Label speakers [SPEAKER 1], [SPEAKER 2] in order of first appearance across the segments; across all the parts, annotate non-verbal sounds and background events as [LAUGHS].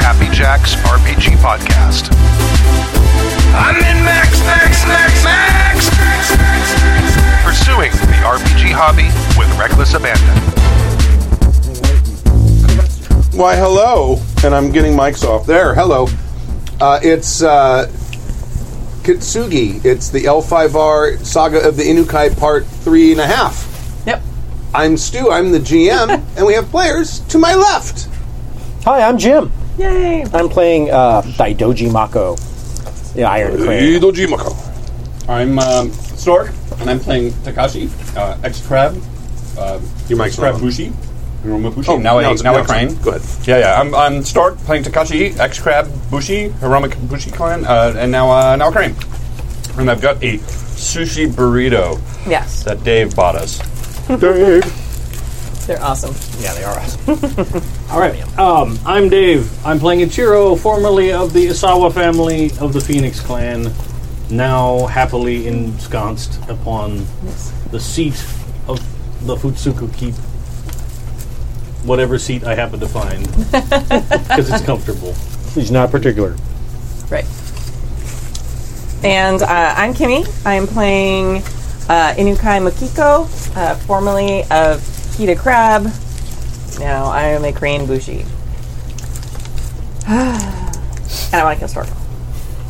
[SPEAKER 1] Max RPG Podcast. I'm in Max, Max, Max, Max, Max, Max, Max, Max. Pursuing the RPG hobby with reckless abandon.
[SPEAKER 2] Why, hello. And I'm getting mics off. There, hello. Uh, it's uh, Kitsugi. It's the L5R Saga of the Inukai Part 3 and a half.
[SPEAKER 3] Yep.
[SPEAKER 2] I'm Stu, I'm the GM, and we have players to my left.
[SPEAKER 4] Hi, I'm Jim.
[SPEAKER 3] Yay.
[SPEAKER 4] I'm playing uh, Daidoji Mako, the Iron Crane.
[SPEAKER 5] I'm um, Stork, and I'm playing Takashi, uh, ex crab, uh,
[SPEAKER 2] Your mic's
[SPEAKER 5] ex crab
[SPEAKER 2] not on.
[SPEAKER 5] Bushi, Hiruma Bushi. now I
[SPEAKER 2] it's-
[SPEAKER 5] now I
[SPEAKER 2] it's-
[SPEAKER 5] crane.
[SPEAKER 2] Go ahead.
[SPEAKER 5] Yeah, yeah. I'm, I'm Stork playing Takashi, ex crab Bushi, Hiruma K- Bushi clan, uh, and now uh, now I crane. And I've got a sushi burrito
[SPEAKER 3] Yes.
[SPEAKER 5] that Dave bought us.
[SPEAKER 3] They're awesome.
[SPEAKER 4] Yeah, they are awesome.
[SPEAKER 6] All right, um, I'm Dave. I'm playing Ichiro, formerly of the Isawa family of the Phoenix clan, now happily ensconced upon the seat of the Futsuku Keep. Whatever seat I happen
[SPEAKER 3] [LAUGHS]
[SPEAKER 6] to find, because it's comfortable.
[SPEAKER 4] He's not particular.
[SPEAKER 3] Right. And uh, I'm Kimmy. I'm playing uh, Inukai Makiko, uh, formerly of Kita Crab. Now I am a crane bushi. [SIGHS] and I want to kill Stork.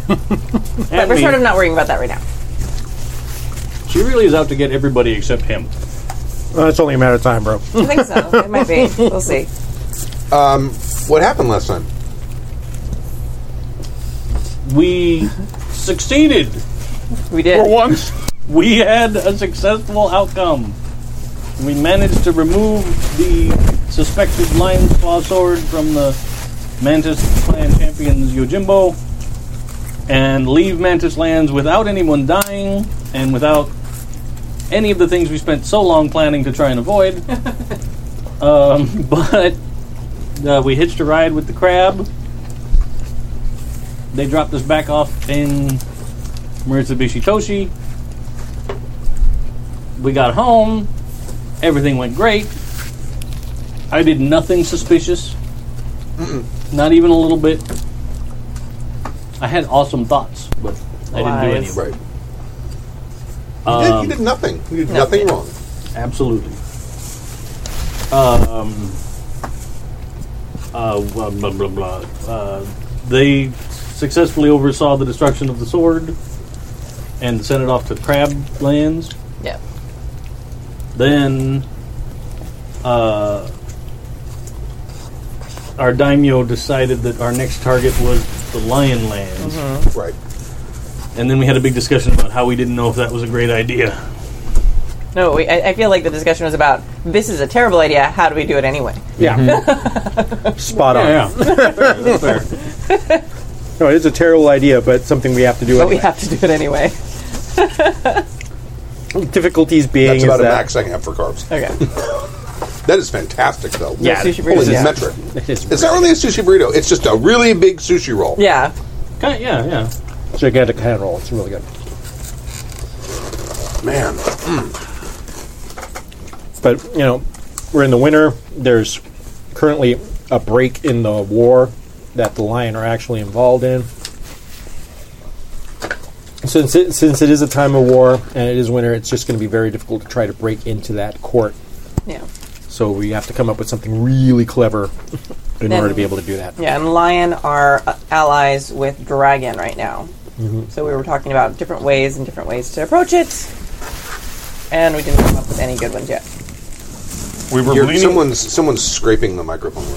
[SPEAKER 3] But
[SPEAKER 6] And
[SPEAKER 3] we're
[SPEAKER 6] me.
[SPEAKER 3] sort of not worrying about that right now.
[SPEAKER 6] she really is out to get everybody except him.
[SPEAKER 4] Well, Uh, it's only a matter of time, bro.
[SPEAKER 3] I think so. it might be. We'll see.
[SPEAKER 2] What happened last time?
[SPEAKER 6] We succeeded.
[SPEAKER 3] We did.
[SPEAKER 6] once, we had a successful outcome. We managed to remove the suspected lion claw sword from the Mantis clan champions Yojimbo and leave Mantis lands without anyone dying and without any of the things we spent so long planning to try and avoid. um, [LAUGHS] but uh, we hitched a ride with the crab. They dropped us back off in Mitsubishi Toshi. We got home. Everything went great. I did nothing suspicious. Not even a little bit. I had awesome thoughts, but I didn't do any
[SPEAKER 3] Lies.
[SPEAKER 6] of it.
[SPEAKER 2] Right. You, did,
[SPEAKER 4] Um,
[SPEAKER 2] you did nothing. You did nothing wrong.
[SPEAKER 6] Absolutely. Um, uh, blah, blah, blah, blah. Uh, they successfully oversaw the destruction of the sword and sent it off to Crab Lands.
[SPEAKER 3] Yeah.
[SPEAKER 6] Then uh, our daimyo decided that our next target was the Lion Lands.
[SPEAKER 2] Right.
[SPEAKER 6] And then we had a big discussion about how we didn't know if that was a great idea.
[SPEAKER 3] No, we, I, I feel like the discussion was about this is a terrible idea. How do we do it anyway?
[SPEAKER 4] Yeah. Mm-hmm.
[SPEAKER 3] [LAUGHS]
[SPEAKER 4] Spot on.
[SPEAKER 6] Yeah, yeah. That's fair.
[SPEAKER 4] [LAUGHS] No, it's a terrible idea, but something we have to do.
[SPEAKER 3] But we
[SPEAKER 4] anyway.
[SPEAKER 3] have to do it anyway.
[SPEAKER 4] [LAUGHS] Difficulties being
[SPEAKER 2] That's about
[SPEAKER 4] is
[SPEAKER 2] a
[SPEAKER 4] that
[SPEAKER 2] max I can have for carbs.
[SPEAKER 3] Okay.
[SPEAKER 2] That is fantastic, though.
[SPEAKER 4] Yeah,
[SPEAKER 3] sushi burrito,
[SPEAKER 2] Holy
[SPEAKER 3] yeah.
[SPEAKER 2] metric.
[SPEAKER 4] it is
[SPEAKER 2] It's not really a sushi burrito. It's just a really big sushi roll.
[SPEAKER 3] Yeah.
[SPEAKER 6] Kinda- yeah, yeah.
[SPEAKER 4] gigantic hand roll. It's really good.
[SPEAKER 2] Man.
[SPEAKER 4] But you know, we're in the winter. There's currently a break in the war that the lion are actually involved in. Since it, since it is a time of war and it is winter, it's just going to be very difficult to try to break into that court.
[SPEAKER 3] Yeah.
[SPEAKER 4] So we have to come up with something really clever in
[SPEAKER 3] Then-
[SPEAKER 4] order to be able to do that.
[SPEAKER 3] Yeah, and lion are uh, allies with dragon right now. So we were talking about different ways and different ways to approach it, and we didn't come up with any good ones yet.
[SPEAKER 5] We were
[SPEAKER 2] You're-
[SPEAKER 5] leaning.
[SPEAKER 2] someone's someone's scraping the microphone. on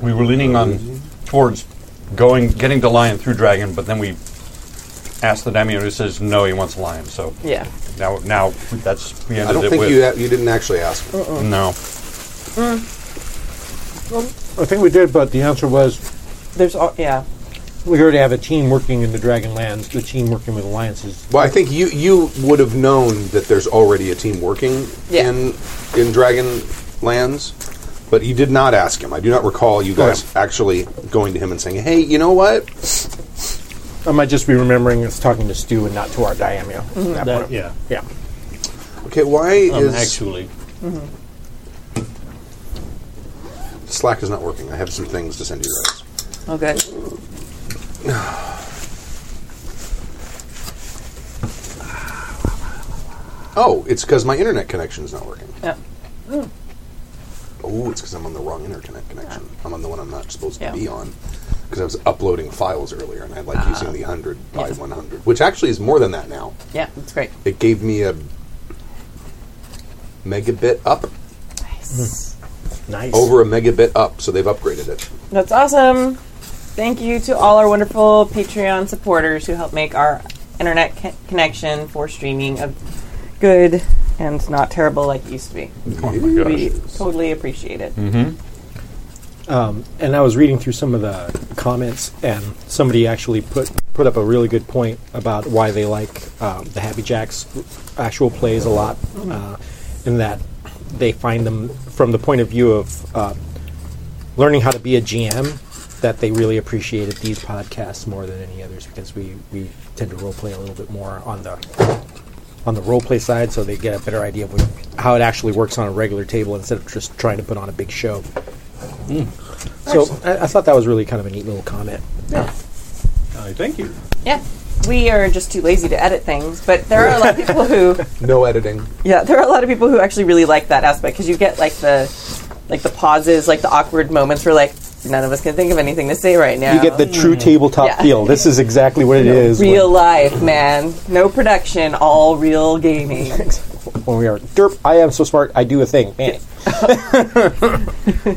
[SPEAKER 2] there.
[SPEAKER 5] we were leaning on towards going, getting to lion through dragon, but then we asked the daimyo who says no, he wants lion. So
[SPEAKER 3] Yeah,
[SPEAKER 5] now, now that's we ended
[SPEAKER 2] I don't
[SPEAKER 5] it
[SPEAKER 2] think
[SPEAKER 5] with.
[SPEAKER 2] you ha- you didn't actually ask.
[SPEAKER 5] No.
[SPEAKER 4] I think we did, but the answer was
[SPEAKER 3] there's all, yeah,
[SPEAKER 4] we already have a team working in the Dragonlands. The team working with alliances.
[SPEAKER 2] Well, I think you you would have known that there's already a team working
[SPEAKER 3] Yeah.
[SPEAKER 2] in in Dragon Lands, but you did not ask him. I do not recall you guys actually going to him and saying, "Hey, you know what?
[SPEAKER 4] I might just be remembering us talking to Stu and not to our Diamio. That
[SPEAKER 6] That,
[SPEAKER 4] part.
[SPEAKER 6] yeah.
[SPEAKER 4] yeah.
[SPEAKER 2] Okay, why
[SPEAKER 6] Um,
[SPEAKER 2] is
[SPEAKER 6] actually,
[SPEAKER 2] Slack is not working. I have some things to send you guys.
[SPEAKER 3] Oh, good.
[SPEAKER 2] Oh, it's because my internet connection is not working.
[SPEAKER 3] Yeah.
[SPEAKER 2] Oh, it's because I'm on the wrong internet connection. I'm on the one I'm not supposed
[SPEAKER 3] Yeah.
[SPEAKER 2] to be on because I was uploading files earlier and I like using the 100 by 100, which actually is more than that now.
[SPEAKER 3] Yeah, that's great.
[SPEAKER 2] It gave me a megabit up,
[SPEAKER 3] Nice.
[SPEAKER 4] Nice.
[SPEAKER 2] over a megabit up, so they've upgraded it.
[SPEAKER 3] That's awesome. Thank you to all our wonderful Patreon supporters who help make our internet co- connection for streaming of good and not terrible like it used to be. We totally appreciate it.
[SPEAKER 4] and I was reading through some of the comments, and somebody actually put put up a really good point about why they like um, the Happy Jacks actual plays a lot, uh, in that they find them from the point of view of uh, learning how to be a GM. That they really appreciated these podcasts more than any others because we, we tend to role play a little bit more on the on the role play side, so they get a better idea of what, how it actually works on a regular table instead of just trying to put on a big show. So I, I thought that was really kind of a neat little comment.
[SPEAKER 6] I thank you.
[SPEAKER 3] Yeah. We are just too lazy to edit things, but there are a lot of
[SPEAKER 2] [LAUGHS]
[SPEAKER 3] people who
[SPEAKER 2] No editing.
[SPEAKER 3] Yeah, there are a lot of people who actually really like that aspect because you get like the like the pauses, like the awkward moments where like none of us can think of anything to say right now.
[SPEAKER 4] You get the true tabletop
[SPEAKER 3] Yeah.
[SPEAKER 4] feel. This is exactly what it is when-
[SPEAKER 3] real life, man. No production, all real gaming.
[SPEAKER 2] [LAUGHS]
[SPEAKER 4] when, we are derp. I am so smart. I do a thing, man.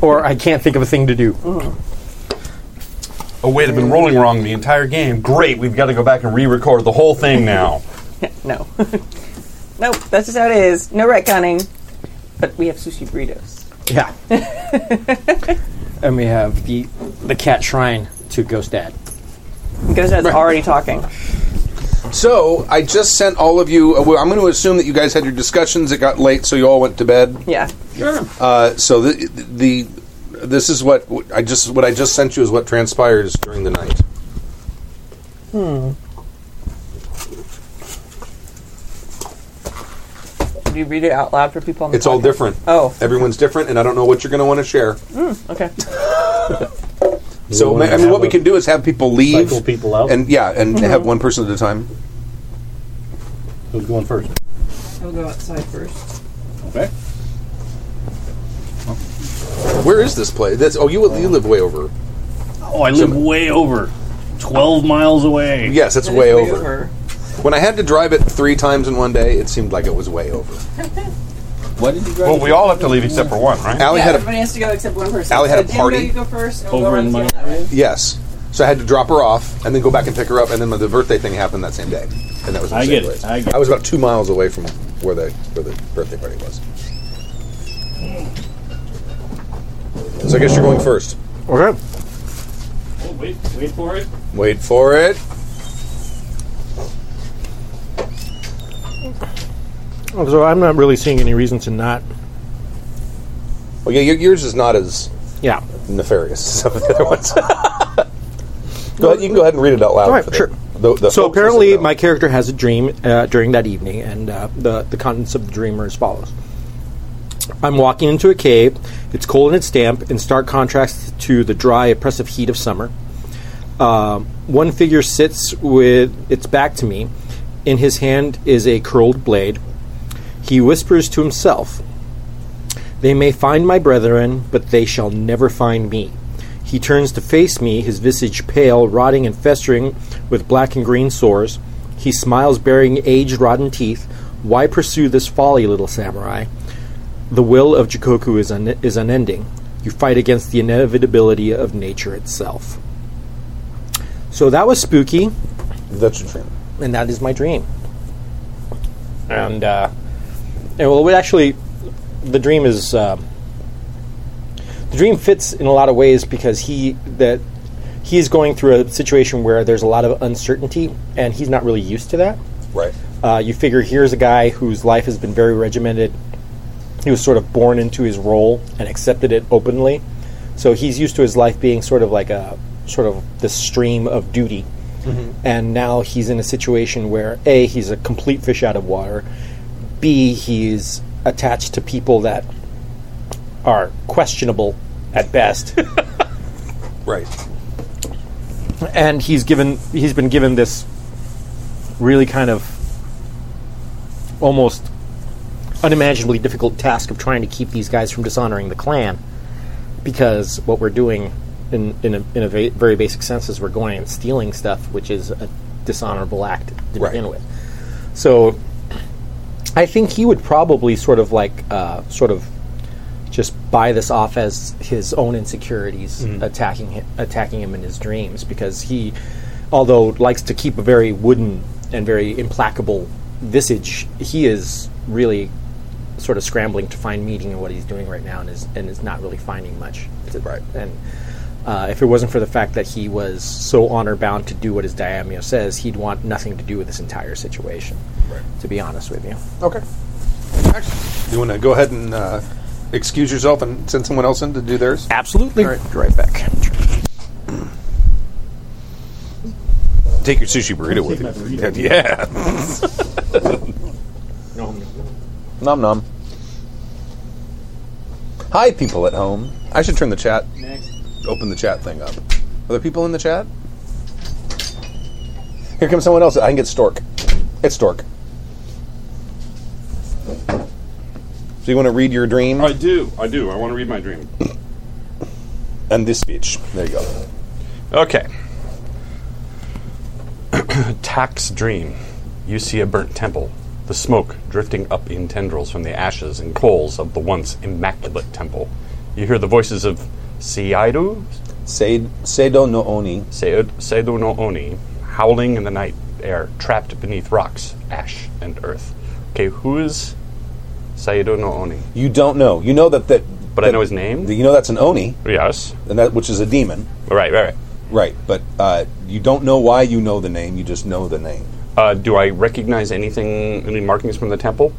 [SPEAKER 4] [LAUGHS] or I can't think of a thing to do.
[SPEAKER 3] Mm.
[SPEAKER 5] Oh wait, I've been rolling wrong the entire game. Great, we've got to go back and re-record the whole thing now.
[SPEAKER 3] no. [LAUGHS] nope, that's just how it is. No retconning. But we have sushi burritos.
[SPEAKER 4] Yeah.
[SPEAKER 3] [LAUGHS]
[SPEAKER 4] and we have the the cat shrine to Ghost Dad.
[SPEAKER 3] Because that's already talking.
[SPEAKER 2] So I just sent all of you. uh, well, I'm going to assume that you guys had your discussions. It got late, so you all went to bed.
[SPEAKER 3] Yeah.
[SPEAKER 2] Uh, so the, the this is what I just what I just sent you is what transpires during the night.
[SPEAKER 3] Did you read it out loud for people? On the
[SPEAKER 2] It's all
[SPEAKER 3] podcast?
[SPEAKER 2] different.
[SPEAKER 3] Oh.
[SPEAKER 2] everyone's different, and I don't know what you're going to want to share.
[SPEAKER 3] Okay.
[SPEAKER 7] You
[SPEAKER 2] So ma- I
[SPEAKER 7] wanna
[SPEAKER 2] mean,
[SPEAKER 7] have
[SPEAKER 2] what we
[SPEAKER 7] a-
[SPEAKER 2] can do is have people leave,
[SPEAKER 7] Cycle people out.
[SPEAKER 2] and yeah, and have one person at a time.
[SPEAKER 7] Who's going first?
[SPEAKER 3] I'll go outside first.
[SPEAKER 6] Okay.
[SPEAKER 2] Where is this place? That's oh, you you live way over.
[SPEAKER 6] Oh, I live way over, twelve miles away.
[SPEAKER 2] Yes, it's way over. When I had to drive it three times in one day, it seemed like it was way over.
[SPEAKER 6] What did you drive?
[SPEAKER 5] Well, we all have to leave except for one, right?
[SPEAKER 2] Allie Oh, had a
[SPEAKER 3] has to go except one person.
[SPEAKER 2] Allie had a So, Jim, party. you go
[SPEAKER 3] first.
[SPEAKER 6] over in my area.
[SPEAKER 2] Yes. So I had to drop her off and then go back and pick her up, and then the birthday thing happened that same day, and that was. in
[SPEAKER 6] I
[SPEAKER 2] the
[SPEAKER 6] get
[SPEAKER 2] same
[SPEAKER 6] it,
[SPEAKER 2] place.
[SPEAKER 6] I get
[SPEAKER 2] was about two miles away from where the where the birthday party was. So I guess you're going first.
[SPEAKER 4] Okay.
[SPEAKER 6] Oh, wait, wait for it.
[SPEAKER 2] Wait for it.
[SPEAKER 4] So I'm not really seeing any reason to not.
[SPEAKER 2] Well, yeah, your- yours is not as
[SPEAKER 4] Yeah.
[SPEAKER 2] nefarious as some of the other [LAUGHS] ones. go ahead, you can go ahead and read it out loud.
[SPEAKER 4] All right,
[SPEAKER 2] for the-
[SPEAKER 4] sure.
[SPEAKER 2] the- the
[SPEAKER 4] So
[SPEAKER 2] folks
[SPEAKER 4] apparently,
[SPEAKER 2] listening,
[SPEAKER 4] my character has a dream uh, during that evening, and uh, the the contents of the dream are as follows. I'm walking into a cave. It's cold and it's damp, in stark contrast to the dry, oppressive heat of summer. Um, one figure sits with its back to me. In his hand is a curled blade. He whispers to himself, They may find my brethren, but they shall never find me. He turns to face me, his visage pale, rotting and festering with black and green sores. He smiles, bearing aged, rotten teeth. Why pursue this folly, little samurai? The will of Jikoku is, un- is unending. You fight against the inevitability of nature itself. So that was spooky,
[SPEAKER 2] That's your dream.
[SPEAKER 4] and that is my dream. And, uh, yeah, well, it actually, the dream is. um the dream fits in a lot of ways because he that he is going through a situation where there's a lot of uncertainty, and he's not really used to that.
[SPEAKER 2] Right.
[SPEAKER 4] Uh, you figure here's a guy whose life has been very regimented. He was sort of born into his role and accepted it openly. So he's used to his life being sort of like a sort of the stream of duty. And now he's in a situation where A, he's a complete fish out of water. B, he's attached to people that are questionable at best.
[SPEAKER 2] Right.
[SPEAKER 4] and he's given he's been given this really kind of almost unimaginably difficult task of trying to keep these guys from dishonoring the clan because what we're doing in in a, in a ve- very basic sense is we're going and stealing stuff which is a dishonorable act to
[SPEAKER 2] Right.
[SPEAKER 4] begin with so I think he would probably sort of like uh, sort of just buy this off as his own insecurities attacking him, attacking him in his dreams because he, although likes to keep a very wooden and very implacable visage, he is really sort of scrambling to find meaning in what he's doing right now and is and is not really finding much. To, right. And uh, if it wasn't for the fact that he was so honor bound to do what his diamio says, he'd want nothing to do with this entire situation. Right. To be honest with you.
[SPEAKER 2] Okay. Excellent. You want to go ahead and uh, excuse yourself and send someone else in to do theirs?
[SPEAKER 4] Absolutely.
[SPEAKER 2] All right, right back. Take your sushi burrito with you. [LAUGHS] Yeah. Nom nom. Hi, people at home. I should turn the chat. Open the chat thing up. Are there people in the chat? Here comes someone else. I can get Stork. It's Stork. So you want to read your dream
[SPEAKER 5] I do. I do. I want to read my dream.
[SPEAKER 2] and this speech? There you go.
[SPEAKER 5] Okay. [CLEARS THROAT] Tax dream. You see a burnt temple, the smoke drifting up in tendrils from the ashes and coals of the once immaculate temple. You hear the voices of Siaidu,
[SPEAKER 2] Seid- Seido no Oni.
[SPEAKER 5] Seidu no Oni, howling in the night air, trapped beneath rocks, ash, and earth. Okay, who is Seidu no Oni?
[SPEAKER 2] You don't know. You know that that.
[SPEAKER 5] But I know his name?
[SPEAKER 2] You know that's an Oni,
[SPEAKER 5] Yes.
[SPEAKER 2] and that which is a demon,
[SPEAKER 5] Right, right, right.
[SPEAKER 2] right? But uh, you don't know why you know the name. You just know the name.
[SPEAKER 5] Uh, do I recognize anything, any markings from the temple?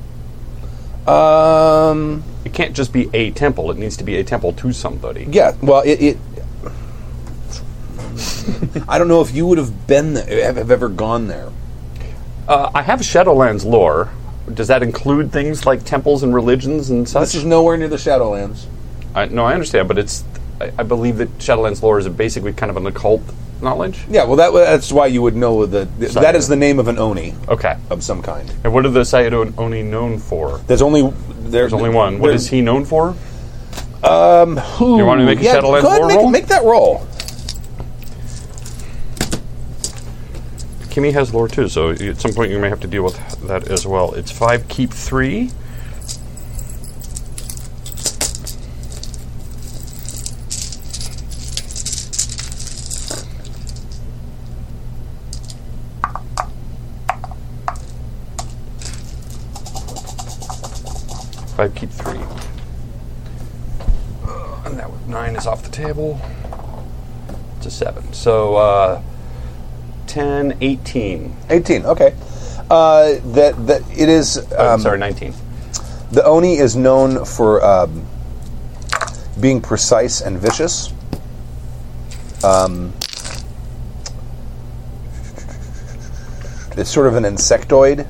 [SPEAKER 2] Um.
[SPEAKER 5] It can't just be a temple. It needs to be a temple to somebody.
[SPEAKER 2] Yeah. Well, it. it [LAUGHS] I don't know if you would have been there, have, have ever gone there.
[SPEAKER 5] Uh, I have Shadowlands lore. Does that include things like temples and religions and such?
[SPEAKER 2] This is nowhere near the Shadowlands.
[SPEAKER 5] I, no, I understand, but it's. I, I believe that Shadowlands lore is basically kind of an occult knowledge.
[SPEAKER 2] Yeah. Well, that that's why you would know the. That is the name of an Oni
[SPEAKER 5] Okay.
[SPEAKER 2] of some kind.
[SPEAKER 5] And what are the Sayado and Oni known for?
[SPEAKER 2] There's only there's
[SPEAKER 5] There's only one. What is he known for?
[SPEAKER 2] Who?
[SPEAKER 5] You want me to make a
[SPEAKER 2] yeah,
[SPEAKER 5] Shadowlands
[SPEAKER 2] go ahead,
[SPEAKER 5] lore
[SPEAKER 2] make,
[SPEAKER 5] roll?
[SPEAKER 2] Make that roll.
[SPEAKER 5] Kimmy has lore too, so at some point you may have to deal with that as well. It's five, keep three. Five, keep three. Uh, and that one- nine is off the table. It's a seven. So, uh, 10, 18.
[SPEAKER 2] 18 okay uh, that that it is
[SPEAKER 5] Oh,
[SPEAKER 2] um,
[SPEAKER 5] sorry, 19.
[SPEAKER 2] the oni is known for um, being precise and vicious um, it's sort of an insectoid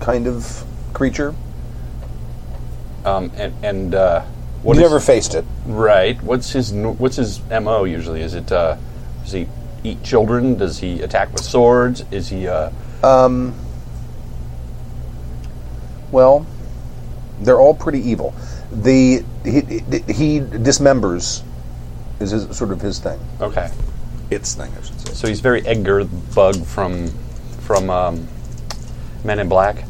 [SPEAKER 2] kind of creature
[SPEAKER 5] Um, and and uh, what
[SPEAKER 2] you
[SPEAKER 5] is-
[SPEAKER 2] never faced it
[SPEAKER 5] right? What's his n- what's his mo usually? Is it uh, does he eat children? Does he attack with swords? Is he uh,
[SPEAKER 2] well they're all pretty evil the he, he- he dismembers is his, sort of his thing
[SPEAKER 5] okay?
[SPEAKER 2] its thing i should say
[SPEAKER 5] So he's very Edgar Bug from from um, Men in Black.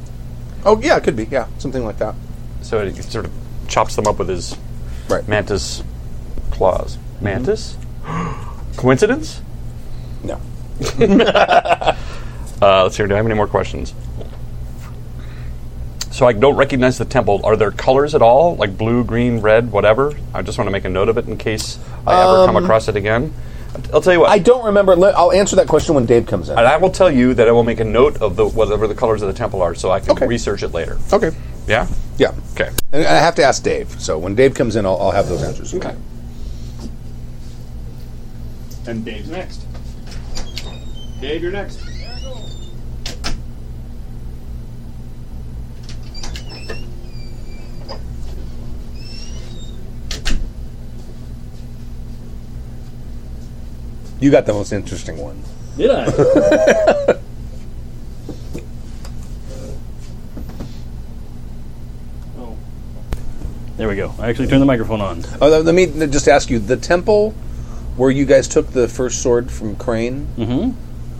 [SPEAKER 2] Oh yeah, it could be. Yeah, something like that.
[SPEAKER 5] So it sort of chops them up with his
[SPEAKER 2] Right.
[SPEAKER 5] mantis claws. Mantis? [GASPS] Coincidence?
[SPEAKER 2] No.
[SPEAKER 5] Uh, let's see. Do I have any more questions? So I don't recognize the temple. Are there colors at all, like blue, green, red, whatever? I just want to make a note of it in case I ever
[SPEAKER 2] Um,
[SPEAKER 5] come across it again. I'll tell you what.
[SPEAKER 2] I don't remember. Let- I'll answer that question when Dave comes in.
[SPEAKER 5] and I will tell you that I will make a note of the whatever the colors of the temple are, so I can
[SPEAKER 2] Okay.
[SPEAKER 5] research it later.
[SPEAKER 2] Okay.
[SPEAKER 5] Yeah.
[SPEAKER 2] Yeah.
[SPEAKER 5] Okay.
[SPEAKER 2] And I have to ask Dave. So when Dave comes in, I'll, I'll have those answers.
[SPEAKER 5] Okay.
[SPEAKER 6] And Dave's next. Dave, you're next.
[SPEAKER 2] You got the most interesting one.
[SPEAKER 6] Did I? [LAUGHS] Oh. There we go. I actually turned the microphone on.
[SPEAKER 2] Oh, let- let me just ask you: the temple where you guys took the first sword from Crane
[SPEAKER 6] Mm-hmm.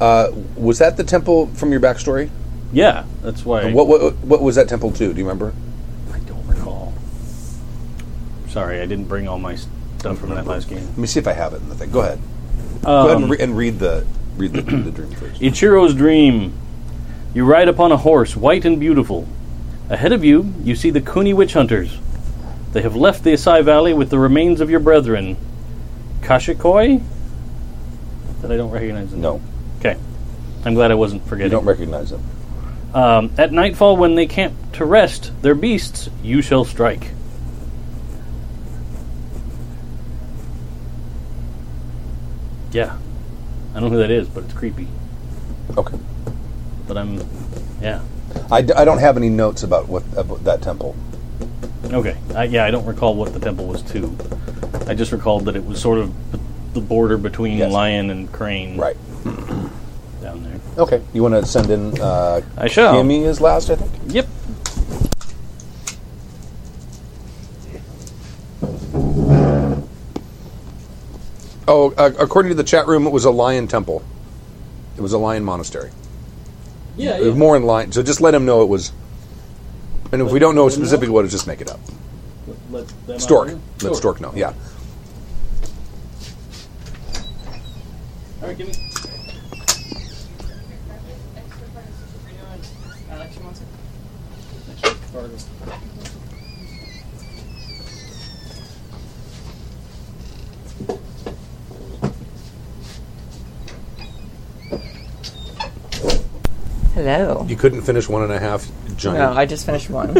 [SPEAKER 2] uh, was that the temple from your backstory?
[SPEAKER 6] Yeah, that's why. I-
[SPEAKER 2] What, what what was that temple to? Do you remember?
[SPEAKER 6] I don't recall. Sorry, I didn't bring all my stuff from that last game.
[SPEAKER 2] Let me see if I have it in the thing. Go ahead. Go ahead and, re- and read the read the, the dream
[SPEAKER 6] [CLEARS THROAT]
[SPEAKER 2] first.
[SPEAKER 6] Ichiro's dream. You ride upon a horse, white and beautiful. Ahead of you, you see the Kuni witch hunters. They have left the Asai Valley with the remains of your brethren. Kashikoi? That I don't recognize the
[SPEAKER 2] No.
[SPEAKER 6] name. Okay. I'm glad I wasn't
[SPEAKER 2] You
[SPEAKER 6] forgetting.
[SPEAKER 2] don't recognize them.
[SPEAKER 6] Um, at nightfall, when they camp to rest their beasts, you shall strike. Yeah. I don't know who that is, but it's creepy.
[SPEAKER 2] Okay.
[SPEAKER 6] But I'm. Yeah.
[SPEAKER 2] I, d- I don't have any notes about what about that temple.
[SPEAKER 6] Okay. I, yeah, I don't recall what the temple was to. I just recalled that it was sort of b- the border between
[SPEAKER 2] Yes.
[SPEAKER 6] lion and crane
[SPEAKER 2] Right.
[SPEAKER 6] down there.
[SPEAKER 2] Okay. You want to send in? Uh,
[SPEAKER 6] I shall.
[SPEAKER 2] Kimmy is last, I think.
[SPEAKER 6] Yep.
[SPEAKER 2] Oh, uh, according to the chat room, it was a lion temple. It was a lion monastery.
[SPEAKER 6] Yeah,
[SPEAKER 2] It was more in line. So just let him know it was. And if we don't know specifically what it is, just make it up. Stork. Let Stork know. Yeah.
[SPEAKER 6] All right, give me.
[SPEAKER 3] Hello.
[SPEAKER 2] You couldn't finish one and a half giant.
[SPEAKER 3] No, I just finished one.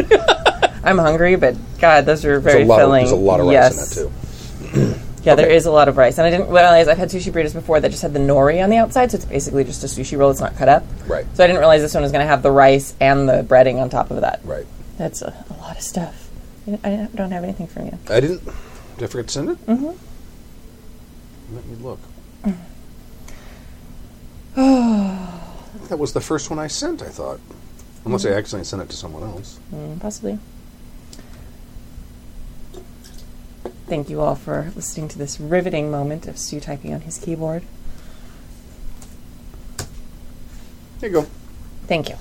[SPEAKER 2] [LAUGHS]
[SPEAKER 3] I'm hungry, but God, those are
[SPEAKER 2] there's
[SPEAKER 3] very
[SPEAKER 2] a lot
[SPEAKER 3] filling.
[SPEAKER 2] Of, there's a lot of rice
[SPEAKER 3] yes.
[SPEAKER 2] in that too.
[SPEAKER 3] Yeah, there is a lot of rice, and I didn't realize I've had sushi burritos before that just had the nori on the outside, so it's basically just a sushi roll. It's not cut up.
[SPEAKER 2] Right.
[SPEAKER 3] So I didn't realize this one was going to have the rice and the breading on top of that.
[SPEAKER 2] Right.
[SPEAKER 3] That's a, a lot of stuff. I didn't- I didn't- don't have anything from you.
[SPEAKER 2] I didn't. Did I forget to send it? Mm-hmm. Let me
[SPEAKER 3] [SIGHS]
[SPEAKER 2] look. that was the first one I sent. I thought, unless I accidentally sent it to someone else.
[SPEAKER 3] Mm, possibly. Thank you all for listening to this riveting moment of Stu typing on his keyboard.
[SPEAKER 2] There you go.
[SPEAKER 3] Thank you.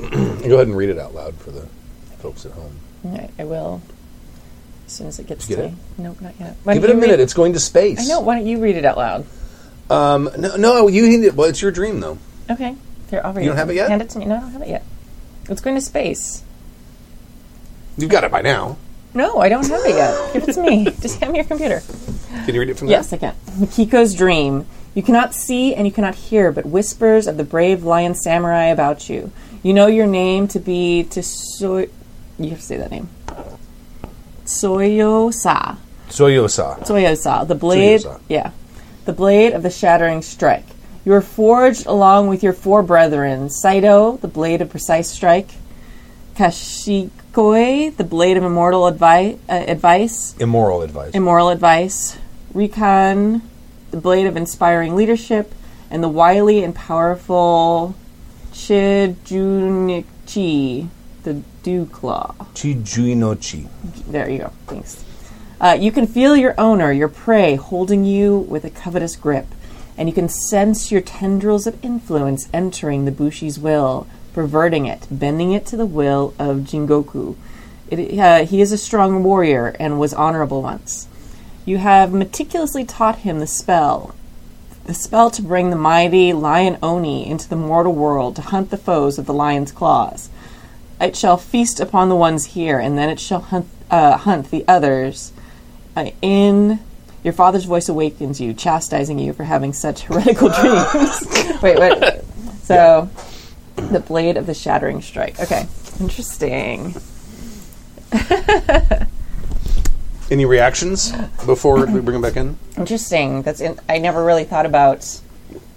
[SPEAKER 2] Go ahead and read it out loud for the folks at home.
[SPEAKER 3] All right, I will as soon as it gets
[SPEAKER 2] Did you
[SPEAKER 3] to
[SPEAKER 2] get
[SPEAKER 3] me. Nope, not yet. Why
[SPEAKER 2] Give it a
[SPEAKER 3] don't you
[SPEAKER 2] minute.
[SPEAKER 3] read-
[SPEAKER 2] It's going to space.
[SPEAKER 3] I know. Why don't you read it out loud?
[SPEAKER 2] Um, no, no, you need it. Well, it's your dream though.
[SPEAKER 3] Okay. Here, I'll read
[SPEAKER 2] You don't
[SPEAKER 3] it.
[SPEAKER 2] have it yet?
[SPEAKER 3] Hand it to me. No, I don't have it yet. It's going to space.
[SPEAKER 2] You've got it by now.
[SPEAKER 3] No, I don't have it yet. Give it
[SPEAKER 2] [LAUGHS]
[SPEAKER 3] to me. Just hand me your computer.
[SPEAKER 2] Can you read it from
[SPEAKER 3] Yes, I can. Mikiko's dream. You cannot see and you cannot hear, but whispers of the brave lion samurai about you. You know your name to be Tsoy. You have to say that name.
[SPEAKER 2] there?
[SPEAKER 3] Tsoyosa.
[SPEAKER 2] Soyosa.
[SPEAKER 3] Tsoyosa. The blade.
[SPEAKER 2] Tsoyosa.
[SPEAKER 3] Yeah, the blade of the shattering strike. You were forged along with your four brethren: Saito, the blade of precise strike; Kashikoi, the blade of immortal advi- uh, advice;
[SPEAKER 2] Immoral advice.
[SPEAKER 3] immoral advice, recon, the blade of inspiring leadership, and the wily and powerful Chijunichi, the dew claw.
[SPEAKER 2] Chijuinochi.
[SPEAKER 3] There you go. Thanks. Uh, you can feel your owner, your prey, holding you with a covetous grip, and you can sense your tendrils of influence entering the bushi's will, perverting it, bending it to the will of Jingoku. It, uh, he is a strong warrior and was honorable once. You have meticulously taught him the spell, the spell to bring the mighty lion Oni into the mortal world to hunt the foes of the lion's claws. It shall feast upon the ones here, and then it shall hunt, uh, hunt the others. Uh, in your father's voice awakens you, chastising you for having such heretical dreams. [LAUGHS] wait, wait. So, the blade of the shattering strike. Okay, interesting.
[SPEAKER 2] Any reactions before we bring him back in?
[SPEAKER 3] Interesting. That's in, I never really thought about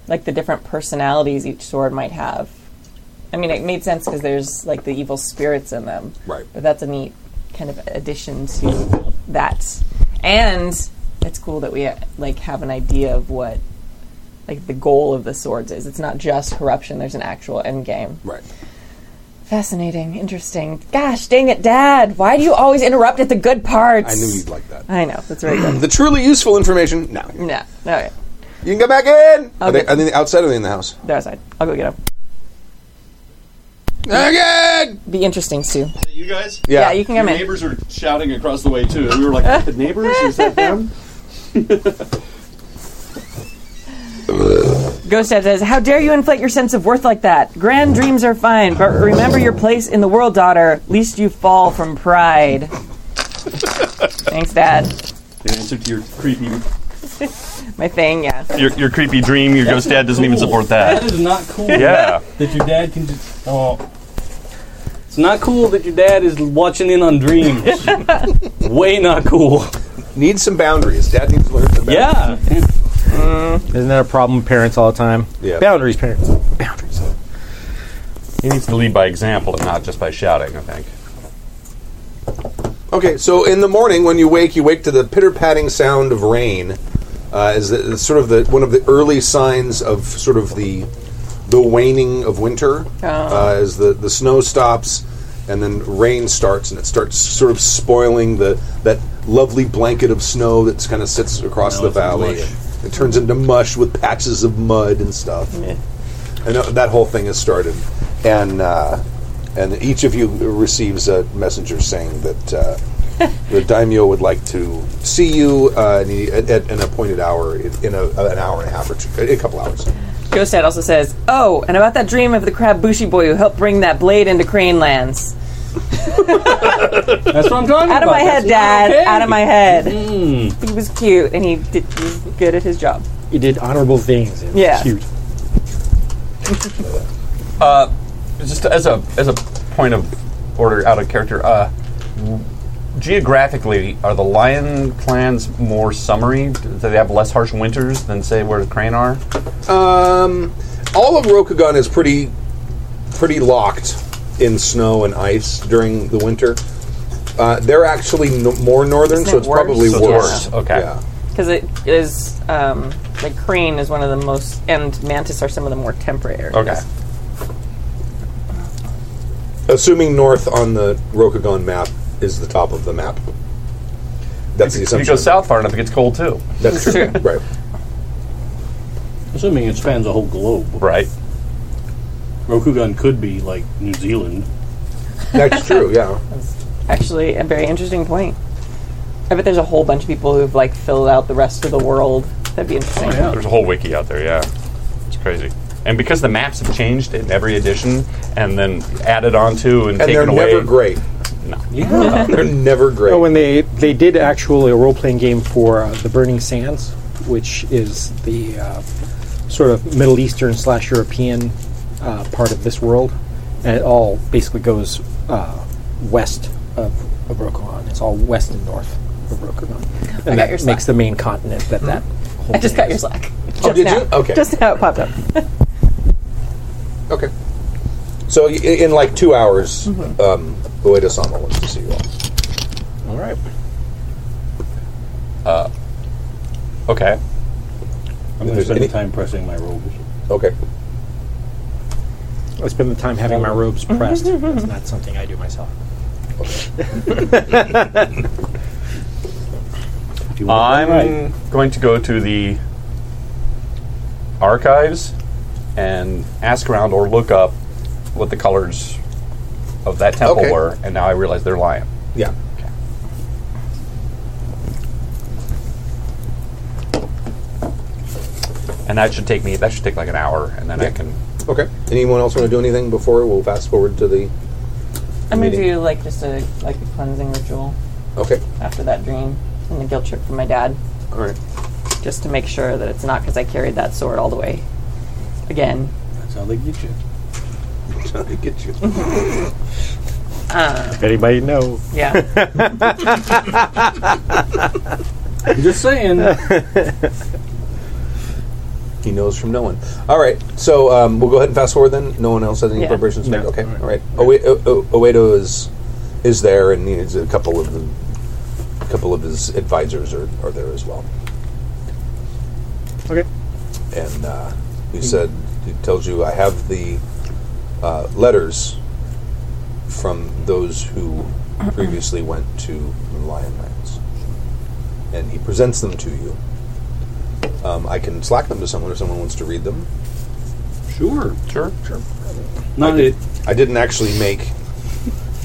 [SPEAKER 3] like the different personalities each sword might have. I mean, it made sense because there's like the evil spirits in them,
[SPEAKER 2] Right.
[SPEAKER 3] But that's a neat kind of addition to that, and it's cool that we uh, like have an idea of what like the goal of the swords is. It's not just corruption. There's an actual end game.
[SPEAKER 2] Right.
[SPEAKER 3] Fascinating, interesting. Gosh, dang it, Dad! Why do you always interrupt at the good parts?
[SPEAKER 2] I knew you'd like that.
[SPEAKER 3] I know that's very good. [CLEARS THROAT]
[SPEAKER 2] The truly useful information. No, you
[SPEAKER 3] no, no, yeah.
[SPEAKER 2] can go back in. Are
[SPEAKER 3] Okay.
[SPEAKER 2] they, are they outside or are they in the house?
[SPEAKER 3] they're outside. I'll go get them.
[SPEAKER 2] Again.
[SPEAKER 3] Be interesting, Sue.
[SPEAKER 8] You guys?
[SPEAKER 3] Yeah, you can
[SPEAKER 8] Your
[SPEAKER 3] come in.
[SPEAKER 8] neighbors are shouting across the way too. And we were like, the neighbors? Is that
[SPEAKER 6] [LAUGHS]
[SPEAKER 8] them?
[SPEAKER 3] Ghost Dad says, "How dare you inflate your sense of worth like that? Grand dreams are fine, but remember your place in the world, daughter. Least you fall from
[SPEAKER 6] [LAUGHS]
[SPEAKER 3] pride." Thanks, Dad.
[SPEAKER 8] In answer to your creepy,
[SPEAKER 3] My thing, yeah.
[SPEAKER 8] your, your creepy dream, your ghost dad doesn't even
[SPEAKER 6] cool.
[SPEAKER 8] support that.
[SPEAKER 6] That is not cool.
[SPEAKER 8] Yeah.
[SPEAKER 6] That your dad can just. Oh. It's not cool that your dad is watching in on [LAUGHS] dreams. Way not cool.
[SPEAKER 2] Needs some boundaries. Dad needs to learn some boundaries.
[SPEAKER 6] [LAUGHS] Yeah.
[SPEAKER 4] Isn't that a problem with parents all the time?
[SPEAKER 2] Yeah.
[SPEAKER 4] Boundaries, parents.
[SPEAKER 5] He needs to lead by example and not just by shouting, I think.
[SPEAKER 2] Okay, so in the morning when you wake, you wake to the pitter patting sound of rain. Uh, is the, is sort of the one of the early signs of sort of the the waning of winter uh, as the, the snow stops and then rain starts and it starts sort of spoiling the that lovely blanket of snow that's kind of sits across the valley. It turns into mush with patches of mud and stuff. And tha- that whole thing has started, and uh, and each of you receives a messenger saying that uh, the daimyo would like to see you uh, and he, at, at an appointed hour in in a, an hour and a half or two, a couple hours.
[SPEAKER 3] Ghost Dad also says, "Oh, and about that dream of the crab bushy boy who helped bring that blade into Crane Lands.
[SPEAKER 6] That's what I'm Mm. talking about.
[SPEAKER 3] Out of my head, Dad.
[SPEAKER 6] That's not okay.
[SPEAKER 3] Out of my head. He was cute, and he did he was good at his job.
[SPEAKER 4] You did honorable things. It was
[SPEAKER 3] Yeah.
[SPEAKER 4] Cute.
[SPEAKER 5] Just as a as a point of order, out of character. Uh, geographically, are the lion clans more summery? Do they have less harsh winters than say where the crane are?
[SPEAKER 2] Um, all of Rokugan is pretty pretty locked in snow and ice during the winter. Uh, they're actually no, more northern,
[SPEAKER 3] Isn't
[SPEAKER 2] so
[SPEAKER 3] it
[SPEAKER 2] it's probably
[SPEAKER 3] worse?
[SPEAKER 5] So it's
[SPEAKER 2] worse.
[SPEAKER 5] worse, okay.
[SPEAKER 2] Yeah.
[SPEAKER 3] because it is um, like crane is one of the most, and mantis are some of the more temperate areas.
[SPEAKER 5] Okay.
[SPEAKER 2] Assuming north on the Rokugan map is the top of the map. That's the
[SPEAKER 5] If you
[SPEAKER 2] assumption.
[SPEAKER 5] go south far enough, it gets cold too.
[SPEAKER 2] That's true. right.
[SPEAKER 6] Assuming it spans a whole globe.
[SPEAKER 5] Right.
[SPEAKER 6] Rokugan could be like New Zealand.
[SPEAKER 2] That's true, yeah.
[SPEAKER 3] Actually, a very interesting point. I bet there's a whole bunch of people who've like filled out the rest of the world. That'd be interesting.
[SPEAKER 4] Oh,
[SPEAKER 5] There's a whole wiki out there, yeah. It's crazy. And because the maps have changed in every edition and then added onto and,
[SPEAKER 2] And they're
[SPEAKER 5] taken away.
[SPEAKER 2] never great. [LAUGHS]
[SPEAKER 6] Yeah.
[SPEAKER 2] They're never great.
[SPEAKER 4] Oh, when they they did actually a role playing game for uh, the Burning Sands, which is the uh, sort of Middle Eastern slash European uh, part of this world, and it all basically goes uh, west of, of Rokugan. It's all west and north of Rokugan, and
[SPEAKER 3] got
[SPEAKER 4] that
[SPEAKER 3] your
[SPEAKER 4] makes
[SPEAKER 3] slack.
[SPEAKER 4] the main continent that that. Whole
[SPEAKER 3] I just
[SPEAKER 4] thing
[SPEAKER 3] got your
[SPEAKER 4] is.
[SPEAKER 3] slack.
[SPEAKER 2] Oh,
[SPEAKER 3] Just
[SPEAKER 2] did
[SPEAKER 3] now.
[SPEAKER 2] you? Okay.
[SPEAKER 3] Just now it
[SPEAKER 4] [LAUGHS]
[SPEAKER 3] popped up.
[SPEAKER 2] okay. So y- in like two hours, um, Ueda Sama wants to see you all.
[SPEAKER 4] All right.
[SPEAKER 5] Okay.
[SPEAKER 6] I'm going to
[SPEAKER 2] There's
[SPEAKER 6] spend
[SPEAKER 2] any-
[SPEAKER 6] time pressing my robes.
[SPEAKER 2] Okay.
[SPEAKER 4] I spend the time having my robes
[SPEAKER 3] [LAUGHS]
[SPEAKER 4] pressed. That's not something I do myself.
[SPEAKER 6] If you want
[SPEAKER 5] I'm
[SPEAKER 6] that right.
[SPEAKER 5] going to go to the archives and ask around or look up what the colors of that temple
[SPEAKER 2] Okay.
[SPEAKER 5] were, and now I realize they're lion.
[SPEAKER 2] Yeah.
[SPEAKER 5] And that should take me that should take like an hour and then I can
[SPEAKER 2] Okay. Anyone else want to do anything before we'll fast forward to the?
[SPEAKER 3] I'm gonna
[SPEAKER 2] Meeting.
[SPEAKER 3] do like just a like a cleansing ritual
[SPEAKER 2] Okay.
[SPEAKER 3] after that dream and the guilt trip from my dad,
[SPEAKER 2] All right. [LAUGHS]
[SPEAKER 3] just to make sure that it's not because I carried that sword all the way. Again,
[SPEAKER 6] That's how they get you.
[SPEAKER 2] I get you.
[SPEAKER 4] If anybody know, [LAUGHS]
[SPEAKER 3] yeah.
[SPEAKER 6] I'm
[SPEAKER 4] [LAUGHS]
[SPEAKER 6] just saying.
[SPEAKER 2] He knows from no one. All right. So um, we'll go ahead and fast forward then. No one else has any
[SPEAKER 3] Yeah.
[SPEAKER 2] preparations to make.
[SPEAKER 4] No.
[SPEAKER 2] Okay. All right. Owe- O- O- Oedo is is there, and he's a couple of the, a couple of his advisors are, are there as well.
[SPEAKER 4] okay.
[SPEAKER 2] and uh, he said he tells you I have the uh, letters from those who previously went to the Lion Lands, and he presents them to you. Um, I can slack them to someone if someone wants to read them.
[SPEAKER 7] Sure.
[SPEAKER 5] Sure. Sure.
[SPEAKER 7] Not it.
[SPEAKER 2] I didn't actually make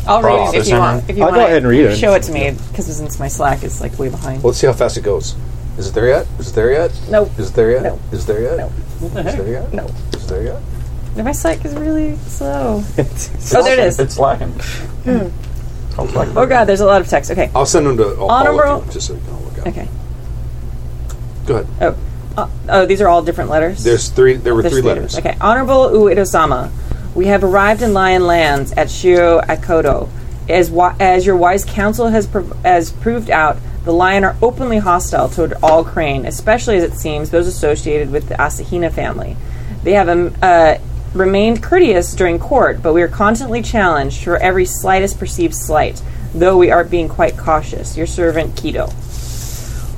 [SPEAKER 3] I'll read
[SPEAKER 5] Props.
[SPEAKER 3] it if you want. If you
[SPEAKER 4] I'll
[SPEAKER 3] want
[SPEAKER 4] go ahead and read it.
[SPEAKER 3] Show it to me because since my Slack is like way behind.
[SPEAKER 2] Well, let's see how fast it goes. Is it there yet? Is it there yet?
[SPEAKER 3] Nope.
[SPEAKER 2] Is it there yet?
[SPEAKER 3] Nope.
[SPEAKER 2] Is it there yet?
[SPEAKER 3] Nope.
[SPEAKER 6] What
[SPEAKER 2] Is
[SPEAKER 6] the
[SPEAKER 2] it
[SPEAKER 6] heck?
[SPEAKER 2] there yet?
[SPEAKER 3] Nope.
[SPEAKER 2] Is it there yet?
[SPEAKER 3] My Slack is really slow. oh, there it
[SPEAKER 8] [LAUGHS]
[SPEAKER 3] is. Hmm.
[SPEAKER 8] It's lacking. Sounds like
[SPEAKER 3] Oh god, there's a lot of text. Okay.
[SPEAKER 2] I'll send them to all, all
[SPEAKER 3] Honorable-
[SPEAKER 2] of you just so you can all look at.
[SPEAKER 3] Okay.
[SPEAKER 2] Go ahead.
[SPEAKER 3] Oh. Uh, oh, these are all different letters.
[SPEAKER 2] There's three. There were
[SPEAKER 3] There's
[SPEAKER 2] three letters.
[SPEAKER 3] Okay. Honorable Uitosama, we have arrived in Lion Lands at Shio Akoto. As, wi- as your wise counsel has, prov- has proved out, the Lion are openly hostile toward all Crane, especially as it seems those associated with the Asahina family. They have um, uh, remained courteous during court, but we are constantly challenged for every slightest perceived slight, though we are being quite cautious. Your servant, Kido.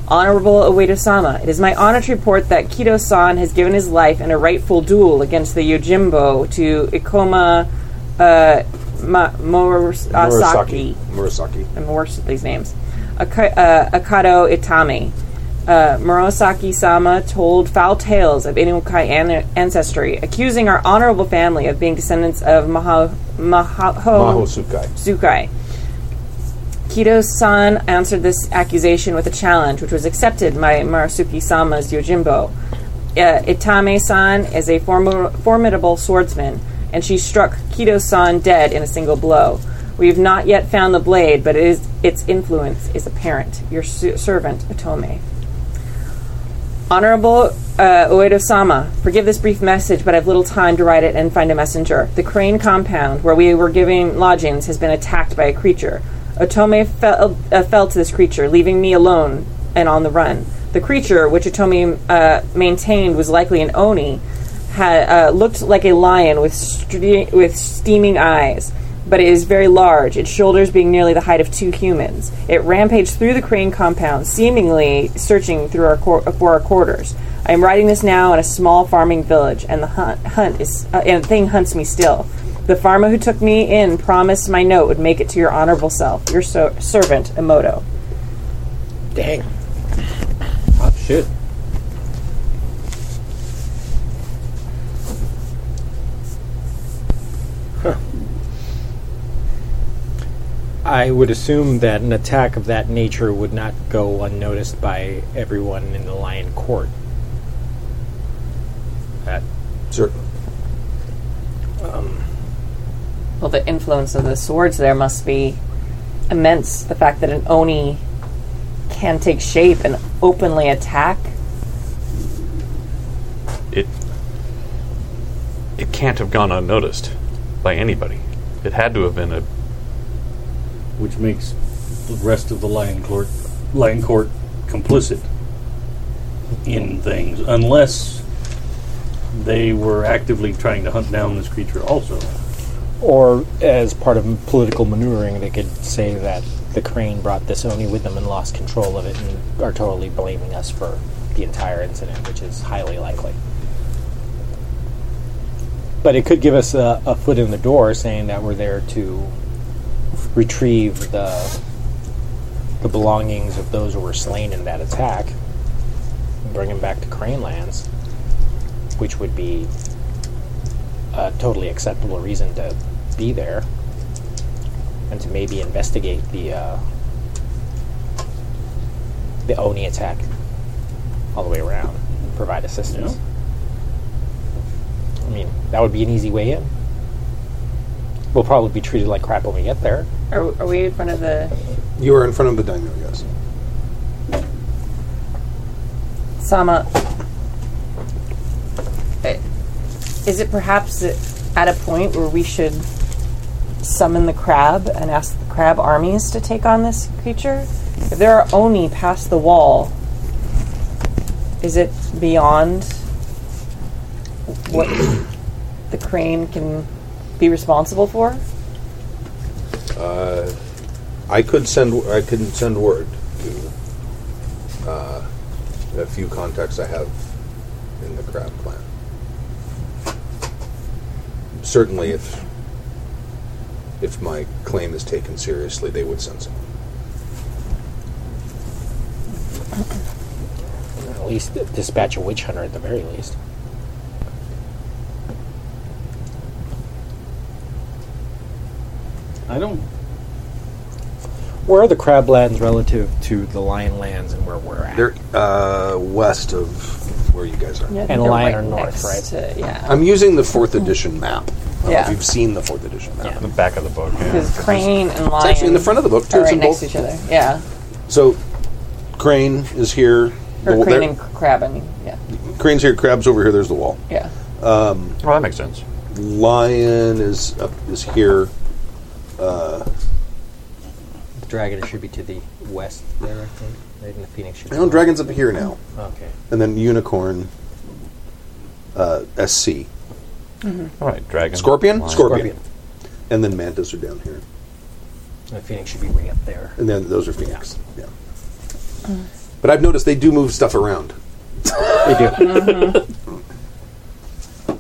[SPEAKER 3] Honorable Ueda-sama, it is my honor to report that Kido-san has given his life in a rightful duel against the Yojimbo to Ikoma uh, Ma- Murasaki.
[SPEAKER 2] Murasaki.
[SPEAKER 3] I'm worse at these names. Aka- uh, Akado Itami. Uh, Murasaki sama told foul tales of Inukai an- ancestry, accusing our honorable family of being descendants of Maho, Maho,
[SPEAKER 2] Mahosukai.
[SPEAKER 3] Zukai. Kido san answered this accusation with a challenge, which was accepted by Marasuki sama's Yojimbo. Uh, Itame san is a form- formidable swordsman, and she struck Kido san dead in a single blow. We have not yet found the blade, but it is, its influence is apparent. Your su- servant, Atome. Honorable uh, Uedo Sama, forgive this brief message, but I have little time to write it and find a messenger. The Crane compound, where we were giving lodgings, has been attacked by a creature. Otome fell, uh, fell to this creature, leaving me alone and on the run. The creature, which Otome uh, maintained was likely an Oni, had, uh, looked like a lion with, stre- with steaming eyes but it is very large, its shoulders being nearly the height of two humans. It rampaged through the crane compound, seemingly searching through our quar- for our quarters. I am writing this now in a small farming village, and the hunt, hunt is uh, and the thing hunts me still. The farmer who took me in promised my note would make it to your honorable self, your so- servant Emoto.
[SPEAKER 4] Dang.
[SPEAKER 6] Hot shit.
[SPEAKER 4] I would assume that an attack of that nature would not go unnoticed by everyone in the Lion Court. That
[SPEAKER 2] Certainly.
[SPEAKER 3] Well, the influence of the swords there must be immense. The fact that an oni can take shape and openly attack
[SPEAKER 5] It it can't have gone unnoticed by anybody. It had to have been a
[SPEAKER 6] Which makes the rest of the Lion Court, Lion Court complicit in things, unless they were actively trying to hunt down this creature also.
[SPEAKER 4] Or, as part of political maneuvering, they could say that the crane brought this Oni with them and lost control of it and are totally blaming us for the entire incident, which is highly likely. But it could give us a, a foot in the door saying that we're there to retrieve the, the belongings of those who were slain in that attack and bring them back to Crane Lands, which would be a totally acceptable reason to be there and to maybe investigate the uh, the Oni attack all the way around and provide assistance. I mean, that would be an easy way in. We'll probably be treated like crap when we get there.
[SPEAKER 3] Are, are we in front of the
[SPEAKER 2] You are in front of the daimyo, yes.
[SPEAKER 3] Sama? Eh, Is it perhaps at a point where we should summon the crab and ask the crab armies to take on this creature? If there are Oni past the wall, is it beyond what the crane can be responsible for?
[SPEAKER 2] I could send. I can send word to uh, a few contacts I have in the crab clan. Certainly, if if my claim is taken seriously, they would send someone.
[SPEAKER 4] At least dispatch a witch hunter at the very least.
[SPEAKER 6] I don't.
[SPEAKER 4] Where are the crablands relative to the lion lands and where we're at?
[SPEAKER 2] They're uh, west of where you guys are.
[SPEAKER 3] Yeah,
[SPEAKER 4] And
[SPEAKER 3] they're
[SPEAKER 4] Lion are
[SPEAKER 3] right
[SPEAKER 4] north,
[SPEAKER 3] next to- yeah.
[SPEAKER 2] I'm using the fourth edition map. I don't know
[SPEAKER 3] Yeah.
[SPEAKER 2] if you've seen the fourth edition map.
[SPEAKER 9] The back of the book. Yeah.
[SPEAKER 3] Because Crane and Lion
[SPEAKER 2] It's actually in the front of the book too.
[SPEAKER 3] are
[SPEAKER 2] It's
[SPEAKER 3] right
[SPEAKER 2] in
[SPEAKER 3] next
[SPEAKER 2] both.
[SPEAKER 3] to each other. Yeah.
[SPEAKER 2] So, Crane is here.
[SPEAKER 3] Or
[SPEAKER 2] The-
[SPEAKER 3] Crane
[SPEAKER 2] there-
[SPEAKER 3] and Crab. I mean, yeah.
[SPEAKER 2] Crane's here. Crab's over here. There's the wall.
[SPEAKER 3] Yeah.
[SPEAKER 9] Well, that makes sense.
[SPEAKER 2] Lion is up, is here.
[SPEAKER 4] the dragon should be to the west there, I think. Right in the phoenix should be.
[SPEAKER 2] No, dragon's up here now,
[SPEAKER 4] Okay.
[SPEAKER 2] and then unicorn. Uh, SC
[SPEAKER 9] All right, dragon.
[SPEAKER 2] scorpion?
[SPEAKER 9] Lion.
[SPEAKER 2] scorpion, and then mantas are down here,
[SPEAKER 4] And the phoenix should be way up there.
[SPEAKER 2] and then those are phoenix. Yeah. Mm. But I've noticed they do move stuff around.
[SPEAKER 10] They do.
[SPEAKER 2] [LAUGHS] Mm-hmm.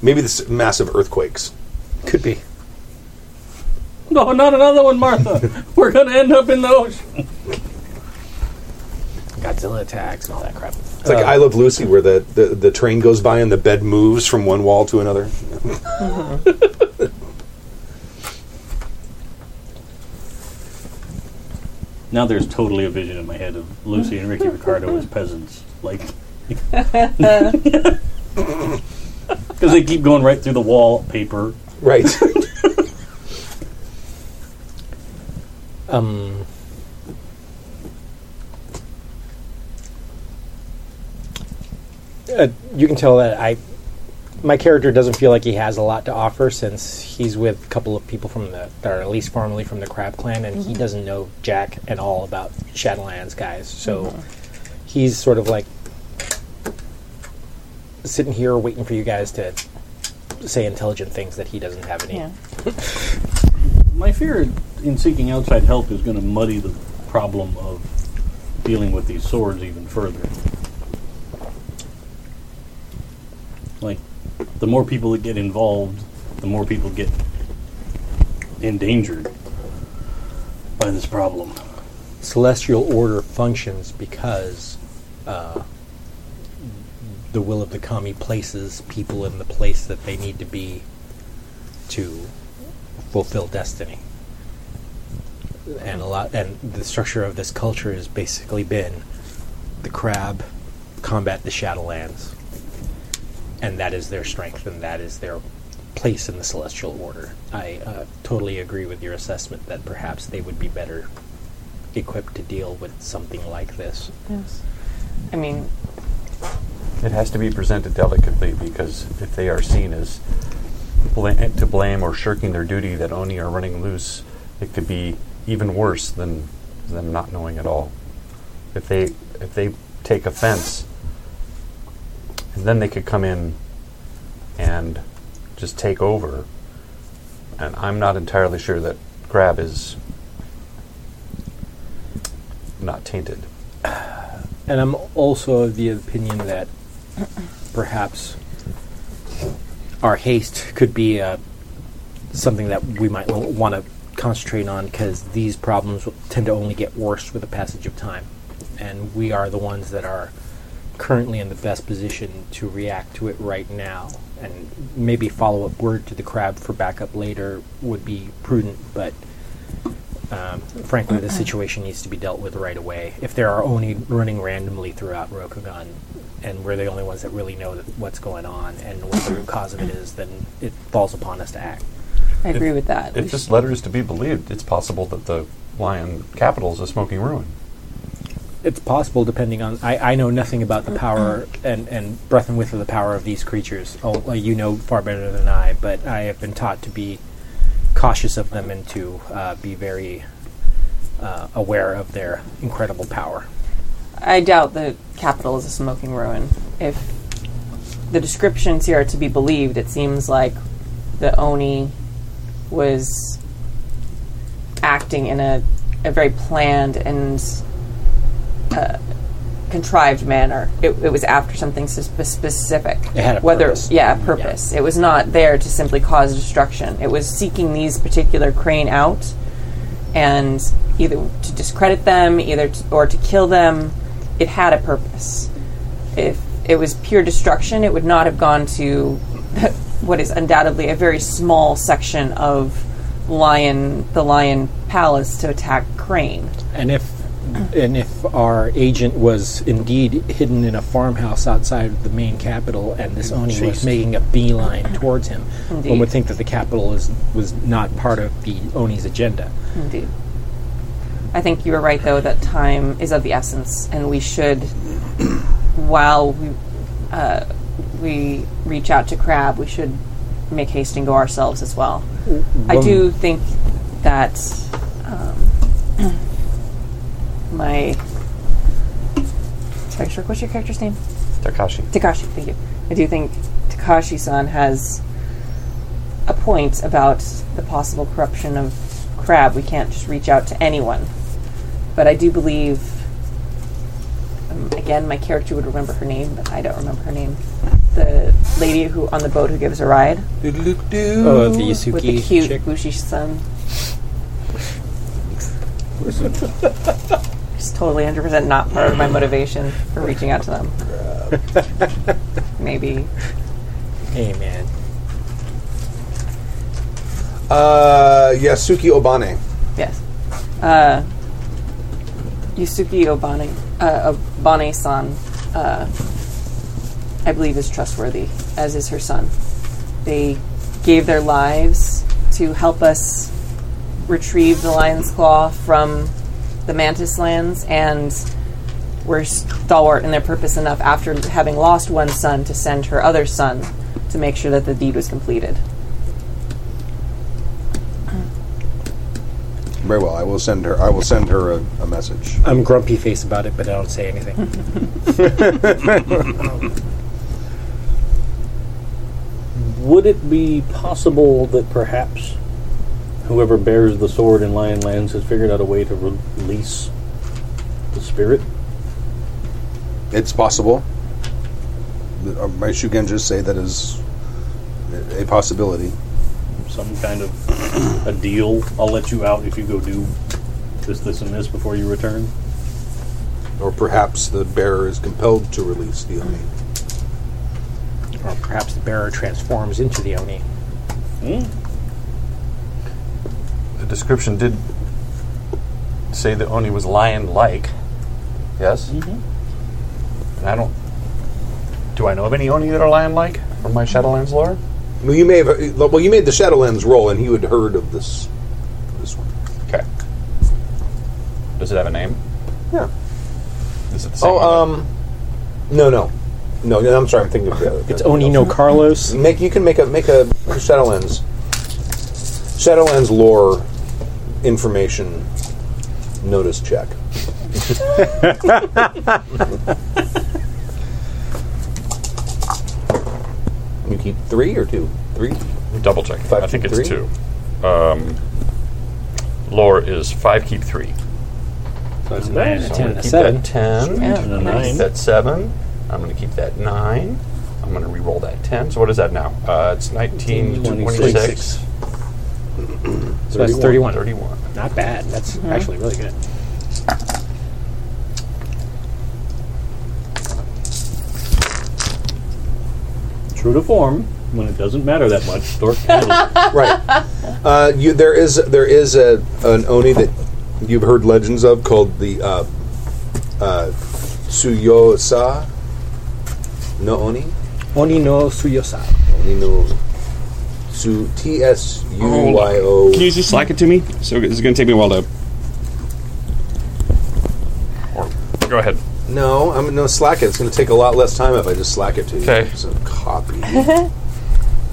[SPEAKER 2] Maybe this massive earthquakes.
[SPEAKER 4] Could be.
[SPEAKER 6] No, not another one, Martha. We're gonna end up in the ocean.
[SPEAKER 4] Godzilla attacks and all that crap.
[SPEAKER 2] It's
[SPEAKER 4] Uh.
[SPEAKER 2] like I Love Lucy, where the, the, the train goes by and the bed moves from one wall to another.
[SPEAKER 6] Now there's totally a vision in my head of Lucy and Ricky Ricardo as peasants, like [LAUGHS] because they keep going right through the wallpaper.
[SPEAKER 2] Right.
[SPEAKER 4] Um. Uh, you can tell that I, my character doesn't feel like he has a lot to offer since he's with a couple of people from the that are at least formerly from the Crab Clan, and he doesn't know Jack at all about Shadowlands guys. So he's sort of like sitting here waiting for you guys to say intelligent things that he doesn't have any.
[SPEAKER 3] Yeah.
[SPEAKER 6] My fear in seeking outside help is going to muddy the problem of dealing with these swords even further. Like, the more people that get involved, the more people get endangered by this problem.
[SPEAKER 4] celestial order functions because uh, the will of the kami places people in the place that they need to be to fulfill destiny and a lot and the structure of this culture has basically been the crab combat the shadowlands and that is their strength and that is their place in the celestial order i uh, totally agree with your assessment that perhaps they would be better equipped to deal with something like this.
[SPEAKER 3] Yes. I mean,
[SPEAKER 9] It has to be presented delicately because if they are seen as bla- to blame or shirking their duty that Oni are running loose, it could be even worse than them not knowing at all. If they if they take offense, and then they could come in and just take over. And I'm not entirely sure that Grab is not tainted.
[SPEAKER 4] And I'm also of the opinion that perhaps our haste could be uh, something that we might want to concentrate on because these problems will tend to only get worse with the passage of time. And we are the ones that are currently in the best position to react to it right now. And maybe follow up word to the crab for backup later would be prudent, but um, frankly, the situation needs to be dealt with right away. If there are only running randomly throughout Rokugan, and we're the only ones that really know that what's going on and what the root cause of it is, then it falls upon us to act.
[SPEAKER 3] I agree with that.
[SPEAKER 9] If this letter is to be believed, it's possible that the Lion capital is a smoking ruin.
[SPEAKER 4] It's possible, depending on. I, I know nothing about the power and, and breadth and width of the power of these creatures. Oh, well, you know far better than I, but I have been taught to be cautious of them and to uh, be very uh, aware of their incredible power.
[SPEAKER 3] I doubt the capital is a smoking ruin. If the descriptions here are to be believed, it seems like the Oni was acting in a, a very planned and uh, contrived manner. It, it was after something spe- specific.
[SPEAKER 4] It had a
[SPEAKER 3] Whether,
[SPEAKER 4] purpose.
[SPEAKER 3] Yeah, a purpose. It was not there to simply cause destruction. It was seeking these particular crane out, and either to discredit them, either to, or to kill them. It had a purpose. If it was pure destruction, it would not have gone to [LAUGHS] what is undoubtedly a very small section of lion, the lion palace, to attack Crane.
[SPEAKER 4] And if and if our agent was indeed hidden in a farmhouse outside of the main capital, and this Oni was making a beeline towards him, one
[SPEAKER 3] Indeed.
[SPEAKER 4] would think that the capital is was not part of the Oni's agenda.
[SPEAKER 3] Indeed. I think you were right, though, that time is of the essence, and we should, while we, uh, we reach out to Crab, we should make haste and go ourselves as well. I do think that um, [CLEARS THROAT] my. Sorry, Shirk, what's your character's name?
[SPEAKER 9] Takashi.
[SPEAKER 3] Takashi, thank you. I do think Takashi-san has a point about the possible corruption of Crab. We can't just reach out to anyone. But I do believe, um, again, my character would remember her name, but I don't remember her name. The lady who on the boat who gives a ride
[SPEAKER 4] Oh, the Yasuki
[SPEAKER 3] with the cute
[SPEAKER 4] chick.
[SPEAKER 3] Bushi-san. It's totally 100% not part of my motivation for reaching out to them. Maybe
[SPEAKER 4] Hey, man.
[SPEAKER 2] [LAUGHS] Uh, Yasuki Obane.
[SPEAKER 3] Yes. Uh, Yusuke Obane, uh, Obane-san, uh, I believe is trustworthy, as is her son. They gave their lives to help us retrieve the lion's claw from the mantis lands, and were stalwart in their purpose enough after having lost one son to send her other son to make sure that the deed was completed.
[SPEAKER 2] Very well. I will send her. I will send her a, a message.
[SPEAKER 4] I'm grumpy face about it, but I don't say anything.
[SPEAKER 6] Would it be possible that perhaps whoever bears the sword in Lion Lands has figured out a way to release the spirit?
[SPEAKER 2] It's possible. Uh, My Shugenja say that is a possibility.
[SPEAKER 6] Some kind of a deal? I'll let you out if you go do this, this, and this before you return?
[SPEAKER 2] Or perhaps the bearer is compelled to release the Oni.
[SPEAKER 3] Hmm.
[SPEAKER 4] or perhaps the bearer transforms into the Oni.
[SPEAKER 9] The description did say that Oni was lion-like. Yes. Mm-hmm.
[SPEAKER 2] Mm-hmm.
[SPEAKER 9] And I don't. Do I know of any Oni that are lion-like from my Shadowlands lore?
[SPEAKER 2] Well, you may have. Well, you made the Shadowlands roll, and you had heard of this. This one.
[SPEAKER 9] Okay. Does it have a name?
[SPEAKER 2] Yeah.
[SPEAKER 9] Is it the same?
[SPEAKER 2] Oh, um, no, no, no. no, I'm sorry. I'm thinking of the other.
[SPEAKER 4] It's Oni no Carlos.
[SPEAKER 2] Make you can make a make a Shadowlands. Shadowlands lore information notice
[SPEAKER 9] [LAUGHS]
[SPEAKER 2] check. you keep three or two? Three.
[SPEAKER 9] Double check.
[SPEAKER 2] Five
[SPEAKER 9] I think
[SPEAKER 2] keep
[SPEAKER 9] it's
[SPEAKER 2] three?
[SPEAKER 9] two. Um, lore is five keep three.
[SPEAKER 6] That's nice.
[SPEAKER 4] a ten, and a
[SPEAKER 9] keep
[SPEAKER 4] seven.
[SPEAKER 9] that ten.
[SPEAKER 6] And a nine.
[SPEAKER 9] Keep that seven. I'm going to keep that nine. I'm going to re-roll that ten. So what is that now? Uh, it's 19, 26.
[SPEAKER 6] 26.
[SPEAKER 4] So that's 31.
[SPEAKER 9] 31.
[SPEAKER 4] Not bad. That's
[SPEAKER 3] Mm-hmm.
[SPEAKER 4] actually really good.
[SPEAKER 6] True to form, when it doesn't matter that much, Stork added.
[SPEAKER 9] [LAUGHS]
[SPEAKER 2] right. Uh, you, there is there is a an oni that you've heard legends of called the uh, uh, Tsuyosa no oni
[SPEAKER 4] Oni no Suyosa.
[SPEAKER 2] oni no Tsu T S U Y
[SPEAKER 5] Can
[SPEAKER 2] O.
[SPEAKER 5] you just slack it to me? So this is going to take me a while to.
[SPEAKER 9] Or go ahead.
[SPEAKER 2] No, I'm no slack it. It's going to take a lot less time if I just slack it to you.
[SPEAKER 9] Okay.
[SPEAKER 2] So copy. um.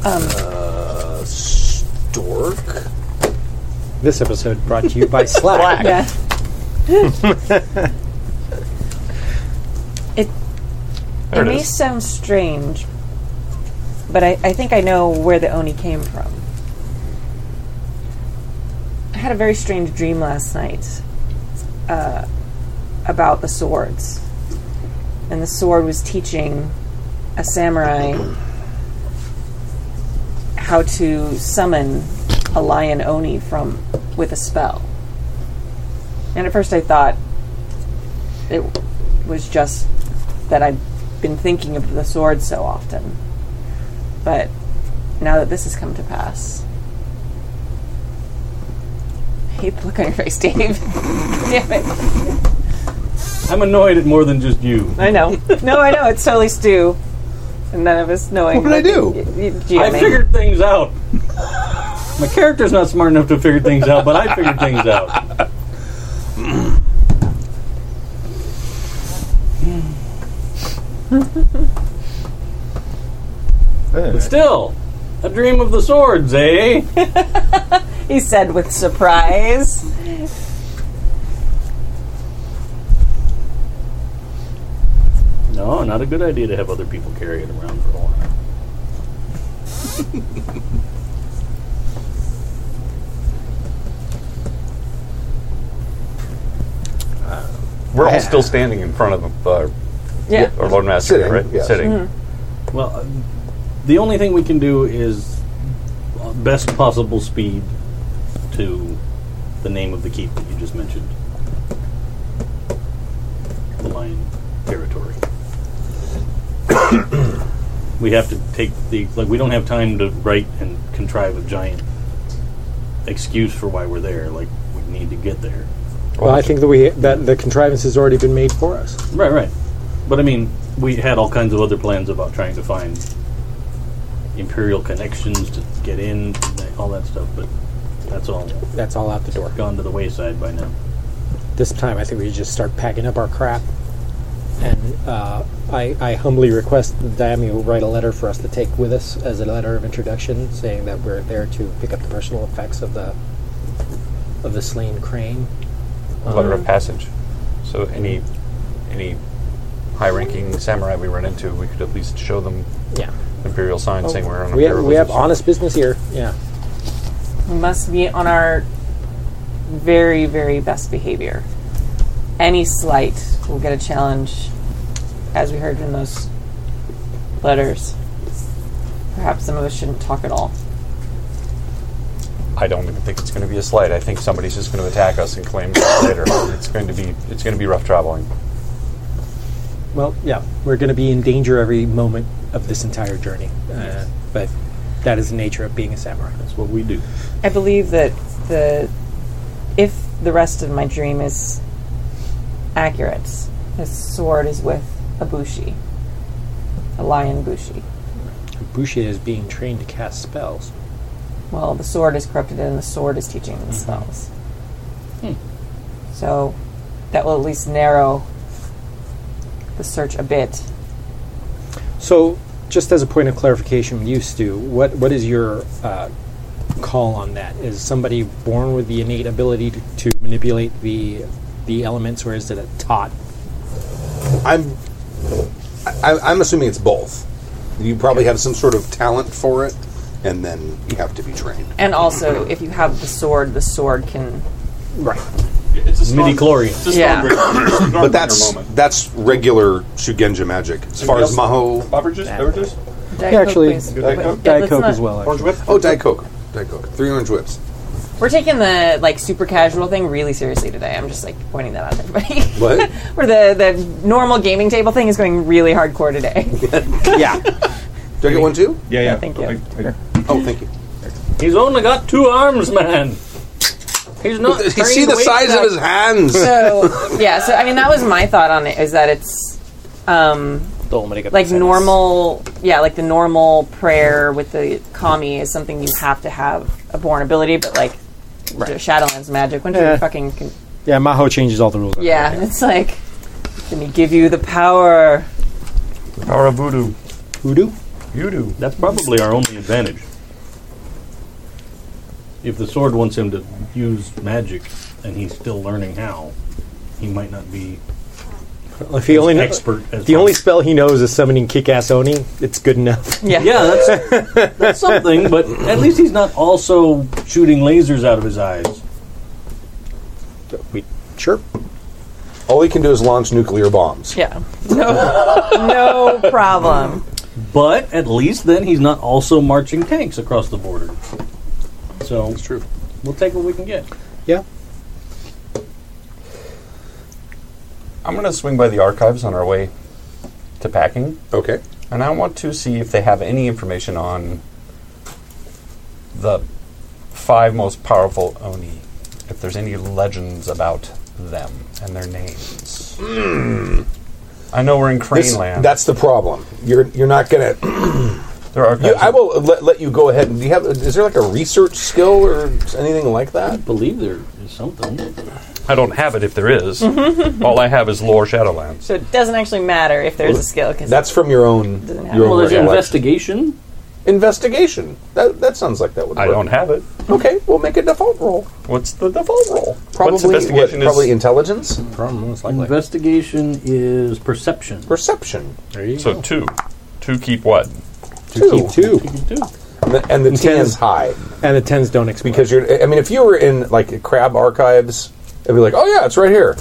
[SPEAKER 2] uh, stork.
[SPEAKER 4] This episode brought to you by Slack.
[SPEAKER 3] Yeah. it it
[SPEAKER 9] There it
[SPEAKER 3] may
[SPEAKER 9] is.
[SPEAKER 3] sound strange, but I, I think I know where the Oni came from. I had a very strange dream last night uh, about the swords. and the sword was teaching a samurai how to summon a lion oni from with a spell. And at first, I thought it was just that I've been thinking of the sword so often, but now that this has come to pass. I hate the look on your face, Dave. [LAUGHS] Damn it.
[SPEAKER 6] I'm annoyed at more than just you.
[SPEAKER 3] I know. No, I know. It's totally Stu. And none of us knowing.
[SPEAKER 2] What did I do?
[SPEAKER 3] Y- y-
[SPEAKER 6] I
[SPEAKER 3] GMing.
[SPEAKER 6] figured things out. My character's not smart enough to figure things out, but I figured things out. But still, a dream of the swords, eh?
[SPEAKER 3] He said with surprise.
[SPEAKER 6] No, not a good idea to have other people carry it around for a while.
[SPEAKER 9] We're all still standing in front of uh,
[SPEAKER 3] Yeah.
[SPEAKER 9] our Lord Master,
[SPEAKER 2] Sitting,
[SPEAKER 9] right?
[SPEAKER 2] yes.
[SPEAKER 9] Sitting.
[SPEAKER 6] Well, uh, the only thing we can do is uh, best possible speed to the name of the keep that you just mentioned. The lion territory. [COUGHS] we have to take the like we don't have time to write and contrive a giant excuse for why we're there. Like we need to get there.
[SPEAKER 4] Well, I think that we that the contrivance has already been made for us.
[SPEAKER 6] Right, right. But I mean, we had all kinds of other plans about trying to find imperial connections to get in, like, all that stuff. But that's all
[SPEAKER 4] That's all out the door.
[SPEAKER 6] gone to the wayside by now.
[SPEAKER 4] This time, I think we just start packing up our crap. And uh, I, I humbly request that Diami will write a letter for us to take with us as a letter of introduction, saying that we're there to pick up the personal effects of the of the slain crane.
[SPEAKER 9] letter of passage. So any any high-ranking samurai we run into, we could at least show them
[SPEAKER 4] Yeah,
[SPEAKER 9] imperial sign saying we're on
[SPEAKER 4] Oh, we have
[SPEAKER 9] imperial
[SPEAKER 4] we have
[SPEAKER 9] business.
[SPEAKER 4] honest business here. Yeah,
[SPEAKER 3] We must be on our very, very best behavior. Any slight will get a challenge, as we heard in those letters. Perhaps some of us shouldn't talk at all.
[SPEAKER 9] I don't even think it's going to be a slight. I think somebody's just going to attack us and claim it later. It's going to be it's going to be rough traveling.
[SPEAKER 4] Well, yeah, we're going to be in danger every moment of this entire journey. Uh, but that is the nature of being a samurai.
[SPEAKER 6] That's what we do.
[SPEAKER 3] I believe that the if the rest of my dream is accurate, his sword is with a bushi, a lion bushi.
[SPEAKER 4] Bushi is being trained to cast spells.
[SPEAKER 3] Well, the sword is corrupted, and the sword is teaching the spells. So that will at least narrow the search a bit.
[SPEAKER 4] So, just as a point of clarification, you Stu, what what is your uh, call on that? Is somebody born with the innate ability to, to manipulate the the elements, or is it a taught?
[SPEAKER 2] I'm I, I'm assuming it's both. You probably have some sort of talent for it, and then you have to be trained.
[SPEAKER 3] And also, if you have the sword, the sword can.
[SPEAKER 4] Right.
[SPEAKER 11] It's a strong,
[SPEAKER 6] Midi-chlorian.
[SPEAKER 11] It's a strong
[SPEAKER 3] Yeah.
[SPEAKER 11] break- strong
[SPEAKER 2] But that's
[SPEAKER 11] breaker moment.
[SPEAKER 2] that's regular Shugenja magic. As far as Maho,
[SPEAKER 11] Beverages? Beverages?
[SPEAKER 3] [LAUGHS] Diet
[SPEAKER 4] Yeah,
[SPEAKER 3] Coke,
[SPEAKER 4] actually, uh,
[SPEAKER 3] please.
[SPEAKER 11] Diet Coke?
[SPEAKER 3] Yeah,
[SPEAKER 4] Diet
[SPEAKER 3] let's
[SPEAKER 4] Coke
[SPEAKER 3] not-
[SPEAKER 4] as well.
[SPEAKER 11] Orange
[SPEAKER 4] Actually.
[SPEAKER 11] whip?
[SPEAKER 2] oh, Diet Coke, Diet Coke, three orange whips.
[SPEAKER 3] We're taking the like super casual thing really seriously today. I'm just like pointing that out to everybody. [LAUGHS]
[SPEAKER 2] What?
[SPEAKER 3] Where the the normal gaming table thing is going really hardcore today.
[SPEAKER 4] yeah.
[SPEAKER 2] Do I get one too?
[SPEAKER 12] Yeah, yeah.
[SPEAKER 3] [LAUGHS] Thank you.
[SPEAKER 12] I, I,
[SPEAKER 2] Oh, thank you.
[SPEAKER 6] He's only got two arms, man. He's not.
[SPEAKER 2] You see the size of his hands.
[SPEAKER 3] [LAUGHS] So yeah, so I mean that was my thought on it is that it's um, like normal, yeah, like the normal prayer with the kami is something you have to have a born ability, but like Shadowlands magic, when do
[SPEAKER 4] Yeah.
[SPEAKER 3] you fucking con-
[SPEAKER 4] Yeah, Maho changes all the rules.
[SPEAKER 3] yeah, it's like let me give you the power.
[SPEAKER 9] Power of voodoo.
[SPEAKER 4] Voodoo.
[SPEAKER 9] You do.
[SPEAKER 6] That's probably our only advantage. If the sword wants him to use magic and he's still learning how, he might not be
[SPEAKER 4] If he only kn-
[SPEAKER 6] expert as
[SPEAKER 4] the
[SPEAKER 6] well.
[SPEAKER 4] only spell he knows is summoning Kick-Ass Oni. It's good
[SPEAKER 3] [LAUGHS]
[SPEAKER 4] enough.
[SPEAKER 3] Yeah,
[SPEAKER 6] Yeah, that's, [LAUGHS] that's something, but at least he's not also shooting lasers out of his eyes.
[SPEAKER 4] We sure.
[SPEAKER 2] All he can do is launch nuclear bombs.
[SPEAKER 3] Yeah. No, no problem.
[SPEAKER 6] But at least then he's not also marching tanks across the border. So
[SPEAKER 2] It's true.
[SPEAKER 6] we'll take what we can get.
[SPEAKER 4] Yeah.
[SPEAKER 9] I'm going to swing by the archives on our way to packing,
[SPEAKER 2] Okay.
[SPEAKER 9] and I want to see if they have any information on the five most powerful Oni. If there's any legends about them and their names. I know we're in
[SPEAKER 2] Hmm. This-
[SPEAKER 9] Crane Land.
[SPEAKER 2] that's the problem. You're you're not gonna.
[SPEAKER 9] there are.
[SPEAKER 2] You, I will let, let you go ahead. And do you have? Is there like a research skill or anything like that?
[SPEAKER 6] Believe there is something.
[SPEAKER 9] I don't have it if
[SPEAKER 2] [LAUGHS]
[SPEAKER 9] there is. All I have is lore Shadowlands.
[SPEAKER 3] So it doesn't actually matter if there's a skill because
[SPEAKER 2] That's from your own
[SPEAKER 3] Doesn't happen.
[SPEAKER 2] your
[SPEAKER 6] Well,
[SPEAKER 2] own
[SPEAKER 6] there's
[SPEAKER 2] recollection.
[SPEAKER 6] investigation.
[SPEAKER 2] investigation. That that sounds like that would.
[SPEAKER 9] I
[SPEAKER 2] work.
[SPEAKER 9] don't have it.
[SPEAKER 2] Okay, we'll make a default roll.
[SPEAKER 9] What's the default roll? What's
[SPEAKER 2] Probably what,
[SPEAKER 9] investigation
[SPEAKER 2] probably
[SPEAKER 9] is
[SPEAKER 2] intelligence,
[SPEAKER 4] Problem most likely.
[SPEAKER 6] Investigation is perception.
[SPEAKER 2] perception,
[SPEAKER 4] There you
[SPEAKER 9] so
[SPEAKER 4] go.
[SPEAKER 9] two. Two keep what?
[SPEAKER 2] two,
[SPEAKER 4] Keep two.
[SPEAKER 2] and the, and the ten
[SPEAKER 4] Ten.
[SPEAKER 2] is high
[SPEAKER 4] And the tens don't explode.
[SPEAKER 2] because you're. I mean, if you were in like crab archives, it'd be like, oh yeah, it's right here.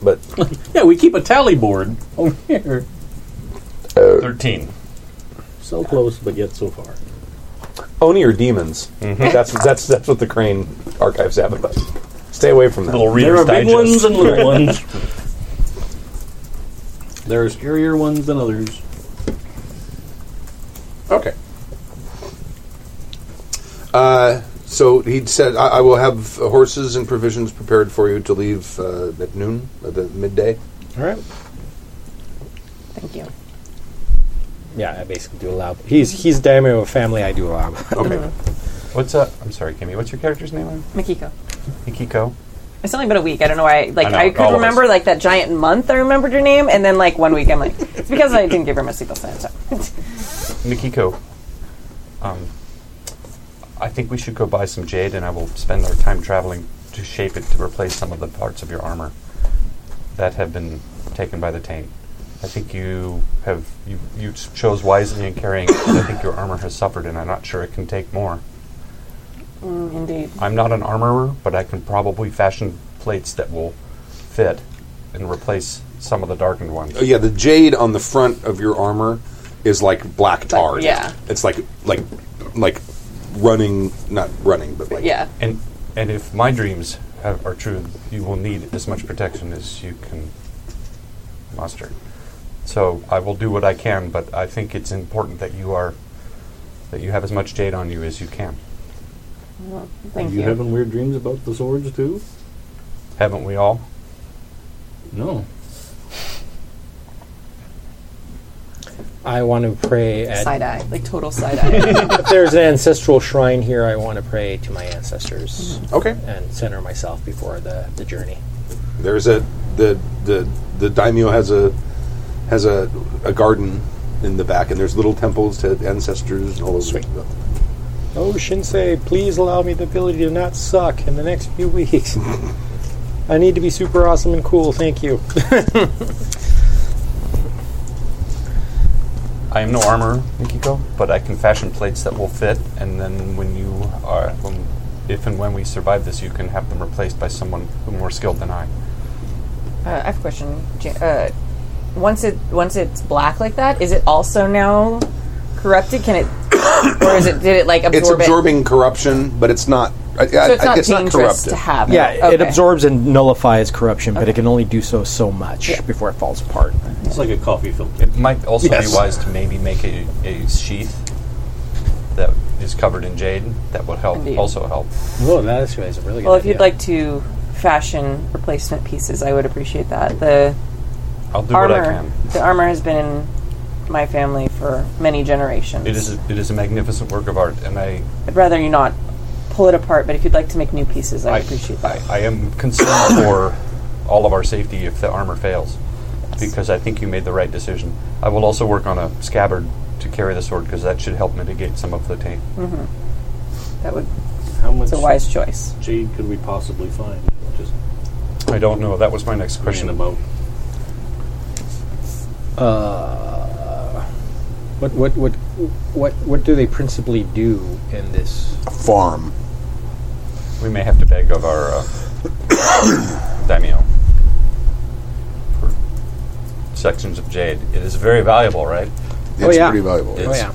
[SPEAKER 2] But
[SPEAKER 6] Yeah, we keep a tally board over here.
[SPEAKER 9] Thirteen.
[SPEAKER 6] So close, but yet so far.
[SPEAKER 2] Oni are demons. That's that's that's what the Crane archives have about. Stay away from
[SPEAKER 9] Little
[SPEAKER 2] them.
[SPEAKER 6] There
[SPEAKER 9] readers
[SPEAKER 6] are big
[SPEAKER 9] digest.
[SPEAKER 6] ones and little ones. There's scarier ones than others.
[SPEAKER 2] Okay. Uh, so he said, I, "I will have horses and provisions prepared for you to leave uh, at noon, at the midday."
[SPEAKER 4] All right.
[SPEAKER 3] Thank you.
[SPEAKER 4] Yeah, I basically do allow. He's he's damn near a family. I do allow. [LAUGHS]
[SPEAKER 3] [LAUGHS]
[SPEAKER 2] Okay. Uh,
[SPEAKER 9] What's up? I'm sorry, Kimmy. What's your character's name? Aaron?
[SPEAKER 3] Mikiko.
[SPEAKER 9] Hikiko.
[SPEAKER 3] It's only been a week. I don't know why. Like
[SPEAKER 9] I
[SPEAKER 3] I,
[SPEAKER 9] know, all
[SPEAKER 3] could
[SPEAKER 9] of
[SPEAKER 3] remember
[SPEAKER 9] us.
[SPEAKER 3] like that giant month. I remembered your name, and then like one week I'm like, it's because I didn't give her my signal sign. So.
[SPEAKER 9] Mikiko. Um, I think we should go buy some jade, and I will spend our time traveling to shape it to replace some of the parts of your armor that have been taken by the Taint. I think you have you, you s- chose wisely in carrying it. 'cause I think your armor has suffered, and I'm not sure it can take more.
[SPEAKER 3] [LAUGHS] Indeed.
[SPEAKER 9] I'm not an armorer, but I can probably fashion plates that will fit and replace some of the darkened ones.
[SPEAKER 2] Oh, yeah, the jade on the front of your armor is like black tar.
[SPEAKER 3] yeah.
[SPEAKER 2] It's like like like running, not running, but like
[SPEAKER 3] Yeah.
[SPEAKER 9] And and if my dreams have, are true, you will need as much protection as you can muster. So I will do what I can, but I think it's important that you are that you have as much jade on you as you can.
[SPEAKER 3] Thank
[SPEAKER 6] you
[SPEAKER 3] you.
[SPEAKER 6] having weird dreams about the swords too?
[SPEAKER 9] Haven't we all?
[SPEAKER 6] No.
[SPEAKER 4] I want to pray at
[SPEAKER 3] Side eye, like total side
[SPEAKER 9] [LAUGHS]
[SPEAKER 3] eye.
[SPEAKER 4] If there's an ancestral shrine here, I want to pray to my ancestors
[SPEAKER 2] Okay.
[SPEAKER 4] and center myself before the, the journey.
[SPEAKER 2] There's a the the the daimyo has a has a, a garden in the back, and there's little temples to ancestors and all those. Sweet.
[SPEAKER 4] Oh, Shinsei, please allow me the ability to not suck in the next few weeks. I need to be super awesome and cool, thank you.
[SPEAKER 9] I am no armorer, Mikiko, but I can fashion plates that will fit, and then when you are, when, if and when we survive this, you can have them replaced by someone who more skilled than I.
[SPEAKER 3] Uh, I have a question. Ja- Uh, once it once it's black like that, is it also now corrupted? Can it, [COUGHS] or is it did it like absorb
[SPEAKER 2] It's
[SPEAKER 3] it?
[SPEAKER 2] absorbing corruption, but it's not.
[SPEAKER 3] So it's not dangerous to have.
[SPEAKER 4] Yeah,
[SPEAKER 3] it, okay.
[SPEAKER 4] it absorbs and nullifies corruption, but it can only do so so much before it falls apart.
[SPEAKER 6] It's like a coffee filter.
[SPEAKER 9] It might also
[SPEAKER 2] Yes.
[SPEAKER 9] be wise to maybe make a, a sheath that is covered in jade that would help
[SPEAKER 3] Indeed.
[SPEAKER 9] also help.
[SPEAKER 4] Whoa, that actually is a really good
[SPEAKER 3] Well, if you'd like to fashion replacement pieces, I would appreciate that. The
[SPEAKER 9] I'll do what I
[SPEAKER 3] armor,
[SPEAKER 9] can.
[SPEAKER 3] the armor has been in my family for many generations.
[SPEAKER 9] It is a, it is a magnificent work of art, and I
[SPEAKER 3] I'd rather you not pull it apart, but if you'd like to make new pieces, I
[SPEAKER 9] I,
[SPEAKER 3] would appreciate that.
[SPEAKER 9] I, I am concerned [COUGHS] for all of our safety if the armor fails, because I think you made the right decision. I will also work on a scabbard to carry the sword because that should help mitigate some of the taint.
[SPEAKER 3] That would
[SPEAKER 6] How much
[SPEAKER 3] it's a wise choice.
[SPEAKER 6] jade could we possibly find? Just
[SPEAKER 9] I don't know. That was my next
[SPEAKER 6] question
[SPEAKER 9] question.
[SPEAKER 6] about.
[SPEAKER 4] Uh, What, what, what, what, what do they principally do in this?
[SPEAKER 2] farm.
[SPEAKER 9] [COUGHS] We may have to beg of our uh, daimyo. sections of jade. It is very valuable, right?
[SPEAKER 2] It's
[SPEAKER 4] Oh, yeah.
[SPEAKER 2] pretty valuable.
[SPEAKER 9] It's-
[SPEAKER 4] Oh yeah.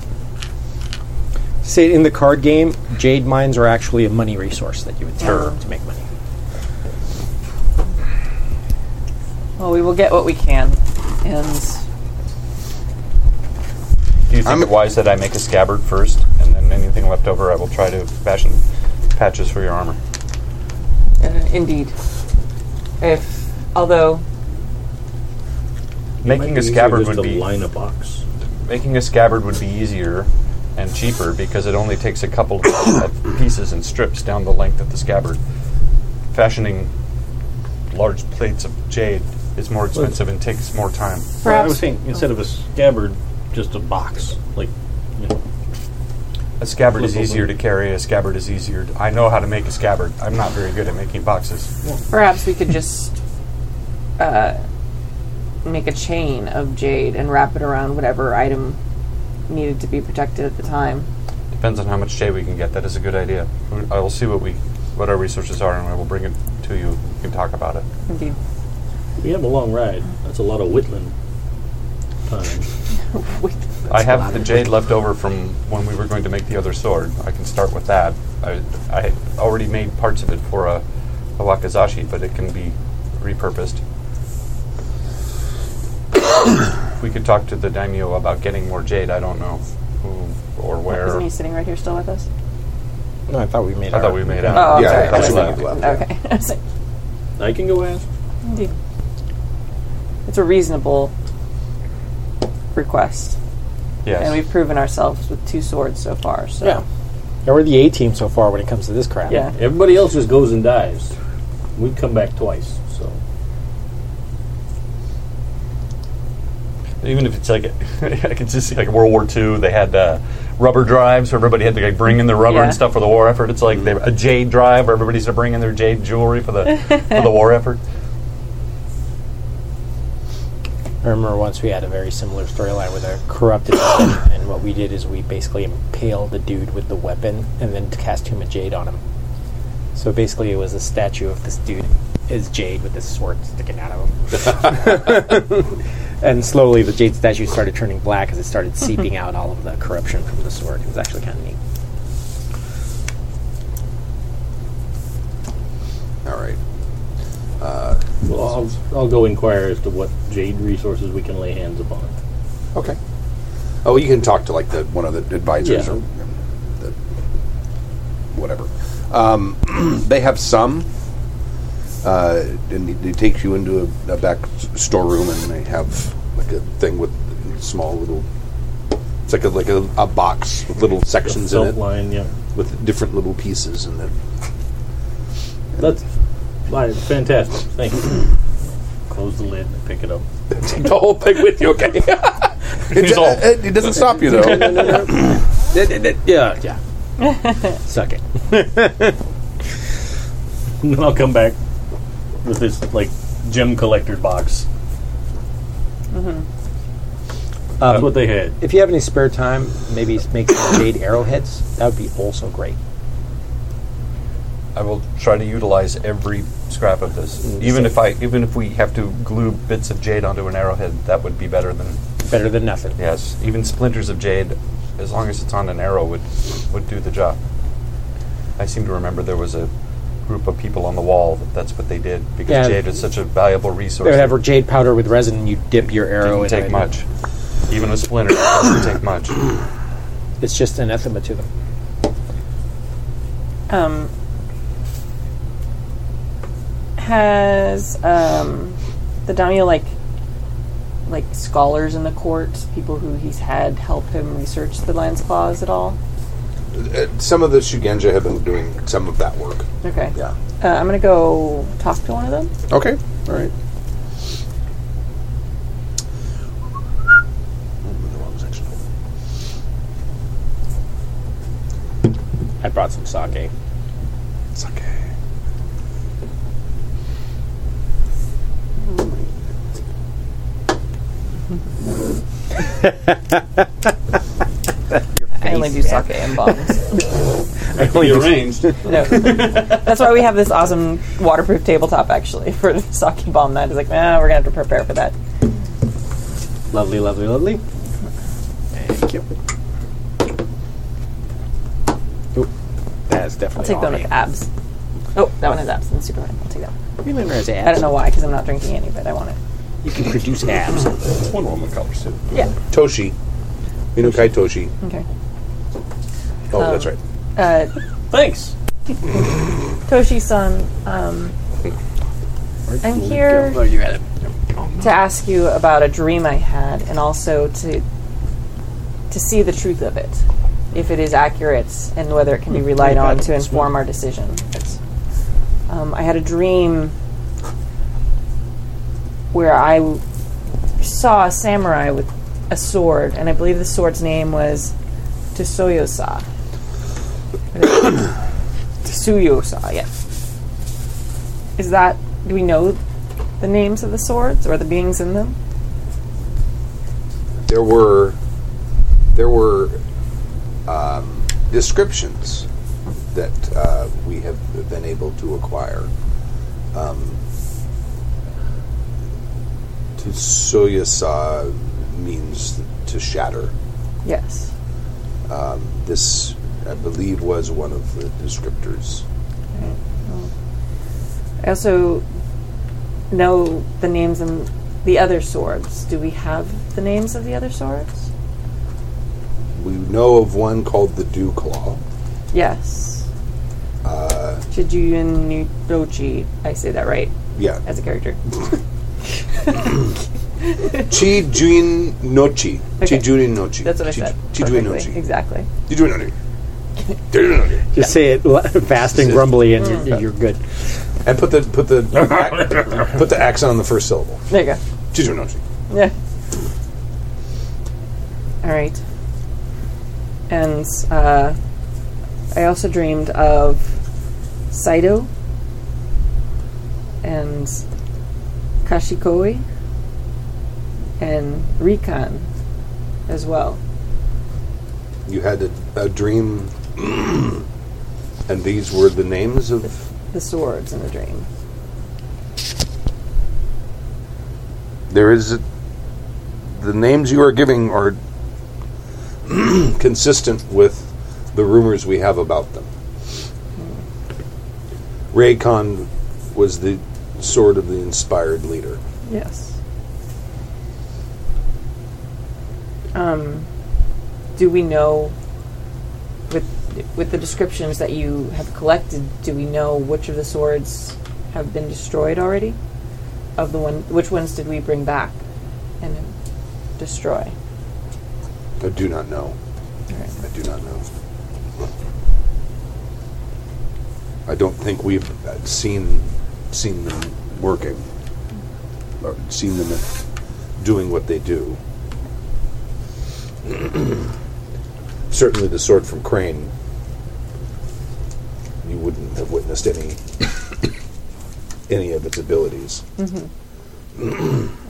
[SPEAKER 4] Say in the card game, jade mines are actually a money resource that you would take to make money.
[SPEAKER 3] Well, we will get what we can. And
[SPEAKER 9] Do you think
[SPEAKER 2] I'm-
[SPEAKER 9] it wise that I make a scabbard first, and then anything left over, I will try to fashion patches for your armor?
[SPEAKER 3] Uh, indeed. If, although,
[SPEAKER 9] Making a scabbard would be
[SPEAKER 6] line a box.
[SPEAKER 9] making a scabbard would be easier and cheaper because it only takes a couple [COUGHS] of, of pieces and strips down the length of the scabbard. Fashioning large plates of jade is more expensive and takes more time.
[SPEAKER 13] Well, I was saying instead of a scabbard, just a box. Like you know,
[SPEAKER 9] A scabbard is
[SPEAKER 13] Flip
[SPEAKER 9] easier to
[SPEAKER 13] open.
[SPEAKER 9] carry. A scabbard is easier. To, I know how to make a scabbard. I'm not very good at making boxes.
[SPEAKER 3] perhaps we could just uh, make a chain of jade and wrap it around whatever item needed to be protected at the time.
[SPEAKER 9] Depends on how much jade we can get. That is a good idea. We- I will see what we what our resources are, and I will bring it to you. We can talk about it.
[SPEAKER 3] Indeed.
[SPEAKER 6] We have a long ride. That's a lot of whittling time.
[SPEAKER 9] I have the jade left over from when we were going to make the other sword. I can start with that. I, I had already made parts of it for a, a wakizashi, but it can be repurposed. [COUGHS] we could talk to the daimyo about getting more jade. I don't know who or where.
[SPEAKER 3] Isn't he sitting right here still with us?
[SPEAKER 4] No, I thought we made.
[SPEAKER 9] I thought
[SPEAKER 4] our-
[SPEAKER 9] we made out.
[SPEAKER 3] Oh, I'm
[SPEAKER 2] Uh, Yeah,
[SPEAKER 3] sorry.
[SPEAKER 2] yeah,
[SPEAKER 9] that's
[SPEAKER 2] that's
[SPEAKER 9] left.
[SPEAKER 2] what we left.
[SPEAKER 3] Okay. [LAUGHS] I was like,
[SPEAKER 6] I can go ask.
[SPEAKER 3] Indeed. It's a reasonable request.
[SPEAKER 9] Yes.
[SPEAKER 3] Oh, And we've proven ourselves with two swords so far. So
[SPEAKER 4] Yeah. Yeah, we're the A team so far when it comes to this crap.
[SPEAKER 3] Yeah.
[SPEAKER 6] Everybody else just goes and dies. We've come back twice, so
[SPEAKER 9] Even if it's like, [LAUGHS] I can just see like World War II, they had uh, rubber drives where everybody had to like bring in the rubber
[SPEAKER 3] Yeah.
[SPEAKER 9] and stuff for the war effort. It's like they, a jade drive where everybody's to bring in their jade jewelry for the
[SPEAKER 3] [LAUGHS]
[SPEAKER 9] for the war effort.
[SPEAKER 4] I remember once we had a very similar storyline with a corrupted [COUGHS] weapon, and what we did is we basically impaled the dude with the weapon and then cast him a jade on him. So basically, it was a statue of this dude is jade with this sword sticking out of him. and slowly, the jade statue started turning black as it started seeping out all of the corruption from the sword. It was actually kind of neat.
[SPEAKER 2] All right.
[SPEAKER 6] well, I'll, I'll go inquire as to what jade resources we can lay hands upon.
[SPEAKER 2] Okay. Oh, you can talk to like the one of the advisors
[SPEAKER 6] Yeah.
[SPEAKER 2] or the, whatever. Um, [CLEARS THROAT] they have some. Uh, and it, it takes you into a, a back s- storeroom, and they have like a thing with small little. It's like a like a, a box with little sections in
[SPEAKER 6] Felt
[SPEAKER 2] it
[SPEAKER 6] line, yeah.
[SPEAKER 2] with different little pieces, and then
[SPEAKER 6] That's fine, fantastic. Thank you.
[SPEAKER 9] [CLEARS THROAT]
[SPEAKER 6] Close the lid and pick it up.
[SPEAKER 2] take the whole thing with you. Okay. It's-
[SPEAKER 9] all-
[SPEAKER 2] it, it doesn't stop you though.
[SPEAKER 4] Yeah, yeah. Suck it.
[SPEAKER 6] And [LAUGHS] then I'll come back with this like gem collector box.
[SPEAKER 4] Mm-hmm. Um,
[SPEAKER 6] That's what they had.
[SPEAKER 4] If you have any spare time, maybe make some jade arrowheads. That would be also great.
[SPEAKER 9] I will try to utilize every scrap of this,
[SPEAKER 3] Mm-hmm.
[SPEAKER 9] even if I even if we have to glue bits of jade onto an arrowhead. That would be better than
[SPEAKER 4] Better than nothing.
[SPEAKER 9] yes, even splinters of jade, as long as it's on an arrow, would would do the job. I seem to remember there was a group of people on the wall that that's what they did because
[SPEAKER 4] Yeah.
[SPEAKER 9] jade is such a valuable resource.
[SPEAKER 4] They would have jade powder with resin, and you dip your arrow.
[SPEAKER 9] doesn't
[SPEAKER 4] in
[SPEAKER 9] take
[SPEAKER 4] it.
[SPEAKER 9] much. Even a splinter doesn't
[SPEAKER 4] [CLEARS THROAT]
[SPEAKER 9] take much.
[SPEAKER 4] It's just anathema to them.
[SPEAKER 3] um, has um, the daimyo like like scholars in the court, people who he's had help him research the Lance Claws at all?
[SPEAKER 2] some of the Shugenja have been doing some of that work.
[SPEAKER 3] Okay.
[SPEAKER 2] Yeah.
[SPEAKER 3] Uh, I'm gonna go talk to one of them.
[SPEAKER 2] Okay. All right.
[SPEAKER 4] I brought some sake.
[SPEAKER 2] It's okay.
[SPEAKER 3] I only do sake and bombs.
[SPEAKER 4] I only
[SPEAKER 6] Be
[SPEAKER 4] do-
[SPEAKER 3] [LAUGHS]
[SPEAKER 6] arranged.
[SPEAKER 3] no. That's why we have this awesome waterproof tabletop actually for the sake bomb night. It's like, nah, we're gonna have to prepare for that.
[SPEAKER 7] Lovely, lovely, lovely.
[SPEAKER 14] Thank you. Oop, that's
[SPEAKER 3] I'll
[SPEAKER 14] definitely
[SPEAKER 3] take the one
[SPEAKER 14] on
[SPEAKER 3] with
[SPEAKER 14] hand.
[SPEAKER 3] abs. Oh, that one has abs. That's super fine. I'll take that one.
[SPEAKER 14] Remember his
[SPEAKER 3] I don't
[SPEAKER 14] abs.
[SPEAKER 3] know why, because I'm not drinking any, but I want it.
[SPEAKER 14] You can produce abs.
[SPEAKER 5] One Woman colors too.
[SPEAKER 3] Yeah.
[SPEAKER 2] Toshi. Inukai Toshi.
[SPEAKER 3] Okay.
[SPEAKER 2] Oh, that's right.
[SPEAKER 3] Uh,
[SPEAKER 6] Thanks.
[SPEAKER 3] Toshi-san, um, I'm here
[SPEAKER 7] you had it.
[SPEAKER 3] to ask you about a dream I had, and also to to see the truth of it, if it is accurate, and whether it can be relied on to inform our decision. It's- Um, I had a dream where I w- saw a samurai with a sword, and I believe the sword's name was Tsuyosa. Tsuyosa, yes. Is that? Do we know the names of the swords or the beings in them?
[SPEAKER 2] There were there were um, descriptions that uh, we have been able to acquire. Um, Tsuyosa means to shatter.
[SPEAKER 3] Yes.
[SPEAKER 2] Um, this, I believe, was one of the descriptors.
[SPEAKER 3] I also know the names and the other swords. Do we have the names of the other swords?
[SPEAKER 2] We know of one called the Dew Claw.
[SPEAKER 3] Yes. Uh, Chijuyan Nudochi. I say that right [LAUGHS]
[SPEAKER 2] Yeah,
[SPEAKER 3] as a character.
[SPEAKER 2] Chi Juin Nochi.
[SPEAKER 3] Okay.
[SPEAKER 2] Chi Juin Nochi.
[SPEAKER 3] That's what I
[SPEAKER 2] Chi-
[SPEAKER 3] said.
[SPEAKER 2] Chi Juin
[SPEAKER 3] perfectly.
[SPEAKER 2] Nochi.
[SPEAKER 3] Exactly.
[SPEAKER 2] Chi Juin Nochi. Chi Juin
[SPEAKER 3] [LAUGHS]
[SPEAKER 2] Nochi.
[SPEAKER 14] Just say it l- [LAUGHS] fast and grumbly, and
[SPEAKER 4] Mm.
[SPEAKER 14] you're, you're good.
[SPEAKER 2] And put the put
[SPEAKER 3] [LAUGHS]
[SPEAKER 2] the put the accent on the first syllable.
[SPEAKER 3] There you go.
[SPEAKER 2] Chi Juin Nochi.
[SPEAKER 3] Yeah. All right. And uh, I also dreamed of Saito and Kashikoi and Rikan as well.
[SPEAKER 2] You had a, a dream, [CLEARS THROAT] and these were the names of.
[SPEAKER 3] The swords in the dream.
[SPEAKER 2] There is a, the names you are giving are [CLEARS THROAT] consistent with the rumors we have about them. Raycon was the sword of the inspired leader.
[SPEAKER 3] Yes. Um, do we know with with the descriptions that you have collected? Do we know which of the swords have been destroyed already? Of the one, which ones did we bring back and destroy?
[SPEAKER 2] I do not know.
[SPEAKER 3] Alright.
[SPEAKER 2] I do not know. I don't think we've uh, seen seen them working or seen them doing what they do. [CLEARS THROAT] Certainly, the sword from Crane. You wouldn't have witnessed any [COUGHS] any of its abilities.
[SPEAKER 3] I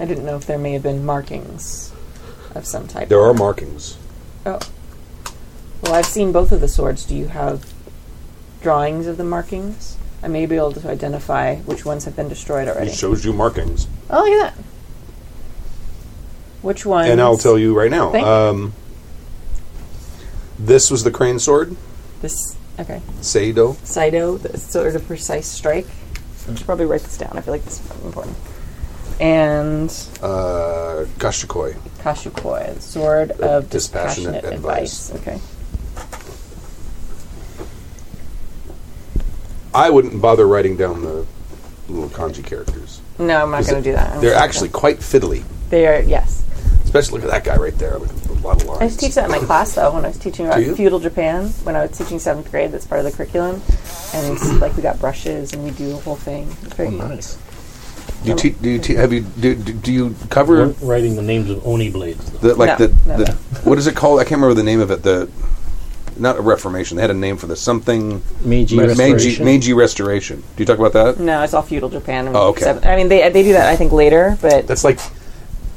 [SPEAKER 3] didn't know if there may have been markings of some type.
[SPEAKER 2] There are markings.
[SPEAKER 3] Oh. Well, I've seen both of the swords. Do you have drawings of the markings? I may be able to identify which ones have been destroyed already.
[SPEAKER 2] It shows you markings.
[SPEAKER 3] Oh, look at that. Which ones?
[SPEAKER 2] And I'll tell you right now.
[SPEAKER 3] Thank you.
[SPEAKER 2] Um, this was the crane sword,
[SPEAKER 3] This, okay.
[SPEAKER 2] Sado.
[SPEAKER 3] Saito, the sort of precise strike. I should probably write this down. I feel like this is important. And
[SPEAKER 2] Uh, Kashikoi.
[SPEAKER 3] Kashukoi, the sword of
[SPEAKER 2] Dispassionate
[SPEAKER 3] dispassionate advice.
[SPEAKER 2] advice.
[SPEAKER 3] Okay.
[SPEAKER 2] I wouldn't bother writing down the little kanji characters.
[SPEAKER 3] No, I'm not
[SPEAKER 2] Is
[SPEAKER 3] going
[SPEAKER 2] it-
[SPEAKER 3] to do that. I'm
[SPEAKER 2] They're
[SPEAKER 3] just-
[SPEAKER 2] actually quite fiddly.
[SPEAKER 3] They are, yes.
[SPEAKER 2] Especially look at that guy right there. Look at a lot of
[SPEAKER 3] I
[SPEAKER 2] lines.
[SPEAKER 3] used to teach that in my class though when I was teaching about
[SPEAKER 2] Do you?
[SPEAKER 3] feudal Japan when I was teaching seventh grade. That's part of the curriculum, and
[SPEAKER 2] Hmm.
[SPEAKER 3] it's like we got brushes and we do the whole thing. It's
[SPEAKER 2] Oh,
[SPEAKER 3] very nice.
[SPEAKER 2] Do you, te- do you te- have you do, do, do you cover
[SPEAKER 7] Weren't writing the names of Oni blades. Though.
[SPEAKER 2] the like
[SPEAKER 3] No,
[SPEAKER 2] the,
[SPEAKER 3] no,
[SPEAKER 2] the
[SPEAKER 3] no.
[SPEAKER 2] what is it called? I can't remember the name of it. The not a reformation. They had a name for this something.
[SPEAKER 14] Meiji
[SPEAKER 2] Ma-
[SPEAKER 14] restoration.
[SPEAKER 2] Meiji restoration. Do you talk about that?
[SPEAKER 3] No, it's all feudal Japan. and
[SPEAKER 2] Oh, okay.
[SPEAKER 3] seventh- I mean, they they do that I think later, but
[SPEAKER 2] That's like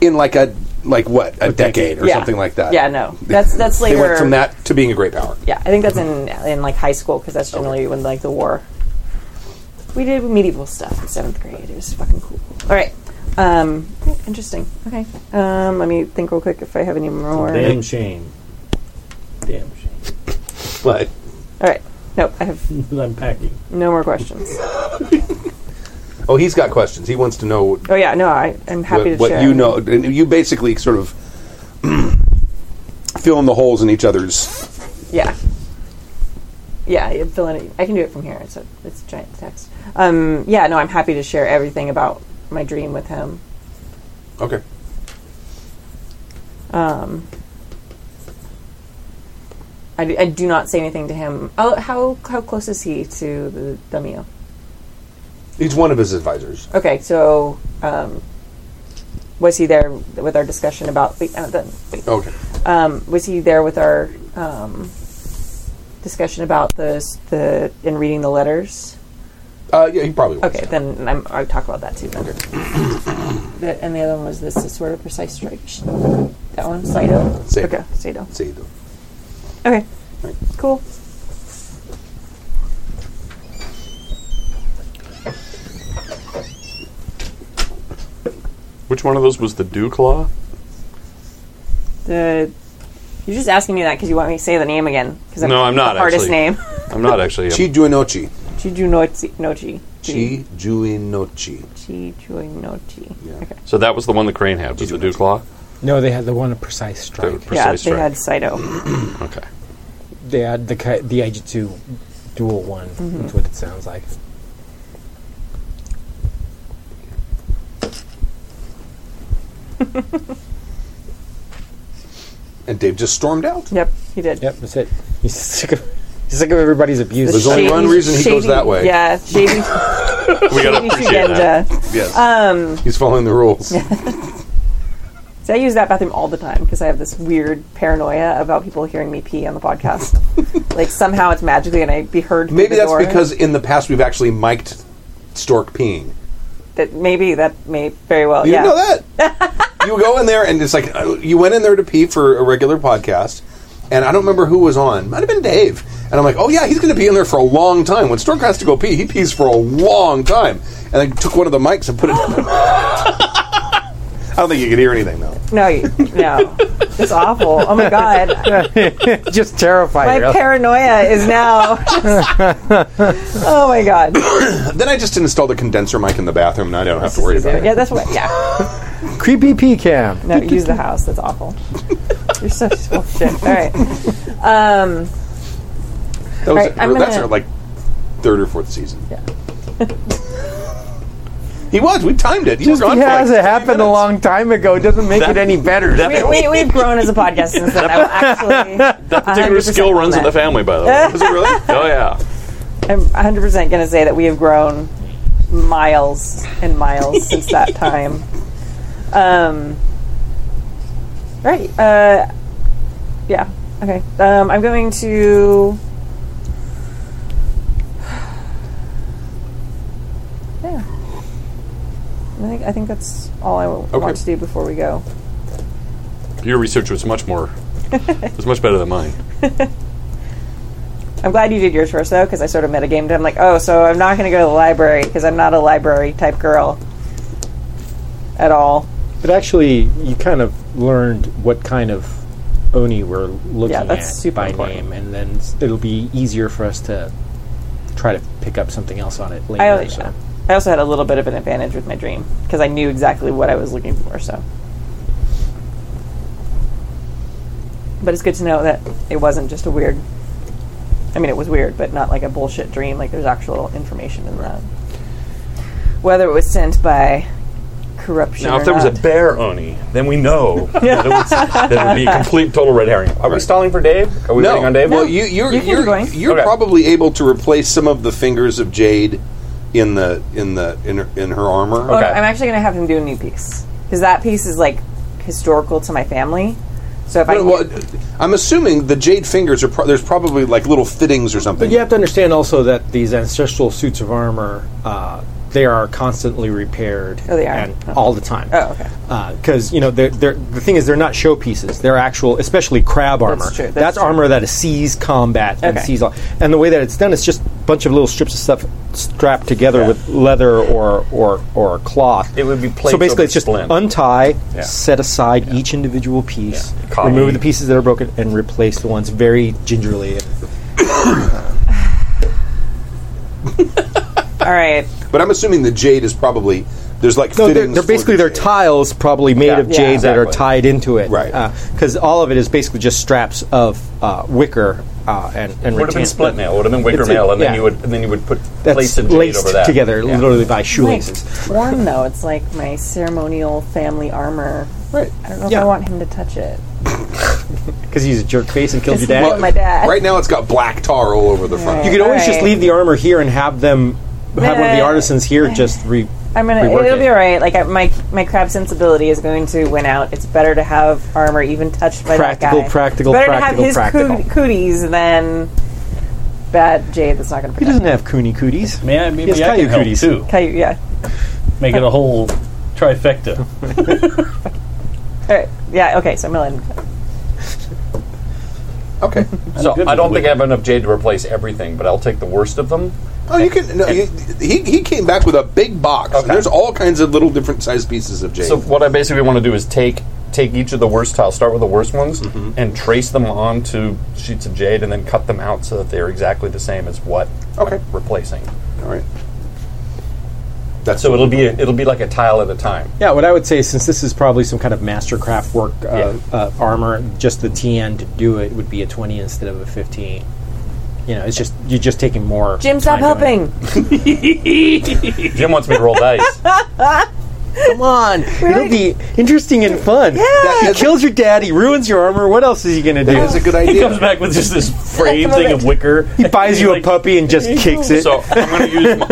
[SPEAKER 2] in like a like what a, decade or
[SPEAKER 3] yeah.
[SPEAKER 2] something like that.
[SPEAKER 3] Yeah, no, that's that's later.
[SPEAKER 2] They went from that to being a great power.
[SPEAKER 3] Yeah, I think that's in in like high school because that's generally when like the war. We did medieval stuff in seventh grade. It was fucking cool. All right, Um, oh, interesting. Okay. Um, let me think real quick if I have any more.
[SPEAKER 6] Damn shame. Damn shame.
[SPEAKER 2] But
[SPEAKER 3] All right. Nope. I have
[SPEAKER 6] Because I'm packing.
[SPEAKER 3] no more questions.
[SPEAKER 2] oh, he's got questions. He wants to know
[SPEAKER 3] Oh yeah. No, I am happy
[SPEAKER 2] what,
[SPEAKER 3] to
[SPEAKER 2] what
[SPEAKER 3] share.
[SPEAKER 2] you know. And you basically sort of [CLEARS THROAT] fill in the holes in each other's.
[SPEAKER 3] Yeah. Yeah, you fill in. I can do it from here. It's a it's a giant text. Um, yeah, no, I'm happy to share everything about my dream with him.
[SPEAKER 2] Okay.
[SPEAKER 3] I do, I do not say anything to him. Oh, how how close is he to the Dumio?
[SPEAKER 2] He's one of his advisors.
[SPEAKER 3] Okay, so um, was he there with our discussion about? Wait, uh, the, wait,
[SPEAKER 2] Okay.
[SPEAKER 3] um, was he there with our um, discussion about the s- the in reading the letters?
[SPEAKER 2] Uh, yeah, he probably was.
[SPEAKER 3] Okay, then I'm, I'll talk about that too. Then. the, and the other one was this is sort of precise striation. That one, Saito.
[SPEAKER 2] Saito.
[SPEAKER 3] Okay, Saito.
[SPEAKER 2] See you.
[SPEAKER 3] Okay, cool.
[SPEAKER 5] Which one of those was the dew claw?
[SPEAKER 3] The you're just asking me that because you want me to say the name again. Cause
[SPEAKER 5] No, I'm not,
[SPEAKER 3] The hardest
[SPEAKER 5] actually.
[SPEAKER 2] [LAUGHS]
[SPEAKER 3] name.
[SPEAKER 5] I'm not actually. I'm-
[SPEAKER 2] Chijuinochi.
[SPEAKER 3] Chijunochi. Nochi.
[SPEAKER 2] Chijuinochi.
[SPEAKER 3] Chijunochi.
[SPEAKER 2] Yeah.
[SPEAKER 3] Okay.
[SPEAKER 5] so that was the one the crane had. Was the dew claw?
[SPEAKER 4] No, they had the one a precise
[SPEAKER 5] The
[SPEAKER 4] strike.
[SPEAKER 3] Yeah,
[SPEAKER 5] precise
[SPEAKER 3] they
[SPEAKER 5] strike.
[SPEAKER 3] had Saito.
[SPEAKER 5] Okay.
[SPEAKER 4] They had the ki- the Aijutsu dual one.
[SPEAKER 3] Mm-hmm.
[SPEAKER 4] That's what it sounds like.
[SPEAKER 2] And Dave just stormed out.
[SPEAKER 3] Yep, he did.
[SPEAKER 4] Yep, that's it. [LAUGHS] He's sick of he's sick of everybody's abuse.
[SPEAKER 2] There's only one reason he goes that way.
[SPEAKER 3] Yeah,
[SPEAKER 2] [LAUGHS]
[SPEAKER 3] shady. [LAUGHS]
[SPEAKER 5] We gotta appreciate that.
[SPEAKER 3] Shugenda.
[SPEAKER 2] Yes. Um, He's following the
[SPEAKER 3] [LAUGHS]
[SPEAKER 2] rules.
[SPEAKER 3] See, I use that bathroom all the time because I have this weird paranoia about people hearing me pee on
[SPEAKER 2] [LAUGHS]
[SPEAKER 3] the podcast. like somehow it's magically and I be heard. through
[SPEAKER 2] Maybe
[SPEAKER 3] the
[SPEAKER 2] that's
[SPEAKER 3] door.
[SPEAKER 2] because in the past we've actually mic'd Stork peeing.
[SPEAKER 3] that maybe that may very well.
[SPEAKER 2] You
[SPEAKER 3] yeah.
[SPEAKER 2] didn't know that. you go in there and it's like uh, you went in there to pee for a regular podcast, and I don't remember who was on. Might have been Dave. And I'm like, oh yeah, he's going to be in there for a long time. When Stork has to go pee, he pees for a long time. And I took one of the mics and put it. I don't think you could hear anything though.
[SPEAKER 3] No, you,
[SPEAKER 2] [LAUGHS]
[SPEAKER 3] no, it's awful. Oh my god,
[SPEAKER 4] just terrifying.
[SPEAKER 3] my paranoia
[SPEAKER 2] [LAUGHS]
[SPEAKER 3] is now. [LAUGHS] oh my god.
[SPEAKER 2] Then I just installed a condenser mic in the bathroom, and I don't have to worry about it.
[SPEAKER 3] Yeah, that's what. Yeah,
[SPEAKER 4] Creepy pecan.
[SPEAKER 3] no, use the house.
[SPEAKER 2] [LAUGHS]
[SPEAKER 3] That's awful. You're so full of shit. All right. Um,
[SPEAKER 2] That was,
[SPEAKER 3] Right, I'm
[SPEAKER 2] that's
[SPEAKER 3] gonna-
[SPEAKER 2] like third or fourth season.
[SPEAKER 3] Yeah.
[SPEAKER 2] [LAUGHS] he was. We timed it. He
[SPEAKER 4] Just
[SPEAKER 2] was on.
[SPEAKER 4] because
[SPEAKER 2] for like
[SPEAKER 4] it happened a long time ago doesn't make it any better.
[SPEAKER 3] we, we, we've grown as a podcast since then. I will
[SPEAKER 2] [LAUGHS]
[SPEAKER 3] actually.
[SPEAKER 5] That particular
[SPEAKER 3] 100%
[SPEAKER 5] skill runs in the
[SPEAKER 3] that.
[SPEAKER 5] family, by the way.
[SPEAKER 2] Was it really?
[SPEAKER 5] oh yeah.
[SPEAKER 3] I'm 100% going to say that we have grown miles and miles since that time. Um, right. Uh, yeah. Okay. Um, I'm going to. [SIGHS] Yeah. I think, I think that's all I w-
[SPEAKER 5] Okay.
[SPEAKER 3] want to do before we go.
[SPEAKER 5] Your research was much more. was much better than mine.
[SPEAKER 3] I'm glad you did yours first though, because I sort of metagamed. I'm like, oh, so I'm not going to go to the library because I'm not a library type girl at all.
[SPEAKER 4] But actually, you kind of learned what kind of oni we're looking
[SPEAKER 3] Yeah, that's
[SPEAKER 4] at
[SPEAKER 3] super
[SPEAKER 4] by
[SPEAKER 3] important.
[SPEAKER 4] name, and then s- it'll be easier for us to try to pick up something else on it later.
[SPEAKER 3] I, al-
[SPEAKER 4] so.
[SPEAKER 3] I also had a little bit of an advantage with my dream because I knew exactly what I was looking for. So, but it's good to know that it wasn't just a weird. I mean, it was weird, but not like a bullshit dream. Like there's actual information in that. Whether it was sent by corruption.
[SPEAKER 5] Now,
[SPEAKER 3] or
[SPEAKER 5] if there was a
[SPEAKER 3] not.
[SPEAKER 5] bear oni, then we
[SPEAKER 4] [LAUGHS]
[SPEAKER 5] know that, it
[SPEAKER 3] [LAUGHS]
[SPEAKER 5] was, that it would be a complete total red herring. Are we stalling for Dave? Are we waiting on Dave?
[SPEAKER 2] Well, you, you're
[SPEAKER 3] You can
[SPEAKER 2] you
[SPEAKER 3] keep
[SPEAKER 2] are
[SPEAKER 3] going.
[SPEAKER 2] you're
[SPEAKER 5] Okay.
[SPEAKER 2] probably able to replace some of the fingers of Jade in the in the in her, in her armor.
[SPEAKER 3] Oh, no,
[SPEAKER 5] Okay.
[SPEAKER 3] I'm actually going to have him do a new piece because that piece is like historical to my family. So if I
[SPEAKER 2] Well, well, I'm assuming the jade fingers are. Pro- there's probably like little fittings or something.
[SPEAKER 4] But you have to understand also that these ancestral suits of armor, uh, they are constantly repaired.
[SPEAKER 3] Oh, they are?
[SPEAKER 4] And
[SPEAKER 3] Oh.
[SPEAKER 4] all the time.
[SPEAKER 3] Oh, okay.
[SPEAKER 4] Because Uh, you know, they're, they're, the thing is, they're not showpieces. They're actual, especially crab armor.
[SPEAKER 3] true, that's
[SPEAKER 4] That's
[SPEAKER 3] true.
[SPEAKER 4] armor that sees combat and
[SPEAKER 3] Okay.
[SPEAKER 4] sees all. And the way that it's done, it's just bunch of little strips of stuff strapped together with leather or, or, or cloth.
[SPEAKER 5] It would be plates over
[SPEAKER 4] so basically it's just
[SPEAKER 5] splint.
[SPEAKER 4] untie,
[SPEAKER 5] Yeah.
[SPEAKER 4] set aside each individual piece,
[SPEAKER 5] Yeah. Copy.
[SPEAKER 4] remove the pieces that are broken, and replace the ones very gingerly.
[SPEAKER 3] All right.
[SPEAKER 2] But I'm assuming the jade is probably there's like
[SPEAKER 4] No, they're,
[SPEAKER 2] fittings.
[SPEAKER 4] they're
[SPEAKER 2] for
[SPEAKER 4] basically
[SPEAKER 2] the
[SPEAKER 4] they're
[SPEAKER 2] jade.
[SPEAKER 4] tiles probably made
[SPEAKER 5] Yeah.
[SPEAKER 4] of
[SPEAKER 5] Yeah.
[SPEAKER 4] jade that are
[SPEAKER 5] Exactly.
[SPEAKER 4] tied into it,
[SPEAKER 2] Right.
[SPEAKER 4] Because all of it is basically just straps of uh, wicker uh, and and
[SPEAKER 5] would have been
[SPEAKER 4] rattan.
[SPEAKER 5] split mail. Would have been wicker
[SPEAKER 4] It's a-
[SPEAKER 5] mail, and then
[SPEAKER 4] yeah.
[SPEAKER 5] you would and then you would put
[SPEAKER 4] That's
[SPEAKER 5] plates of jade
[SPEAKER 4] laced
[SPEAKER 5] over that
[SPEAKER 4] together,
[SPEAKER 5] Yeah.
[SPEAKER 4] literally by
[SPEAKER 3] Like
[SPEAKER 4] shoelaces.
[SPEAKER 3] warm though. It's like my ceremonial family armor.
[SPEAKER 2] Right.
[SPEAKER 3] I don't know
[SPEAKER 4] Yeah.
[SPEAKER 3] if I want him to touch it.
[SPEAKER 4] Because he's a jerk face and killed
[SPEAKER 3] Just
[SPEAKER 4] your dad.
[SPEAKER 3] look at my dad.
[SPEAKER 2] Right now it's got black tar all over the front.
[SPEAKER 4] You could always just
[SPEAKER 3] Alright.
[SPEAKER 4] leave the armor here and have them have one of the
[SPEAKER 3] Nah.
[SPEAKER 4] artisans here just re.
[SPEAKER 3] I'm gonna.
[SPEAKER 4] rework
[SPEAKER 3] It'll
[SPEAKER 4] it.
[SPEAKER 3] be alright. Like I, my my crab sensibility is going to win out. It's better to have armor even touched by
[SPEAKER 4] Practical,
[SPEAKER 3] that guy.
[SPEAKER 4] practical,
[SPEAKER 3] better
[SPEAKER 4] practical,
[SPEAKER 3] to have his
[SPEAKER 4] practical.
[SPEAKER 3] coo- cooties than bad jade that's not going to
[SPEAKER 4] He
[SPEAKER 3] protect.
[SPEAKER 4] doesn't have coony cooties.
[SPEAKER 6] May I, maybe
[SPEAKER 4] Yes,
[SPEAKER 6] I can
[SPEAKER 4] Caillou
[SPEAKER 6] help
[SPEAKER 4] cooties.
[SPEAKER 6] too.
[SPEAKER 3] Okay, yeah.
[SPEAKER 6] Make it a whole trifecta.
[SPEAKER 3] All right. Yeah. Okay. So Millen.
[SPEAKER 2] Okay.
[SPEAKER 5] So
[SPEAKER 6] good
[SPEAKER 5] I don't
[SPEAKER 6] with
[SPEAKER 5] think I have enough jade to replace everything, but I'll take the worst of them.
[SPEAKER 2] Oh, you can. No, you, he, he came back with a big box. and
[SPEAKER 5] Okay.
[SPEAKER 2] There's all kinds of little different sized pieces of jade.
[SPEAKER 5] So what I basically want to do is take take each of the worst tiles, start with the worst ones, and trace them onto sheets of jade, and then cut them out so that they're exactly the same as what
[SPEAKER 2] Okay.
[SPEAKER 5] I'm replacing.
[SPEAKER 2] all right. That's
[SPEAKER 5] So it'll be a, it'll be like a tile at a time.
[SPEAKER 4] Yeah, what I would say, since this is probably some kind of mastercraft work uh, uh, armor, just the TN to do it would be a twenty instead of a fifteen. You know, it's just you're just taking more.
[SPEAKER 3] Jim, stop
[SPEAKER 4] time doing
[SPEAKER 3] helping.
[SPEAKER 5] Jim wants me to roll
[SPEAKER 4] [LAUGHS]
[SPEAKER 5] dice.
[SPEAKER 4] it. Come
[SPEAKER 3] [LAUGHS]
[SPEAKER 4] on, it'll be interesting and fun.
[SPEAKER 2] That
[SPEAKER 4] He
[SPEAKER 2] is-
[SPEAKER 4] kills your dad. He ruins your armor. What else is he gonna
[SPEAKER 2] That is
[SPEAKER 4] do?
[SPEAKER 2] a good
[SPEAKER 6] He comes
[SPEAKER 2] idea.
[SPEAKER 6] back with just this frayed thing of wicker.
[SPEAKER 4] He buys [LAUGHS] you a puppy and just kicks it.
[SPEAKER 5] So I'm going to use my,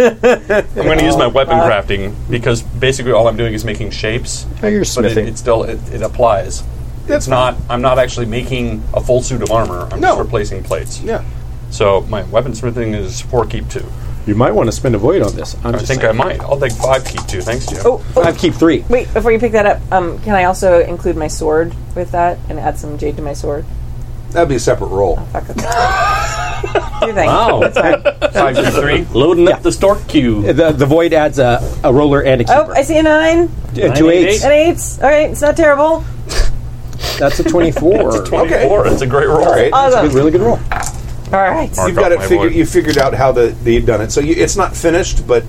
[SPEAKER 5] I'm going to use my weapon crafting because basically all I'm doing is making shapes.
[SPEAKER 4] Oh, you're
[SPEAKER 5] but it,
[SPEAKER 4] smithing.
[SPEAKER 5] it still it, it applies.
[SPEAKER 2] That's
[SPEAKER 5] it's not. I'm not actually making a full suit of armor. I'm
[SPEAKER 2] No.
[SPEAKER 5] just replacing plates.
[SPEAKER 2] Yeah.
[SPEAKER 5] So my weapon smithing is four keep two.
[SPEAKER 4] you might want to spend a void on this. I'm
[SPEAKER 5] I
[SPEAKER 4] just
[SPEAKER 5] think I might. I'll take five keep two. Thanks, Jim.
[SPEAKER 3] Oh,
[SPEAKER 4] I have keep three.
[SPEAKER 3] Wait, before you pick that up, um, can I also include my sword with that and add some jade to my sword?
[SPEAKER 2] That'd be a separate roll.
[SPEAKER 3] Fuck it. Your thing.
[SPEAKER 6] Wow.
[SPEAKER 5] Five keep three.
[SPEAKER 6] Loading up the stork queue.
[SPEAKER 4] The, the void adds a, a roller and a
[SPEAKER 3] Oh,
[SPEAKER 4] keeper.
[SPEAKER 3] I see a nine,
[SPEAKER 4] Uh, two
[SPEAKER 6] Nine, eight,
[SPEAKER 4] eights.
[SPEAKER 3] an eight. All right, it's not terrible.
[SPEAKER 4] That's a 24. That's
[SPEAKER 5] Twenty-four. It's a great roll.
[SPEAKER 2] All right.
[SPEAKER 4] a good-
[SPEAKER 3] Awesome.
[SPEAKER 4] really good roll.
[SPEAKER 3] All right.
[SPEAKER 5] Mark
[SPEAKER 2] You've got
[SPEAKER 5] up
[SPEAKER 2] it
[SPEAKER 5] my
[SPEAKER 2] figured.
[SPEAKER 5] void.
[SPEAKER 2] You figured out how the, the you've done it. So you, it's not finished, but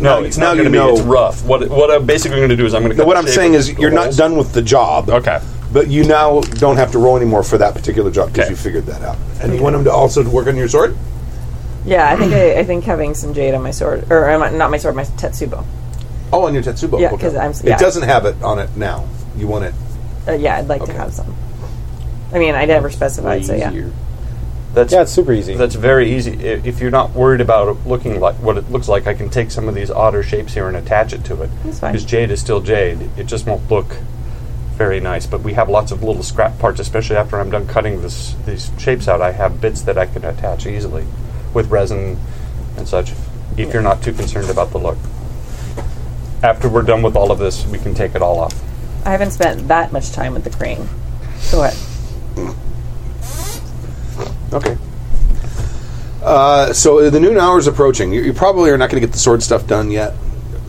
[SPEAKER 5] No,
[SPEAKER 2] now-
[SPEAKER 5] it's
[SPEAKER 2] now
[SPEAKER 5] not
[SPEAKER 2] you
[SPEAKER 5] going to be.
[SPEAKER 2] know.
[SPEAKER 5] It's rough. What what I'm basically going to do is I'm going to.
[SPEAKER 2] no, what I'm saying is you're not done with the job.
[SPEAKER 5] Okay.
[SPEAKER 2] But you now don't have to roll anymore for that particular job because
[SPEAKER 5] Okay.
[SPEAKER 2] you figured that out. And you want him to also work on your sword.
[SPEAKER 3] Yeah, I think I, I think having some jade on my sword, or uh, my- not my sword, my tetsubo.
[SPEAKER 2] Oh, on your Tetsubo.
[SPEAKER 3] Yeah,
[SPEAKER 2] okay.
[SPEAKER 3] 'cause I'm- yeah.
[SPEAKER 2] It doesn't have it on it now. You want it.
[SPEAKER 3] Uh, yeah, I'd like to have some. I mean, I never specified, so yeah.
[SPEAKER 5] That's
[SPEAKER 4] Yeah, it's super easy.
[SPEAKER 5] That's very easy. I- If you're not worried about it looking like what it looks like, I can take some of these odder shapes here and attach it to it.
[SPEAKER 3] That's fine.
[SPEAKER 5] Because jade is still jade. It just won't look very nice. But we have lots of little scrap parts, especially after I'm done cutting this these shapes out. I have bits that I can attach easily with resin and such. If you're not too concerned about the look. After we're done with all of this, we can take it all off.
[SPEAKER 3] I haven't spent that much time with the crane. Go ahead.
[SPEAKER 2] Okay. Uh, so the noon hour is approaching. You, you probably are not going to get the sword stuff done yet.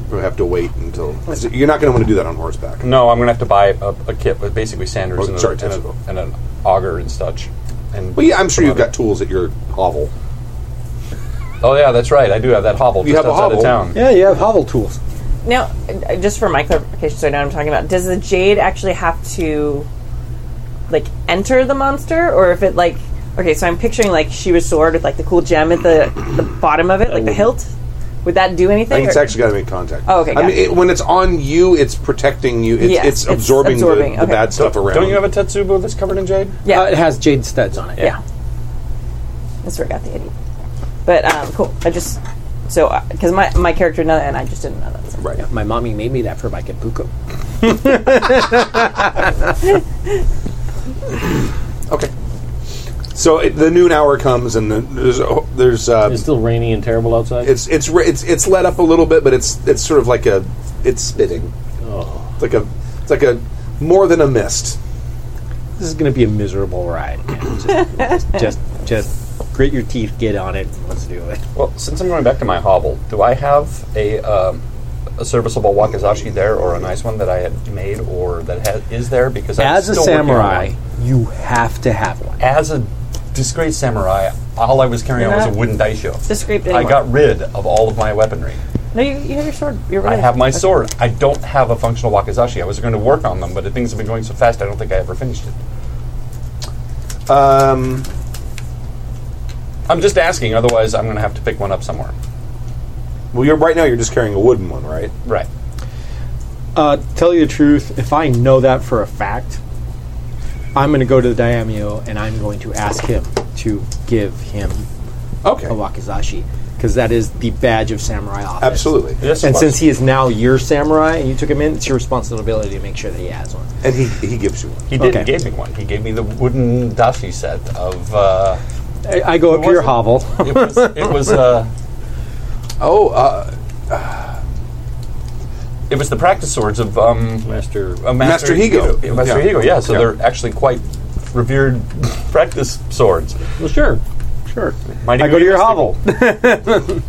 [SPEAKER 2] You'll have to wait until 'cause you're not going to want to do that on horseback.
[SPEAKER 3] Mm.
[SPEAKER 5] No, I'm gonna have to buy a, a kit with basically sanders
[SPEAKER 2] Oh,
[SPEAKER 5] and, a-
[SPEAKER 2] sorry,
[SPEAKER 5] and, a,
[SPEAKER 2] Tetsubo.
[SPEAKER 5] and an auger and such. And
[SPEAKER 2] Well, yeah, I'm sure
[SPEAKER 5] some
[SPEAKER 2] you've
[SPEAKER 5] other-
[SPEAKER 2] got tools at your hovel.
[SPEAKER 5] Oh yeah, that's right. I do have that hovel
[SPEAKER 2] You
[SPEAKER 5] just
[SPEAKER 2] have a
[SPEAKER 5] outside
[SPEAKER 2] hovel.
[SPEAKER 5] of town.
[SPEAKER 4] Yeah, you have hovel tools.
[SPEAKER 3] Now, uh, just for my clarification, so now I'm talking about: does the jade actually have to like enter the monster, or if it like? Okay, so I'm picturing like Shiva's sword with like the cool gem at the the bottom of it, like the hilt. Would that do anything?
[SPEAKER 2] I think it's
[SPEAKER 3] or-
[SPEAKER 2] actually got to make contact.
[SPEAKER 3] Oh, okay,
[SPEAKER 2] I mean,
[SPEAKER 3] gotcha.
[SPEAKER 2] it, when it's on you, it's protecting you. It's,
[SPEAKER 3] Yeah,
[SPEAKER 2] it's
[SPEAKER 3] it's
[SPEAKER 2] absorbing,
[SPEAKER 3] absorbing,
[SPEAKER 2] the, the
[SPEAKER 3] okay.
[SPEAKER 2] bad stuff around.
[SPEAKER 5] Don't you have a Tetsubo that's covered in jade?
[SPEAKER 3] yeah,
[SPEAKER 4] Uh, it has jade studs on it.
[SPEAKER 3] yeah. That's where I got the idea. But um, cool. I just so because my my character knew that, and I just didn't know that. So.
[SPEAKER 2] right?
[SPEAKER 4] My mommy made me that for my kabuko.
[SPEAKER 2] Okay. So it, the noon hour comes, and the, there's a, there's uh,
[SPEAKER 7] It's still rainy and terrible outside.
[SPEAKER 2] it's it's re- it's it's let up a little bit, but it's it's sort of like a it's spitting. It's like a it's like a more than a mist.
[SPEAKER 9] [LAUGHS]
[SPEAKER 4] This is going to be a miserable ride. man. Just, just, just grit your teeth, get on it, let's do it.
[SPEAKER 9] Well, since I'm going back to my hobble, do I have a um, a serviceable wakizashi there, or a nice one that I had made, or that ha- is there? Because I'm
[SPEAKER 4] As a
[SPEAKER 9] still working on
[SPEAKER 4] samurai,
[SPEAKER 9] one.
[SPEAKER 4] you have to have one.
[SPEAKER 9] as a discreet samurai, all I was carrying
[SPEAKER 3] You're
[SPEAKER 9] was a
[SPEAKER 3] not
[SPEAKER 9] wooden daisho.
[SPEAKER 3] discreet
[SPEAKER 9] I
[SPEAKER 3] anymore.
[SPEAKER 9] got rid of all of my weaponry.
[SPEAKER 3] No, you, you have your sword. You're
[SPEAKER 9] I
[SPEAKER 3] right.
[SPEAKER 9] have my sword. I don't have a functional wakizashi. I was going to work on them, but the things have been going so fast, I don't think I ever finished it.
[SPEAKER 2] Um,
[SPEAKER 9] I'm just asking. Otherwise, I'm going to have to pick one up somewhere.
[SPEAKER 2] well, you're right now. You're just carrying a wooden one, right?
[SPEAKER 9] Right.
[SPEAKER 4] Uh, tell you the truth, if I know that for a fact, I'm going to go to the daimyo and I'm going to ask him to give him
[SPEAKER 2] Okay,
[SPEAKER 4] a wakizashi because that is the badge of samurai office.
[SPEAKER 2] absolutely.
[SPEAKER 9] Yes.
[SPEAKER 4] And
[SPEAKER 9] boss.
[SPEAKER 4] since he is now your samurai and you took him in, it's your responsibility to make sure that he has one.
[SPEAKER 2] And he he gives you one.
[SPEAKER 9] he did,
[SPEAKER 4] okay.
[SPEAKER 9] not gave me one. He gave me the wooden dashi set of. Uh,
[SPEAKER 4] I, I go up to your
[SPEAKER 9] was it?
[SPEAKER 4] hovel.
[SPEAKER 9] it
[SPEAKER 4] [LAUGHS]
[SPEAKER 9] was. It was. Uh,
[SPEAKER 2] Oh, uh,
[SPEAKER 9] it was the practice swords of um,
[SPEAKER 15] Master.
[SPEAKER 9] uh,
[SPEAKER 2] Master Higo.
[SPEAKER 9] Yeah, Master
[SPEAKER 2] Yeah.
[SPEAKER 9] Higo. Yeah. So
[SPEAKER 2] Yeah.
[SPEAKER 9] they're actually quite revered [LAUGHS] practice swords.
[SPEAKER 4] well, sure, sure.
[SPEAKER 9] Mighty
[SPEAKER 4] I go to your
[SPEAKER 9] realistic.
[SPEAKER 4] hovel.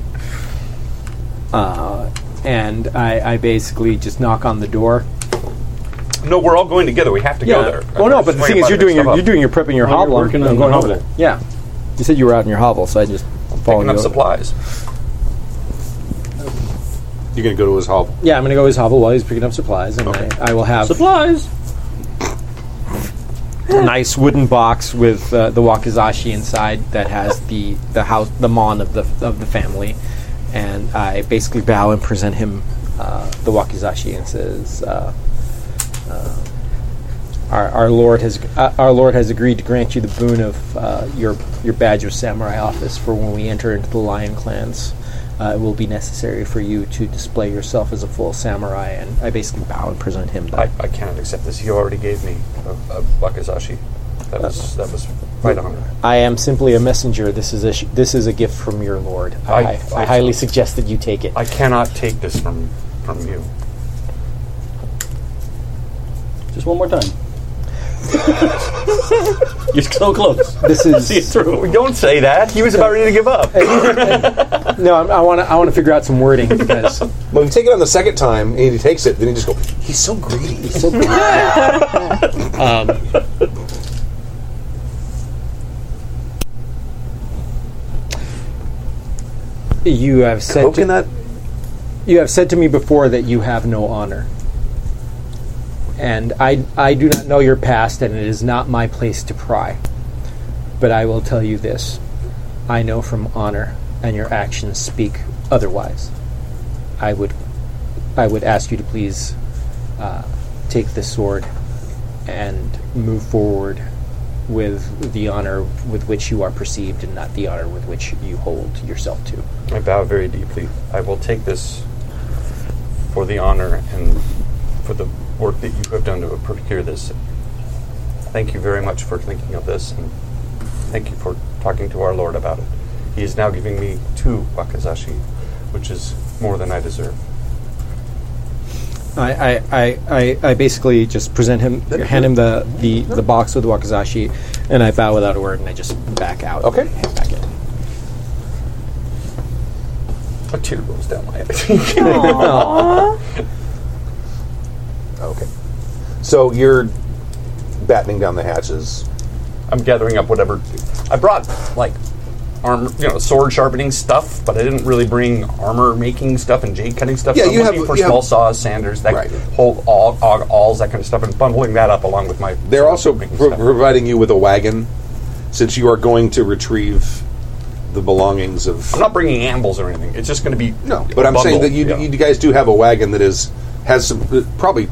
[SPEAKER 4] uh,
[SPEAKER 9] [LAUGHS]
[SPEAKER 4] and I, I basically just knock on the door.
[SPEAKER 9] No, we're all going together. We have to go there.
[SPEAKER 4] Well, Oh, no, but the
[SPEAKER 9] Just
[SPEAKER 4] thing is,
[SPEAKER 9] worry
[SPEAKER 4] you're
[SPEAKER 9] about
[SPEAKER 4] doing your,
[SPEAKER 9] stuff
[SPEAKER 4] Oh, you're doing your prep in your
[SPEAKER 6] Well, you're
[SPEAKER 4] hovel. I'm-
[SPEAKER 6] working
[SPEAKER 4] I'm
[SPEAKER 6] on
[SPEAKER 4] going
[SPEAKER 6] the
[SPEAKER 4] over
[SPEAKER 6] hovel.
[SPEAKER 4] there. Yeah. You said you were out in your hovel, so I just followed
[SPEAKER 9] picking
[SPEAKER 4] you.
[SPEAKER 9] up
[SPEAKER 4] over.
[SPEAKER 9] supplies.
[SPEAKER 2] you're gonna go to his hovel.
[SPEAKER 4] Yeah, I'm going to go to his hovel while he's picking up supplies, and I, I will have
[SPEAKER 6] Supplies.
[SPEAKER 4] a nice wooden box with uh, the wakizashi inside that has the the house the mon of the of the family, and I basically bow and present him uh, the wakizashi and says, uh, uh, our, "Our lord has uh, our lord has agreed to grant you the boon of uh, your your badge of samurai office for when we enter into the lion clans." Uh, it will be necessary for you to display yourself as a full samurai, and I basically bow and present him. the-
[SPEAKER 9] I, I cannot accept this. You already gave me a, a wakizashi. That was that was right on.
[SPEAKER 4] I am simply a messenger. This is a sh- this is a gift from your lord. I, I,
[SPEAKER 9] I- I-
[SPEAKER 4] highly suggest that you take it.
[SPEAKER 9] I cannot take this from from you.
[SPEAKER 6] Just one
[SPEAKER 4] [LAUGHS]
[SPEAKER 6] more time. You're so close.
[SPEAKER 4] this
[SPEAKER 6] See it
[SPEAKER 4] is
[SPEAKER 6] through.
[SPEAKER 9] Don't say that. He was about ready to give up.
[SPEAKER 4] no. I'm- I want to I want to figure out some wording because
[SPEAKER 2] Well, if you take it on the second time and he takes it, then you just go. He's so greedy. He's so greedy.
[SPEAKER 4] you have said
[SPEAKER 2] [LAUGHS]
[SPEAKER 4] to,
[SPEAKER 2] Coconut.
[SPEAKER 4] you have said to me before that you have no honor, and I I do not know your past, and it is not my place to pry. But I will tell you this: I know from honor, and your actions speak otherwise. I would I would ask you to please uh, take this sword and move forward with the honor with which you are perceived and not the honor with which you hold yourself to.
[SPEAKER 9] I bow very deeply. I will take this for the honor and for the work that you have done to procure this. Thank you very much for thinking of this, and thank you for talking to our Lord about it. He is now giving me two wakizashi, which is more than I deserve.
[SPEAKER 4] I, I, I, I- I basically just present him, hand him the, the, the box with the wakizashi, and I bow without a word, and I just back out.
[SPEAKER 2] Okay.
[SPEAKER 4] Head Back in.
[SPEAKER 9] A tear rolls down my head.
[SPEAKER 2] Okay. So you're battening down the hatches.
[SPEAKER 9] I'm gathering up whatever. I brought like armor, you know, sword sharpening stuff, but I didn't really bring armor making stuff and jade cutting stuff.
[SPEAKER 2] Yeah,
[SPEAKER 9] so I'm
[SPEAKER 2] you have-
[SPEAKER 9] looking for
[SPEAKER 2] you have-
[SPEAKER 9] small saws, sanders, that
[SPEAKER 2] Right.
[SPEAKER 9] whole all, all, alls, that kind of stuff, and bundling that up along with my.
[SPEAKER 2] They're
[SPEAKER 9] sword
[SPEAKER 2] also
[SPEAKER 9] making
[SPEAKER 2] pro-
[SPEAKER 9] stuff.
[SPEAKER 2] providing you with a wagon, since you are going to retrieve the belongings of.
[SPEAKER 9] I'm not bringing ambles or anything. It's just going to be
[SPEAKER 2] No,
[SPEAKER 9] a
[SPEAKER 2] but I'm saying
[SPEAKER 9] bundle,
[SPEAKER 2] that you,
[SPEAKER 9] yeah.
[SPEAKER 2] you guys do have a wagon that is has some uh, probably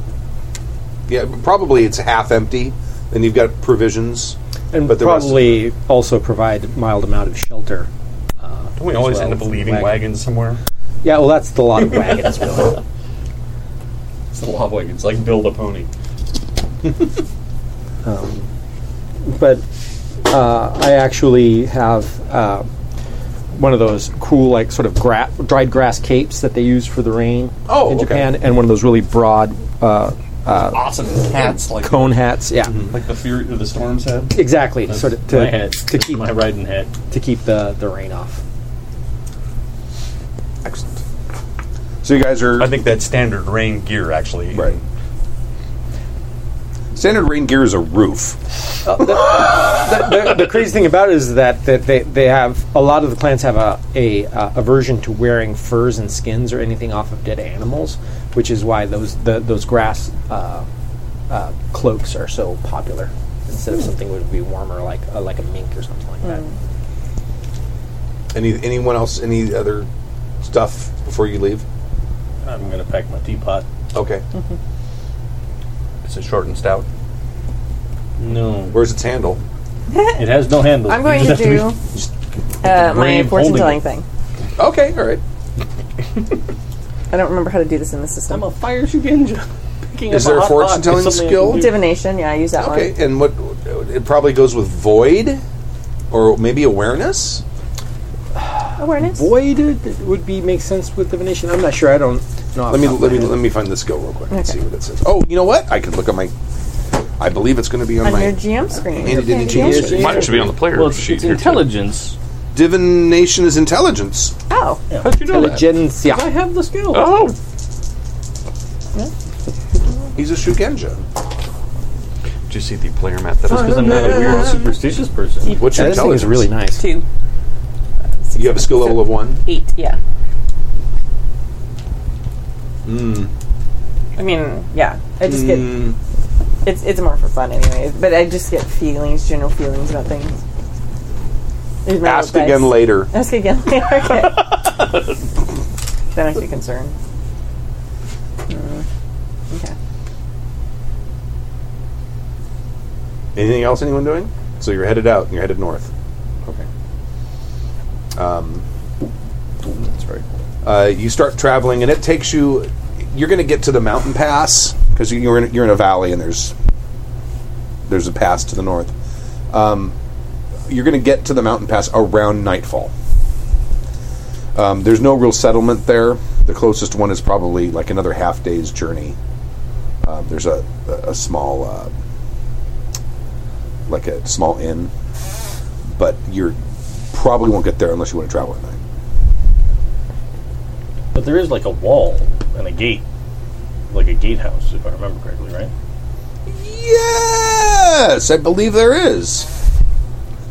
[SPEAKER 2] yeah probably it's half empty, and you've got provisions.
[SPEAKER 4] And
[SPEAKER 2] But the rest-
[SPEAKER 4] probably also provide a mild amount of shelter.
[SPEAKER 9] Don't we always
[SPEAKER 4] as
[SPEAKER 9] end
[SPEAKER 4] well,
[SPEAKER 9] up leaving
[SPEAKER 4] wagon.
[SPEAKER 9] wagons somewhere?
[SPEAKER 4] Yeah, well, that's the lot of wagons,
[SPEAKER 2] [LAUGHS]
[SPEAKER 4] really.
[SPEAKER 16] It's the lava wagon. It's like build a pony.
[SPEAKER 4] But uh, I actually have uh, one of those cool, like, sort of gra- dried grass capes that they use for the rain
[SPEAKER 2] Oh,
[SPEAKER 4] in
[SPEAKER 2] okay.
[SPEAKER 4] Japan, and one of those really broad uh,
[SPEAKER 8] awesome cats like
[SPEAKER 4] cone hats. Yeah,
[SPEAKER 2] Mm-hmm.
[SPEAKER 8] like the fury of the storm's head.
[SPEAKER 4] exactly. Sort of
[SPEAKER 7] my
[SPEAKER 4] to,
[SPEAKER 7] hat.
[SPEAKER 4] to keep
[SPEAKER 7] My riding hat.
[SPEAKER 4] to keep the the rain off.
[SPEAKER 2] Excellent. So you guys are
[SPEAKER 5] I think that's standard rain gear, actually.
[SPEAKER 2] right. Standard rain gear is a roof.
[SPEAKER 4] the, the crazy thing about it is that, that they, they have a lot of the clans have a, a uh, aversion to wearing furs and skins or anything off of dead animals, which is why those the, those grass uh, uh, cloaks are so popular instead of something that would be warmer like uh, like a mink or something like that.
[SPEAKER 2] Any anyone else? Any other stuff before you leave?
[SPEAKER 6] I'm going to pack my teapot.
[SPEAKER 2] Okay.
[SPEAKER 5] Is it short and stout?
[SPEAKER 7] No,
[SPEAKER 2] Where's its handle?
[SPEAKER 7] it has no handle.
[SPEAKER 3] I'm
[SPEAKER 6] [LAUGHS]
[SPEAKER 3] going to do uh, my
[SPEAKER 7] grave
[SPEAKER 3] fortune
[SPEAKER 7] holding
[SPEAKER 3] telling
[SPEAKER 7] it.
[SPEAKER 3] thing.
[SPEAKER 2] Okay. All right.
[SPEAKER 3] I don't remember how to do this in the system.
[SPEAKER 7] fire shoot ninja. Picking
[SPEAKER 2] Is there a
[SPEAKER 7] hot
[SPEAKER 2] fortune
[SPEAKER 7] rock is
[SPEAKER 2] telling
[SPEAKER 7] something I
[SPEAKER 2] skill?
[SPEAKER 7] can do.
[SPEAKER 3] Divination, yeah, I use that
[SPEAKER 2] Okay. And what? It probably goes with void, or maybe awareness.
[SPEAKER 3] one. Awareness.
[SPEAKER 4] Void it would be make sense with divination. I'm not sure. I don't know.
[SPEAKER 2] Let me let me let me find the skill real quick and see what it says. Oh, you know what? I could look at my. I believe it's going to be on,
[SPEAKER 3] On
[SPEAKER 2] my
[SPEAKER 3] your GM screen.
[SPEAKER 2] And it didn't
[SPEAKER 3] yeah.
[SPEAKER 2] change.
[SPEAKER 7] Yeah.
[SPEAKER 9] Mine should be on the player
[SPEAKER 7] Well, it's,
[SPEAKER 9] sheet
[SPEAKER 7] it's
[SPEAKER 9] here. too.
[SPEAKER 7] intelligence.
[SPEAKER 2] divination is intelligence.
[SPEAKER 3] Oh,
[SPEAKER 9] How'd you know that?
[SPEAKER 7] I have the skill.
[SPEAKER 9] Oh,
[SPEAKER 2] He's a shugenja.
[SPEAKER 9] did you see the player map? That
[SPEAKER 7] Because
[SPEAKER 9] was
[SPEAKER 7] I'm not a weird superstitious person.
[SPEAKER 2] What's your
[SPEAKER 4] this thing
[SPEAKER 2] intelligence?
[SPEAKER 4] is really nice.
[SPEAKER 3] two,
[SPEAKER 2] You have a skill level of one.
[SPEAKER 3] eight, yeah.
[SPEAKER 2] Hmm.
[SPEAKER 3] Mm. I mean, yeah. I just
[SPEAKER 2] Mm.
[SPEAKER 3] get it's it's more for fun anyway. But I just get feelings, general feelings about things. There's my
[SPEAKER 2] Ask
[SPEAKER 3] little
[SPEAKER 2] again
[SPEAKER 3] dice.
[SPEAKER 2] later.
[SPEAKER 3] Ask again later. [LAUGHS]
[SPEAKER 2] [LAUGHS]
[SPEAKER 3] Okay. that makes me concerned. Mm. Okay.
[SPEAKER 2] Anything else anyone doing? So you're headed out and you're headed north. Okay. Um, that's right. Uh, you start traveling and it takes you. You're going to get to the mountain pass because you're in, you're in a valley and there's there's a pass to the north. Um, you're going to get to the mountain pass around nightfall. Um, there's no real settlement there. The closest one is probably like another half day's journey. Um, there's a, a, a small uh, like a small inn, but you're probably won't get there unless you want to travel at night.
[SPEAKER 6] But there is like a wall and a gate. Like a gatehouse, if I remember correctly, right?
[SPEAKER 2] Yes, I believe there is.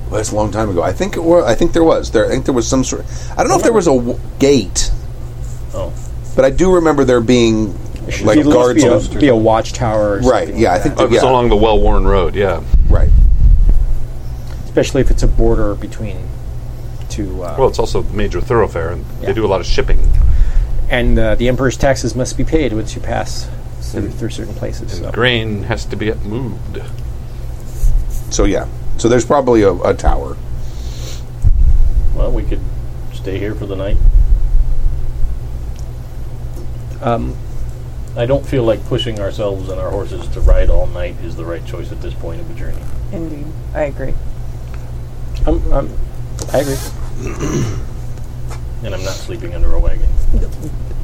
[SPEAKER 2] Well, that's a long time ago. I think it was. I think there was. There. I think there was some sort. I don't know if there was a w- gate,
[SPEAKER 6] Oh.
[SPEAKER 2] but I do remember there being like
[SPEAKER 4] It'd at least
[SPEAKER 2] guards.
[SPEAKER 4] be
[SPEAKER 2] on-
[SPEAKER 4] a, be a watchtower, or
[SPEAKER 2] right.
[SPEAKER 4] something
[SPEAKER 2] Yeah. I
[SPEAKER 4] like
[SPEAKER 2] think.
[SPEAKER 9] Oh,
[SPEAKER 2] That,
[SPEAKER 9] it's
[SPEAKER 2] yeah.
[SPEAKER 9] along the well-worn road. Yeah.
[SPEAKER 2] Right.
[SPEAKER 4] that. especially if it's a border between two. Uh,
[SPEAKER 9] Well, it's also a major thoroughfare, and
[SPEAKER 4] Yeah.
[SPEAKER 9] they do a lot of shipping.
[SPEAKER 4] and uh, the emperor's taxes must be paid once you pass through, through certain places. So.
[SPEAKER 9] Grain has to be moved.
[SPEAKER 2] So yeah. So there's probably a, a tower.
[SPEAKER 6] Well, we could stay here for the night.
[SPEAKER 4] Um,
[SPEAKER 6] I don't feel like pushing ourselves and our horses to ride all night is the right choice at this point of the journey.
[SPEAKER 3] Indeed. I agree.
[SPEAKER 4] I'm, I'm, I agree.
[SPEAKER 6] And I'm not sleeping under a wagon.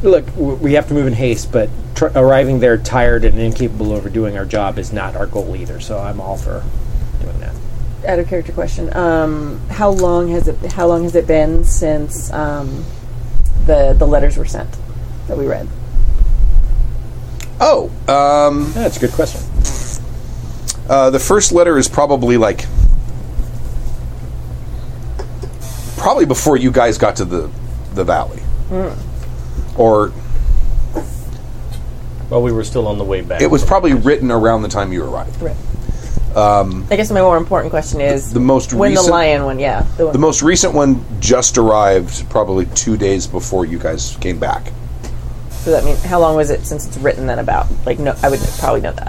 [SPEAKER 4] Look, w- we have to move in haste, but tr- arriving there tired and incapable of doing our job is not our goal either. So I'm all for doing that.
[SPEAKER 3] Out of character question. Um, how long has it how long has it been since um, the the letters were sent that we read?
[SPEAKER 2] Oh, um,
[SPEAKER 4] Yeah, that's a good question.
[SPEAKER 2] Uh, the first letter is probably like probably before you guys got to the the valley, or
[SPEAKER 6] Well, we were still on the way back.
[SPEAKER 2] it was
[SPEAKER 6] from-
[SPEAKER 2] probably written around the time you arrived.
[SPEAKER 3] Right. Um, I guess my more important question is
[SPEAKER 2] the most
[SPEAKER 3] when
[SPEAKER 2] recent-
[SPEAKER 3] the lion one, yeah, the, one,
[SPEAKER 2] The most recent one just arrived probably two days before you guys came back.
[SPEAKER 3] so that mean how long was it since it's written then about? Like no, I would probably know that.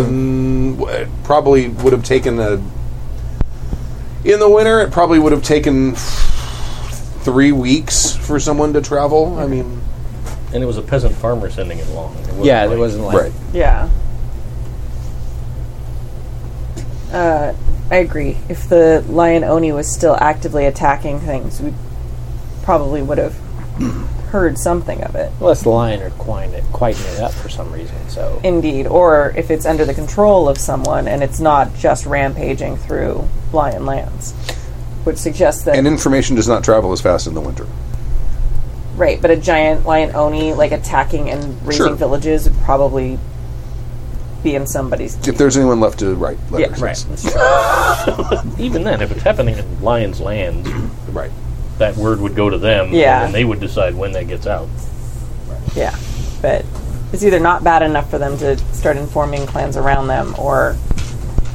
[SPEAKER 2] Um, w- it probably would have taken a in the winter. It probably would have taken three weeks for someone to travel. I mean,
[SPEAKER 6] And it was a peasant farmer sending it along. It wasn't
[SPEAKER 4] Yeah,
[SPEAKER 6] like-
[SPEAKER 4] it wasn't like
[SPEAKER 2] right.
[SPEAKER 3] Yeah. Uh, I agree. If the lion Oni was still actively attacking things, we probably would have heard something of it.
[SPEAKER 14] Unless the lion are quieting it, quieting it up for some reason. So
[SPEAKER 3] Indeed, or if it's under the control of someone and it's not just rampaging through lion lands, which suggests that
[SPEAKER 2] And information does not travel as fast in the winter.
[SPEAKER 3] right. But a giant lion oni like attacking and raising
[SPEAKER 2] Sure.
[SPEAKER 3] villages would probably be in somebody's.
[SPEAKER 2] If there's anyone left to write letters.
[SPEAKER 3] Yeah,
[SPEAKER 2] yes.
[SPEAKER 6] Even then, if it's happening in Lion's Land,
[SPEAKER 2] Right.
[SPEAKER 6] that word would go to them.
[SPEAKER 3] Yeah.
[SPEAKER 6] And then they would decide when that gets out.
[SPEAKER 3] Yeah, but it's either not bad enough for them to start informing clans around them, or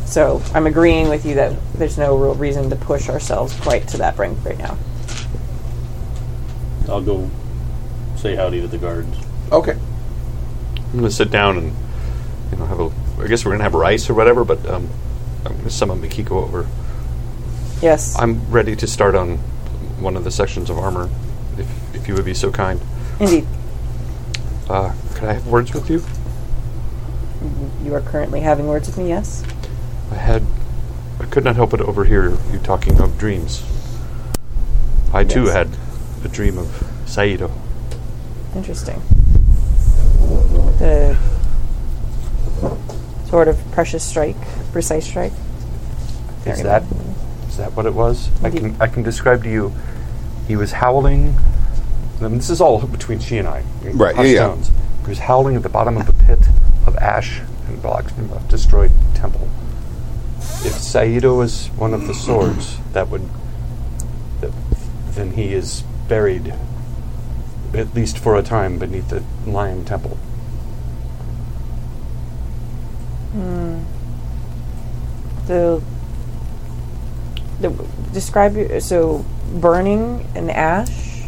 [SPEAKER 3] so I'm agreeing with you that there's no real reason to push ourselves quite to that brink right now.
[SPEAKER 6] I'll go say howdy to the guards.
[SPEAKER 2] Okay.
[SPEAKER 9] I'm gonna sit down and you know have a. I guess we're gonna have rice or whatever, but um, I'm gonna summon Mikiko over.
[SPEAKER 3] Yes,
[SPEAKER 9] I'm ready to start on one of the sections of armor, if if you would be so kind.
[SPEAKER 3] indeed.
[SPEAKER 9] Uh, could I have words with you?
[SPEAKER 3] You are currently having words with me. Yes.
[SPEAKER 9] I had. I could not help but overhear you talking of dreams. I too
[SPEAKER 3] Yes.
[SPEAKER 9] had a dream of Saido.
[SPEAKER 3] Interesting. The sort of precious strike, precise strike.
[SPEAKER 9] Is
[SPEAKER 3] Very
[SPEAKER 9] that is that what it was? I
[SPEAKER 3] Indeed.
[SPEAKER 9] can I can describe to you. He was howling. And this is all between she and I. in
[SPEAKER 2] Right,
[SPEAKER 9] hushed
[SPEAKER 2] yeah, yeah.
[SPEAKER 9] tones. He was howling at the bottom of a pit of ash and blocks from a destroyed temple. If Saido is one of the swords, that would. That, then he is buried, at least for a time, beneath the lion temple.
[SPEAKER 3] The, the describe your- so burning an ash.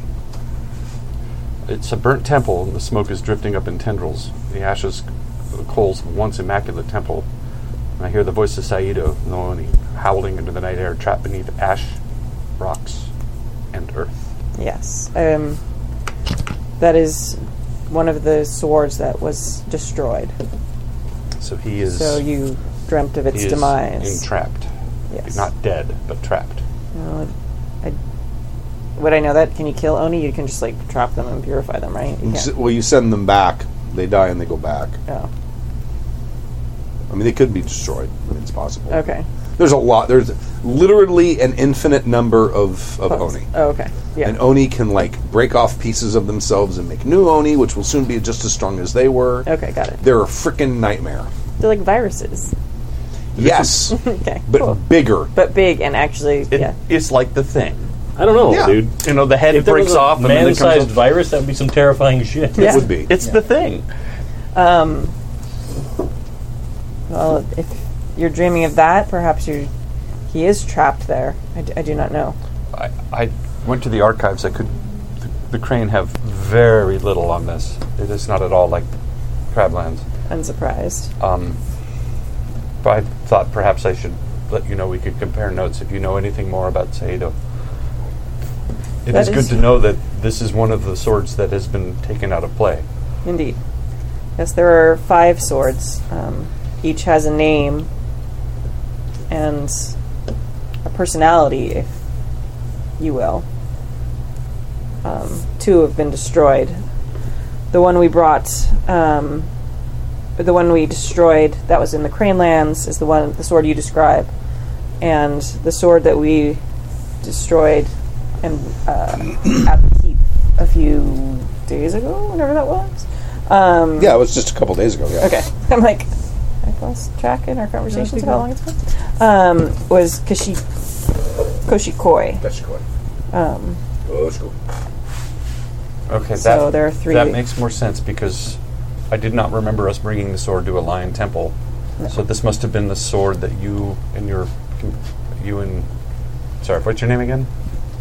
[SPEAKER 9] It's a burnt temple, and the smoke is drifting up in tendrils. The ashes, the coals of once immaculate temple. And I hear the voice of Saido, the one howling into the night air, trapped beneath ash, rocks, and earth.
[SPEAKER 3] Yes. Um, that is one of the swords that was destroyed.
[SPEAKER 9] So he is,
[SPEAKER 3] So you dreamt of
[SPEAKER 9] he
[SPEAKER 3] its
[SPEAKER 9] is
[SPEAKER 3] demise.
[SPEAKER 9] entrapped.
[SPEAKER 3] yes.
[SPEAKER 9] Not dead, but trapped.
[SPEAKER 3] No, I, would I know that? Can you kill Oni? You can just like trap them and purify them, right? You
[SPEAKER 2] You
[SPEAKER 3] can't.
[SPEAKER 2] s- Well, you send them back. They die and they go back.
[SPEAKER 3] Oh,
[SPEAKER 2] I mean, they could be destroyed. I mean, it's possible.
[SPEAKER 3] okay.
[SPEAKER 2] There's a lot. There's literally an infinite number of, of
[SPEAKER 3] Clones.
[SPEAKER 2] Oni.
[SPEAKER 3] Oh, okay. Yeah.
[SPEAKER 2] And Oni can, like, break off pieces of themselves and make new Oni, which will soon be just as strong as they were.
[SPEAKER 3] okay, got it.
[SPEAKER 2] They're a freaking nightmare.
[SPEAKER 3] They're like viruses. [LAUGHS]
[SPEAKER 2] Yes, [LAUGHS]
[SPEAKER 3] Okay.
[SPEAKER 2] but
[SPEAKER 3] cool.
[SPEAKER 2] bigger.
[SPEAKER 3] But big and actually, yeah.
[SPEAKER 9] It's like the thing.
[SPEAKER 6] I don't know,
[SPEAKER 2] Yeah.
[SPEAKER 6] dude.
[SPEAKER 9] You know, the head
[SPEAKER 6] If there was a man-sized virus, that would be some terrifying shit. [LAUGHS]
[SPEAKER 3] Yeah.
[SPEAKER 2] It would be.
[SPEAKER 9] It's the thing.
[SPEAKER 3] Well, if you're dreaming of that, perhaps you. He is trapped there. I, d- I do not know.
[SPEAKER 9] I, I went to the archives. I could. The, the crane have very little on this. It is not at all like Crablands.
[SPEAKER 3] Unsurprised.
[SPEAKER 2] Uh,
[SPEAKER 9] Um, but I thought perhaps I should let you know we could compare notes if you know anything more about Saido. It
[SPEAKER 3] That
[SPEAKER 9] is
[SPEAKER 3] is-
[SPEAKER 9] good to know that this is one of the swords that has been taken out of play.
[SPEAKER 3] Indeed. Yes, there are five swords. Um, each has a name and a personality, if you will. Um, two have been destroyed. The one we brought, um, the one we destroyed, that was in the Crane Lands, is the one, the sword you describe, and the sword that we destroyed and uh, [COUGHS] at the keep a few days ago, whenever that was. Um,
[SPEAKER 2] Yeah, it was just a couple days ago. Yeah.
[SPEAKER 3] Okay. I'm like, I've lost track in our conversations of how long it's been. Um, was Kashi Koshikoi.
[SPEAKER 2] That's good.
[SPEAKER 3] Um,
[SPEAKER 2] Oh, that's cool.
[SPEAKER 9] Okay,
[SPEAKER 3] So
[SPEAKER 9] that,
[SPEAKER 3] there are three-
[SPEAKER 9] That makes more sense because I did not remember us bringing the sword to a lion temple. So this must have been the sword that you and your you and sorry, what's your name again?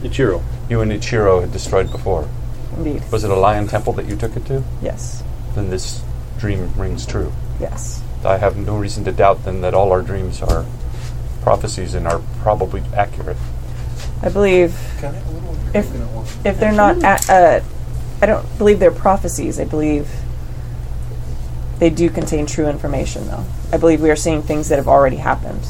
[SPEAKER 6] Ichiro.
[SPEAKER 9] You and Ichiro had destroyed before.
[SPEAKER 3] indeed.
[SPEAKER 9] Was it a lion temple that you took it to?
[SPEAKER 3] Yes.
[SPEAKER 9] Then this dream rings true.
[SPEAKER 3] Yes.
[SPEAKER 9] I have no reason to doubt then that all our dreams are prophecies and are probably accurate.
[SPEAKER 3] I believe if if they're not at, uh, I don't believe they're prophecies. I believe they do contain true information, though. I believe we are seeing things that have already happened.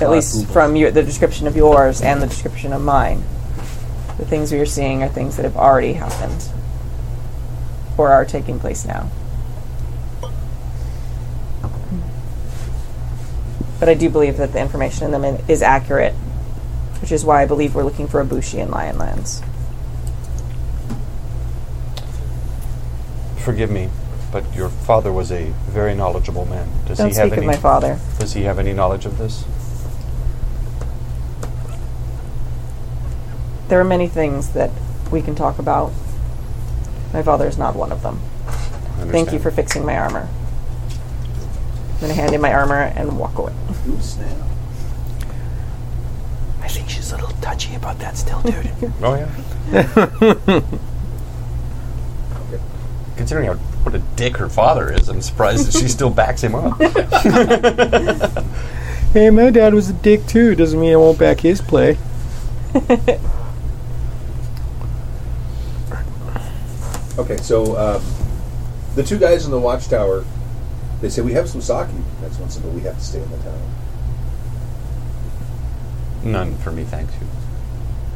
[SPEAKER 3] At least from your, the description of yours and the description of mine. The things we are seeing are things that have already happened or are taking place now. But I do believe that the information in them in- is accurate, which is why I believe we're looking for a Bushi in Lionlands.
[SPEAKER 9] Forgive me, but your father was a very knowledgeable man. Does
[SPEAKER 3] Don't
[SPEAKER 9] he have
[SPEAKER 3] speak of
[SPEAKER 9] any
[SPEAKER 3] my father.
[SPEAKER 9] Does he have any knowledge of this?
[SPEAKER 3] There are many things that we can talk about. My father is not one of them.
[SPEAKER 9] I
[SPEAKER 3] Thank you
[SPEAKER 9] understand.
[SPEAKER 3] for fixing my armor. I'm gonna hand in my armor and walk away.
[SPEAKER 14] I think she's a little touchy about that still, dude.
[SPEAKER 9] Oh yeah. Oh, Considering how, what a dick her father is, I'm surprised that she still backs
[SPEAKER 3] [LAUGHS]
[SPEAKER 9] him up.
[SPEAKER 4] Hey, my dad was a dick too. Doesn't mean I won't back his play.
[SPEAKER 2] Okay, so um, the two guys in the watchtower, they say we have some sake next once, but we have to stay in the town.
[SPEAKER 9] None for me, thank you.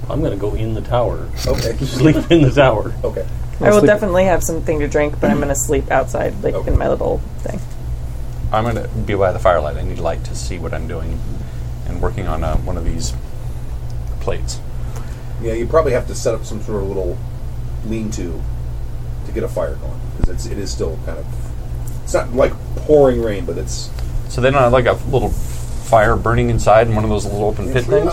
[SPEAKER 7] I'm going to go in the tower.
[SPEAKER 6] [LAUGHS]
[SPEAKER 2] Okay,
[SPEAKER 7] Sleep in the tower.
[SPEAKER 2] okay.
[SPEAKER 3] I will definitely have something to drink, but I'm
[SPEAKER 9] [CLEARS THROAT]
[SPEAKER 3] gonna sleep outside, like in my little thing.
[SPEAKER 9] I'm going to be by the firelight. I need light to see what I'm doing and working on uh, one of these plates.
[SPEAKER 2] Yeah, you probably have to set up some sort of little lean-to to get a fire going because it's it is still kind of it's not like pouring rain, but it's
[SPEAKER 9] So they don't have like a little fire burning inside in one of those little open pit
[SPEAKER 2] Yeah.
[SPEAKER 9] things.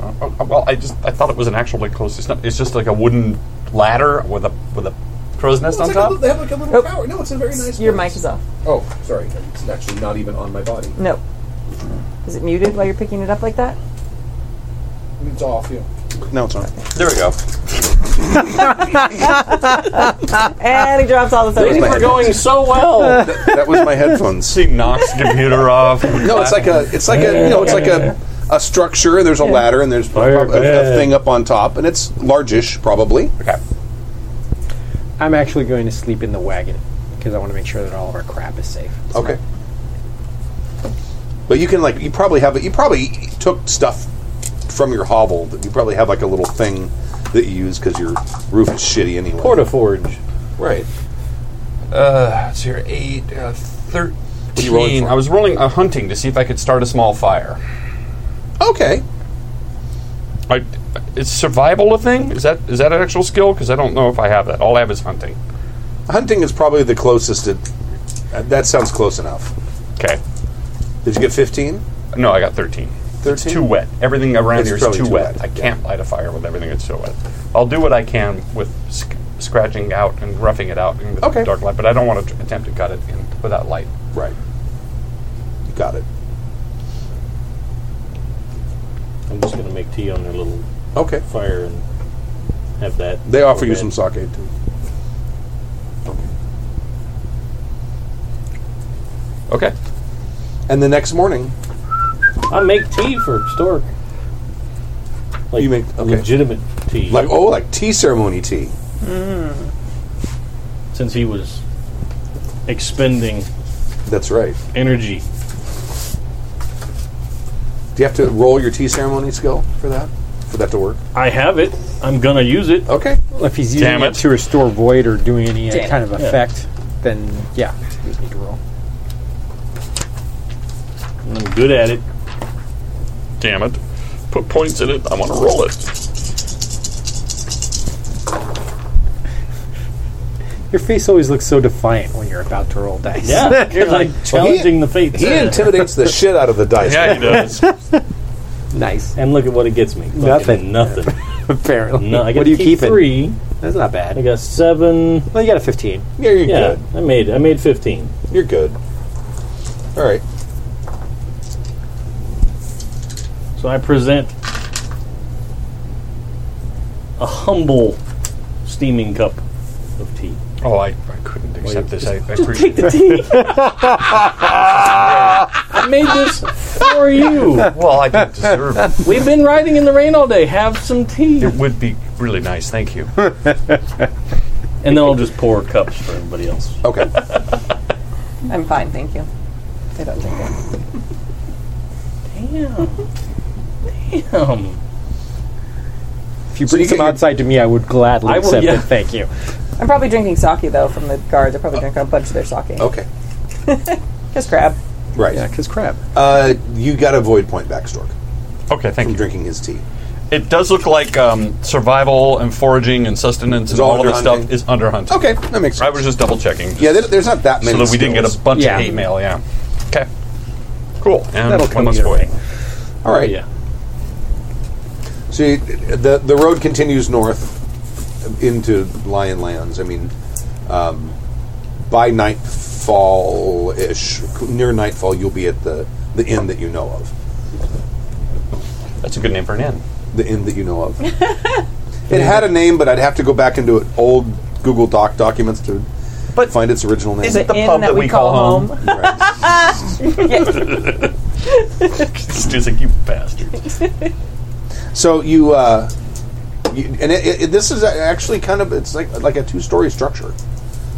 [SPEAKER 9] Uh, oh, well, I just I thought it was an actual like close. It's not. It's just like a wooden ladder with a with a crow's nest
[SPEAKER 2] Well,
[SPEAKER 9] on
[SPEAKER 2] it's like a
[SPEAKER 9] top.
[SPEAKER 2] little- they have like a little
[SPEAKER 3] Nope.
[SPEAKER 2] tower. No, it's a very nice.
[SPEAKER 3] Your
[SPEAKER 2] place.
[SPEAKER 3] mic is off.
[SPEAKER 2] Oh, sorry, it's actually not even on my body.
[SPEAKER 3] No. Is it muted while you're picking it up like that?
[SPEAKER 2] It's off. Yeah. No, it's on.
[SPEAKER 9] There we go. Ah.
[SPEAKER 3] And he drops all the
[SPEAKER 2] Things
[SPEAKER 3] stuff.
[SPEAKER 2] were going so well. [LAUGHS] that, that was my headphones.
[SPEAKER 9] She knocks the computer off.
[SPEAKER 2] No, it's like a, it's like a, you know, it's like a, a structure. There's a ladder, and there's prob- a, a thing up on top, and it's largish, probably.
[SPEAKER 9] Okay.
[SPEAKER 14] I'm actually going to sleep in the wagon because I want to make sure that all of our crap is safe.
[SPEAKER 2] Okay. But you can like, you probably have it. You probably took stuff from your hovel. That you probably have like a little thing that you use because your roof is shitty anyway.
[SPEAKER 7] forge.
[SPEAKER 9] Right. Uh, so you're eight, uh,
[SPEAKER 2] you rolling
[SPEAKER 9] thirteen.
[SPEAKER 2] for?
[SPEAKER 9] I was rolling a hunting to see if I could start a small fire.
[SPEAKER 2] Okay.
[SPEAKER 9] I, is survival a thing? Is that is that an actual skill? Because I don't know if I have that. All I have is hunting.
[SPEAKER 2] Hunting is probably the closest. To, uh, that sounds close enough.
[SPEAKER 9] Okay.
[SPEAKER 2] Did you get fifteen?
[SPEAKER 9] No, I got thirteen. It's
[SPEAKER 2] 13?
[SPEAKER 9] too wet. Everything around
[SPEAKER 2] It's
[SPEAKER 9] here is too,
[SPEAKER 2] probably too
[SPEAKER 9] wet.
[SPEAKER 2] wet,
[SPEAKER 9] I can't light a fire with everything that's so wet. I'll do what I can with sc- scratching out and roughing it out in the
[SPEAKER 2] Okay.
[SPEAKER 9] dark light, but I don't want to tr- attempt to cut it in without light.
[SPEAKER 2] Right. You got it.
[SPEAKER 7] I'm just going to make tea on their little
[SPEAKER 2] Okay.
[SPEAKER 7] fire and have that.
[SPEAKER 2] They offer you
[SPEAKER 7] Okay.
[SPEAKER 2] some sake too.
[SPEAKER 9] Okay.
[SPEAKER 2] And the next morning,
[SPEAKER 7] I make tea for Stork. Like
[SPEAKER 2] You make- okay.
[SPEAKER 7] legitimate tea.
[SPEAKER 2] like oh, like tea ceremony tea.
[SPEAKER 6] Since he was expending
[SPEAKER 2] That's right.
[SPEAKER 6] energy.
[SPEAKER 2] Do you have to roll your tea ceremony skill for that? For that to work?
[SPEAKER 6] I have it. I'm gonna use it.
[SPEAKER 2] Okay.
[SPEAKER 14] Well, if he's
[SPEAKER 9] Damn
[SPEAKER 14] using
[SPEAKER 9] it.
[SPEAKER 14] it to restore void or doing any
[SPEAKER 3] Damn
[SPEAKER 14] kind of
[SPEAKER 6] Yeah.
[SPEAKER 14] effect, then yeah, you just need to roll.
[SPEAKER 6] And I'm good
[SPEAKER 2] [LAUGHS]
[SPEAKER 6] at it.
[SPEAKER 5] Damn it. Put points in it. I want to roll it.
[SPEAKER 14] Your face always looks so defiant when you're about to roll dice.
[SPEAKER 4] [LAUGHS]
[SPEAKER 6] Yeah, you're like challenging the fates.
[SPEAKER 2] He
[SPEAKER 6] [LAUGHS]
[SPEAKER 2] intimidates the shit out of the dice.
[SPEAKER 5] Yeah, he does.
[SPEAKER 4] [LAUGHS]
[SPEAKER 14] nice.
[SPEAKER 7] and look at what it gets me. Fucking
[SPEAKER 14] Nothing.
[SPEAKER 2] [LAUGHS]
[SPEAKER 7] Nothing.
[SPEAKER 14] Apparently,
[SPEAKER 7] No, I got
[SPEAKER 14] what do you keep it?
[SPEAKER 7] three.
[SPEAKER 14] That's not bad.
[SPEAKER 7] I got seven.
[SPEAKER 14] Well, you got a 15.
[SPEAKER 2] Yeah, you're
[SPEAKER 7] Yeah, I made I made fifteen.
[SPEAKER 2] good. You're good. All right.
[SPEAKER 6] So I present a humble steaming cup of tea.
[SPEAKER 9] Oh, I, I couldn't accept this. I, I appreciate
[SPEAKER 7] Take the tea. I made this for you.
[SPEAKER 9] Well, I don't deserve it.
[SPEAKER 7] We've been riding in the rain all day. Have some tea,
[SPEAKER 9] It would be really nice. Thank you.
[SPEAKER 7] and then I'll just pour cups for everybody else.
[SPEAKER 2] Okay.
[SPEAKER 3] I'm fine, thank you. I don't drink it.
[SPEAKER 7] Damn. Damn.
[SPEAKER 4] If you
[SPEAKER 2] So
[SPEAKER 4] bring
[SPEAKER 2] you get
[SPEAKER 4] some
[SPEAKER 2] your-
[SPEAKER 4] outside to me, I would gladly
[SPEAKER 6] I will-
[SPEAKER 4] accept
[SPEAKER 6] yeah.
[SPEAKER 4] it. Thank you.
[SPEAKER 3] I'm probably drinking sake though from the guards. I probably
[SPEAKER 9] Oh.
[SPEAKER 3] drink a bunch of their sake.
[SPEAKER 2] Okay.
[SPEAKER 3] Just crab.
[SPEAKER 2] Right.
[SPEAKER 4] Yeah, because crap.
[SPEAKER 2] Uh, you got a void point back, Stork,
[SPEAKER 9] Okay, thank
[SPEAKER 2] from
[SPEAKER 9] you.
[SPEAKER 2] drinking his tea.
[SPEAKER 9] It does look like um, survival and foraging and sustenance and
[SPEAKER 2] all
[SPEAKER 9] all of
[SPEAKER 2] under
[SPEAKER 9] that stuff
[SPEAKER 2] hunting.
[SPEAKER 9] is under hunting.
[SPEAKER 2] Okay, that makes sense.
[SPEAKER 9] I was just double checking.
[SPEAKER 2] yeah, there, there's not that
[SPEAKER 9] so
[SPEAKER 2] many.
[SPEAKER 9] that we didn't get a
[SPEAKER 2] skills.
[SPEAKER 9] bunch
[SPEAKER 4] Yeah.
[SPEAKER 9] of hate mail. Yeah. Okay. Cool. And
[SPEAKER 4] That'll
[SPEAKER 9] one
[SPEAKER 4] come
[SPEAKER 9] less
[SPEAKER 4] either
[SPEAKER 9] void.
[SPEAKER 4] way.
[SPEAKER 2] All right.
[SPEAKER 6] Yeah.
[SPEAKER 2] So you, the the road continues north into Lion Lands. I mean, um, by nightfall ish, near nightfall, you'll be at the the inn that you know of.
[SPEAKER 9] That's a good name for an inn.
[SPEAKER 2] the inn that you know of. it had a name, but I'd have to go back into it, old Google Doc documents to
[SPEAKER 9] But
[SPEAKER 2] find its original name.
[SPEAKER 9] Is it the
[SPEAKER 3] inn
[SPEAKER 9] pub
[SPEAKER 3] that
[SPEAKER 9] that
[SPEAKER 3] we
[SPEAKER 9] we call
[SPEAKER 3] call
[SPEAKER 9] home?
[SPEAKER 2] Right.
[SPEAKER 9] Stu's like, you bastard.
[SPEAKER 2] so you, uh, you and it, it, this is actually kind of it's like like a two story structure,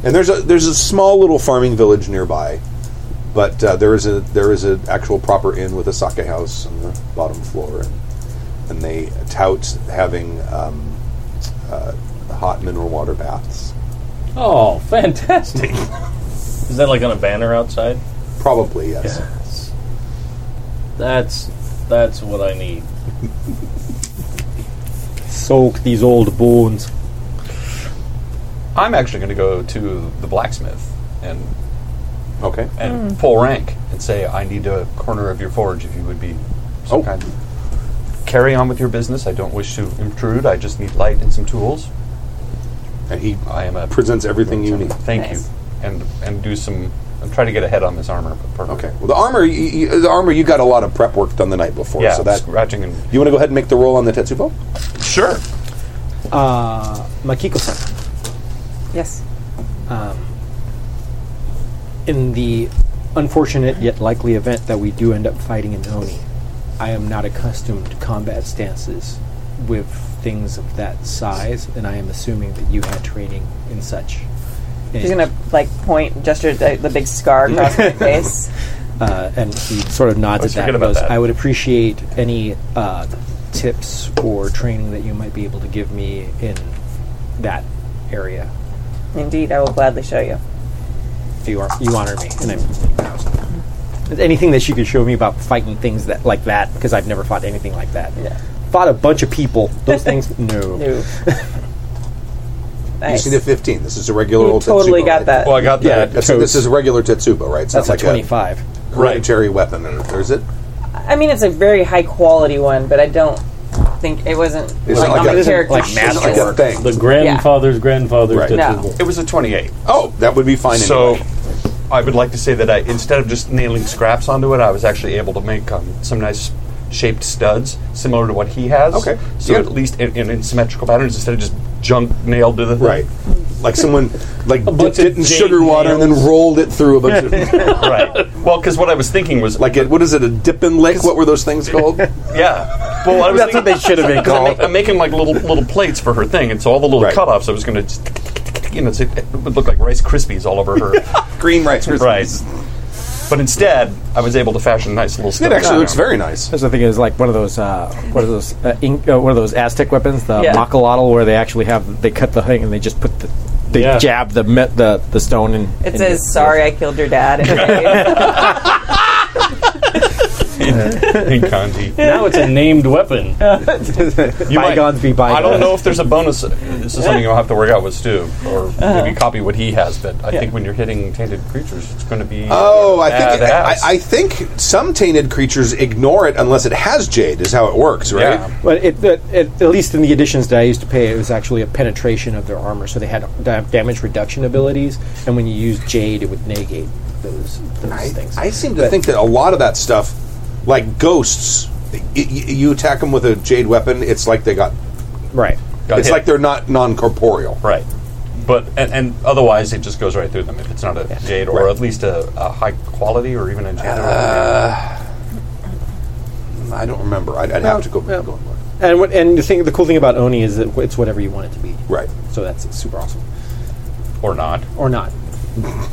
[SPEAKER 2] and there's a there's a small little farming village nearby, but uh, there is a there is an actual proper inn with a sake house on the bottom floor, and, and they tout having um, uh, hot mineral water baths.
[SPEAKER 6] Oh, fantastic.
[SPEAKER 17] Is that like on a banner outside?
[SPEAKER 2] Probably yes.
[SPEAKER 17] That's that's what I need.
[SPEAKER 4] Soak these old bones.
[SPEAKER 9] I'm actually going to go to the blacksmith and
[SPEAKER 2] Okay.
[SPEAKER 9] and full rank and say, I need a corner of your forge if you would be so
[SPEAKER 2] Oh.
[SPEAKER 9] kind. Carry on with your business. I don't wish to intrude. I just need light and some tools.
[SPEAKER 2] and he
[SPEAKER 9] I am a
[SPEAKER 2] presents everything you need.
[SPEAKER 9] Thank
[SPEAKER 3] Nice.
[SPEAKER 9] you. And and do some. I'm trying to get ahead on this armor. But perfect.
[SPEAKER 2] Okay. Well, the armor, you, you, the armor, you got a lot of prep work done the night before.
[SPEAKER 9] Yeah.
[SPEAKER 2] So that
[SPEAKER 9] scratching and
[SPEAKER 2] you want to go ahead and make the roll on the tetsubo?
[SPEAKER 9] sure.
[SPEAKER 4] Uh, Makiko-san,
[SPEAKER 3] Yes.
[SPEAKER 4] in the unfortunate yet likely event that we do end up fighting an Oni, I am not accustomed to combat stances with things of that size, and I am assuming that you had training in such.
[SPEAKER 3] She's gonna like point, gesture the, the big scar
[SPEAKER 9] [LAUGHS]
[SPEAKER 3] across my face.
[SPEAKER 4] uh, and he sort of nods
[SPEAKER 9] Always
[SPEAKER 4] at that.
[SPEAKER 9] forget
[SPEAKER 4] and
[SPEAKER 9] about
[SPEAKER 4] Goes,
[SPEAKER 9] that.
[SPEAKER 4] I would appreciate any uh, tips or training that you might be able to give me in that area.
[SPEAKER 3] Indeed, I will gladly show you.
[SPEAKER 4] You are you honor me, and I'm anything that you could show me about fighting things that like that because I've never fought anything like that.
[SPEAKER 3] Yeah.
[SPEAKER 4] Fought a bunch of people. Those things, no.
[SPEAKER 9] [LAUGHS]
[SPEAKER 3] No. nice.
[SPEAKER 2] You see the fifteen. This is a regular
[SPEAKER 3] You
[SPEAKER 2] old
[SPEAKER 3] totally
[SPEAKER 2] tetsubo,
[SPEAKER 3] got
[SPEAKER 2] right?
[SPEAKER 3] that.
[SPEAKER 9] Well, I got
[SPEAKER 4] Yeah,
[SPEAKER 9] that.
[SPEAKER 2] That's- this is a regular tetsubo, right? It's
[SPEAKER 4] That's
[SPEAKER 2] not
[SPEAKER 4] a
[SPEAKER 2] like
[SPEAKER 4] twenty-five.
[SPEAKER 2] a hereditary weapon, or, or is it?
[SPEAKER 3] I mean, it's a very high quality one, but I don't think it wasn't
[SPEAKER 2] It's
[SPEAKER 3] like,
[SPEAKER 2] not
[SPEAKER 3] on
[SPEAKER 2] like
[SPEAKER 3] my
[SPEAKER 2] a-
[SPEAKER 3] character
[SPEAKER 4] like
[SPEAKER 3] sheet.
[SPEAKER 2] It's not like a thing.
[SPEAKER 6] The grandfather's grandfather's
[SPEAKER 2] Right.
[SPEAKER 3] No.
[SPEAKER 9] It was a 28.
[SPEAKER 2] oh, that would be fine.
[SPEAKER 9] So,
[SPEAKER 2] anyway.
[SPEAKER 9] I would like to say that I, instead of just nailing scraps onto it, I was actually able to make um, some nice shaped studs similar to what he has.
[SPEAKER 2] Okay.
[SPEAKER 9] So
[SPEAKER 2] Yeah.
[SPEAKER 9] at least in, in, in symmetrical patterns instead of just junk nailed to the thing.
[SPEAKER 2] right, like someone like
[SPEAKER 6] bunch
[SPEAKER 2] dipped it
[SPEAKER 6] of
[SPEAKER 2] in
[SPEAKER 6] jade
[SPEAKER 2] sugar water and then
[SPEAKER 6] nails.
[SPEAKER 2] rolled it through a bunch of
[SPEAKER 9] [LAUGHS] right. Well, because what I was thinking was
[SPEAKER 2] like it, what is it? A dip and lick? What were those things called?
[SPEAKER 9] yeah. Well, I was
[SPEAKER 4] That's what
[SPEAKER 9] thinking-
[SPEAKER 4] they should have been
[SPEAKER 9] 'cause I'm
[SPEAKER 4] called.
[SPEAKER 9] ma- I'm making like little little plates for her thing, and so all the little
[SPEAKER 2] Right.
[SPEAKER 9] cutoffs I was going to, you know, it's- it would look like Rice Krispies all over her.
[SPEAKER 2] Green [LAUGHS] rice. Krispies.
[SPEAKER 9] right. But instead, I was able to fashion nice little stuff.
[SPEAKER 2] It actually looks very nice.
[SPEAKER 4] That's the thing is like one of those uh, one of those uh, ink, uh, one of those Aztec weapons, the
[SPEAKER 3] Yeah.
[SPEAKER 4] macalotl, where they actually have they cut the thing and they just put the they
[SPEAKER 6] Yeah.
[SPEAKER 4] jab the met the the stone and
[SPEAKER 3] It says,
[SPEAKER 14] [LAUGHS]
[SPEAKER 3] "Sorry, I killed
[SPEAKER 2] [LAUGHS]
[SPEAKER 3] your dad." [LAUGHS] And
[SPEAKER 9] in
[SPEAKER 2] [LAUGHS]
[SPEAKER 9] Kanji.
[SPEAKER 6] Now it's a named weapon.
[SPEAKER 9] You might-
[SPEAKER 4] bygones be bygones.
[SPEAKER 9] I don't know if there's a bonus. This is something you'll have to work out with Stu, or maybe copy what he has. But I think when you're hitting tainted creatures, it's going to be.
[SPEAKER 2] Oh, I think
[SPEAKER 9] badass.
[SPEAKER 2] I, I think some tainted creatures ignore it unless it has jade. Is how it works, right?
[SPEAKER 9] Yeah.
[SPEAKER 4] But it, it, it- at least in the editions that I used to pay, it was actually a penetration of their armor, so they had da- damage reduction abilities. And when you use jade, it would negate those those things.
[SPEAKER 2] I seem to think that a lot of that stuff, like ghosts, y- y- you attack them with a jade weapon, it's like they got.
[SPEAKER 4] right.
[SPEAKER 9] Got
[SPEAKER 2] it's
[SPEAKER 9] hit.
[SPEAKER 2] like they're not non corporeal.
[SPEAKER 9] right. But and, and otherwise, it just goes right through them if it's not a jade or at least a, a high quality or even enchanted.
[SPEAKER 2] I don't remember. I'd, I'd have to go, go and look.
[SPEAKER 4] And what, and the thing, the cool thing about Oni is that it's whatever you want it to be.
[SPEAKER 2] Right.
[SPEAKER 4] So that's super awesome,
[SPEAKER 9] or not
[SPEAKER 4] or not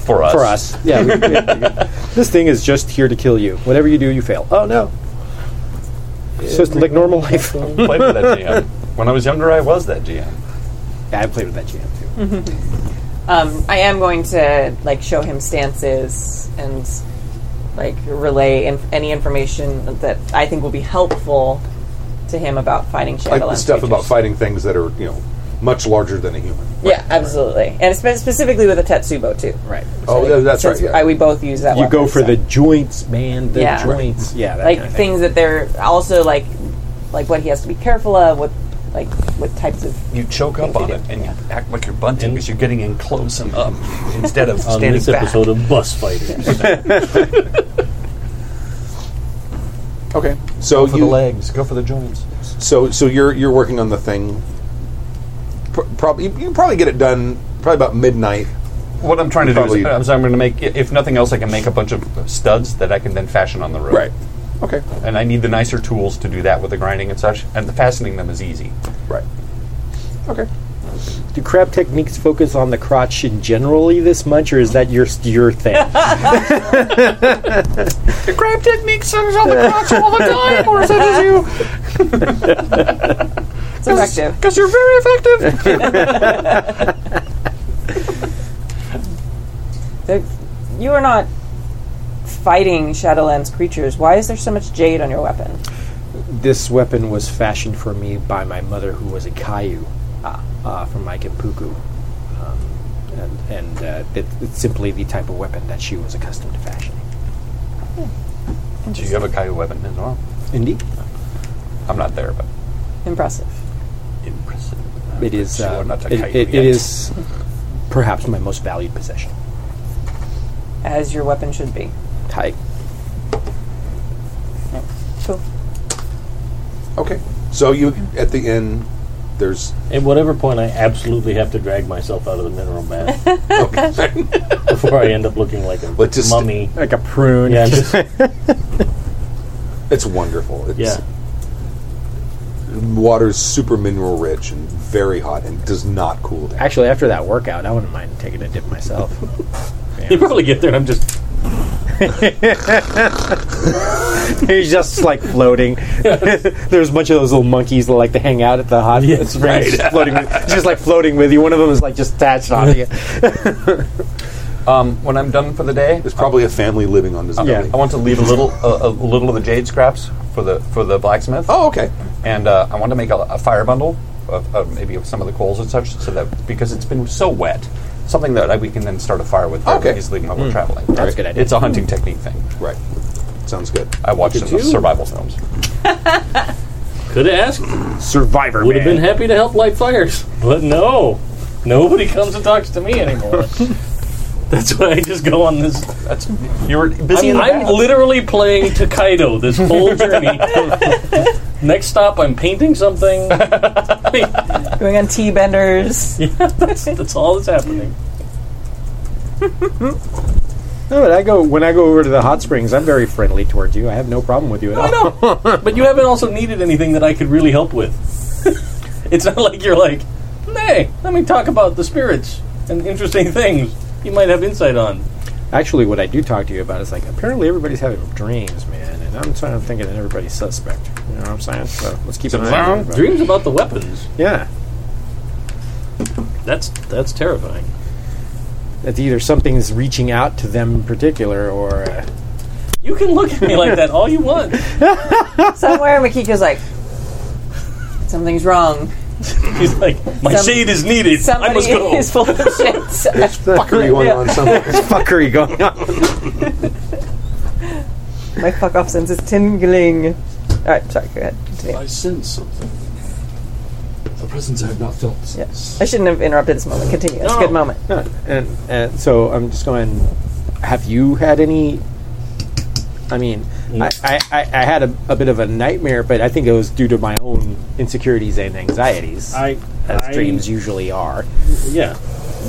[SPEAKER 9] for us.
[SPEAKER 4] for us. Yeah. we-
[SPEAKER 9] [LAUGHS]
[SPEAKER 4] we- this thing is just here to kill you. Whatever you do, you fail. Oh no. It's just like normal life.
[SPEAKER 9] [LAUGHS] Play with that GM.
[SPEAKER 18] When I was younger, I was that GM.
[SPEAKER 14] Yeah, I played with that GM too.
[SPEAKER 3] Um, I am going to like show him stances and like relay inf- any information that I think will be helpful to him about fighting Shadowlands.
[SPEAKER 2] Like the stuff
[SPEAKER 3] creatures.
[SPEAKER 2] about fighting things that are, you know, much larger than a human.
[SPEAKER 3] Yeah, absolutely, and spe- specifically with a Tetsubo too.
[SPEAKER 14] Right.
[SPEAKER 2] Oh, yeah, that's right.
[SPEAKER 3] Since
[SPEAKER 2] Yeah.
[SPEAKER 3] I, we both use that.
[SPEAKER 14] You
[SPEAKER 3] weapon,
[SPEAKER 14] go for
[SPEAKER 3] so.
[SPEAKER 14] the joints, man. The
[SPEAKER 3] Yeah.
[SPEAKER 14] joints. Yeah. That
[SPEAKER 3] like
[SPEAKER 14] kind of thing.
[SPEAKER 3] things that they're also like like what he has to be careful of what like what types of
[SPEAKER 9] You choke up on it and you act like you're bunting because you're getting in close and up instead of
[SPEAKER 6] on
[SPEAKER 9] standing
[SPEAKER 6] this
[SPEAKER 9] back.
[SPEAKER 6] episode of Bus Fighters.
[SPEAKER 2] Okay. So
[SPEAKER 9] Go for
[SPEAKER 2] you,
[SPEAKER 9] the legs. Go for the joints.
[SPEAKER 2] so so you're you're working on the thing. Pr- probably you, you probably get it done probably about midnight.
[SPEAKER 9] What I'm trying to
[SPEAKER 2] Probably-
[SPEAKER 9] do is uh, I'm, I'm going to make, if nothing else, I can make a bunch of studs that I can then fashion on the road.
[SPEAKER 2] Okay.
[SPEAKER 9] And I need the nicer tools to do that with the grinding and such. And the fastening them is easy.
[SPEAKER 2] Right. Okay.
[SPEAKER 14] Do crab techniques focus on the crotch in generally this much, or is that your your thing?
[SPEAKER 9] [LAUGHS] The grab technique centers on the crotch all the time, or is that just you?
[SPEAKER 3] it's effective
[SPEAKER 9] Because you're very [LAUGHS] effective.
[SPEAKER 3] They're- you are not fighting shadowlands creatures why is there so much jade on your weapon
[SPEAKER 14] this weapon was fashioned for me by my mother, who was a Caillou uh, from Mike and Puku. Um, and and uh, it, it's simply the type of weapon that she was accustomed to fashioning.
[SPEAKER 9] Do you have a Caillou weapon as well?
[SPEAKER 14] Indeed.
[SPEAKER 9] I'm not there, but
[SPEAKER 3] impressive
[SPEAKER 9] impressive.
[SPEAKER 14] It is.
[SPEAKER 9] Sure,
[SPEAKER 14] Uh,
[SPEAKER 9] not a
[SPEAKER 14] it-
[SPEAKER 9] Caillou
[SPEAKER 14] it-
[SPEAKER 9] yet.
[SPEAKER 14] it is perhaps my most valued possession.
[SPEAKER 3] as your weapon should be
[SPEAKER 14] Hi.
[SPEAKER 3] cool
[SPEAKER 2] Okay. So you at the end there's
[SPEAKER 6] At whatever point, I absolutely have to drag myself out of the mineral bath
[SPEAKER 2] okay.
[SPEAKER 6] before I end up looking like a
[SPEAKER 2] But just-
[SPEAKER 6] mummy.
[SPEAKER 14] Like a prune.
[SPEAKER 6] Yeah, just,
[SPEAKER 2] it's wonderful. It's
[SPEAKER 6] yeah.
[SPEAKER 2] water's super mineral rich and very hot and does not cool down.
[SPEAKER 14] Actually, after that workout, I wouldn't mind taking a dip myself.
[SPEAKER 9] [LAUGHS]
[SPEAKER 6] You probably get there, and I'm just
[SPEAKER 14] [LAUGHS] He's just like floating. [LAUGHS] There's a bunch of those little monkeys that like to hang out at the hot
[SPEAKER 6] Yes,
[SPEAKER 14] springs, just floating, with, just like floating with you. One of them is like just attached onto you.
[SPEAKER 9] Um, when I'm done for the day,
[SPEAKER 2] There's probably a family living on this building.
[SPEAKER 9] I want to leave a little, a, a little of the jade scraps for the for the blacksmith.
[SPEAKER 2] Oh, okay.
[SPEAKER 9] and uh, I want to make a, a fire bundle of, of maybe of some of the coals and such, so that because it's been so wet, something that I, we can then start a fire with very
[SPEAKER 2] Okay.
[SPEAKER 9] easily while we're traveling.
[SPEAKER 14] Hmm. That's a good idea.
[SPEAKER 9] It's a hunting technique thing.
[SPEAKER 2] Right. Sounds good.
[SPEAKER 9] I watched
[SPEAKER 2] Look
[SPEAKER 9] in
[SPEAKER 2] at
[SPEAKER 9] the
[SPEAKER 2] you.
[SPEAKER 9] survival films.
[SPEAKER 6] could have asked.
[SPEAKER 14] Survivor
[SPEAKER 6] Would have
[SPEAKER 14] man.
[SPEAKER 6] been happy to help light fires, but no, nobody comes and talks to me
[SPEAKER 9] [LAUGHS]
[SPEAKER 6] anymore. That's why I just go on this.
[SPEAKER 9] That's you were busy.
[SPEAKER 6] I'm,
[SPEAKER 9] in the
[SPEAKER 6] I'm
[SPEAKER 9] bath.
[SPEAKER 6] literally playing Takedo this whole
[SPEAKER 9] [LAUGHS]
[SPEAKER 6] journey. Next stop, I'm painting something.
[SPEAKER 3] going on tea
[SPEAKER 6] [LAUGHS]
[SPEAKER 3] benders
[SPEAKER 6] That's all that's happening.
[SPEAKER 14] No, but I go when I go over to the hot springs. I'm very friendly towards you. I have no problem with you at all.
[SPEAKER 6] No, but you haven't also needed anything that I could really help with. [LAUGHS] it's not like you're like, hey, let me talk about the spirits and interesting things you might have insight on.
[SPEAKER 14] Actually, what I do talk to you about is like apparently everybody's having dreams, man, and I'm trying to thinking that everybody's suspect. You know what I'm saying? So let's keep it an eye on everybody.
[SPEAKER 6] Dreams about the weapons.
[SPEAKER 14] Yeah,
[SPEAKER 6] That's that's terrifying.
[SPEAKER 14] that's either something's reaching out to them in particular, or uh, [LAUGHS]
[SPEAKER 6] You can look at me like that all you want. [LAUGHS]
[SPEAKER 3] somewhere makiko's like something's wrong
[SPEAKER 6] He's like, my
[SPEAKER 3] Some-
[SPEAKER 6] shade is needed. I
[SPEAKER 3] somebody
[SPEAKER 6] must go.
[SPEAKER 3] is full of shit [LAUGHS]
[SPEAKER 6] [LAUGHS]
[SPEAKER 2] Fuckery going on somewhere.
[SPEAKER 14] fuckery going on.
[SPEAKER 3] my fuck off sense is tingling all right sorry go ahead continue.
[SPEAKER 19] I sense something. A presence I have not felt since.
[SPEAKER 3] I shouldn't have interrupted this moment continue it's a good moment
[SPEAKER 14] Yeah, and, and so I'm just going. Have you had any? I mean, I, I, I, I had a, a bit of a nightmare, but I think it was due to my own insecurities and anxieties,
[SPEAKER 6] I,
[SPEAKER 14] as
[SPEAKER 6] I-
[SPEAKER 14] dreams usually are.
[SPEAKER 6] Yeah,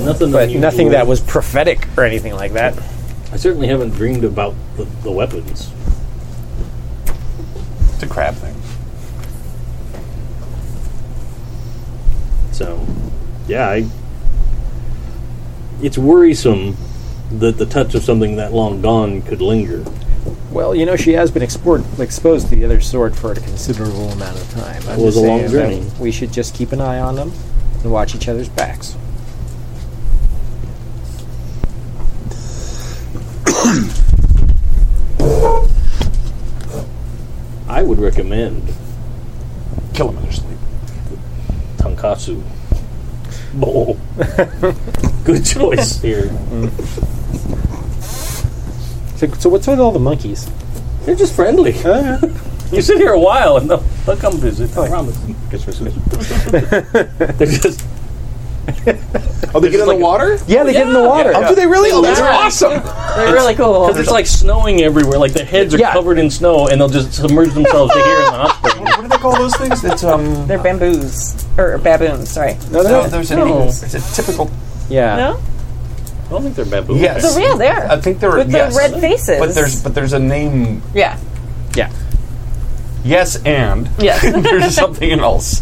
[SPEAKER 6] nothing.
[SPEAKER 14] But
[SPEAKER 6] unusual.
[SPEAKER 14] nothing that was prophetic or anything like that.
[SPEAKER 6] I certainly haven't dreamed about the, the weapons.
[SPEAKER 9] It's a crab thing.
[SPEAKER 6] So, yeah, I, it's worrisome that the touch of something that long gone could linger.
[SPEAKER 4] Well, you know, she has been explored, exposed to the other sword for a considerable amount of time. I'm
[SPEAKER 20] It was
[SPEAKER 4] just
[SPEAKER 20] a long
[SPEAKER 4] saying that
[SPEAKER 20] journey.
[SPEAKER 4] We should just keep an eye on them and watch each other's backs.
[SPEAKER 6] I would recommend
[SPEAKER 9] Kill them in their sleep.
[SPEAKER 6] Tonkatsu bowl. Good choice here.
[SPEAKER 4] So, so what's with all the monkeys?
[SPEAKER 6] They're just friendly. [LAUGHS] you sit here a while and they'll, they'll come visit. I promise. [LAUGHS] They're just
[SPEAKER 2] Oh, they get in
[SPEAKER 6] like
[SPEAKER 2] the
[SPEAKER 6] a-
[SPEAKER 2] water?
[SPEAKER 4] Yeah, they get in the
[SPEAKER 6] Yeah.
[SPEAKER 4] water.
[SPEAKER 6] Yeah.
[SPEAKER 2] Oh, do they really? Oh, that's
[SPEAKER 6] Yeah.
[SPEAKER 2] awesome.
[SPEAKER 3] They're really cool.
[SPEAKER 6] because it's like snowing everywhere. Like their heads are
[SPEAKER 4] Yeah.
[SPEAKER 6] covered in snow and they'll just submerge themselves to here in the hot spring.
[SPEAKER 21] What do they call those things? That's um.
[SPEAKER 3] They're bamboos or baboons. Sorry.
[SPEAKER 4] No, they're
[SPEAKER 21] No,
[SPEAKER 4] not-
[SPEAKER 21] there's an
[SPEAKER 6] No.
[SPEAKER 21] English. It's a typical.
[SPEAKER 4] Yeah.
[SPEAKER 3] No,
[SPEAKER 6] I don't think they're baboons.
[SPEAKER 21] Yes.
[SPEAKER 3] they're real. There
[SPEAKER 21] I think there are
[SPEAKER 3] with
[SPEAKER 21] yes,
[SPEAKER 3] the red faces.
[SPEAKER 21] but there's but there's a name.
[SPEAKER 3] yeah,
[SPEAKER 4] Yeah.
[SPEAKER 21] Yes, and [LAUGHS]
[SPEAKER 3] yes.
[SPEAKER 21] there's something else.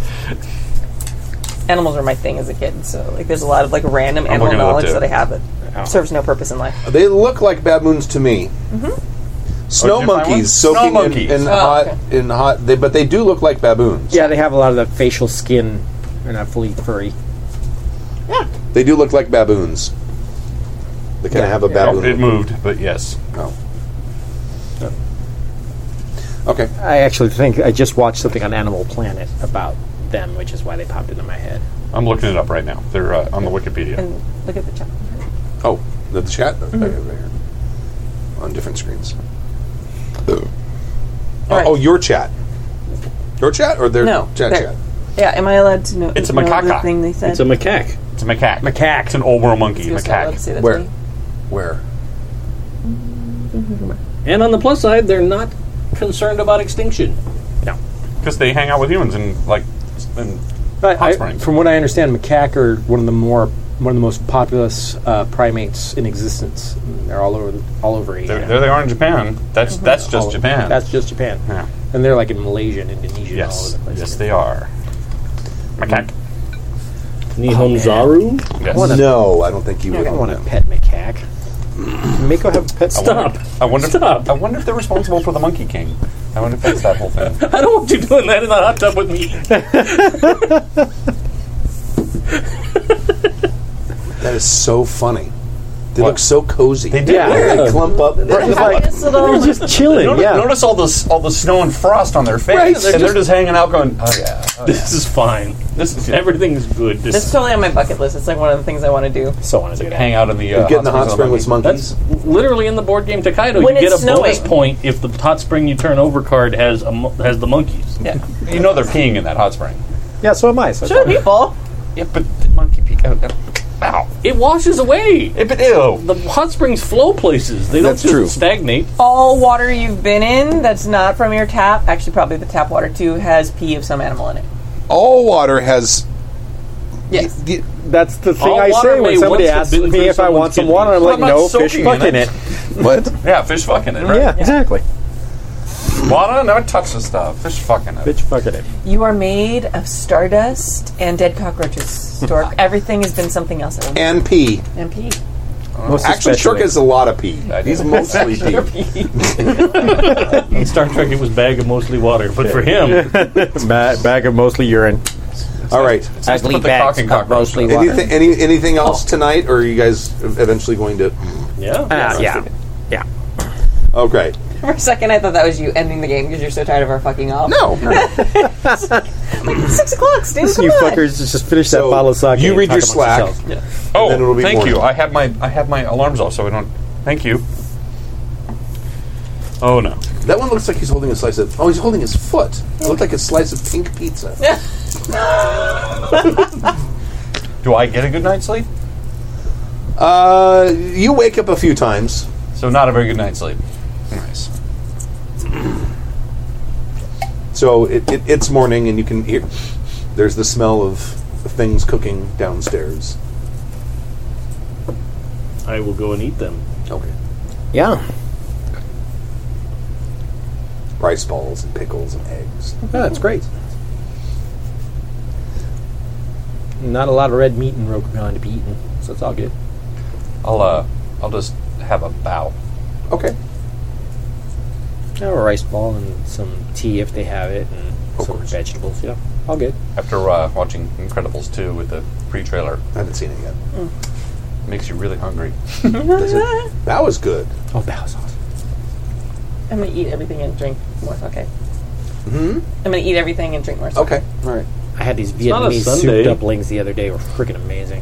[SPEAKER 3] Animals were my thing as a kid, so like there's a lot of like random animal
[SPEAKER 21] looking it up,
[SPEAKER 3] knowledge
[SPEAKER 21] too.
[SPEAKER 3] that I have that serves no purpose in life.
[SPEAKER 2] They look like baboons to me. Mm-hmm. Snow
[SPEAKER 9] Oh, did you find one?
[SPEAKER 2] monkeys soaking
[SPEAKER 21] Snow monkeys.
[SPEAKER 2] in, in hot in hot. They, but they do look like baboons.
[SPEAKER 4] Yeah, they have a lot of the facial skin. They're not fully furry.
[SPEAKER 2] They do look like baboons. They kind of have a
[SPEAKER 9] Oh, it
[SPEAKER 2] baboon.
[SPEAKER 9] moved, but yes.
[SPEAKER 2] Oh. Okay.
[SPEAKER 4] I actually think I just watched something on Animal Planet about them, which is why they popped into my head.
[SPEAKER 9] I'm looking it up right now. They're uh, on the Wikipedia.
[SPEAKER 3] And look at the chat.
[SPEAKER 2] Oh, the chat okay, over here on different screens. Oh,
[SPEAKER 3] Alright.
[SPEAKER 2] oh, your chat. Your chat or their
[SPEAKER 3] No,
[SPEAKER 2] chat
[SPEAKER 3] their-
[SPEAKER 2] chat?
[SPEAKER 3] Yeah, am I allowed to know?
[SPEAKER 9] It's a
[SPEAKER 3] know The
[SPEAKER 9] macaca.
[SPEAKER 3] thing they said.
[SPEAKER 6] It's a macaque.
[SPEAKER 9] It's a macaque. Macaque. It's an old world monkey.
[SPEAKER 3] You're still allowed to
[SPEAKER 9] Macaque.
[SPEAKER 3] say that to
[SPEAKER 2] Where?
[SPEAKER 3] me.
[SPEAKER 2] Where?
[SPEAKER 6] And on the plus side, they're not concerned about extinction.
[SPEAKER 9] Because they hang out with humans and like. s- And
[SPEAKER 4] I,
[SPEAKER 9] Hot
[SPEAKER 4] I-
[SPEAKER 9] spring.
[SPEAKER 4] from what I understand, macaque are one of the more one of the most populous uh, primates in existence. They're all over all over Asia.
[SPEAKER 9] there, there they are in Japan. That's that's just
[SPEAKER 4] Mhm. All-
[SPEAKER 9] Japan.
[SPEAKER 4] That's just Japan.
[SPEAKER 9] Yeah.
[SPEAKER 4] And they're like in Malaysia and Indonesia. and all
[SPEAKER 9] yes.
[SPEAKER 4] over the place.
[SPEAKER 9] Yes, they are. Macaque.
[SPEAKER 6] Nihon Zaru?
[SPEAKER 9] Yes.
[SPEAKER 2] No, I don't think you
[SPEAKER 4] I
[SPEAKER 2] would.
[SPEAKER 4] don't want to pet macaque. Mako have a pet.
[SPEAKER 6] Stop.
[SPEAKER 9] I wonder.
[SPEAKER 6] Stop.
[SPEAKER 9] I wonder if they're responsible for the Monkey King. I wonder if that's that whole thing.
[SPEAKER 6] [LAUGHS] I don't want you doing that in the hot tub with me.
[SPEAKER 2] That is so funny. They
[SPEAKER 9] What?
[SPEAKER 2] look so cozy.
[SPEAKER 9] They do.
[SPEAKER 4] Yeah.
[SPEAKER 2] They clump up.
[SPEAKER 3] It's like this little.
[SPEAKER 4] They're just chilling.
[SPEAKER 9] Notice,
[SPEAKER 4] Yeah.
[SPEAKER 9] notice all the all the snow and frost on their face,
[SPEAKER 2] Right.
[SPEAKER 9] and they're just hanging out, going, "Oh yeah, oh,
[SPEAKER 6] This is fine.
[SPEAKER 9] this is
[SPEAKER 6] Everything's good.
[SPEAKER 3] It's totally on my bucket list. It's like one of the things I want to do.
[SPEAKER 4] So want to do that.
[SPEAKER 9] hang out in the uh,
[SPEAKER 2] Get in the hot spring with some monkeys.
[SPEAKER 6] That's literally in the board game Takedo.
[SPEAKER 3] When
[SPEAKER 6] you get a
[SPEAKER 3] it's
[SPEAKER 6] bonus
[SPEAKER 3] snowing.
[SPEAKER 6] point if the hot spring you turn over card has a, mo- has the monkeys.
[SPEAKER 3] Yeah,
[SPEAKER 9] You know they're peeing in that hot spring.
[SPEAKER 4] Yeah. So am I. So it's
[SPEAKER 3] should be full.
[SPEAKER 9] Yeah, but the monkey pee. Oh, no. Ow!
[SPEAKER 6] It washes away.
[SPEAKER 9] Yeah, but ew.
[SPEAKER 6] The hot springs flow places. They
[SPEAKER 2] That's
[SPEAKER 6] don't just
[SPEAKER 2] true.
[SPEAKER 6] stagnate.
[SPEAKER 3] All water you've been in that's not from your tap, actually probably the tap water too, has pee of some animal in it.
[SPEAKER 2] All water has.
[SPEAKER 3] Yes.
[SPEAKER 2] y-
[SPEAKER 4] That's the thing
[SPEAKER 6] All
[SPEAKER 4] I
[SPEAKER 6] water
[SPEAKER 4] say
[SPEAKER 6] may
[SPEAKER 4] when somebody
[SPEAKER 6] once have
[SPEAKER 4] asks
[SPEAKER 6] been
[SPEAKER 4] me
[SPEAKER 6] through
[SPEAKER 4] if I want
[SPEAKER 6] someone's
[SPEAKER 4] some water. I'm
[SPEAKER 6] kidneys.
[SPEAKER 4] like,
[SPEAKER 9] I'm not
[SPEAKER 4] no, fish
[SPEAKER 9] soaking in
[SPEAKER 4] fuck in
[SPEAKER 9] it.
[SPEAKER 4] it.
[SPEAKER 2] What? [LAUGHS]
[SPEAKER 9] Yeah, fish fucking it. Right?
[SPEAKER 4] Yeah, exactly.
[SPEAKER 9] Water never touches stuff. Fish fucking it.
[SPEAKER 4] Bitch, fuck it.
[SPEAKER 3] You are made of stardust and dead cockroaches, Stork.
[SPEAKER 2] [LAUGHS]
[SPEAKER 3] Everything has been something else. And,
[SPEAKER 2] And pee.
[SPEAKER 3] and pee.
[SPEAKER 4] Most
[SPEAKER 2] Actually, Shurk
[SPEAKER 4] especially.
[SPEAKER 2] is a lot of pee.
[SPEAKER 9] I do.
[SPEAKER 2] He's mostly pee.
[SPEAKER 6] In Star Trek, it was bag of mostly water, but for him,
[SPEAKER 4] Ba- bag of mostly urine.
[SPEAKER 2] All right.
[SPEAKER 9] Put the cock in cockroach.
[SPEAKER 2] Anything, any, anything else tonight, or are you guys eventually going to?
[SPEAKER 6] yeah,
[SPEAKER 4] Ah, yeah.
[SPEAKER 2] Okay.
[SPEAKER 3] For a second, I thought that was you ending the game because you're so tired of our fucking off.
[SPEAKER 2] No.
[SPEAKER 3] [LAUGHS] Six o'clock, Stu. Come
[SPEAKER 4] You
[SPEAKER 3] on.
[SPEAKER 4] fuckers just finish that
[SPEAKER 2] So,
[SPEAKER 4] bottle of sake.
[SPEAKER 2] you
[SPEAKER 4] and
[SPEAKER 2] read
[SPEAKER 4] talk
[SPEAKER 2] your
[SPEAKER 4] amongst
[SPEAKER 2] slack.
[SPEAKER 4] yourselves.
[SPEAKER 9] Oh,
[SPEAKER 2] then it'll be
[SPEAKER 9] thank you.
[SPEAKER 2] warm.
[SPEAKER 9] I have my I have my alarms off, so I don't. Thank you. Oh no!
[SPEAKER 2] That one looks like he's holding a slice of. Oh, he's holding his foot. It looked like a slice of pink pizza.
[SPEAKER 9] Do I get a good night's sleep?
[SPEAKER 2] Uh, you wake up a few times.
[SPEAKER 9] So not a very good night's sleep. Nice.
[SPEAKER 2] So it, it, it's morning, and you can hear. There's the smell of things cooking downstairs.
[SPEAKER 6] I will go and eat them.
[SPEAKER 2] Okay.
[SPEAKER 4] Yeah.
[SPEAKER 2] Rice balls and pickles and eggs.
[SPEAKER 4] Yeah, that's great. Not a lot of red meat in Rokugan to be eaten, so it's all good.
[SPEAKER 9] I'll uh, I'll just have a bow.
[SPEAKER 2] Okay.
[SPEAKER 14] Yeah, a rice ball and some tea if they have it, and some vegetables. Yeah, all good.
[SPEAKER 9] After uh, watching Incredibles 2 with the pre trailer,
[SPEAKER 2] I haven't seen it yet.
[SPEAKER 9] makes you really hungry.
[SPEAKER 2] Does it? That was good.
[SPEAKER 14] Oh, that was awesome.
[SPEAKER 3] I'm gonna eat everything and drink more. Okay. Hmm. I'm gonna eat everything and drink more.
[SPEAKER 2] Okay. All right.
[SPEAKER 14] I had these
[SPEAKER 6] not a
[SPEAKER 14] Vietnamese
[SPEAKER 6] Sunday.
[SPEAKER 14] souped up links the other day. Were freaking amazing.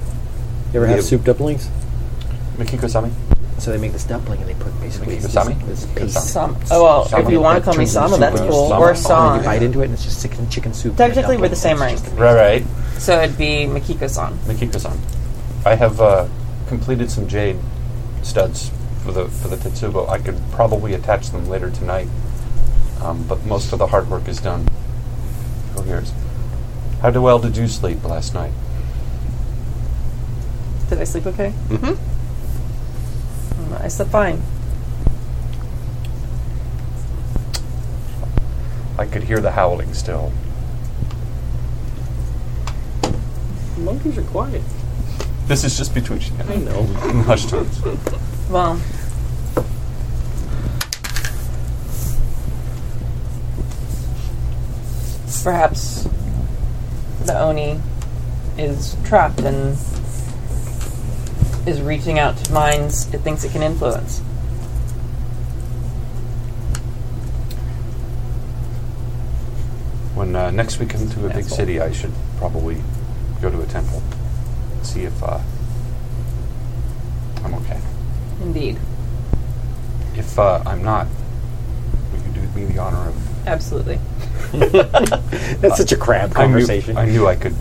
[SPEAKER 14] You ever have
[SPEAKER 2] Yep.
[SPEAKER 14] souped up links?
[SPEAKER 9] Mickey Kosami?
[SPEAKER 14] So they make this dumpling and they put basically this,
[SPEAKER 9] Kisami?
[SPEAKER 14] this paste.
[SPEAKER 3] Some, oh well, if you want to call me
[SPEAKER 14] Turns into
[SPEAKER 3] Sama, that's
[SPEAKER 14] soup.
[SPEAKER 3] cool.
[SPEAKER 9] Sama.
[SPEAKER 3] Or
[SPEAKER 14] And you bite
[SPEAKER 3] San.
[SPEAKER 14] into it and it's just chicken, chicken soup.
[SPEAKER 3] Technically, we're the same rank,
[SPEAKER 9] Right, right.
[SPEAKER 3] so it'd be Makiko-san.
[SPEAKER 9] Mickey Kosami. I have uh, completed some jade studs for the for the Tetsubo. I could probably attach them later tonight, um, but most of the hard work is done. Who cares? How do- well did you sleep last night?
[SPEAKER 3] Did I sleep okay? Mm-hmm. I slept fine.
[SPEAKER 9] I could hear the howling still.
[SPEAKER 7] Monkeys are quiet.
[SPEAKER 9] This is just between you. I know. [LAUGHS] Hushed tones.
[SPEAKER 3] Well, perhaps the Oni is trapped and is reaching out to minds it thinks it can influence.
[SPEAKER 9] When uh, next we come to a big
[SPEAKER 3] Asshole.
[SPEAKER 9] city, I should probably go to a temple. See if uh, I'm okay.
[SPEAKER 3] Indeed.
[SPEAKER 9] If uh, I'm not, will you do me the honor of
[SPEAKER 3] Absolutely.
[SPEAKER 14] That's such a crab
[SPEAKER 9] I knew-
[SPEAKER 14] conversation.
[SPEAKER 9] I knew I could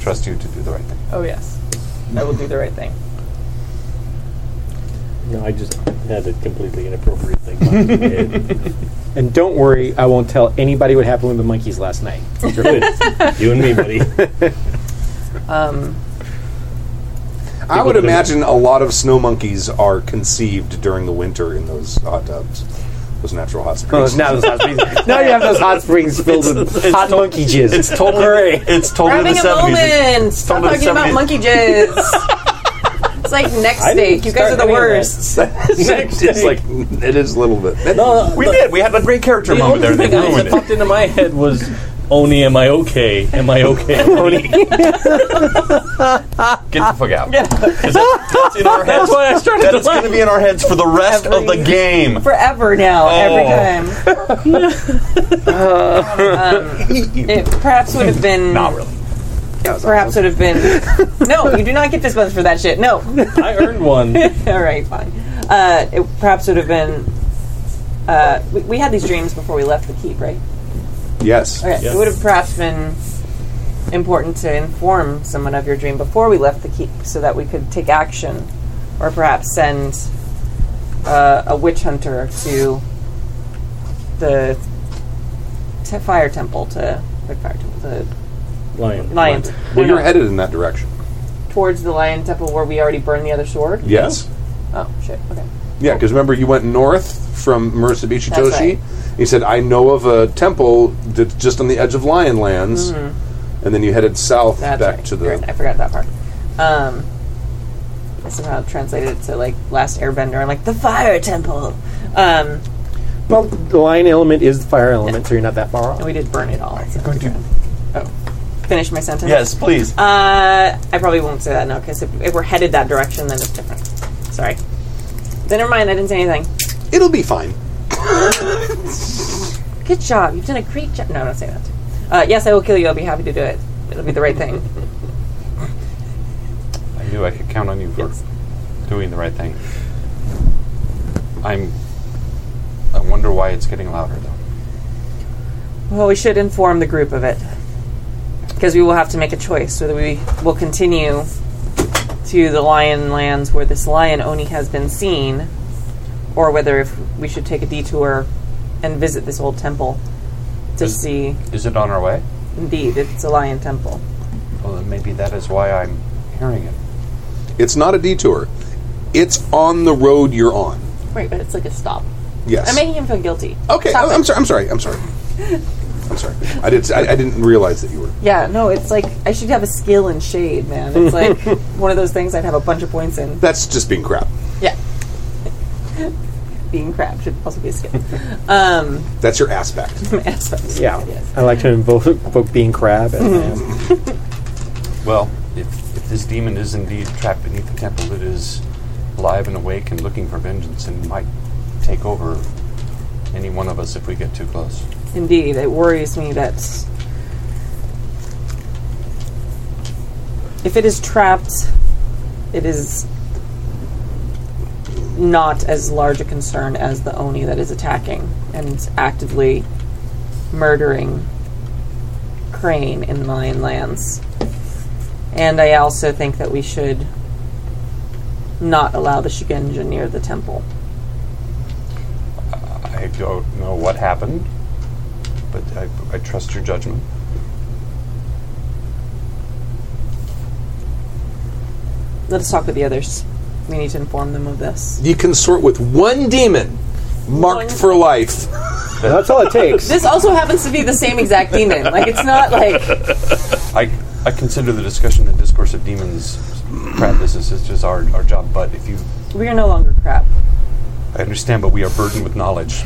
[SPEAKER 9] trust you to do the right thing.
[SPEAKER 3] Oh, yes. I will do the right thing.
[SPEAKER 22] No, I just had a completely inappropriate thing. pop in my head.
[SPEAKER 14] and don't worry, I won't tell anybody what happened with the monkeys last night.
[SPEAKER 22] Good. You and me, buddy.
[SPEAKER 3] Um,
[SPEAKER 2] I would imagine a lot of snow monkeys are conceived during the winter in those hot tubs, those natural hot springs.
[SPEAKER 14] now, those hot springs, now you have those hot springs filled with hot monkey jizz. It's totally
[SPEAKER 9] It's totally
[SPEAKER 3] We're having a moment. Stop
[SPEAKER 9] Totally
[SPEAKER 3] talking about
[SPEAKER 9] 70s.
[SPEAKER 3] monkey jizz. it's like next steak. You guys are the worst.
[SPEAKER 2] it's like it is a little bit.
[SPEAKER 9] We did. We had a great character moment there. They
[SPEAKER 7] thing I-
[SPEAKER 9] ruined
[SPEAKER 7] that
[SPEAKER 9] it.
[SPEAKER 7] popped into my head was, Oni, am I okay? Am I
[SPEAKER 3] [LAUGHS]
[SPEAKER 7] okay, Oni?
[SPEAKER 9] Get the fuck out.
[SPEAKER 7] It's in our heads. That's why I started
[SPEAKER 9] That
[SPEAKER 7] to
[SPEAKER 9] is going to be in our heads for the rest of the
[SPEAKER 3] Every-
[SPEAKER 9] game.
[SPEAKER 3] Forever now, every
[SPEAKER 9] Oh.
[SPEAKER 3] time.
[SPEAKER 7] Oh. [LAUGHS]
[SPEAKER 3] um, it perhaps would have been.
[SPEAKER 9] Not really.
[SPEAKER 3] It perhaps would have been. No, you do not get discounts for that shit. No.
[SPEAKER 7] I earned one.
[SPEAKER 3] [LAUGHS] All right, fine. Uh, it perhaps would have been. Uh, we, we had these dreams before we left the keep, right?
[SPEAKER 2] Yes.
[SPEAKER 3] Okay, it would have perhaps been important to inform someone of your dream before we left the keep, so that we could take action, or perhaps send uh, a witch hunter to the te- fire temple to the fire temple the
[SPEAKER 22] Lion.
[SPEAKER 3] lions.
[SPEAKER 2] Well,
[SPEAKER 3] No,
[SPEAKER 2] you're
[SPEAKER 3] no,
[SPEAKER 2] headed in that direction.
[SPEAKER 3] towards the lion temple where we already burned the other sword.
[SPEAKER 2] Yes.
[SPEAKER 3] Oh shit. Okay.
[SPEAKER 2] Yeah, because remember you went north from Murasabishi
[SPEAKER 3] That's
[SPEAKER 2] Toshi.
[SPEAKER 3] right.
[SPEAKER 2] He said, "I know of a temple that's just on the edge of Lion Lands," and then you headed south
[SPEAKER 3] Mm-hmm. That's
[SPEAKER 2] back
[SPEAKER 3] right.
[SPEAKER 2] to
[SPEAKER 3] You're right.
[SPEAKER 2] the.
[SPEAKER 3] I forgot that part. Um, I somehow translated it to like Last Airbender. I'm like the fire temple. Um,
[SPEAKER 14] [LAUGHS] Well, the lion element is the fire element, so you're not that far
[SPEAKER 3] And
[SPEAKER 14] off.
[SPEAKER 3] we did burn it all. so- Oh. Finish my sentence.
[SPEAKER 9] Yes, please.
[SPEAKER 3] Uh, I probably won't say that now because if, if we're headed that direction, then it's different. Sorry. Then never mind. I didn't say anything.
[SPEAKER 2] It'll be fine.
[SPEAKER 3] Good job. You've done a great job. No, I'm not saying that. Uh, yes, I will kill you. I'll be happy to do it. It'll be the right thing.
[SPEAKER 9] I knew I could count on you for doing the right thing. I'm. I wonder why it's getting louder though.
[SPEAKER 3] Well, we should inform the group of it because we will have to make a choice whether we will continue to the lion lands where this lion Oni has been seen, or whether if we should take a detour and visit this old temple to
[SPEAKER 9] Is-
[SPEAKER 3] see.
[SPEAKER 9] Is it on our way?
[SPEAKER 3] Indeed, it's a lion temple.
[SPEAKER 9] Well, then maybe that is why I'm hearing it.
[SPEAKER 2] It's not a detour. It's on the road you're on.
[SPEAKER 3] Right, but it's like a stop.
[SPEAKER 2] Yes.
[SPEAKER 3] I'm making him feel guilty.
[SPEAKER 2] okay.
[SPEAKER 3] Stop
[SPEAKER 2] I'm,
[SPEAKER 3] it.
[SPEAKER 2] I'm sorry. I'm sorry. I'm sorry. I'm sorry. I did. I, I didn't realize that you were.
[SPEAKER 3] Yeah, no, it's like I should have a skill in shade, man.
[SPEAKER 2] [LAUGHS]
[SPEAKER 3] It's like one of those things I'd have a bunch of points in.
[SPEAKER 2] That's just being crap.
[SPEAKER 3] Yeah. being crap should also be a skill. Um, [LAUGHS]
[SPEAKER 2] That's your aspect.
[SPEAKER 3] aspect.
[SPEAKER 14] Yeah.
[SPEAKER 3] Yes.
[SPEAKER 14] I like to invoke, invoke being crab. And, um,
[SPEAKER 9] Well, if, if this demon is indeed trapped beneath the temple, it is alive and awake and looking for vengeance and might take over any one of us if we get too close.
[SPEAKER 3] Indeed, it worries me that if it is trapped, it is not as large a concern as the Oni that is attacking and actively murdering Crane in the Mayan lands. And I also think that we should not allow the Shigenja near the temple.
[SPEAKER 9] I don't know what happened, but I, I trust your judgment.
[SPEAKER 3] Let us talk with the others. We need to inform them of this.
[SPEAKER 2] You consort with one demon marked for life.
[SPEAKER 14] that's all it takes.
[SPEAKER 3] This also happens to be the same exact demon. Like it's not like
[SPEAKER 9] I, I consider the discussion and discourse of demons crap. This is it's just our, our job, but if you.
[SPEAKER 3] we are no longer crap.
[SPEAKER 9] I understand, but we are burdened with knowledge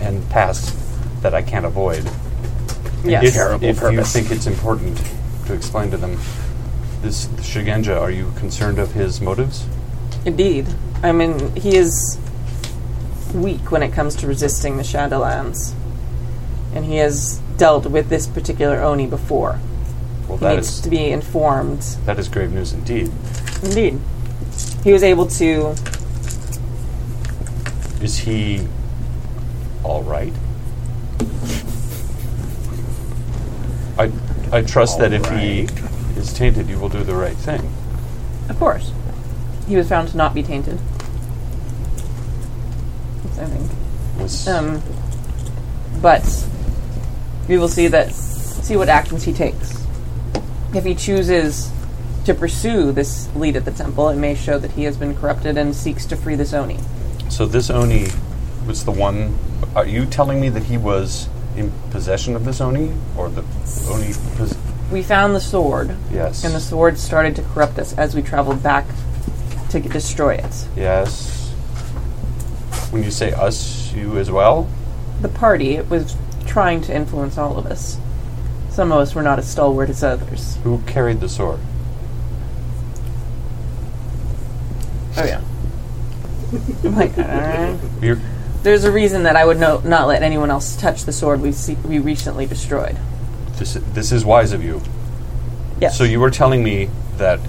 [SPEAKER 9] and past that I can't avoid.
[SPEAKER 3] Yes.
[SPEAKER 9] if you think it's important to explain to them this Shigenja, are you concerned of his motives?
[SPEAKER 3] Indeed. I mean, he is weak when it comes to resisting the Shadowlands. And he has dealt with this particular Oni before.
[SPEAKER 9] Well,
[SPEAKER 3] He
[SPEAKER 9] that
[SPEAKER 3] needs
[SPEAKER 9] is
[SPEAKER 3] to be informed.
[SPEAKER 9] that is grave news indeed.
[SPEAKER 3] Indeed. He was able to.
[SPEAKER 9] Is he all right? I I trust that if he is tainted, you will do the right thing.
[SPEAKER 3] Of course. He was found to not be tainted. I think.
[SPEAKER 9] Was-
[SPEAKER 3] Um, but we will see that see what actions he takes. If he chooses to pursue this lead at the temple, it may show that he has been corrupted and seeks to free the Zoni.
[SPEAKER 9] So this Oni was the one. Are you telling me that he was in possession of this Oni, or the Oni? Pos-
[SPEAKER 3] We found the sword,
[SPEAKER 9] yes.
[SPEAKER 3] and the sword started to corrupt us as we traveled back to g- destroy it.
[SPEAKER 9] Yes. When you say us, you as well?
[SPEAKER 3] The party was trying to influence all of us. Some of us were not as stalwart as others.
[SPEAKER 9] Who carried the sword?
[SPEAKER 3] Oh yeah. I'm like, alright.
[SPEAKER 9] You're-
[SPEAKER 3] There's a reason that I would no, not let anyone else touch the sword we see, we recently destroyed.
[SPEAKER 9] this, this is wise of you.
[SPEAKER 3] Yes.
[SPEAKER 9] So you were telling me that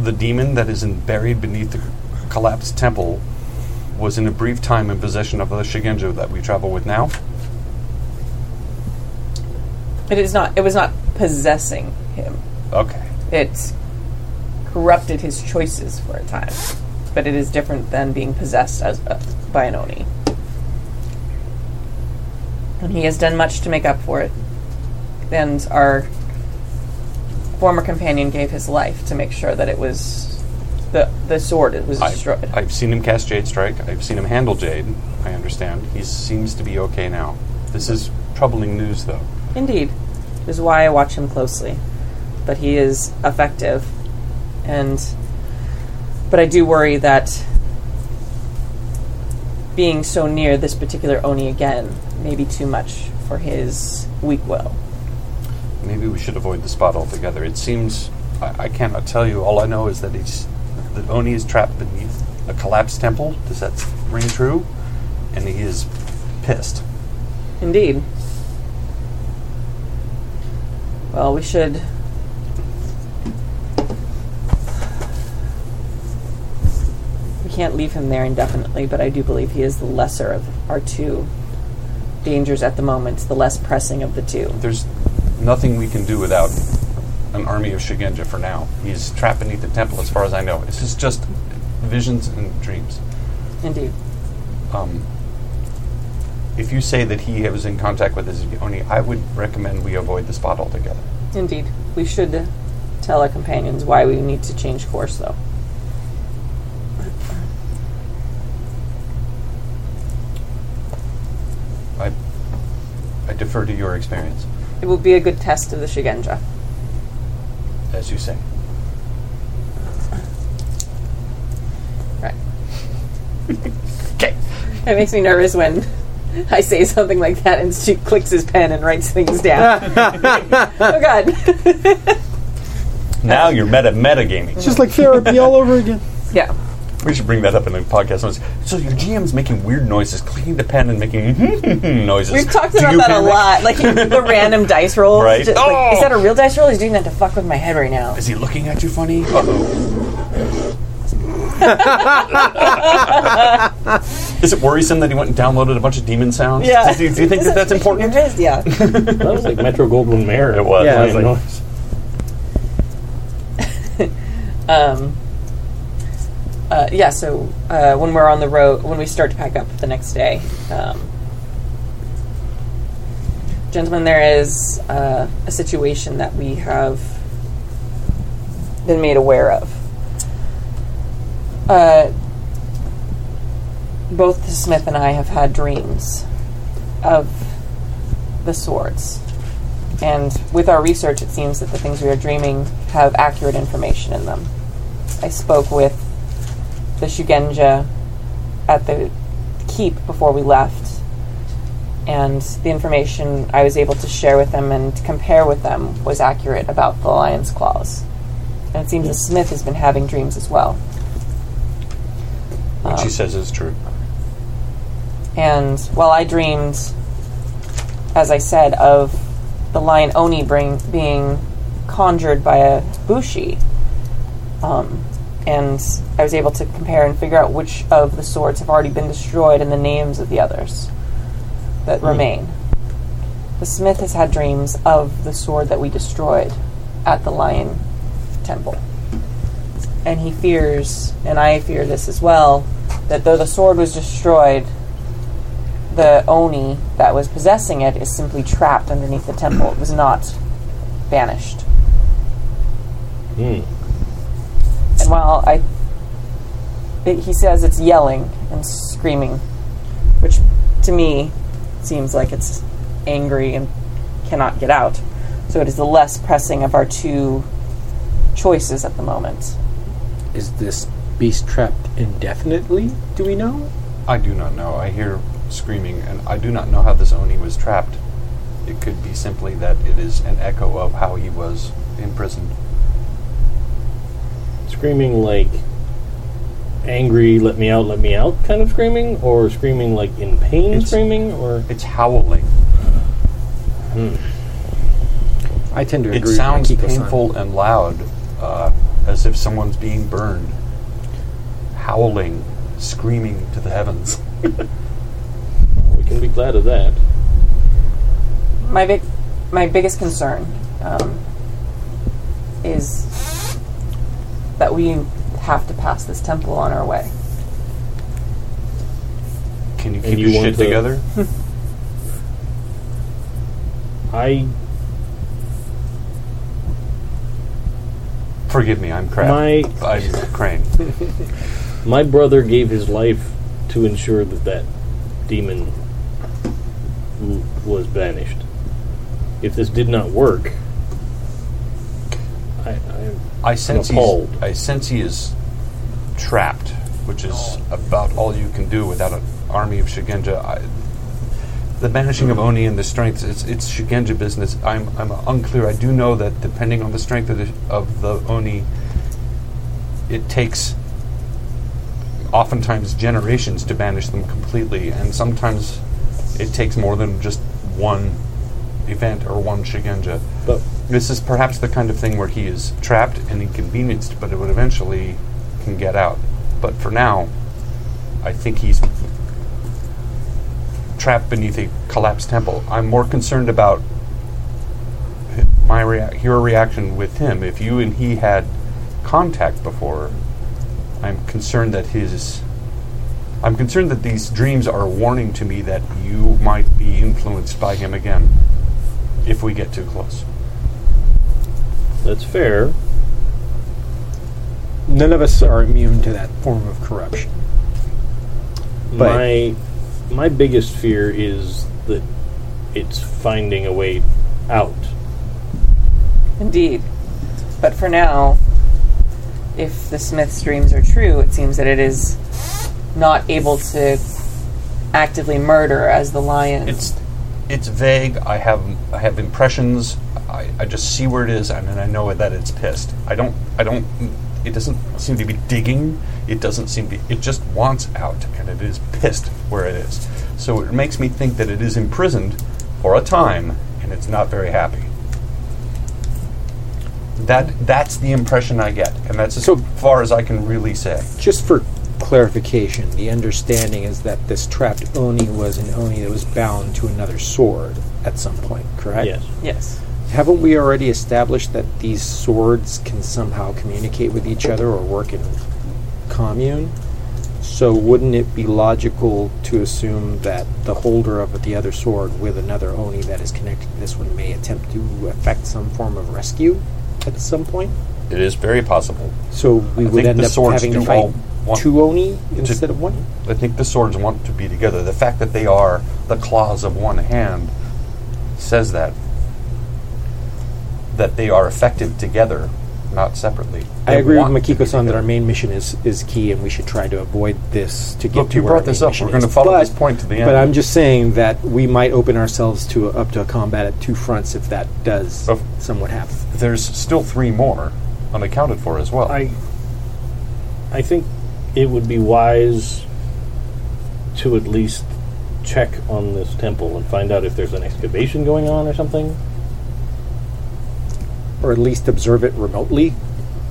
[SPEAKER 9] the demon that is in, buried beneath the collapsed temple was in a brief time in possession of the Shigenjo that we travel with now?
[SPEAKER 3] It is not. It was not possessing him.
[SPEAKER 9] Okay.
[SPEAKER 3] It corrupted his choices for a time, but it is different than being possessed as uh, by an oni. And he has done much to make up for it. And our former companion gave his life to make sure that it was the the sword. It was destroyed.
[SPEAKER 9] I've, I've seen him cast Jade Strike. I've seen him handle Jade. I understand. He seems to be okay now. This is troubling news, though.
[SPEAKER 3] Indeed. This is why I watch him closely. But he is effective. And. But I do worry that being so near this particular Oni again may be too much for his weak will.
[SPEAKER 9] Maybe we should avoid the spot altogether. It seems I, I cannot tell you. All I know is that he's that Oni is trapped beneath a collapsed temple. Does that ring true? And he is pissed.
[SPEAKER 3] Indeed. Well, we should. We can't leave him there indefinitely, but I do believe he is the lesser of our two dangers at the moment, the less pressing of the two.
[SPEAKER 9] There's nothing we can do without an army of Shigenja for now. He's trapped beneath the temple, as far as I know. This is just visions and dreams.
[SPEAKER 3] Indeed.
[SPEAKER 9] Um, if you say that he was in contact with his Oni, I would recommend we avoid the spot altogether.
[SPEAKER 3] Indeed. We should tell our companions why we need to change course, though.
[SPEAKER 9] I, I defer to your experience,
[SPEAKER 3] It will be a good test of the Shigenja.
[SPEAKER 9] as you say.
[SPEAKER 3] [LAUGHS] Right. Okay. That makes me nervous when I say something like that and Stu clicks his pen and writes things down. [LAUGHS] oh God.
[SPEAKER 5] Now you're meta metagaming.
[SPEAKER 14] [LAUGHS] It's just like therapy all over again.
[SPEAKER 3] Yeah.
[SPEAKER 5] We should bring that up in the podcast notes. So your GM's making weird noises, clicking the pen and making [LAUGHS] noises.
[SPEAKER 3] We've talked
[SPEAKER 5] Do
[SPEAKER 3] about
[SPEAKER 5] you
[SPEAKER 3] that a
[SPEAKER 5] panic?
[SPEAKER 3] lot. Like the random dice rolls.
[SPEAKER 5] Right.
[SPEAKER 3] Just, like,
[SPEAKER 5] Oh!
[SPEAKER 3] is that a real dice roll? He's doing that to fuck with my head right now.
[SPEAKER 5] Is he looking at you
[SPEAKER 3] [LAUGHS]
[SPEAKER 5] funny? Uh-oh. Is it worrisome that he went and downloaded a bunch of demon sounds?
[SPEAKER 3] Yeah.
[SPEAKER 5] Do, do you think that that's important?
[SPEAKER 3] It is,
[SPEAKER 5] [LAUGHS]
[SPEAKER 3] yeah.
[SPEAKER 22] That was like Metro Goldwyn Mayer.
[SPEAKER 5] It was.
[SPEAKER 22] Yeah,
[SPEAKER 5] Yeah, it was
[SPEAKER 22] like,
[SPEAKER 3] [LAUGHS] Um, uh, yeah, so uh, when we're on the road, when we start to pack up the next day, um, gentlemen, there is uh, a situation that we have been made aware of. Uh, both Smith and I have had dreams of the swords. And with our research, it seems that the things we are dreaming have accurate information in them. I spoke with the Shugenja at the keep before we left, and the information I was able to share with them and to compare with them was accurate about the lion's claws. And it seems that Smith has been having dreams as well.
[SPEAKER 5] What she says is true.
[SPEAKER 3] And while I dreamed, as I said, of the lion Oni bring, being conjured by a bushi, um, and I was able to compare and figure out which of the swords have already been destroyed and the names of the others that remain. The smith has had dreams of the sword that we destroyed at the lion temple and he fears, and I fear this as well, that though the sword was destroyed, the Oni that was possessing it is simply trapped underneath the temple. It was not banished. And while I, it, he says it's yelling and screaming, which to me seems like it's angry and cannot get out. So it is the less pressing of our two choices at the moment.
[SPEAKER 14] Is this beast trapped indefinitely? Do we know?
[SPEAKER 9] I do not know. I hear screaming, and I do not know how this Oni was trapped. It could be simply that it is an echo of how he was imprisoned.
[SPEAKER 22] screaming like angry, let me out, let me out kind of screaming, or screaming like in pain
[SPEAKER 9] It's-
[SPEAKER 22] screaming, or
[SPEAKER 9] It's howling.
[SPEAKER 14] I tend to
[SPEAKER 9] It
[SPEAKER 14] agree.
[SPEAKER 9] sounds
[SPEAKER 14] with Akiko-san.
[SPEAKER 9] painful and loud, uh, as if someone's being burned. Howling, screaming to the heavens.
[SPEAKER 22] we can be glad of that.
[SPEAKER 3] my big, my biggest concern um, is that we have to pass this temple on our way.
[SPEAKER 9] Can you
[SPEAKER 22] And
[SPEAKER 9] keep
[SPEAKER 22] you
[SPEAKER 9] your
[SPEAKER 22] want
[SPEAKER 9] shit
[SPEAKER 22] to-
[SPEAKER 9] together?
[SPEAKER 22] I
[SPEAKER 9] Forgive me, I'm crap.
[SPEAKER 22] my
[SPEAKER 9] I'm Crane.
[SPEAKER 22] my brother gave his life to ensure that that demon w- was banished. If this did not work, I, I
[SPEAKER 9] I sense
[SPEAKER 22] appalled.
[SPEAKER 9] he's, I sense he is trapped, which is about all you can do without an army of Shigenja. I, the banishing of Oni and the strength it's, it's Shigenja business. I'm, I'm unclear. I do know that depending on the strength of the, of the Oni, it takes oftentimes generations to banish them completely, and sometimes it takes more than just one event or one Shigenja.
[SPEAKER 22] but
[SPEAKER 9] This is perhaps the kind of thing where he is trapped and inconvenienced, but it would eventually can get out. But for now, I think he's trapped beneath a collapsed temple. I'm more concerned about hi- my rea- your reaction with him. If you and he had contact before, I'm concerned that his. I'm concerned that these dreams are a warning to me that you might be influenced by him again if we get too close.
[SPEAKER 22] that's fair.
[SPEAKER 14] None of us are immune to that form of corruption. But-
[SPEAKER 22] my my biggest fear is that it's finding a way out.
[SPEAKER 3] Indeed. But for now, if the Smith's dreams are true, it seems that it is not able to actively murder as the lion.
[SPEAKER 9] It's it's vague. I have I have impressions. I, I just see where it is, and then I know that it's pissed. I don't I don't. It doesn't seem to be digging. It doesn't seem to. It just wants out, and it is pissed where it is. So it makes me think that it is imprisoned for a time, and it's not very happy. That that's the impression I get, and that's as far as I can really say.
[SPEAKER 4] Just for clarification, the understanding is that this trapped Oni was an Oni that was bound to another sword at some point, correct?
[SPEAKER 2] Yes.
[SPEAKER 3] Yes.
[SPEAKER 4] Haven't we already established that these swords can somehow communicate with each other or work in commune? So wouldn't it be logical to assume that the holder of the other sword with another Oni that is connected to this one may attempt to effect some form of rescue at some point?
[SPEAKER 9] It is very possible.
[SPEAKER 4] So we
[SPEAKER 9] I
[SPEAKER 4] would
[SPEAKER 9] think
[SPEAKER 4] end
[SPEAKER 9] the
[SPEAKER 4] up
[SPEAKER 9] swords
[SPEAKER 4] having to
[SPEAKER 9] do
[SPEAKER 4] fight
[SPEAKER 9] all want
[SPEAKER 4] two Oni
[SPEAKER 9] to-
[SPEAKER 4] instead of one?
[SPEAKER 9] I think the swords want to be together. The fact that they are the claws of one hand says that that they are effective together, not separately.
[SPEAKER 4] I
[SPEAKER 9] They
[SPEAKER 4] agree with
[SPEAKER 9] want-
[SPEAKER 4] Makiko-san that our main mission is, is key, and we should try to avoid this to get
[SPEAKER 9] Look,
[SPEAKER 4] to
[SPEAKER 9] you
[SPEAKER 4] where our
[SPEAKER 9] brought this
[SPEAKER 4] main
[SPEAKER 9] up.
[SPEAKER 4] mission
[SPEAKER 9] We're going to
[SPEAKER 4] is.
[SPEAKER 9] follow
[SPEAKER 4] but,
[SPEAKER 9] this point to the end.
[SPEAKER 4] But I'm just saying that we might open ourselves to up to a combat at two fronts if that does somewhat happen.
[SPEAKER 9] There's still three more unaccounted for as well.
[SPEAKER 2] I I think it would be wise to at least check on this temple and find out if there's an excavation going on or something.
[SPEAKER 4] Or at least observe it remotely.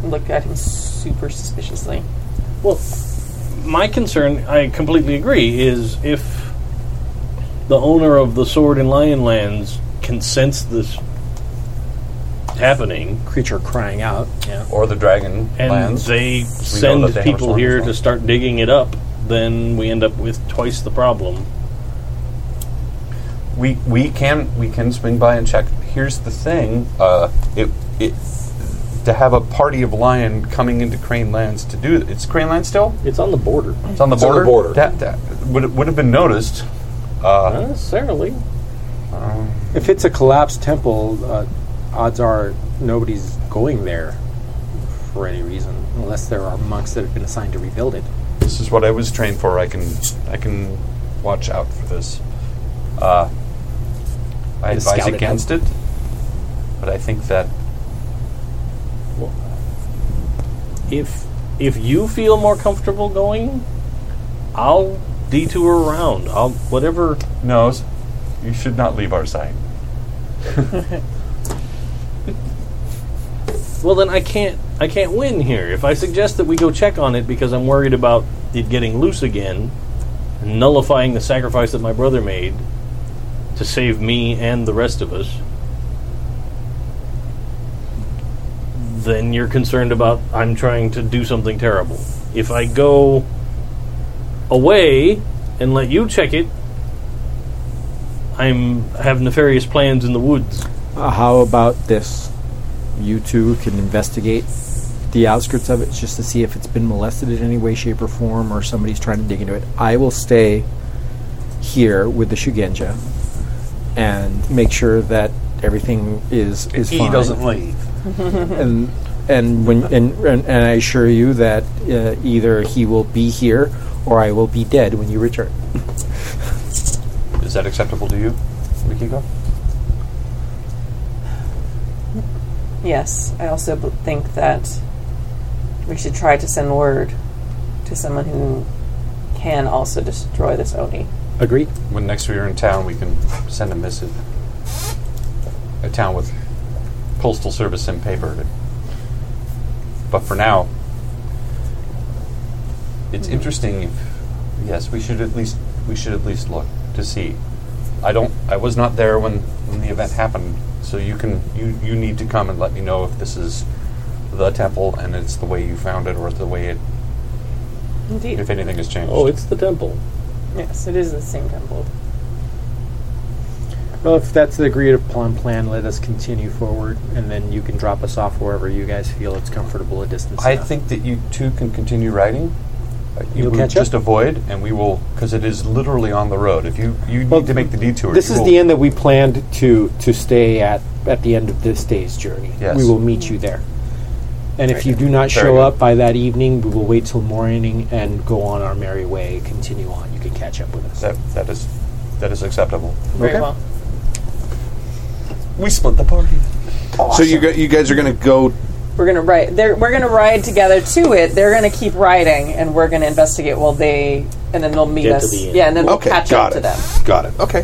[SPEAKER 3] Look at him super suspiciously.
[SPEAKER 6] Well, my concern, I completely agree, is if the owner of the sword in Lionlands can sense this happening,
[SPEAKER 4] creature crying out, yeah,
[SPEAKER 9] or the dragon
[SPEAKER 6] and
[SPEAKER 9] lands. We
[SPEAKER 6] they
[SPEAKER 9] know
[SPEAKER 6] send
[SPEAKER 9] that they have a
[SPEAKER 6] people
[SPEAKER 9] sword
[SPEAKER 6] here
[SPEAKER 9] as well.
[SPEAKER 6] to start digging it up, then we end up with twice the problem.
[SPEAKER 9] we we can we can swing by and check. Here's the thing: uh, it it to have a party of lion coming into Crane Lands to do it's Crane Land still.
[SPEAKER 2] It's on the border.
[SPEAKER 9] It's on the
[SPEAKER 2] It's on the
[SPEAKER 9] border.
[SPEAKER 2] border.
[SPEAKER 9] That, that would would have been noticed. Uh,
[SPEAKER 2] Not necessarily.
[SPEAKER 4] If it's a collapsed temple, uh, odds are nobody's going there for any reason, unless there are monks that have been assigned to rebuild it.
[SPEAKER 9] This is what I was trained for. I can I can watch out for this. Uh, I
[SPEAKER 4] And
[SPEAKER 9] advise
[SPEAKER 4] scout it
[SPEAKER 9] against it, but I think that
[SPEAKER 6] If if you feel more comfortable going, I'll detour around. I'll whatever.
[SPEAKER 9] No, you should not leave our site.
[SPEAKER 6] Well, then I can't. I can't win here. If I suggest that we go check on it because I'm worried about it getting loose again, and nullifying the sacrifice that my brother made to save me and the rest of us, then you're concerned about I'm trying to do something terrible. If I go away and let you check it, I'm have nefarious plans in the woods.
[SPEAKER 14] Uh, how about this? You two can investigate the outskirts of it just to see if it's been molested in any way, shape, or form, or somebody's trying to dig into it. I will stay here with the Shugenja and make sure that everything is is
[SPEAKER 23] He
[SPEAKER 14] fine.
[SPEAKER 23] doesn't leave.
[SPEAKER 14] and and when and, and, and I assure you that uh, either he will be here or I will be dead when you return.
[SPEAKER 9] Is that acceptable to you, Mikiko?
[SPEAKER 3] Yes, I also b- think that we should try to send word to someone who can also destroy this Oni.
[SPEAKER 4] Agreed.
[SPEAKER 9] When next we are in town, we can send a missive. A town with postal service and paper. But for now, it's interesting. If, yes, we should at least we should at least look to see. I don't. I was not there when, when the event happened, so you can you you need to come and let me know if this is the temple and it's the way you found it or the way it
[SPEAKER 3] Indeed.
[SPEAKER 9] if anything has changed.
[SPEAKER 2] Oh, it's the temple.
[SPEAKER 3] Yes, it is the same temple.
[SPEAKER 4] Well, if that's the agreed upon plan, let us continue forward, and then you can drop us off wherever you guys feel it's comfortable a distance.
[SPEAKER 9] I
[SPEAKER 4] enough.
[SPEAKER 9] think that you two can continue riding. Uh, You
[SPEAKER 4] You'll
[SPEAKER 9] will
[SPEAKER 4] catch up?
[SPEAKER 9] just avoid, and we will, because it is literally on the road. If you you need to make the detour,
[SPEAKER 4] this
[SPEAKER 9] you
[SPEAKER 4] is
[SPEAKER 9] will-
[SPEAKER 4] the end that we planned to to stay at at the end of this day's journey.
[SPEAKER 9] Yes.
[SPEAKER 4] We will meet you there.
[SPEAKER 14] And if you do not
[SPEAKER 9] Very
[SPEAKER 14] show
[SPEAKER 9] good.
[SPEAKER 14] up by that evening, we will wait till morning and go on our merry way. Continue on. You can catch up with us.
[SPEAKER 9] That, that is that is acceptable.
[SPEAKER 14] Very Okay. well.
[SPEAKER 9] We split the party.
[SPEAKER 2] So you gu- you guys are going to go
[SPEAKER 3] We're gonna ride. They're, we're gonna ride together to it. They're gonna keep riding, and we're gonna investigate while they, and then they'll meet
[SPEAKER 9] Get to
[SPEAKER 3] us.
[SPEAKER 9] the end.
[SPEAKER 3] yeah, and then we'll
[SPEAKER 9] Okay,
[SPEAKER 3] catch up
[SPEAKER 9] got it.
[SPEAKER 3] to them.
[SPEAKER 2] Got it. Okay.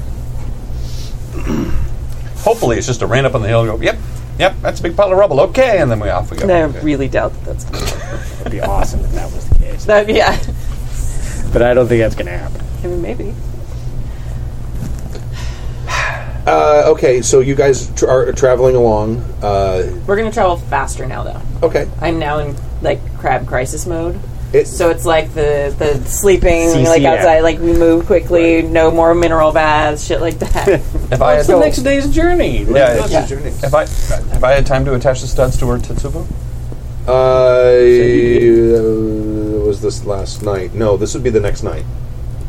[SPEAKER 9] Hopefully, it's just a ran up on the hill. and Go, yep, yep. That's a big pile of rubble. Okay, and then we off we go.
[SPEAKER 3] And I really doubt that that's. Gonna
[SPEAKER 14] That'd be awesome if that was the case.
[SPEAKER 3] That, yeah,
[SPEAKER 14] But I don't think that's going to happen.
[SPEAKER 3] I mean, maybe.
[SPEAKER 2] Uh, okay, so you guys tr are traveling along. Uh,
[SPEAKER 3] We're gonna travel faster now, though.
[SPEAKER 2] okay.
[SPEAKER 3] I'm now in like crab crisis mode.
[SPEAKER 2] It-
[SPEAKER 3] so it's like the the sleeping like
[SPEAKER 7] CCF.
[SPEAKER 3] outside, like we move quickly, no more mineral baths, shit like that.
[SPEAKER 9] If I
[SPEAKER 7] It's
[SPEAKER 9] had
[SPEAKER 7] the next day's journey. Like,
[SPEAKER 9] yeah,
[SPEAKER 7] that's-
[SPEAKER 9] yeah. If I have I had time to attach the studs to her tetsubo?
[SPEAKER 2] Uh, uh, was this last night? No, this would be the next night.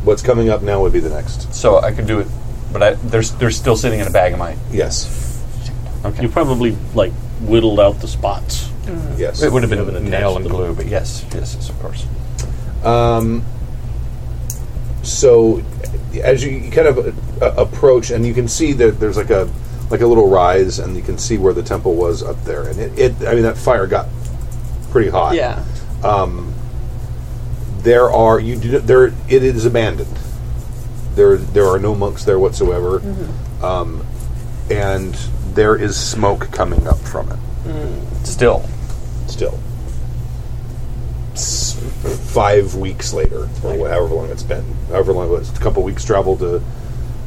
[SPEAKER 2] What's coming up now would be the next.
[SPEAKER 9] So I could do it, but I, they're they're still sitting in a bag of mine.
[SPEAKER 2] Yes.
[SPEAKER 6] You probably like whittled out the spots.
[SPEAKER 2] Yes.
[SPEAKER 9] It would have been
[SPEAKER 6] Haven't attached
[SPEAKER 9] nail and
[SPEAKER 6] them.
[SPEAKER 9] glue, but yes, yes, yes, of course.
[SPEAKER 2] Um, so, as you you kind of uh, approach, and you can see that there's like a like a little rise, and you can see where the temple was up there, and it, it I mean that fire got pretty hot.
[SPEAKER 3] Yeah.
[SPEAKER 2] Um, there are you do, there it is abandoned. There there are no monks there whatsoever, um, and there is smoke coming up from it
[SPEAKER 9] Still,
[SPEAKER 2] still. S- Five weeks later, or however long it's been, however long it was, a couple weeks travel to.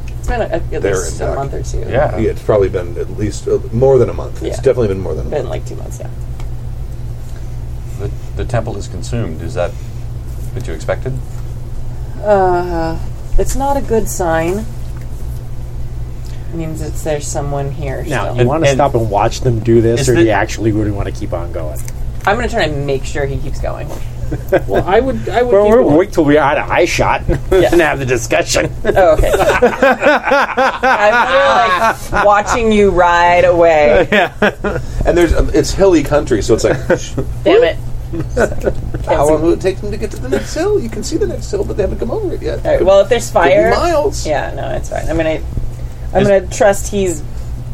[SPEAKER 3] It's been a, at
[SPEAKER 2] There
[SPEAKER 3] least
[SPEAKER 2] and
[SPEAKER 3] a
[SPEAKER 2] back.
[SPEAKER 3] month or two.
[SPEAKER 9] Yeah.
[SPEAKER 2] Yeah, it's probably been at least uh, more than a month. It's
[SPEAKER 3] Yeah.
[SPEAKER 2] definitely been more than a month.
[SPEAKER 3] been like two months. Yeah.
[SPEAKER 9] the, the temple is consumed. Is that what you expected?
[SPEAKER 3] Uh, it's not a good sign. It means it's there's someone here.
[SPEAKER 14] Now,
[SPEAKER 3] still.
[SPEAKER 14] you want to
[SPEAKER 9] and-
[SPEAKER 14] stop and watch them do
[SPEAKER 9] Is
[SPEAKER 14] this, or do
[SPEAKER 9] the-
[SPEAKER 14] you actually really want to keep on going?
[SPEAKER 3] I'm gonna try to make sure he keeps going.
[SPEAKER 22] Well, I would. I would.
[SPEAKER 14] Well,
[SPEAKER 22] keep
[SPEAKER 14] we'll
[SPEAKER 22] going.
[SPEAKER 14] wait till we're out of eye shot [LAUGHS] and have
[SPEAKER 9] [LAUGHS]
[SPEAKER 14] the discussion.
[SPEAKER 3] Oh, okay. I'm literally like watching you ride away.
[SPEAKER 2] And there's um, it's hilly country, so it's
[SPEAKER 3] [LAUGHS]
[SPEAKER 2] like
[SPEAKER 3] Damn it!
[SPEAKER 2] how long will it take them to get to the next hill? You can see the next hill, but they haven't come over it yet.
[SPEAKER 3] All right, well, if there's
[SPEAKER 2] Could be
[SPEAKER 3] fire,
[SPEAKER 2] miles.
[SPEAKER 3] yeah, no, it's fine. I'm gonna, I'm gonna trust he's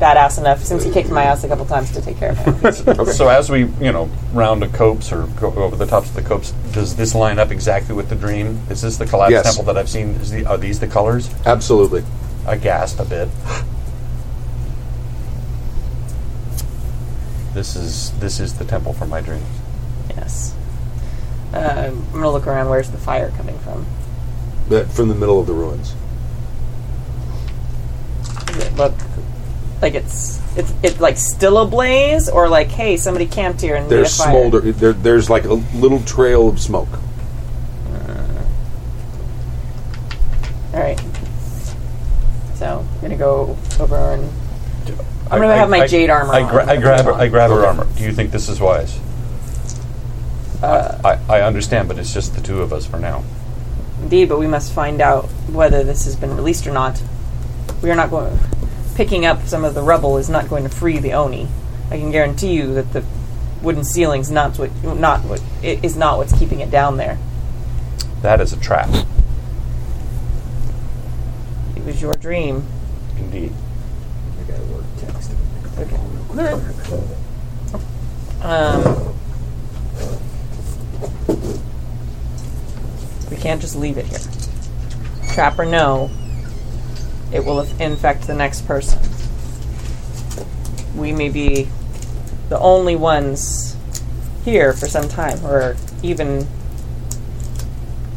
[SPEAKER 3] badass enough since he kicked my ass a couple times to take care of him.
[SPEAKER 9] So as we, you know, round a copse or go over the tops of the copes, does this line up exactly with the dream? Is this the collapsed
[SPEAKER 2] Yes.
[SPEAKER 9] temple that I've seen? Is the, are these the colors?
[SPEAKER 2] Absolutely.
[SPEAKER 9] I gasped a bit. This is this is the temple for my dreams.
[SPEAKER 3] yes. Um, I'm gonna look around. Where's the fire coming from?
[SPEAKER 2] But from the middle of the ruins.
[SPEAKER 3] Does it look like it's it's it like still ablaze or like hey somebody camped here and
[SPEAKER 2] There's
[SPEAKER 3] made a fire?
[SPEAKER 2] smolder. There, there's like a little trail of smoke.
[SPEAKER 3] All right. So I'm gonna go over and I'm gonna
[SPEAKER 9] I-
[SPEAKER 3] have my
[SPEAKER 9] I-
[SPEAKER 3] jade armor.
[SPEAKER 9] I, gra-
[SPEAKER 3] on.
[SPEAKER 9] I grab her, I grab her armor. Do you think this is wise?
[SPEAKER 3] Uh,
[SPEAKER 9] I, I, I understand, but it's just the two of us for now.
[SPEAKER 3] Indeed, but we must find out whether this has been released or not. We are not going. Picking up some of the rubble is not going to free the oni. I can guarantee you that the wooden ceiling's not what not what it is not what's keeping it down there.
[SPEAKER 9] That is a trap,
[SPEAKER 3] It was your dream.
[SPEAKER 9] indeed.
[SPEAKER 3] Um, we can't just leave it here. Trap or no, it will infect the next person. We may be the only ones here for some time, who are even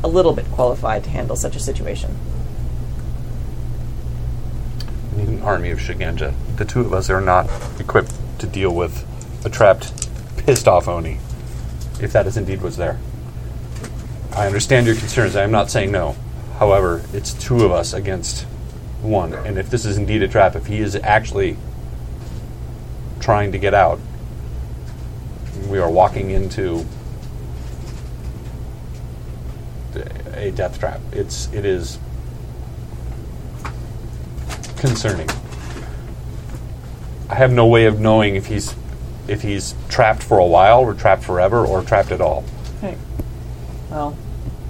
[SPEAKER 3] a little bit qualified to handle such a situation.
[SPEAKER 9] We need an army of Shiganja. The two of us are not equipped to deal with a trapped, pissed off Oni, if that is indeed what's there. I understand your concerns. I am not saying no. However, it's two of us against one. And if this is indeed a trap, if he is actually trying to get out, we are walking into a death trap. It's it is concerning. I have no way of knowing if he's if he's trapped for a while, or trapped forever, or trapped at all.
[SPEAKER 3] Right. Well,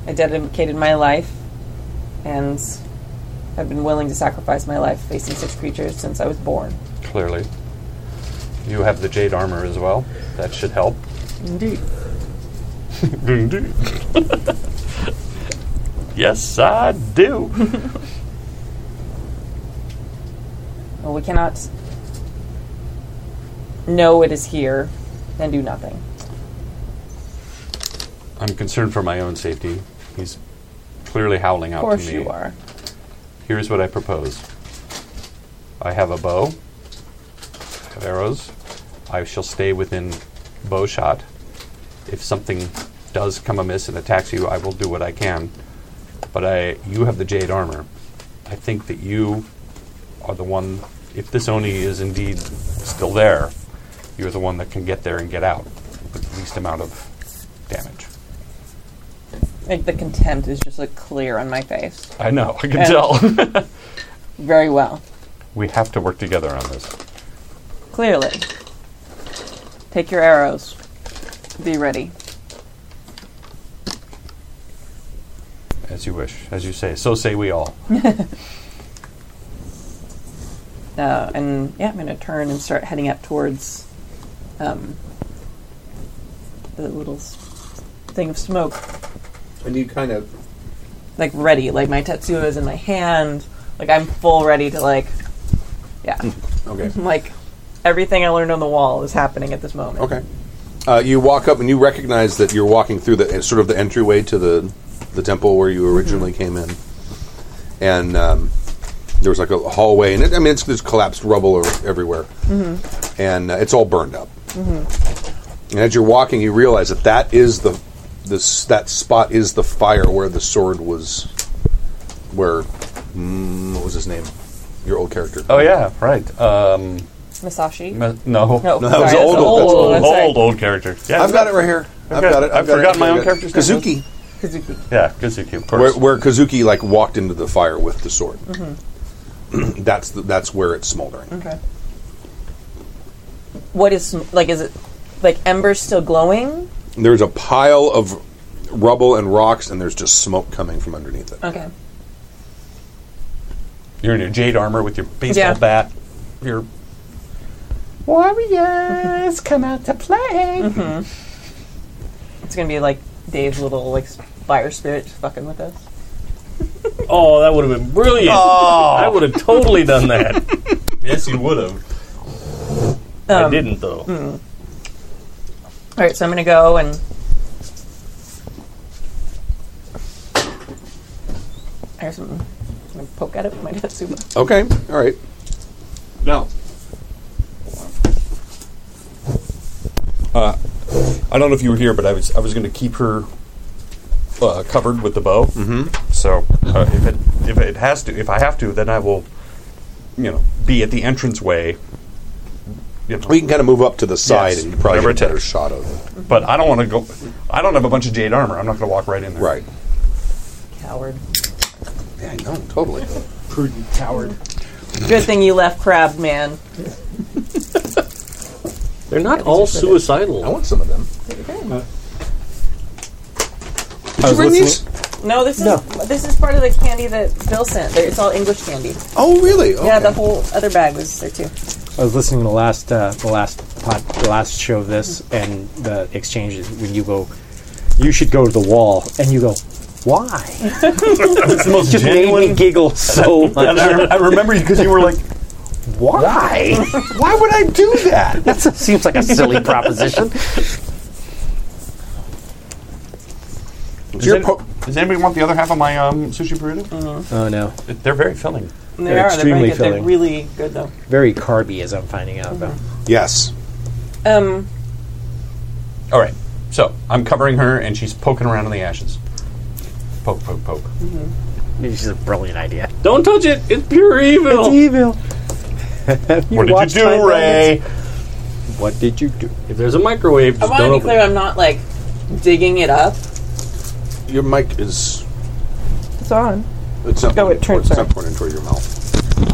[SPEAKER 3] I dedicated my life, and I've been willing to sacrifice my life facing such creatures since I was born.
[SPEAKER 9] Clearly, you have the jade armor as well. That should help.
[SPEAKER 3] Indeed.
[SPEAKER 9] Indeed. [LAUGHS] yes, I do.
[SPEAKER 3] Well, we cannot know it is here and do nothing.
[SPEAKER 9] I'm concerned for my own safety. He's clearly howling out
[SPEAKER 3] Of course
[SPEAKER 9] to me.
[SPEAKER 3] you are.
[SPEAKER 9] Here's what I propose. I have a bow. I have arrows. I shall stay within bow shot. If something does come amiss and attacks you, I will do what I can. But I, you have the jade armor. I think that you are the one. If this oni is indeed still there, you're the one that can get there and get out with the least amount of damage.
[SPEAKER 3] Like the contempt is just like clear on my face.
[SPEAKER 9] I know. I can
[SPEAKER 3] And-
[SPEAKER 9] tell.
[SPEAKER 3] Very well.
[SPEAKER 9] [LAUGHS] we have to work together on this.
[SPEAKER 3] Clearly. Take your arrows. Be ready.
[SPEAKER 9] As you wish, as you say. So say we all.
[SPEAKER 3] Uh, and yeah, I'm going to turn and start heading up towards um, the little s- thing of smoke.
[SPEAKER 2] And you kind of
[SPEAKER 3] Like ready, like my Tetsuo is in my hand. Like I'm full ready to like, yeah.
[SPEAKER 2] Okay.
[SPEAKER 3] [LAUGHS] like everything I learned on the wall is happening at this moment.
[SPEAKER 2] Okay. Uh, you walk up and you recognize that you're walking through the eh, sort of the entryway to the the temple where you originally came in, and um, there was like a hallway, and it, I mean it's there's collapsed rubble or everywhere,
[SPEAKER 1] Mhm.
[SPEAKER 2] and uh, it's all burned up.
[SPEAKER 1] Mm-hmm.
[SPEAKER 2] And as you're walking, you realize that that is the this that spot is the fire where the sword was, where mm, what was his name, your old character?
[SPEAKER 9] Oh yeah, right. Um,
[SPEAKER 3] Masashi.
[SPEAKER 9] Ma- no, Oh,
[SPEAKER 3] No,
[SPEAKER 2] that was
[SPEAKER 3] sorry,
[SPEAKER 2] old, old,
[SPEAKER 3] that's old,
[SPEAKER 2] old,
[SPEAKER 3] that's
[SPEAKER 2] old,
[SPEAKER 3] right.
[SPEAKER 9] Old old character. Yeah,
[SPEAKER 2] I've got it right here. I've got it. I've, got it.
[SPEAKER 9] forgotten
[SPEAKER 2] I've
[SPEAKER 9] my own
[SPEAKER 2] got it.
[SPEAKER 9] character's name.
[SPEAKER 2] Kazuki.
[SPEAKER 3] Kazuki.
[SPEAKER 9] Yeah, Kazuki. Of
[SPEAKER 2] where,
[SPEAKER 9] course.
[SPEAKER 2] where Kazuki like walked into the fire with the sword.
[SPEAKER 3] Mhm.
[SPEAKER 2] [CLEARS THROAT]
[SPEAKER 3] Mm-hmm.
[SPEAKER 2] that's the, that's where it's smoldering.
[SPEAKER 3] Okay. What is sm- like? Is it like embers still glowing?
[SPEAKER 2] There's a pile of rubble and rocks, and there's just smoke coming from underneath it.
[SPEAKER 3] Okay.
[SPEAKER 9] You're in your jade armor with your baseball
[SPEAKER 3] Yeah.
[SPEAKER 9] bat. Your
[SPEAKER 24] Warriors, come out to play.
[SPEAKER 3] It's gonna be like Dave's little like fire spirit just fucking with us.
[SPEAKER 6] Oh, that would have been brilliant.
[SPEAKER 3] Oh.
[SPEAKER 6] I would have totally done that.
[SPEAKER 9] yes, you would have.
[SPEAKER 6] I
[SPEAKER 3] Um,
[SPEAKER 6] didn't though.
[SPEAKER 3] Mm. All right, so I'm gonna go and. There's some. I'm gonna poke at it with my [LAUGHS] Tetsuba.
[SPEAKER 2] Okay, all right.
[SPEAKER 8] No.
[SPEAKER 9] Uh, I don't know if you were here, but I was I was going to keep her uh, covered with the bow. Mm-hmm. So uh, if it if it has to, if I have to, then I will, you know, be at the entranceway. You know.
[SPEAKER 2] We can kind of move up to the side, and you probably
[SPEAKER 9] whatever
[SPEAKER 2] get a
[SPEAKER 9] it
[SPEAKER 2] better
[SPEAKER 9] takes.
[SPEAKER 2] shot of
[SPEAKER 9] But I don't want to go. I don't have a bunch of jade armor. I'm not going to walk right in there.
[SPEAKER 2] Right.
[SPEAKER 3] Coward.
[SPEAKER 2] Yeah, I know, totally.
[SPEAKER 9] Prudent coward.
[SPEAKER 3] Good thing you left Crab Man.
[SPEAKER 22] They're not all suicidal.
[SPEAKER 2] I want some of them.
[SPEAKER 22] I was
[SPEAKER 2] bring
[SPEAKER 22] listening-
[SPEAKER 2] these?
[SPEAKER 3] No, this is this is part of the candy that Bill sent. There- It's all English candy.
[SPEAKER 2] Oh, really?
[SPEAKER 3] Yeah, the whole other bag was there too.
[SPEAKER 14] I was listening to the last uh, the last pod, the last show of this and the exchanges when you go, you should go to the wall, and you go, why?
[SPEAKER 9] That's the most
[SPEAKER 14] Just made me
[SPEAKER 9] genuine.
[SPEAKER 14] giggle [LAUGHS] so much.
[SPEAKER 9] And I, rem- I remember because you were like,
[SPEAKER 14] [LAUGHS] why?
[SPEAKER 9] "Why would I do that?"
[SPEAKER 14] [LAUGHS] that seems like a silly proposition.
[SPEAKER 9] Does, any- does anybody want the other half of my um, sushi burrito?
[SPEAKER 14] Oh no,
[SPEAKER 3] Uh,
[SPEAKER 9] They're very filling.
[SPEAKER 3] And they
[SPEAKER 14] They're
[SPEAKER 3] are.
[SPEAKER 14] extremely
[SPEAKER 3] they're very good. They're
[SPEAKER 14] filling.
[SPEAKER 3] really good though.
[SPEAKER 14] very carby as I'm finding out though.
[SPEAKER 2] Yes.
[SPEAKER 3] Um.
[SPEAKER 9] All right. So I'm covering her, and she's poking around in the ashes. Poke, poke, poke.
[SPEAKER 14] This is a brilliant idea.
[SPEAKER 6] Don't touch it. It's pure evil.
[SPEAKER 14] evil.
[SPEAKER 9] what did you do, Ray?
[SPEAKER 14] What did you do?
[SPEAKER 22] If there's a microwave,
[SPEAKER 3] I
[SPEAKER 22] just
[SPEAKER 3] want
[SPEAKER 22] don't
[SPEAKER 3] to be
[SPEAKER 22] open it.
[SPEAKER 3] clear. I'm not like digging it up.
[SPEAKER 2] Your mic is
[SPEAKER 3] It's on.
[SPEAKER 2] it's not
[SPEAKER 3] Oh, it
[SPEAKER 2] pointed
[SPEAKER 3] turned-
[SPEAKER 2] towards- it's
[SPEAKER 3] sorry.
[SPEAKER 2] not pointed toward your mouth.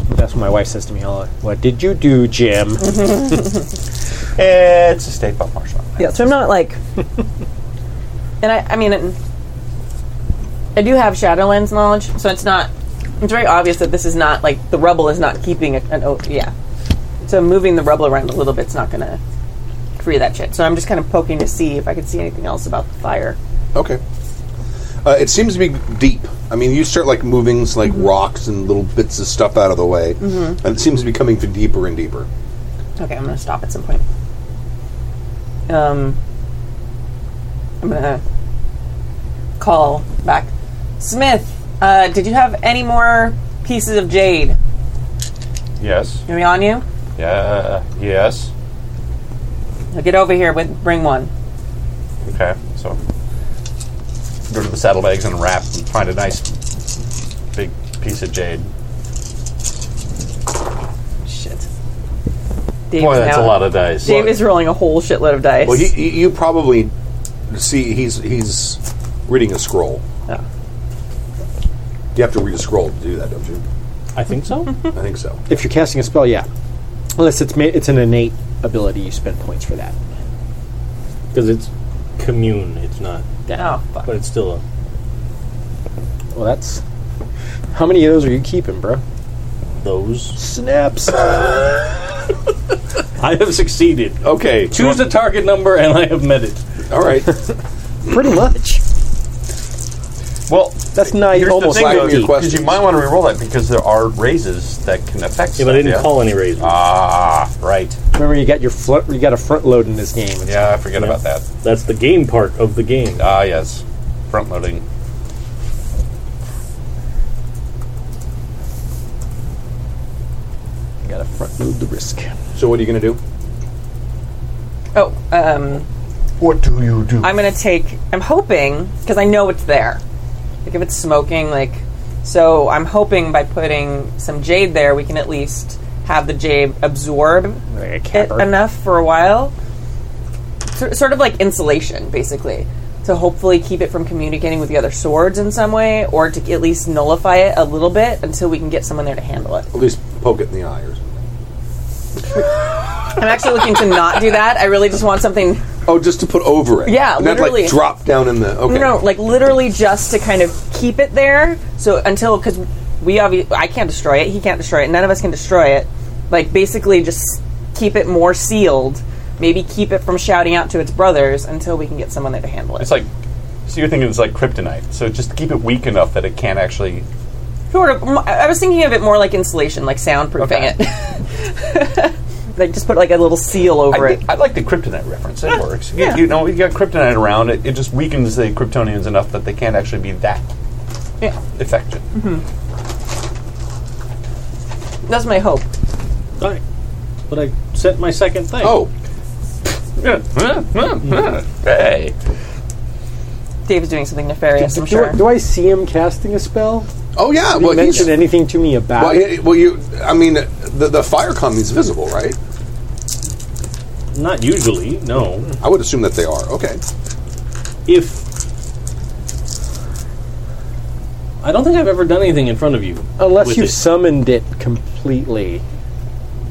[SPEAKER 9] [LAUGHS]
[SPEAKER 14] That's what my wife says to me. all the- What did you do, Jim?
[SPEAKER 9] It's a Stay Puft Marshmallow.
[SPEAKER 3] Yeah, so I'm not like. and I, I mean, it, I do have Shadowlands knowledge, so it's not. It's very obvious that this is not like the rubble is not keeping a, an. Oh, yeah. So moving the rubble around a little bit's not going to free that shit. So I'm just kind of poking to see if I can see anything else about the fire.
[SPEAKER 2] Okay. Uh, it seems to be deep. I mean, you start like moving s- like
[SPEAKER 3] Mm-hmm.
[SPEAKER 2] rocks and little bits of stuff out of the way,
[SPEAKER 3] Mhm.
[SPEAKER 2] and it seems to be coming to deeper and deeper.
[SPEAKER 3] Okay, I'm going to stop at some point. Um, I'm going to call back. Smith, uh, did you have any more pieces of jade?
[SPEAKER 5] Yes.
[SPEAKER 3] Are we on you?
[SPEAKER 5] Yeah. Yes.
[SPEAKER 3] Now get over here with bring one.
[SPEAKER 5] Okay. So go to the saddlebags and wrap and find a nice big piece of jade.
[SPEAKER 3] Shit.
[SPEAKER 5] Boy, that's a lot of dice.
[SPEAKER 3] Dave is rolling a whole shitload of dice.
[SPEAKER 2] Well, he, he, you probably see he's he's reading a scroll.
[SPEAKER 3] Yeah.
[SPEAKER 2] You have to read a scroll to do that, don't you?
[SPEAKER 14] I think so.
[SPEAKER 2] I think so.
[SPEAKER 14] If you're casting a spell, yeah. Unless it's ma- it's an innate ability, you spend points for that.
[SPEAKER 22] Because it's commune, it's not.
[SPEAKER 3] Yeah.
[SPEAKER 22] But it's still a.
[SPEAKER 14] Well, that's. How many of those are you keeping, bro?
[SPEAKER 22] Those.
[SPEAKER 14] Snaps.
[SPEAKER 6] I have succeeded.
[SPEAKER 2] Okay.
[SPEAKER 6] Choose a target number, and I have met it.
[SPEAKER 2] All right.
[SPEAKER 14] Pretty much.
[SPEAKER 9] Well,
[SPEAKER 14] that's nine.
[SPEAKER 9] Here's
[SPEAKER 14] almost
[SPEAKER 9] the thing, though,
[SPEAKER 14] like eight.
[SPEAKER 9] because you might want to re-roll that because there are raises that can affect.
[SPEAKER 14] Yeah, but I
[SPEAKER 9] stuff,
[SPEAKER 14] didn't call any raises.
[SPEAKER 9] Ah, right.
[SPEAKER 14] Remember, you got your fl- you got a front load in this game.
[SPEAKER 9] Yeah, I forget about that.
[SPEAKER 22] That's the game part of the game.
[SPEAKER 9] Ah, yes, front loading.
[SPEAKER 14] You got to front load the risk.
[SPEAKER 2] So what are you going to do?
[SPEAKER 3] Oh, um,
[SPEAKER 9] What do you do?
[SPEAKER 3] I'm gonna take. I'm hoping because I know it's there. Like if it's smoking, like so. I'm hoping by putting some jade there, we can at least have the jade absorb it
[SPEAKER 14] capper.
[SPEAKER 3] enough for a while. So, sort of like insulation, basically, to hopefully keep it from communicating with the other swords in some way, or to at least nullify it a little bit until we can get someone there to handle it.
[SPEAKER 2] At least poke it in the eye or something.
[SPEAKER 3] I'm actually looking to not do that. I really just want something
[SPEAKER 2] Oh, just to put over it.
[SPEAKER 3] Yeah,
[SPEAKER 2] Not
[SPEAKER 3] literally.
[SPEAKER 2] like drop down in the. Okay.
[SPEAKER 3] No, no, like literally just to kind of keep it there. So until because we obviously I can't destroy it, he can't destroy it, none of us can destroy it. Like basically just keep it more sealed. Maybe keep it from shouting out to its brothers until we can get someone there to handle it.
[SPEAKER 9] It's like so you're thinking it's like kryptonite. So just keep it weak enough that it can't actually.
[SPEAKER 3] Sort of. m- I was thinking of it more like insulation, like soundproofing it. [LAUGHS] like just put like a little seal over
[SPEAKER 9] I,
[SPEAKER 3] it.
[SPEAKER 9] I like the kryptonite reference. It works. You-
[SPEAKER 3] yeah.
[SPEAKER 9] You, know, you got kryptonite around it. It just weakens the Kryptonians enough that they can't actually be that
[SPEAKER 3] Yeah.
[SPEAKER 9] effective.
[SPEAKER 3] hmm That's my hope.
[SPEAKER 6] Alright. But I set my second thing.
[SPEAKER 2] Oh.
[SPEAKER 9] Mm-hmm. Hey.
[SPEAKER 3] Dave's doing something nefarious, I'm
[SPEAKER 14] do,
[SPEAKER 3] sure.
[SPEAKER 14] I, do I see him casting a spell?
[SPEAKER 2] Oh yeah.
[SPEAKER 14] Did
[SPEAKER 2] well,
[SPEAKER 14] he
[SPEAKER 2] he's-
[SPEAKER 14] mention anything to me about
[SPEAKER 2] Well,
[SPEAKER 14] it?
[SPEAKER 2] it- well, you. I mean, the the fire coming is visible, right?
[SPEAKER 6] Not usually, no.
[SPEAKER 2] I would assume that they are. Okay.
[SPEAKER 6] If. I don't think I've ever done anything in front of you.
[SPEAKER 14] Unless
[SPEAKER 6] with
[SPEAKER 14] you've
[SPEAKER 6] it.
[SPEAKER 14] summoned it completely,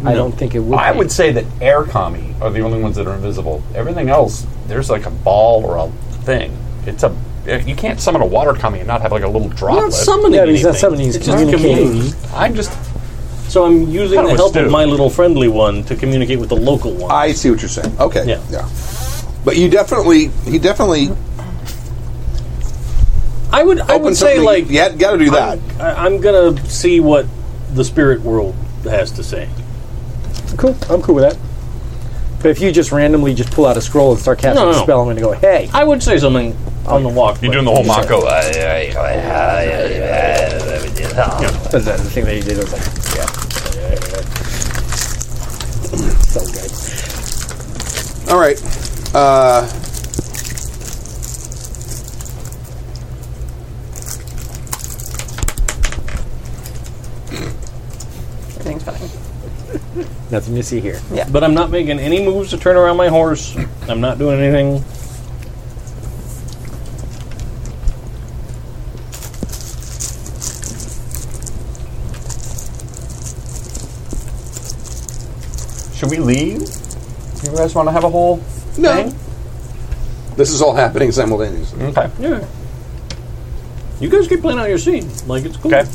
[SPEAKER 14] I
[SPEAKER 9] No.
[SPEAKER 14] don't think it would.
[SPEAKER 9] I
[SPEAKER 14] be.
[SPEAKER 9] would say that air commie are the only ones that are invisible. Everything else, there's like a ball or a thing. It's a you can't summon a water commie and not have like a little
[SPEAKER 6] I'm
[SPEAKER 9] droplet.
[SPEAKER 6] not summoning
[SPEAKER 14] Yeah, but
[SPEAKER 6] anything.
[SPEAKER 14] he's not summoning, he's
[SPEAKER 6] It's just
[SPEAKER 14] communicating.
[SPEAKER 6] commune.
[SPEAKER 9] I'm just.
[SPEAKER 6] So I'm using
[SPEAKER 9] Kinda
[SPEAKER 6] the
[SPEAKER 9] what
[SPEAKER 6] help
[SPEAKER 9] Stu-
[SPEAKER 6] of my little friendly one to communicate with the local one.
[SPEAKER 2] I see what you're saying. Okay.
[SPEAKER 6] Yeah.
[SPEAKER 2] But you definitely, he definitely
[SPEAKER 6] I would. I would
[SPEAKER 2] opened
[SPEAKER 6] say
[SPEAKER 2] something.
[SPEAKER 6] like
[SPEAKER 2] you got to do that.
[SPEAKER 6] I, I'm gonna see what the spirit world has to say.
[SPEAKER 14] Cool. I'm cool with that. But if you just randomly just pull out a scroll and start casting
[SPEAKER 6] No, no,
[SPEAKER 14] a
[SPEAKER 6] no.
[SPEAKER 14] spell, I'm going to go, hey.
[SPEAKER 6] I would say something on the walk.
[SPEAKER 9] You're doing the whole Mako. uh, Yeah.
[SPEAKER 14] That's the thing that he did. I was like, yeah. So good.
[SPEAKER 2] All right. Uh,
[SPEAKER 3] Everything's fine.
[SPEAKER 14] Nothing to see here.
[SPEAKER 6] But I'm not making any moves to turn around my horse. I'm not doing anything.
[SPEAKER 9] Should we leave? You guys want to have a whole
[SPEAKER 2] No.
[SPEAKER 9] thing?
[SPEAKER 2] This is all happening simultaneously.
[SPEAKER 6] Mm-hmm.
[SPEAKER 9] Okay.
[SPEAKER 6] Yeah. You guys keep playing out your scene. Like, it's cool.
[SPEAKER 9] Okay.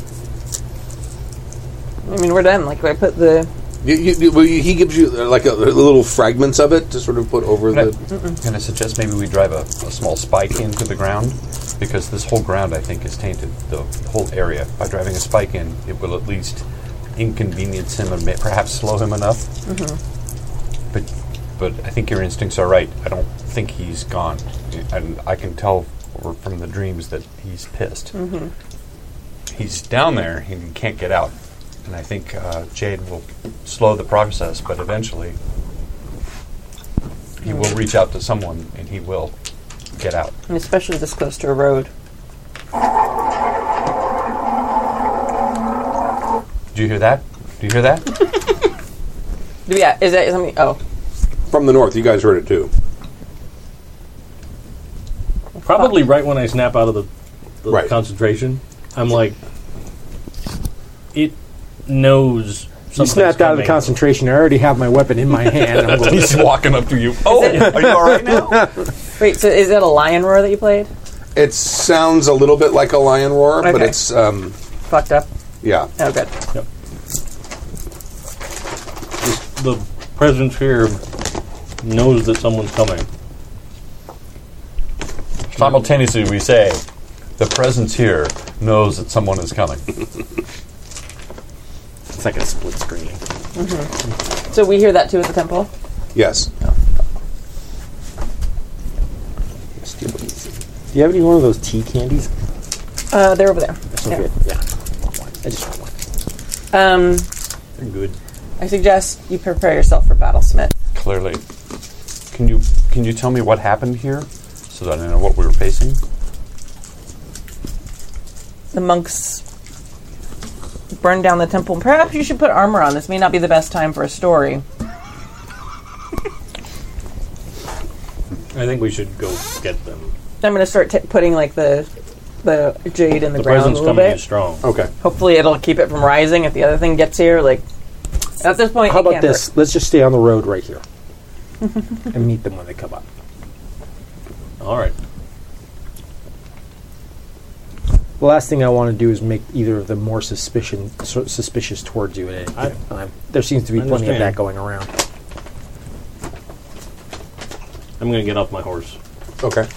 [SPEAKER 3] I mean, we're done. Like, do I put the.
[SPEAKER 2] You, you, you- well, you- he gives you uh, like a, little fragments of it to sort of put over the.
[SPEAKER 25] Mm-mm.
[SPEAKER 9] Can I suggest maybe we drive a, a small spike into the ground? Because this whole ground, I think, is tainted, the whole area. By driving a spike in, it will at least inconvenience him and may, perhaps slow him enough. But, but I think your instincts are right. I don't think he's gone. And I can tell or from the dreams that he's pissed.
[SPEAKER 26] Mhm.
[SPEAKER 9] He's down there and he can't get out. And I think uh, Jade will slow the process, but eventually he will reach out to someone and he will get out.
[SPEAKER 3] And especially this close to a road.
[SPEAKER 9] Do you hear that? Do you hear that?
[SPEAKER 3] Yeah, is that something? Oh.
[SPEAKER 2] From the north, you guys heard it too.
[SPEAKER 6] Probably right when I snap out of the, the
[SPEAKER 2] Right.
[SPEAKER 6] concentration, I'm like, it knows
[SPEAKER 14] You
[SPEAKER 6] something's
[SPEAKER 14] snapped out of the
[SPEAKER 6] coming.
[SPEAKER 14] concentration. I already have my weapon in my hand. and
[SPEAKER 9] [LAUGHS]
[SPEAKER 14] I'm going,
[SPEAKER 6] He's
[SPEAKER 9] walking up to you.
[SPEAKER 3] Oh, are you alright now? Wait, so is that a lion roar that you played?
[SPEAKER 2] [LAUGHS] It sounds a little bit like a lion roar, but
[SPEAKER 3] Okay.
[SPEAKER 2] it's um,
[SPEAKER 3] Fucked up.
[SPEAKER 2] yeah.
[SPEAKER 3] Oh, good.
[SPEAKER 6] Yep. The presence here knows that someone's coming.
[SPEAKER 9] Simultaneously, we say, the presence here knows that someone is coming.
[SPEAKER 14] it's like a split screen.
[SPEAKER 3] hmm So we hear that too at the temple.
[SPEAKER 2] Yes.
[SPEAKER 14] Do you have any one of those tea candies?
[SPEAKER 3] Uh, they're over there.
[SPEAKER 14] So
[SPEAKER 3] Yeah.
[SPEAKER 14] good. Yeah. I just want one.
[SPEAKER 3] Um,
[SPEAKER 14] They're good.
[SPEAKER 3] I suggest you prepare yourself for battlesmith.
[SPEAKER 9] Clearly. Can you can you tell me what happened here so that I know what we were facing?
[SPEAKER 3] The monks burned down the temple. Perhaps you should put armor on. This may not be the best time for a story.
[SPEAKER 6] I think we should go get them.
[SPEAKER 3] I'm going to start t- putting like the the jade in the,
[SPEAKER 6] The
[SPEAKER 3] ground
[SPEAKER 6] presence
[SPEAKER 3] a little
[SPEAKER 6] coming
[SPEAKER 3] bit.
[SPEAKER 6] is strong.
[SPEAKER 2] Okay.
[SPEAKER 3] Hopefully, it'll keep it from rising if the other thing gets here. Like at this point,
[SPEAKER 14] How
[SPEAKER 3] it
[SPEAKER 14] about
[SPEAKER 3] can't hurt.
[SPEAKER 14] this? Let's just stay on the road
[SPEAKER 3] [LAUGHS]
[SPEAKER 14] right here and meet them when they come up.
[SPEAKER 6] All right.
[SPEAKER 14] The last thing I want to do is make either of them more suspicion su- suspicious towards you at any
[SPEAKER 6] I-
[SPEAKER 14] given time. There seems to be
[SPEAKER 6] I
[SPEAKER 14] plenty of
[SPEAKER 6] understand.
[SPEAKER 14] that going around.
[SPEAKER 6] I'm going to get off my horse
[SPEAKER 2] Okay.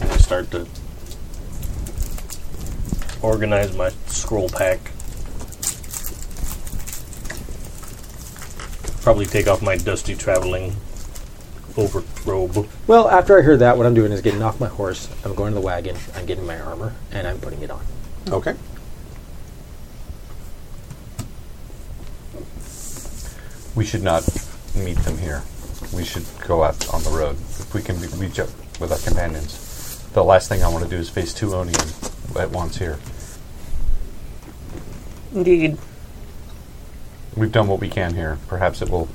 [SPEAKER 6] and I start to organize my scroll pack. Probably take off my dusty traveling overrobe.
[SPEAKER 14] Well, after I heard that, what I'm doing is getting off my horse. I'm going to the wagon. I'm getting my armor and I'm putting it on.
[SPEAKER 2] Okay.
[SPEAKER 9] We should not meet them here. We should go out on the road if we can be, reach up with our companions. The last thing I want to do is face two Onion at once here.
[SPEAKER 3] Indeed.
[SPEAKER 9] We've done what we can here. Perhaps it will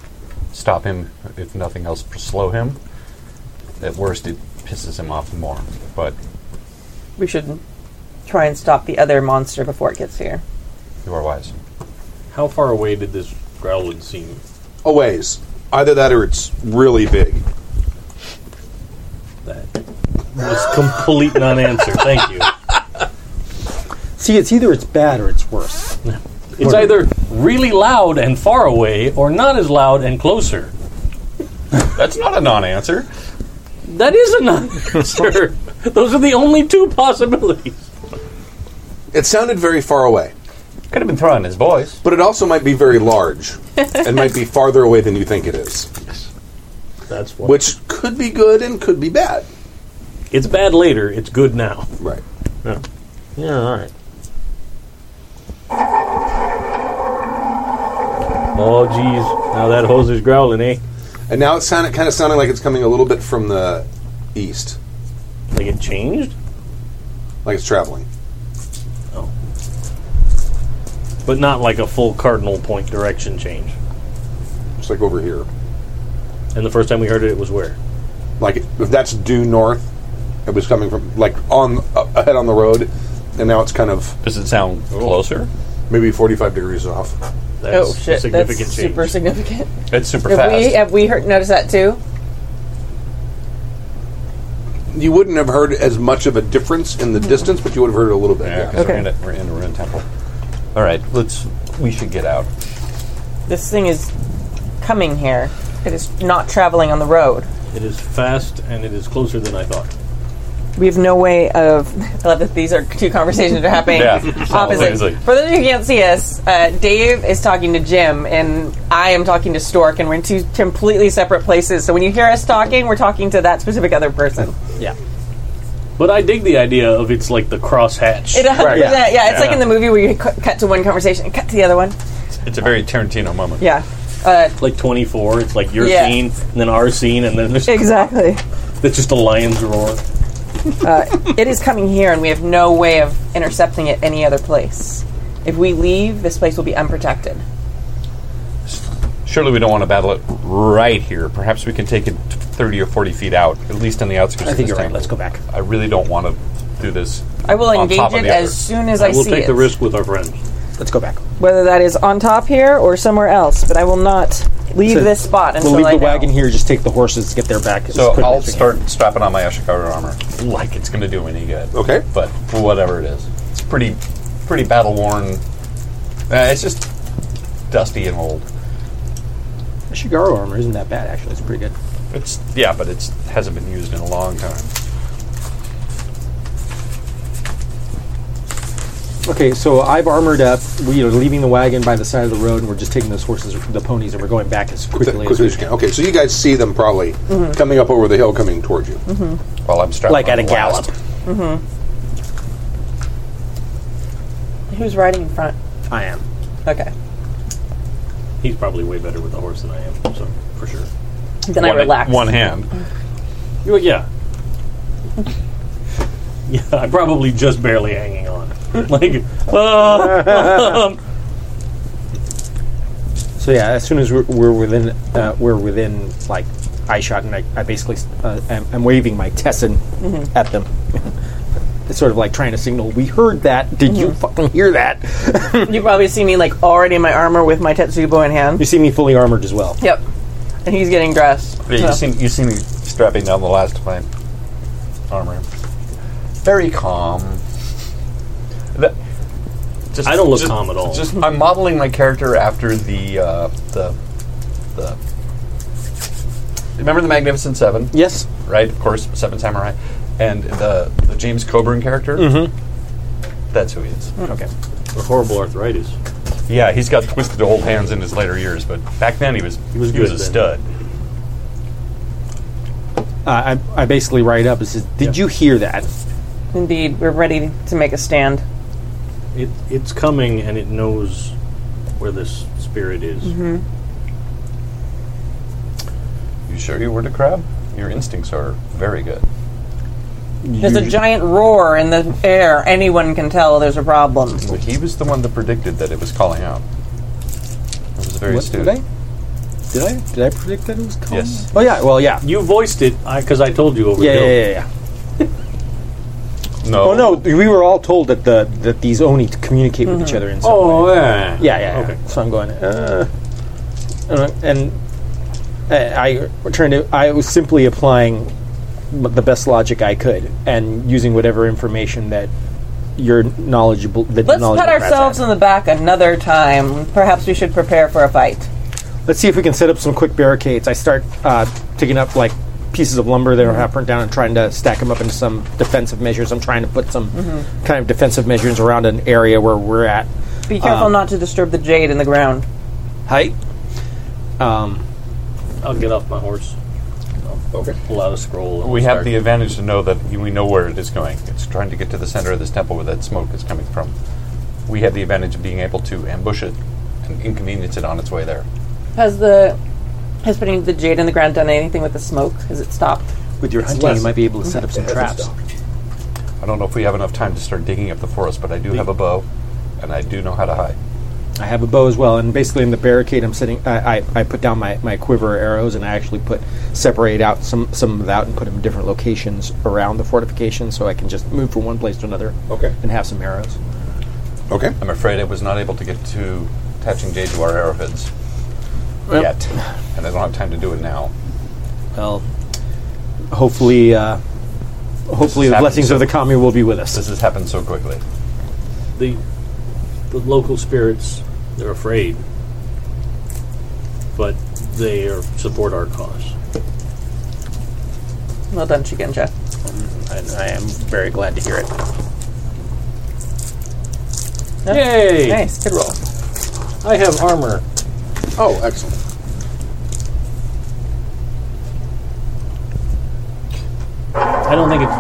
[SPEAKER 9] stop him, if nothing else, slow him. At worst, it pisses him off more. But
[SPEAKER 3] We should try and stop the other monster before it gets here.
[SPEAKER 9] you are wise.
[SPEAKER 6] How far away did this growlin seem?
[SPEAKER 2] A ways. Either that or it's really big.
[SPEAKER 6] That was complete non-answer. Thank you.
[SPEAKER 14] See, it's either it's bad or it's worse.
[SPEAKER 6] It's either really loud and far away, or not as loud and closer.
[SPEAKER 9] That's not a non-answer.
[SPEAKER 6] That is a [LAUGHS] non-answer. Those are the only two possibilities.
[SPEAKER 2] It sounded very far away,
[SPEAKER 9] Could have been throwing his voice.
[SPEAKER 2] but it also might be very large and might be farther away than you think it is,
[SPEAKER 6] That's what.
[SPEAKER 2] which could be good and could be bad.
[SPEAKER 6] It's bad later. It's good now.
[SPEAKER 2] Right.
[SPEAKER 6] Yeah.
[SPEAKER 14] Yeah, all right.
[SPEAKER 6] Oh, jeez. Now that hose is growling, eh?
[SPEAKER 2] And now it sounded kind of sounding like it's coming a little bit from the east,
[SPEAKER 6] Like it changed?
[SPEAKER 2] like it's traveling.
[SPEAKER 6] Oh. But not like a full cardinal point direction change.
[SPEAKER 2] It's like over here.
[SPEAKER 6] And the first time we heard it, it was where?
[SPEAKER 2] Like if that's due north, it was coming from like on uh, ahead on the road, and now it's kind of
[SPEAKER 9] Does it sound closer?
[SPEAKER 2] maybe 45 degrees off.
[SPEAKER 3] oh shit! that's super significant.
[SPEAKER 9] It's super
[SPEAKER 3] have
[SPEAKER 9] fast.
[SPEAKER 3] We, have we heard noticed that too?
[SPEAKER 2] You wouldn't have heard as much of a difference in the distance, but you would have heard it a little bit.
[SPEAKER 9] Yeah, 'cause we're in a- we're in a ruined temple. All right, let's. We should get out.
[SPEAKER 3] This thing is coming here. It is not traveling on the road.
[SPEAKER 6] It is fast and it is closer than I thought.
[SPEAKER 3] We have no way of. [LAUGHS] I love that these are two conversations that are happening [LAUGHS]
[SPEAKER 6] Yeah,
[SPEAKER 3] opposite.
[SPEAKER 6] simultaneously.
[SPEAKER 3] For those of you who can't see us, uh, Dave is talking to Jim, and I am talking to Stork, and we're in two completely separate places. So when you hear us talking, we're talking to that specific other person.
[SPEAKER 14] Yeah.
[SPEAKER 6] But I dig the idea of it's like the crosshatch.
[SPEAKER 3] It uh, 100%, [LAUGHS] yeah. it's like in the movie where you cu- cut to one conversation and cut to the other one.
[SPEAKER 6] It's a very Tarantino moment.
[SPEAKER 3] Yeah. Uh,
[SPEAKER 6] Like 24, it's like your
[SPEAKER 3] Yeah.
[SPEAKER 6] scene, and then our scene, and then there's.
[SPEAKER 3] exactly.
[SPEAKER 6] That's just a lion's roar.
[SPEAKER 3] uh, it is coming here, and we have no way of intercepting it any other place. If we leave, this place will be unprotected.
[SPEAKER 9] Surely we don't want to battle it right here. Perhaps we can take it t- 30 or 40 feet out, at least on the outskirts
[SPEAKER 14] I
[SPEAKER 9] of
[SPEAKER 14] think
[SPEAKER 9] this
[SPEAKER 14] you're right.
[SPEAKER 9] temple.
[SPEAKER 14] Let's go back.
[SPEAKER 9] I really don't want to do this.
[SPEAKER 3] I will
[SPEAKER 9] on top
[SPEAKER 3] engage it
[SPEAKER 9] of the
[SPEAKER 3] as
[SPEAKER 9] other.
[SPEAKER 3] soon as I, see it.
[SPEAKER 9] risk with our friends.
[SPEAKER 14] Let's go back.
[SPEAKER 3] Whether that is on top here or somewhere else, but I will not leave
[SPEAKER 14] So
[SPEAKER 3] this spot until
[SPEAKER 14] we'll leave
[SPEAKER 3] I
[SPEAKER 14] the
[SPEAKER 3] know.
[SPEAKER 14] wagon here. Just take the horses, get their back. as
[SPEAKER 9] So
[SPEAKER 14] quickly
[SPEAKER 9] I'll
[SPEAKER 14] as we can.
[SPEAKER 9] start strapping on my Ashikaru armor, like it's going to do any good.
[SPEAKER 2] Okay,
[SPEAKER 9] but for whatever it is, it's pretty, pretty battle worn. Uh, it's just dusty and old.
[SPEAKER 14] Shigaru armor isn't that bad actually. It's pretty good.
[SPEAKER 9] It's yeah, but it's hasn't been used in a long time.
[SPEAKER 14] Okay, so I've armored up. We are leaving the wagon by the side of the road, and we're just taking those horses, the ponies, and we're going back as quickly as
[SPEAKER 2] Quickly
[SPEAKER 14] we
[SPEAKER 2] as you
[SPEAKER 14] can.
[SPEAKER 2] can. Okay, so you guys see them probably
[SPEAKER 14] Mhm.
[SPEAKER 2] coming up over the hill, coming towards you.
[SPEAKER 14] Mhm.
[SPEAKER 9] While I'm strapped
[SPEAKER 14] Like
[SPEAKER 9] on
[SPEAKER 14] at a
[SPEAKER 9] the last.
[SPEAKER 14] gallop.
[SPEAKER 3] Mm-hmm. Who's riding in front?
[SPEAKER 14] I am.
[SPEAKER 3] Okay.
[SPEAKER 6] He's probably way better with a horse than I am, so for sure.
[SPEAKER 3] Then I relax.
[SPEAKER 6] You're like, yeah. [LAUGHS] Yeah, I'm probably just barely hanging on. [LAUGHS] Like, uh, um,
[SPEAKER 14] So yeah, as soon as we're, we're within, uh, we're within like eye shot, and I, I basically uh, am, am waving my Tessin
[SPEAKER 3] Mhm.
[SPEAKER 14] at them. [LAUGHS] it's sort of like trying to signal. We heard that. Did you fucking hear that?
[SPEAKER 3] [LAUGHS] you probably see me like already in my armor with my Tetsubo in hand.
[SPEAKER 14] You see me fully armored as well.
[SPEAKER 3] Yep. And he's getting dressed.
[SPEAKER 9] Yeah,
[SPEAKER 3] so.
[SPEAKER 9] you see, you see me strapping down the last of my armor. Very calm. That- just,
[SPEAKER 6] I don't look
[SPEAKER 9] just-
[SPEAKER 6] calm at all.
[SPEAKER 9] Just I'm modeling my character after the uh, the the. Remember the Magnificent Seven?
[SPEAKER 14] Yes.
[SPEAKER 9] Right, of course, Seven Samurai, and the the James Coburn character. Mm-hmm. That's who he is.
[SPEAKER 14] Okay.
[SPEAKER 9] The horrible arthritis. Yeah, he's got twisted old hands in his later years, but back then he was he was,
[SPEAKER 6] good
[SPEAKER 9] a
[SPEAKER 6] then.
[SPEAKER 9] stud.
[SPEAKER 14] Uh, I, I basically write up and says, "Did you hear that?"
[SPEAKER 3] Indeed, we're ready to make a stand.
[SPEAKER 6] it, it's coming and it knows where this spirit is.
[SPEAKER 3] Mhm.
[SPEAKER 9] You sure you were the crab? Your instincts are very good.
[SPEAKER 3] There's a giant roar in the air. Anyone can tell there's a problem.
[SPEAKER 9] Well, he was the one that predicted that it was calling out. It was very
[SPEAKER 14] What,
[SPEAKER 9] astute.
[SPEAKER 14] did I? Did I? Did I predict that it was coming?
[SPEAKER 9] Yes.
[SPEAKER 14] Oh yeah. Well yeah.
[SPEAKER 6] You voiced it because I told you over
[SPEAKER 14] Yeah,
[SPEAKER 6] Bill.
[SPEAKER 14] yeah, yeah,
[SPEAKER 9] No.
[SPEAKER 14] Oh no, we were all told that the that these oni communicate with each other in some
[SPEAKER 6] Oh,
[SPEAKER 14] way.
[SPEAKER 6] yeah.
[SPEAKER 14] yeah, yeah. Okay. So I'm going. Uh, uh, and I I turned to. I was simply applying m- the best logic I could and using whatever information that you're knowledgeable. That
[SPEAKER 3] Let's
[SPEAKER 14] knowledgeable
[SPEAKER 3] pat
[SPEAKER 14] crabs had.
[SPEAKER 3] ourselves on the back another time. Perhaps we should prepare for a fight.
[SPEAKER 14] Let's see if we can set up some quick barricades. I start uh, picking up like pieces of lumber that are half burnt down and trying to stack them up into some defensive measures. I'm trying to put some
[SPEAKER 3] Mhm.
[SPEAKER 14] kind of defensive measures around an area where we're at.
[SPEAKER 3] Be careful
[SPEAKER 14] Um,
[SPEAKER 3] not to disturb the jade in the ground.
[SPEAKER 14] Height. Um,
[SPEAKER 6] I'll get off my horse. I'll pull out a scroll. and
[SPEAKER 9] We
[SPEAKER 6] start-
[SPEAKER 9] have the advantage to know that we know where it is going. It's trying to get to the center of this temple where that smoke is coming from. We have the advantage of being able to ambush it and inconvenience it on its way there.
[SPEAKER 3] Has the has putting the jade in the ground done anything with the smoke? Has it stopped?
[SPEAKER 14] With your hunting, you might be able to set up some traps.
[SPEAKER 9] I don't know if we have enough time to start digging up the forest, but I do have a bow, and I do know how to hide.
[SPEAKER 14] I have a bow as well, and basically in the barricade, I'm sitting. I, I, I put down my, my quiver of arrows, and I actually put separate out some some of that and put them in different locations around the fortification, so I can just move from one place to another.
[SPEAKER 2] Okay.
[SPEAKER 14] And have some arrows.
[SPEAKER 2] Okay.
[SPEAKER 9] I'm afraid I was not able to get to attaching J to our arrowheads
[SPEAKER 4] Yep.
[SPEAKER 9] yet, and I don't have time to do it now.
[SPEAKER 14] Well,
[SPEAKER 4] hopefully, uh, hopefully
[SPEAKER 9] has
[SPEAKER 4] the
[SPEAKER 9] happened
[SPEAKER 4] blessings
[SPEAKER 9] so-
[SPEAKER 4] of the commune will be with us.
[SPEAKER 9] This has happened so quickly.
[SPEAKER 27] The the local spirits they're afraid, but they are, support our cause.
[SPEAKER 3] Well done, Shigenja.
[SPEAKER 4] And I am very glad to hear it.
[SPEAKER 27] Yay!
[SPEAKER 3] Nice, good roll.
[SPEAKER 27] I have armor.
[SPEAKER 2] Oh, excellent.
[SPEAKER 27] I don't think it's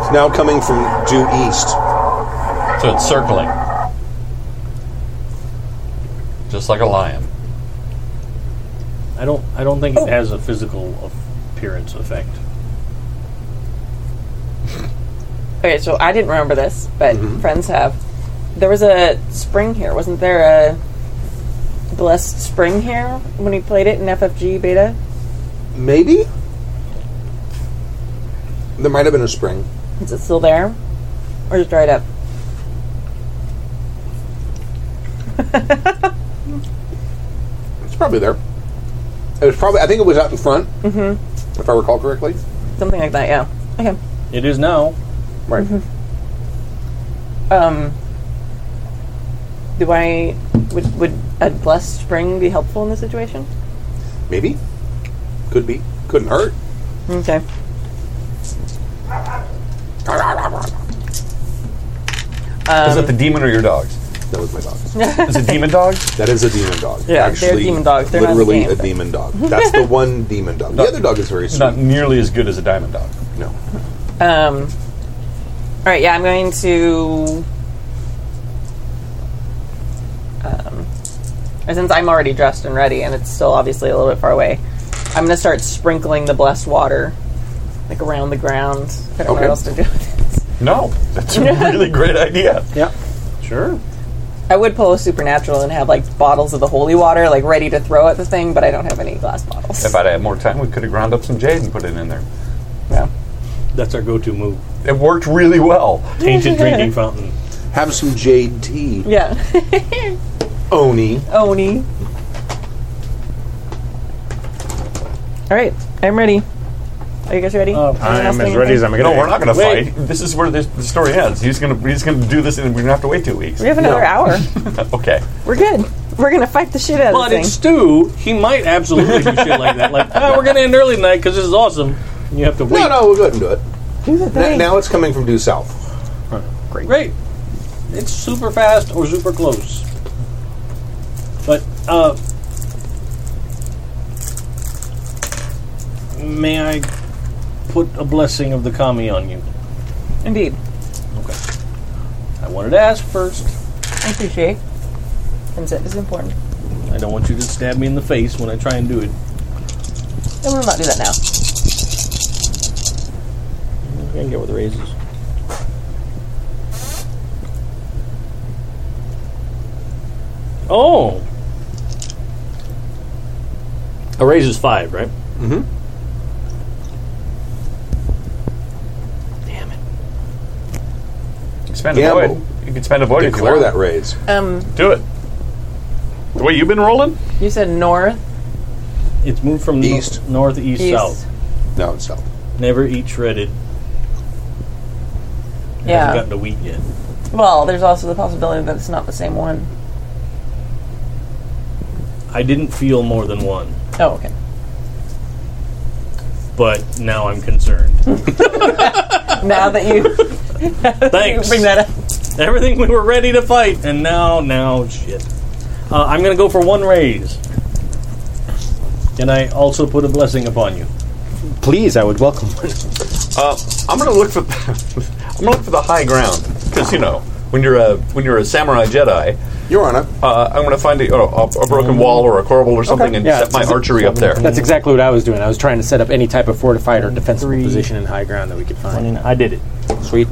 [SPEAKER 2] It's now coming from due east.
[SPEAKER 9] So it's circling. Just like a lion.
[SPEAKER 6] I don't. I don't think it has a physical appearance effect.
[SPEAKER 3] Okay, so I didn't remember this, but friends have. There was a spring here, wasn't there? A blessed spring here when we played it in FFG beta.
[SPEAKER 2] Maybe? There might have been a spring.
[SPEAKER 3] Is it still there, or is it dried up?
[SPEAKER 2] It's probably there. It was probably, I think it was out in front,
[SPEAKER 3] Mm-hmm.
[SPEAKER 2] if I recall correctly.
[SPEAKER 3] Something like that. Yeah. Okay.
[SPEAKER 6] It is now.
[SPEAKER 2] Right.
[SPEAKER 3] Um. Do I would would a blessed spring be helpful in this situation?
[SPEAKER 2] Maybe. Could be. Couldn't hurt.
[SPEAKER 3] Okay.
[SPEAKER 9] Is that the demon or your dogs?
[SPEAKER 2] That was my dogs.
[SPEAKER 9] Is it demon
[SPEAKER 6] [LAUGHS]
[SPEAKER 9] dogs?
[SPEAKER 2] That is a demon dog.
[SPEAKER 3] Yeah, they're demon dogs. They're not
[SPEAKER 2] literally
[SPEAKER 3] the
[SPEAKER 2] a
[SPEAKER 3] same.
[SPEAKER 2] demon
[SPEAKER 3] [LAUGHS]
[SPEAKER 2] dog. That's the one demon dog. The other dog is very
[SPEAKER 9] It's
[SPEAKER 2] sweet.
[SPEAKER 9] not nearly as good as a diamond dog.
[SPEAKER 2] No.
[SPEAKER 3] Um. All right. Yeah, I'm going to. Um, and since I'm already dressed and ready, and it's still obviously a little bit far away, I'm going to start sprinkling the blessed water, like around the ground. I don't know what
[SPEAKER 2] Okay.
[SPEAKER 3] else to do.
[SPEAKER 9] No, that's a really great idea.
[SPEAKER 4] Yeah.
[SPEAKER 6] Sure.
[SPEAKER 3] I would pull a supernatural and have like bottles of the holy water, like ready to throw at the thing, but I don't have any glass bottles.
[SPEAKER 9] If I'd had more time, we could have ground up some jade and put it in there.
[SPEAKER 3] Yeah.
[SPEAKER 6] That's our go-to move.
[SPEAKER 9] It worked really well.
[SPEAKER 6] [LAUGHS] Tainted drinking fountain.
[SPEAKER 2] Have some jade tea.
[SPEAKER 3] Yeah. [LAUGHS]
[SPEAKER 2] Oni.
[SPEAKER 3] Oni. All right, I'm ready. Are you guys ready?
[SPEAKER 5] I'm as ready as I'm gonna.
[SPEAKER 9] No,
[SPEAKER 5] be.
[SPEAKER 9] we're not going to
[SPEAKER 6] Wait.
[SPEAKER 9] fight. This is where this, the story ends. He's going to he's going to do this, and we're going to have to wait two weeks.
[SPEAKER 3] We have another hour.
[SPEAKER 9] okay.
[SPEAKER 3] We're good. We're gonna fight the shit out of
[SPEAKER 6] But
[SPEAKER 3] this
[SPEAKER 6] it's
[SPEAKER 3] thing.
[SPEAKER 6] Stu. He might absolutely do shit like that. Like, oh, we're gonna end early tonight because this is awesome. And you have to wait.
[SPEAKER 2] No, no, we'll go ahead and do it.
[SPEAKER 3] Do the
[SPEAKER 2] N-
[SPEAKER 3] thing.
[SPEAKER 2] now it's coming from due south.
[SPEAKER 6] Great. It's super fast or super close. But uh may I put a blessing of the kami on you?
[SPEAKER 3] Indeed.
[SPEAKER 6] Okay. I wanted to ask first.
[SPEAKER 3] I appreciate. Consent is important.
[SPEAKER 6] I don't want you to stab me in the face when I try and do it.
[SPEAKER 3] And we'll not do that now.
[SPEAKER 27] I can get with raises. Oh, a raise is five, right?
[SPEAKER 9] Expand a
[SPEAKER 2] Gamble.
[SPEAKER 9] void. You can spend a void if you
[SPEAKER 2] Declare
[SPEAKER 9] want.
[SPEAKER 2] that raise.
[SPEAKER 3] Um,
[SPEAKER 9] Do it. The way you've been rolling?
[SPEAKER 3] you said north,
[SPEAKER 6] It's moved from
[SPEAKER 2] East.
[SPEAKER 6] nor- north, east,
[SPEAKER 3] east.
[SPEAKER 6] south.
[SPEAKER 2] No, it's south.
[SPEAKER 6] Never eat shredded. Haven't
[SPEAKER 3] Yeah.
[SPEAKER 6] gotten to wheat yet.
[SPEAKER 3] Well, there's also the possibility that it's not the same one.
[SPEAKER 6] I didn't feel more than one,
[SPEAKER 3] Oh, okay.
[SPEAKER 6] but now I'm
[SPEAKER 3] [LAUGHS]
[SPEAKER 6] concerned.
[SPEAKER 3] Now that
[SPEAKER 5] [LAUGHS]
[SPEAKER 3] you, you
[SPEAKER 6] Thanks.
[SPEAKER 3] bring that up,
[SPEAKER 6] Everything we were ready to fight, and now, now, shit. Uh, I'm gonna go for one raise. And I also put a blessing upon you.
[SPEAKER 4] Please, I would welcome.
[SPEAKER 9] Uh, I'm going to look for [LAUGHS] I'm going to look for the high ground because you know when you're a when you're a samurai Jedi,
[SPEAKER 2] You're on it.
[SPEAKER 9] uh, I'm going to find a, oh, a, a broken wall or a corbel or something and
[SPEAKER 4] Yeah,
[SPEAKER 9] set my
[SPEAKER 4] it's-
[SPEAKER 9] archery up there.
[SPEAKER 4] That's exactly what I was doing. I was trying to set up any type of fortified or defensive
[SPEAKER 27] Three.
[SPEAKER 4] position in high ground that we could
[SPEAKER 27] I
[SPEAKER 4] find.
[SPEAKER 27] mean, I did it.
[SPEAKER 4] Sweet.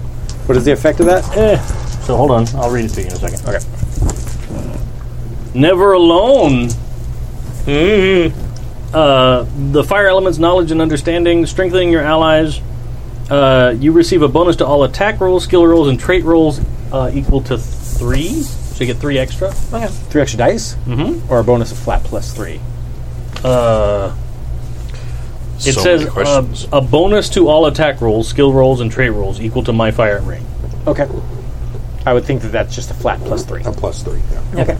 [SPEAKER 4] What is the effect of that?
[SPEAKER 27] Eh. So hold on, I'll read it to you in a second. Okay.
[SPEAKER 6] Never alone.
[SPEAKER 14] Mm-hmm.
[SPEAKER 6] Mm. Uh, the fire element's knowledge and understanding, strengthening your allies, Uh, you receive a bonus to all attack rolls, skill rolls, and trait rolls uh, equal to three. So you get three extra.
[SPEAKER 3] Okay.
[SPEAKER 14] Three extra dice? Mm-hmm. Or a bonus of flat plus three?
[SPEAKER 6] Uh, it
[SPEAKER 14] So
[SPEAKER 6] says
[SPEAKER 14] many
[SPEAKER 6] uh,
[SPEAKER 14] questions.
[SPEAKER 6] a bonus to all attack rolls, skill rolls, and trait rolls equal to my fire ring.
[SPEAKER 14] Okay. I would think that that's just a flat plus three. A
[SPEAKER 2] plus three, yeah.
[SPEAKER 14] Okay.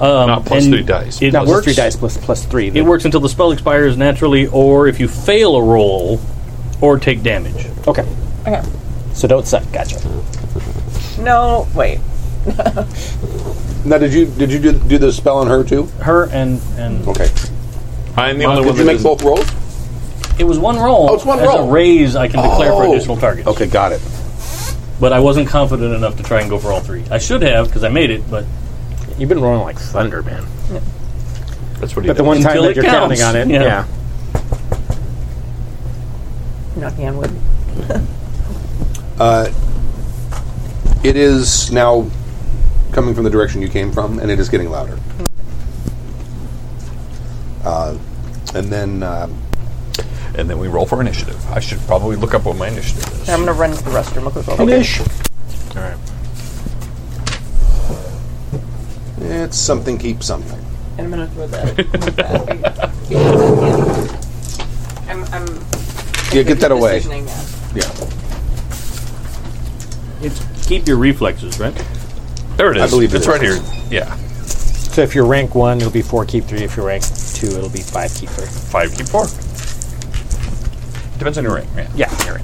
[SPEAKER 6] Um,
[SPEAKER 14] Not plus
[SPEAKER 6] and
[SPEAKER 14] three dice.
[SPEAKER 6] It
[SPEAKER 14] Not plus
[SPEAKER 6] works.
[SPEAKER 14] three dice, plus- plus three.
[SPEAKER 6] It works until the spell expires naturally, or if you fail a roll, or take damage.
[SPEAKER 14] Okay.
[SPEAKER 3] Okay.
[SPEAKER 14] So don't suck. Gotcha.
[SPEAKER 3] No, wait.
[SPEAKER 2] Now, did you did you do, do the spell on her too?
[SPEAKER 6] Her and and
[SPEAKER 2] okay.
[SPEAKER 9] I'm
[SPEAKER 6] the only
[SPEAKER 2] did
[SPEAKER 6] one
[SPEAKER 2] you
[SPEAKER 6] that
[SPEAKER 2] make
[SPEAKER 6] isn't-
[SPEAKER 2] both rolls?
[SPEAKER 6] It was one roll.
[SPEAKER 2] Oh, it's one
[SPEAKER 6] As
[SPEAKER 2] roll.
[SPEAKER 6] a raise, I can declare for
[SPEAKER 2] Oh.
[SPEAKER 6] additional targets.
[SPEAKER 2] Okay, got it.
[SPEAKER 6] But I wasn't confident enough to try and go for all three. I should have because I made it, but
[SPEAKER 14] you've been rolling like thunder, man.
[SPEAKER 6] That's
[SPEAKER 14] what he But the does. one time that you're counting on it, yeah.
[SPEAKER 3] Knocking on wood.
[SPEAKER 2] Uh, it is now coming from the direction you came from, and it is getting louder. Uh, and then, um
[SPEAKER 5] and then we roll for initiative. I should probably look up what my initiative is.
[SPEAKER 3] I'm gonna run to the restroom real quick. while we're
[SPEAKER 5] Finish.
[SPEAKER 3] good.
[SPEAKER 5] All right.
[SPEAKER 2] it's something keeps something.
[SPEAKER 3] And I'm gonna throw that. I'm, I'm
[SPEAKER 2] Yeah, get that away.
[SPEAKER 3] positioning now.
[SPEAKER 2] Yeah.
[SPEAKER 6] it's keep your reflexes, right?
[SPEAKER 5] There it is.
[SPEAKER 14] I believe it
[SPEAKER 5] it's
[SPEAKER 14] is.
[SPEAKER 5] right here. Yeah.
[SPEAKER 14] So if you're rank one, it'll be four keep three. If you're rank two, it'll be five keep three.
[SPEAKER 5] Five keep four. Depends on your rank, man.
[SPEAKER 14] Yeah, your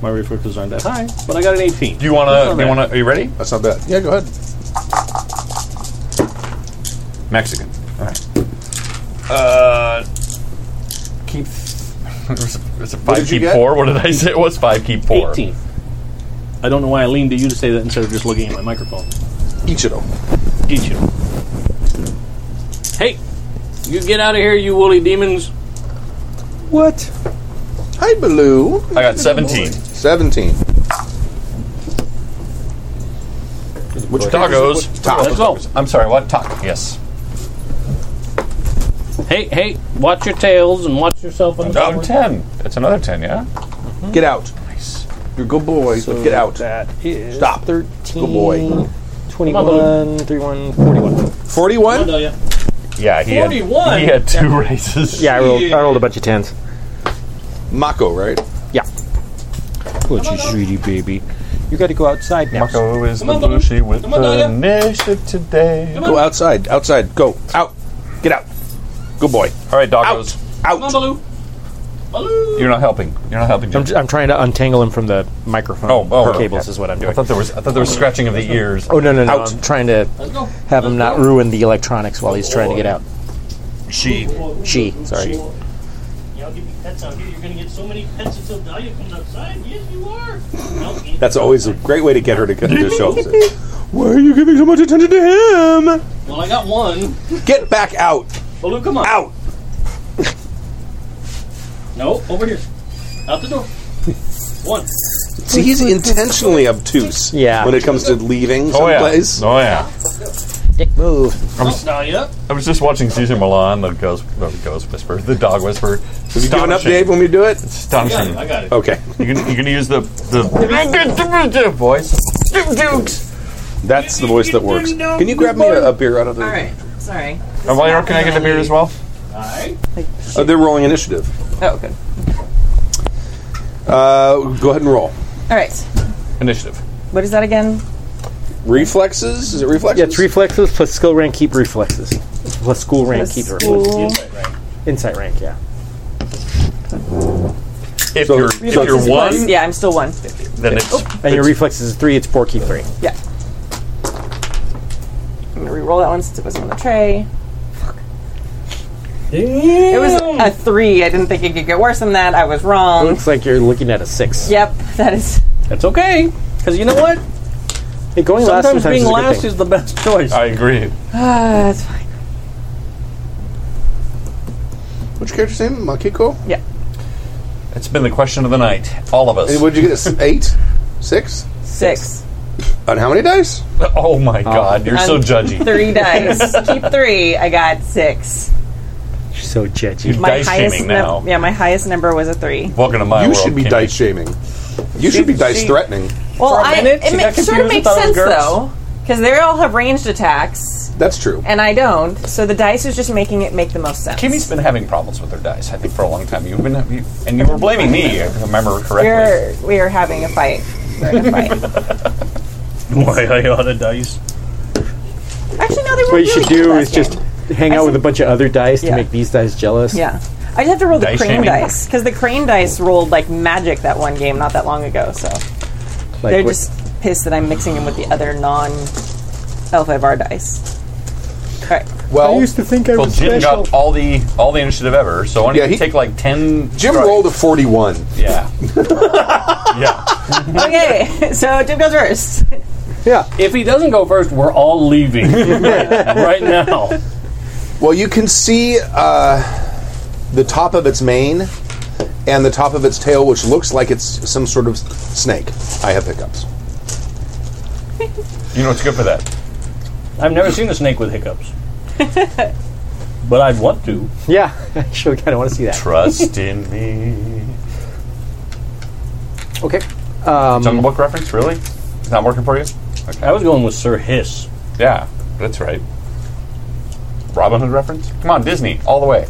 [SPEAKER 6] My reflexes aren't that high, but I got an 18.
[SPEAKER 5] Do you want
[SPEAKER 6] That's
[SPEAKER 5] to?
[SPEAKER 6] not
[SPEAKER 5] You
[SPEAKER 6] bad.
[SPEAKER 5] want to? Are you ready?
[SPEAKER 2] That's not bad. Yeah, go ahead.
[SPEAKER 5] Mexican. All right. Uh, keep. [LAUGHS] It's a
[SPEAKER 6] What
[SPEAKER 5] five
[SPEAKER 6] did you
[SPEAKER 5] keep
[SPEAKER 6] get?
[SPEAKER 5] four. What did I say? It was five keep four.
[SPEAKER 6] 18. I don't know why I leaned to you to say that instead of just looking at my microphone.
[SPEAKER 2] Ichiro.
[SPEAKER 6] Ichiro. Hey, you get out of here, you woolly demons.
[SPEAKER 14] What?
[SPEAKER 2] Hi, Baloo.
[SPEAKER 5] I got 17.
[SPEAKER 2] 17.
[SPEAKER 5] Which
[SPEAKER 2] Doggos.
[SPEAKER 5] tacos? I'm sorry. What taco? Yes.
[SPEAKER 6] Hey, hey, watch your tails and watch yourself on the
[SPEAKER 5] Another
[SPEAKER 6] floor.
[SPEAKER 5] ten. That's another ten. Yeah.
[SPEAKER 2] Get out.
[SPEAKER 5] Nice.
[SPEAKER 2] You're a good boy, but get out.
[SPEAKER 14] That is
[SPEAKER 2] Stop.
[SPEAKER 14] 13.
[SPEAKER 2] Good boy.
[SPEAKER 14] 21, 31, 41.
[SPEAKER 2] 41?
[SPEAKER 5] Yeah,
[SPEAKER 14] he had- 41? he had two
[SPEAKER 5] races.
[SPEAKER 14] Yeah, I rolled, I rolled a bunch of tens.
[SPEAKER 2] Mako, right?
[SPEAKER 14] Yeah. Which is really baby. You got to go outside now.
[SPEAKER 5] Mako is the bushy with
[SPEAKER 14] on,
[SPEAKER 5] the initiative today.
[SPEAKER 2] Go outside. Outside. Go. Out. Get out. Good boy.
[SPEAKER 5] All right, doggos.
[SPEAKER 2] Out.
[SPEAKER 5] You're not helping. You're not helping.
[SPEAKER 14] I'm, j- I'm trying to untangle him from the microphone.
[SPEAKER 5] Oh, oh,
[SPEAKER 14] or
[SPEAKER 5] okay.
[SPEAKER 14] cables is what I'm
[SPEAKER 5] I
[SPEAKER 14] doing.
[SPEAKER 5] thought there was- I thought there was scratching of the ears.
[SPEAKER 14] Oh no no no!
[SPEAKER 5] Out.
[SPEAKER 14] I'm trying to have him not ruin the electronics while he's trying to get out.
[SPEAKER 5] She.
[SPEAKER 14] She. Sorry.
[SPEAKER 6] Y'all give me pets out here. You're gonna get so many pets until Dahlia comes outside. Yes, you are.
[SPEAKER 2] That's always a great way to get her to get to show up.
[SPEAKER 14] Why are you giving so much attention to him?
[SPEAKER 6] Well, I got one.
[SPEAKER 2] Get back out.
[SPEAKER 6] Baloo, come on. [LAUGHS]
[SPEAKER 2] Out.
[SPEAKER 6] No, over here. Out the door. One.
[SPEAKER 2] See, he's intentionally obtuse.
[SPEAKER 5] Yeah.
[SPEAKER 2] When it comes to leaving
[SPEAKER 5] Oh yeah.
[SPEAKER 2] someplace.
[SPEAKER 5] Oh yeah.
[SPEAKER 14] Dick move.
[SPEAKER 5] I was,
[SPEAKER 6] Dahlia.
[SPEAKER 5] I was just watching Caesar Milan, the ghost, the ghost whisper, the dog whisper. Have
[SPEAKER 2] you given up, Dave, when we do it?
[SPEAKER 5] Astonishing.
[SPEAKER 6] I got it.
[SPEAKER 2] Okay.
[SPEAKER 5] You're gonna, you're gonna use the the voice. Dukes.
[SPEAKER 2] That's the voice that works. Can you grab me a, a beer out of the?
[SPEAKER 3] All right. Sorry.
[SPEAKER 5] And while you're up, can I get a beer as well?
[SPEAKER 2] Uh, they're rolling initiative.
[SPEAKER 3] Oh, good.
[SPEAKER 2] Uh, go ahead and roll.
[SPEAKER 3] All right.
[SPEAKER 5] Initiative.
[SPEAKER 3] What is that again?
[SPEAKER 2] Reflexes? Is it reflexes?
[SPEAKER 14] Yeah, it's reflexes plus skill rank keep reflexes plus school rank
[SPEAKER 3] Plus
[SPEAKER 14] keep
[SPEAKER 3] school.
[SPEAKER 14] reflexes. Insight rank, yeah.
[SPEAKER 5] If
[SPEAKER 14] So-
[SPEAKER 5] you're if
[SPEAKER 14] Reflexes
[SPEAKER 5] you're
[SPEAKER 14] plus-
[SPEAKER 5] one,
[SPEAKER 3] Yeah, I'm still one.
[SPEAKER 5] then it's
[SPEAKER 3] Oh.
[SPEAKER 14] And your reflexes is three. It's four keep three.
[SPEAKER 3] Yeah. I'm gonna re-roll that one since it was on the tray. Fuck. It was a three. I didn't think it could get worse than that. I was
[SPEAKER 14] It
[SPEAKER 3] wrong.
[SPEAKER 14] looks like you're looking at a six.
[SPEAKER 3] Yep, that is. [SIGHS]
[SPEAKER 6] That's okay. Because you know what?
[SPEAKER 14] Hey, going last
[SPEAKER 6] sometimes
[SPEAKER 14] sometimes
[SPEAKER 6] being
[SPEAKER 14] is a good
[SPEAKER 6] last
[SPEAKER 14] thing.
[SPEAKER 6] is the best choice.
[SPEAKER 5] I agree.
[SPEAKER 3] Ah, that's fine.
[SPEAKER 2] What's your character's name? Makiko?
[SPEAKER 3] Yeah.
[SPEAKER 5] it's been the question of the night. All of us.
[SPEAKER 9] [LAUGHS]
[SPEAKER 2] And what'd you get? S- [LAUGHS] Eight? Six?
[SPEAKER 3] Six.
[SPEAKER 2] On how many dice?
[SPEAKER 5] Oh my God! You're so [LAUGHS]
[SPEAKER 3] On
[SPEAKER 5] judgy.
[SPEAKER 3] Three dice. Keep three. I got six.
[SPEAKER 14] so judgy.
[SPEAKER 3] my highest num- yeah, my highest number was a three.
[SPEAKER 9] Welcome to
[SPEAKER 2] You should be dice shaming. You should be dice threatening.
[SPEAKER 3] Well, I,
[SPEAKER 6] minute,
[SPEAKER 3] it
[SPEAKER 6] she
[SPEAKER 3] ma-
[SPEAKER 6] got
[SPEAKER 3] sort of
[SPEAKER 6] confused and
[SPEAKER 3] makes
[SPEAKER 6] thought it
[SPEAKER 3] sense
[SPEAKER 6] was GURPS.
[SPEAKER 3] though, because they all have ranged attacks,
[SPEAKER 2] That's true.
[SPEAKER 3] and I don't. So the dice is just making it make the most sense.
[SPEAKER 9] Kimmy's been having problems with her dice, I think, for a long time. You've been, you, and you were blaming me, if I remember correctly.
[SPEAKER 3] We're we are having a fight. We're in a fight. [LAUGHS]
[SPEAKER 28] Why I ought to dice?
[SPEAKER 3] Actually, no, they were
[SPEAKER 14] What you should do
[SPEAKER 3] really
[SPEAKER 14] is just hang out with a bunch of other dice
[SPEAKER 3] Yeah.
[SPEAKER 14] to make these dice jealous.
[SPEAKER 3] Yeah. I just have to roll the
[SPEAKER 14] Dice
[SPEAKER 3] crane
[SPEAKER 14] shaming.
[SPEAKER 3] dice because the crane dice rolled like magic that one game not that long ago. So
[SPEAKER 14] Like
[SPEAKER 3] they're
[SPEAKER 14] what-
[SPEAKER 3] just pissed that I'm mixing them with the other non L5R dice. All right.
[SPEAKER 2] Well,
[SPEAKER 9] I
[SPEAKER 14] used to think I
[SPEAKER 9] well, Jim got all the all the initiative ever, so why don't
[SPEAKER 2] Yeah,
[SPEAKER 9] you
[SPEAKER 2] he-
[SPEAKER 9] take like ten?
[SPEAKER 2] Jim rolled a forty-one.
[SPEAKER 9] Yeah,
[SPEAKER 3] okay, [LAUGHS] so Jim goes first.
[SPEAKER 2] Yeah.
[SPEAKER 6] If he doesn't go first, we're all leaving
[SPEAKER 14] [LAUGHS]
[SPEAKER 6] right now.
[SPEAKER 2] Well, you can see uh, the top of its mane and the top of its tail, which looks like it's some sort of s- snake. I have hiccups.
[SPEAKER 9] you know what's good for that?
[SPEAKER 6] I've never seen a snake with
[SPEAKER 14] [LAUGHS]
[SPEAKER 6] hiccups. but I'd want to.
[SPEAKER 14] Yeah, [LAUGHS] I actually kind of want to see that.
[SPEAKER 9] Trust in me.
[SPEAKER 14] Okay. Um,
[SPEAKER 9] Jungle Book reference, really? It's not working for you? Okay.
[SPEAKER 6] I was going with Sir Hiss.
[SPEAKER 9] Yeah, that's right. Robin Hood reference? Come on, Disney, all the way.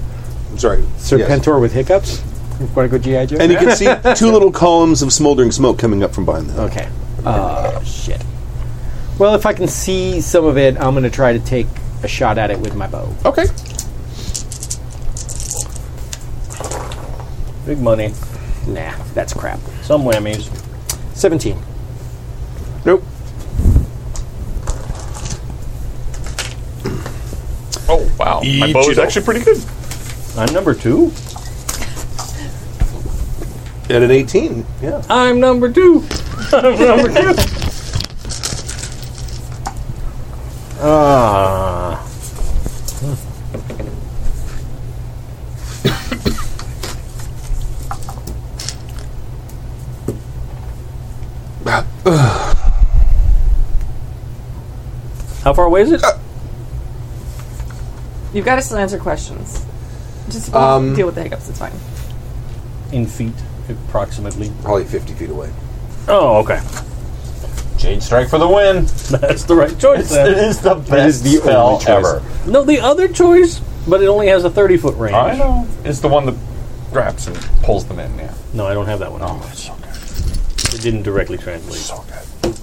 [SPEAKER 2] I'm sorry.
[SPEAKER 14] Serpentor with hiccups. Want to go GI Joe?
[SPEAKER 2] And you can see two little columns of smoldering smoke coming up from behind them.
[SPEAKER 14] Okay. Uh, shit. Well, if I can see some of it, I'm going to try to take a shot at it with my bow.
[SPEAKER 2] Okay.
[SPEAKER 6] Big money.
[SPEAKER 14] Nah, that's crap.
[SPEAKER 6] Some whammies.
[SPEAKER 14] 17.
[SPEAKER 2] Nope.
[SPEAKER 9] Oh, wow. My bow is
[SPEAKER 2] Ichido.
[SPEAKER 9] actually pretty good.
[SPEAKER 6] I'm number two.
[SPEAKER 2] At an 18. Yeah.
[SPEAKER 6] I'm number two. [LAUGHS] I'm number two. Ah. How far away is it?
[SPEAKER 3] You've got to still answer questions. Just
[SPEAKER 2] Um,
[SPEAKER 3] deal with the hiccups. It's fine.
[SPEAKER 6] In feet, approximately.
[SPEAKER 2] Probably 50 feet away.
[SPEAKER 6] Oh, okay.
[SPEAKER 9] Jade Strike for the win.
[SPEAKER 6] That's the right choice.
[SPEAKER 9] It
[SPEAKER 6] Then.
[SPEAKER 9] is the best
[SPEAKER 14] is the
[SPEAKER 9] spell
[SPEAKER 14] only choice.
[SPEAKER 9] ever.
[SPEAKER 6] [LAUGHS] No, the other choice, but it only has a thirty foot range.
[SPEAKER 9] I know. It's the one that grabs and pulls them in, yeah.
[SPEAKER 6] No, I don't have that one.
[SPEAKER 9] Oh, it's so good.
[SPEAKER 6] It didn't directly translate.
[SPEAKER 9] So good.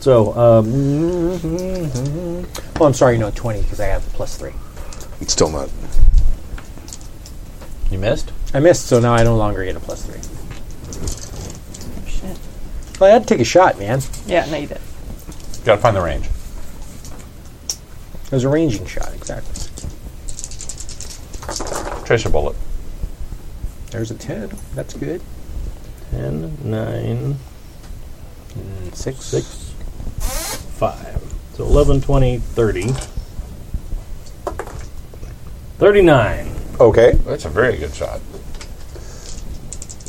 [SPEAKER 14] So, um, well, I'm sorry, no, 20, because I have plus three.
[SPEAKER 2] It's still not.
[SPEAKER 9] You missed?
[SPEAKER 14] I missed, so now I no longer get a plus three.
[SPEAKER 3] Oh, Shit.
[SPEAKER 14] Well, I had to take a shot, man.
[SPEAKER 3] Yeah, no, you did.
[SPEAKER 9] Gotta find the range.
[SPEAKER 14] It was a ranging shot, exactly.
[SPEAKER 9] Tracer bullet.
[SPEAKER 14] There's a 10. That's good.
[SPEAKER 4] 10, 9,
[SPEAKER 14] And six.
[SPEAKER 4] 6, 5. So 11, 20, 30. 39.
[SPEAKER 2] Okay.
[SPEAKER 9] That's a very good shot.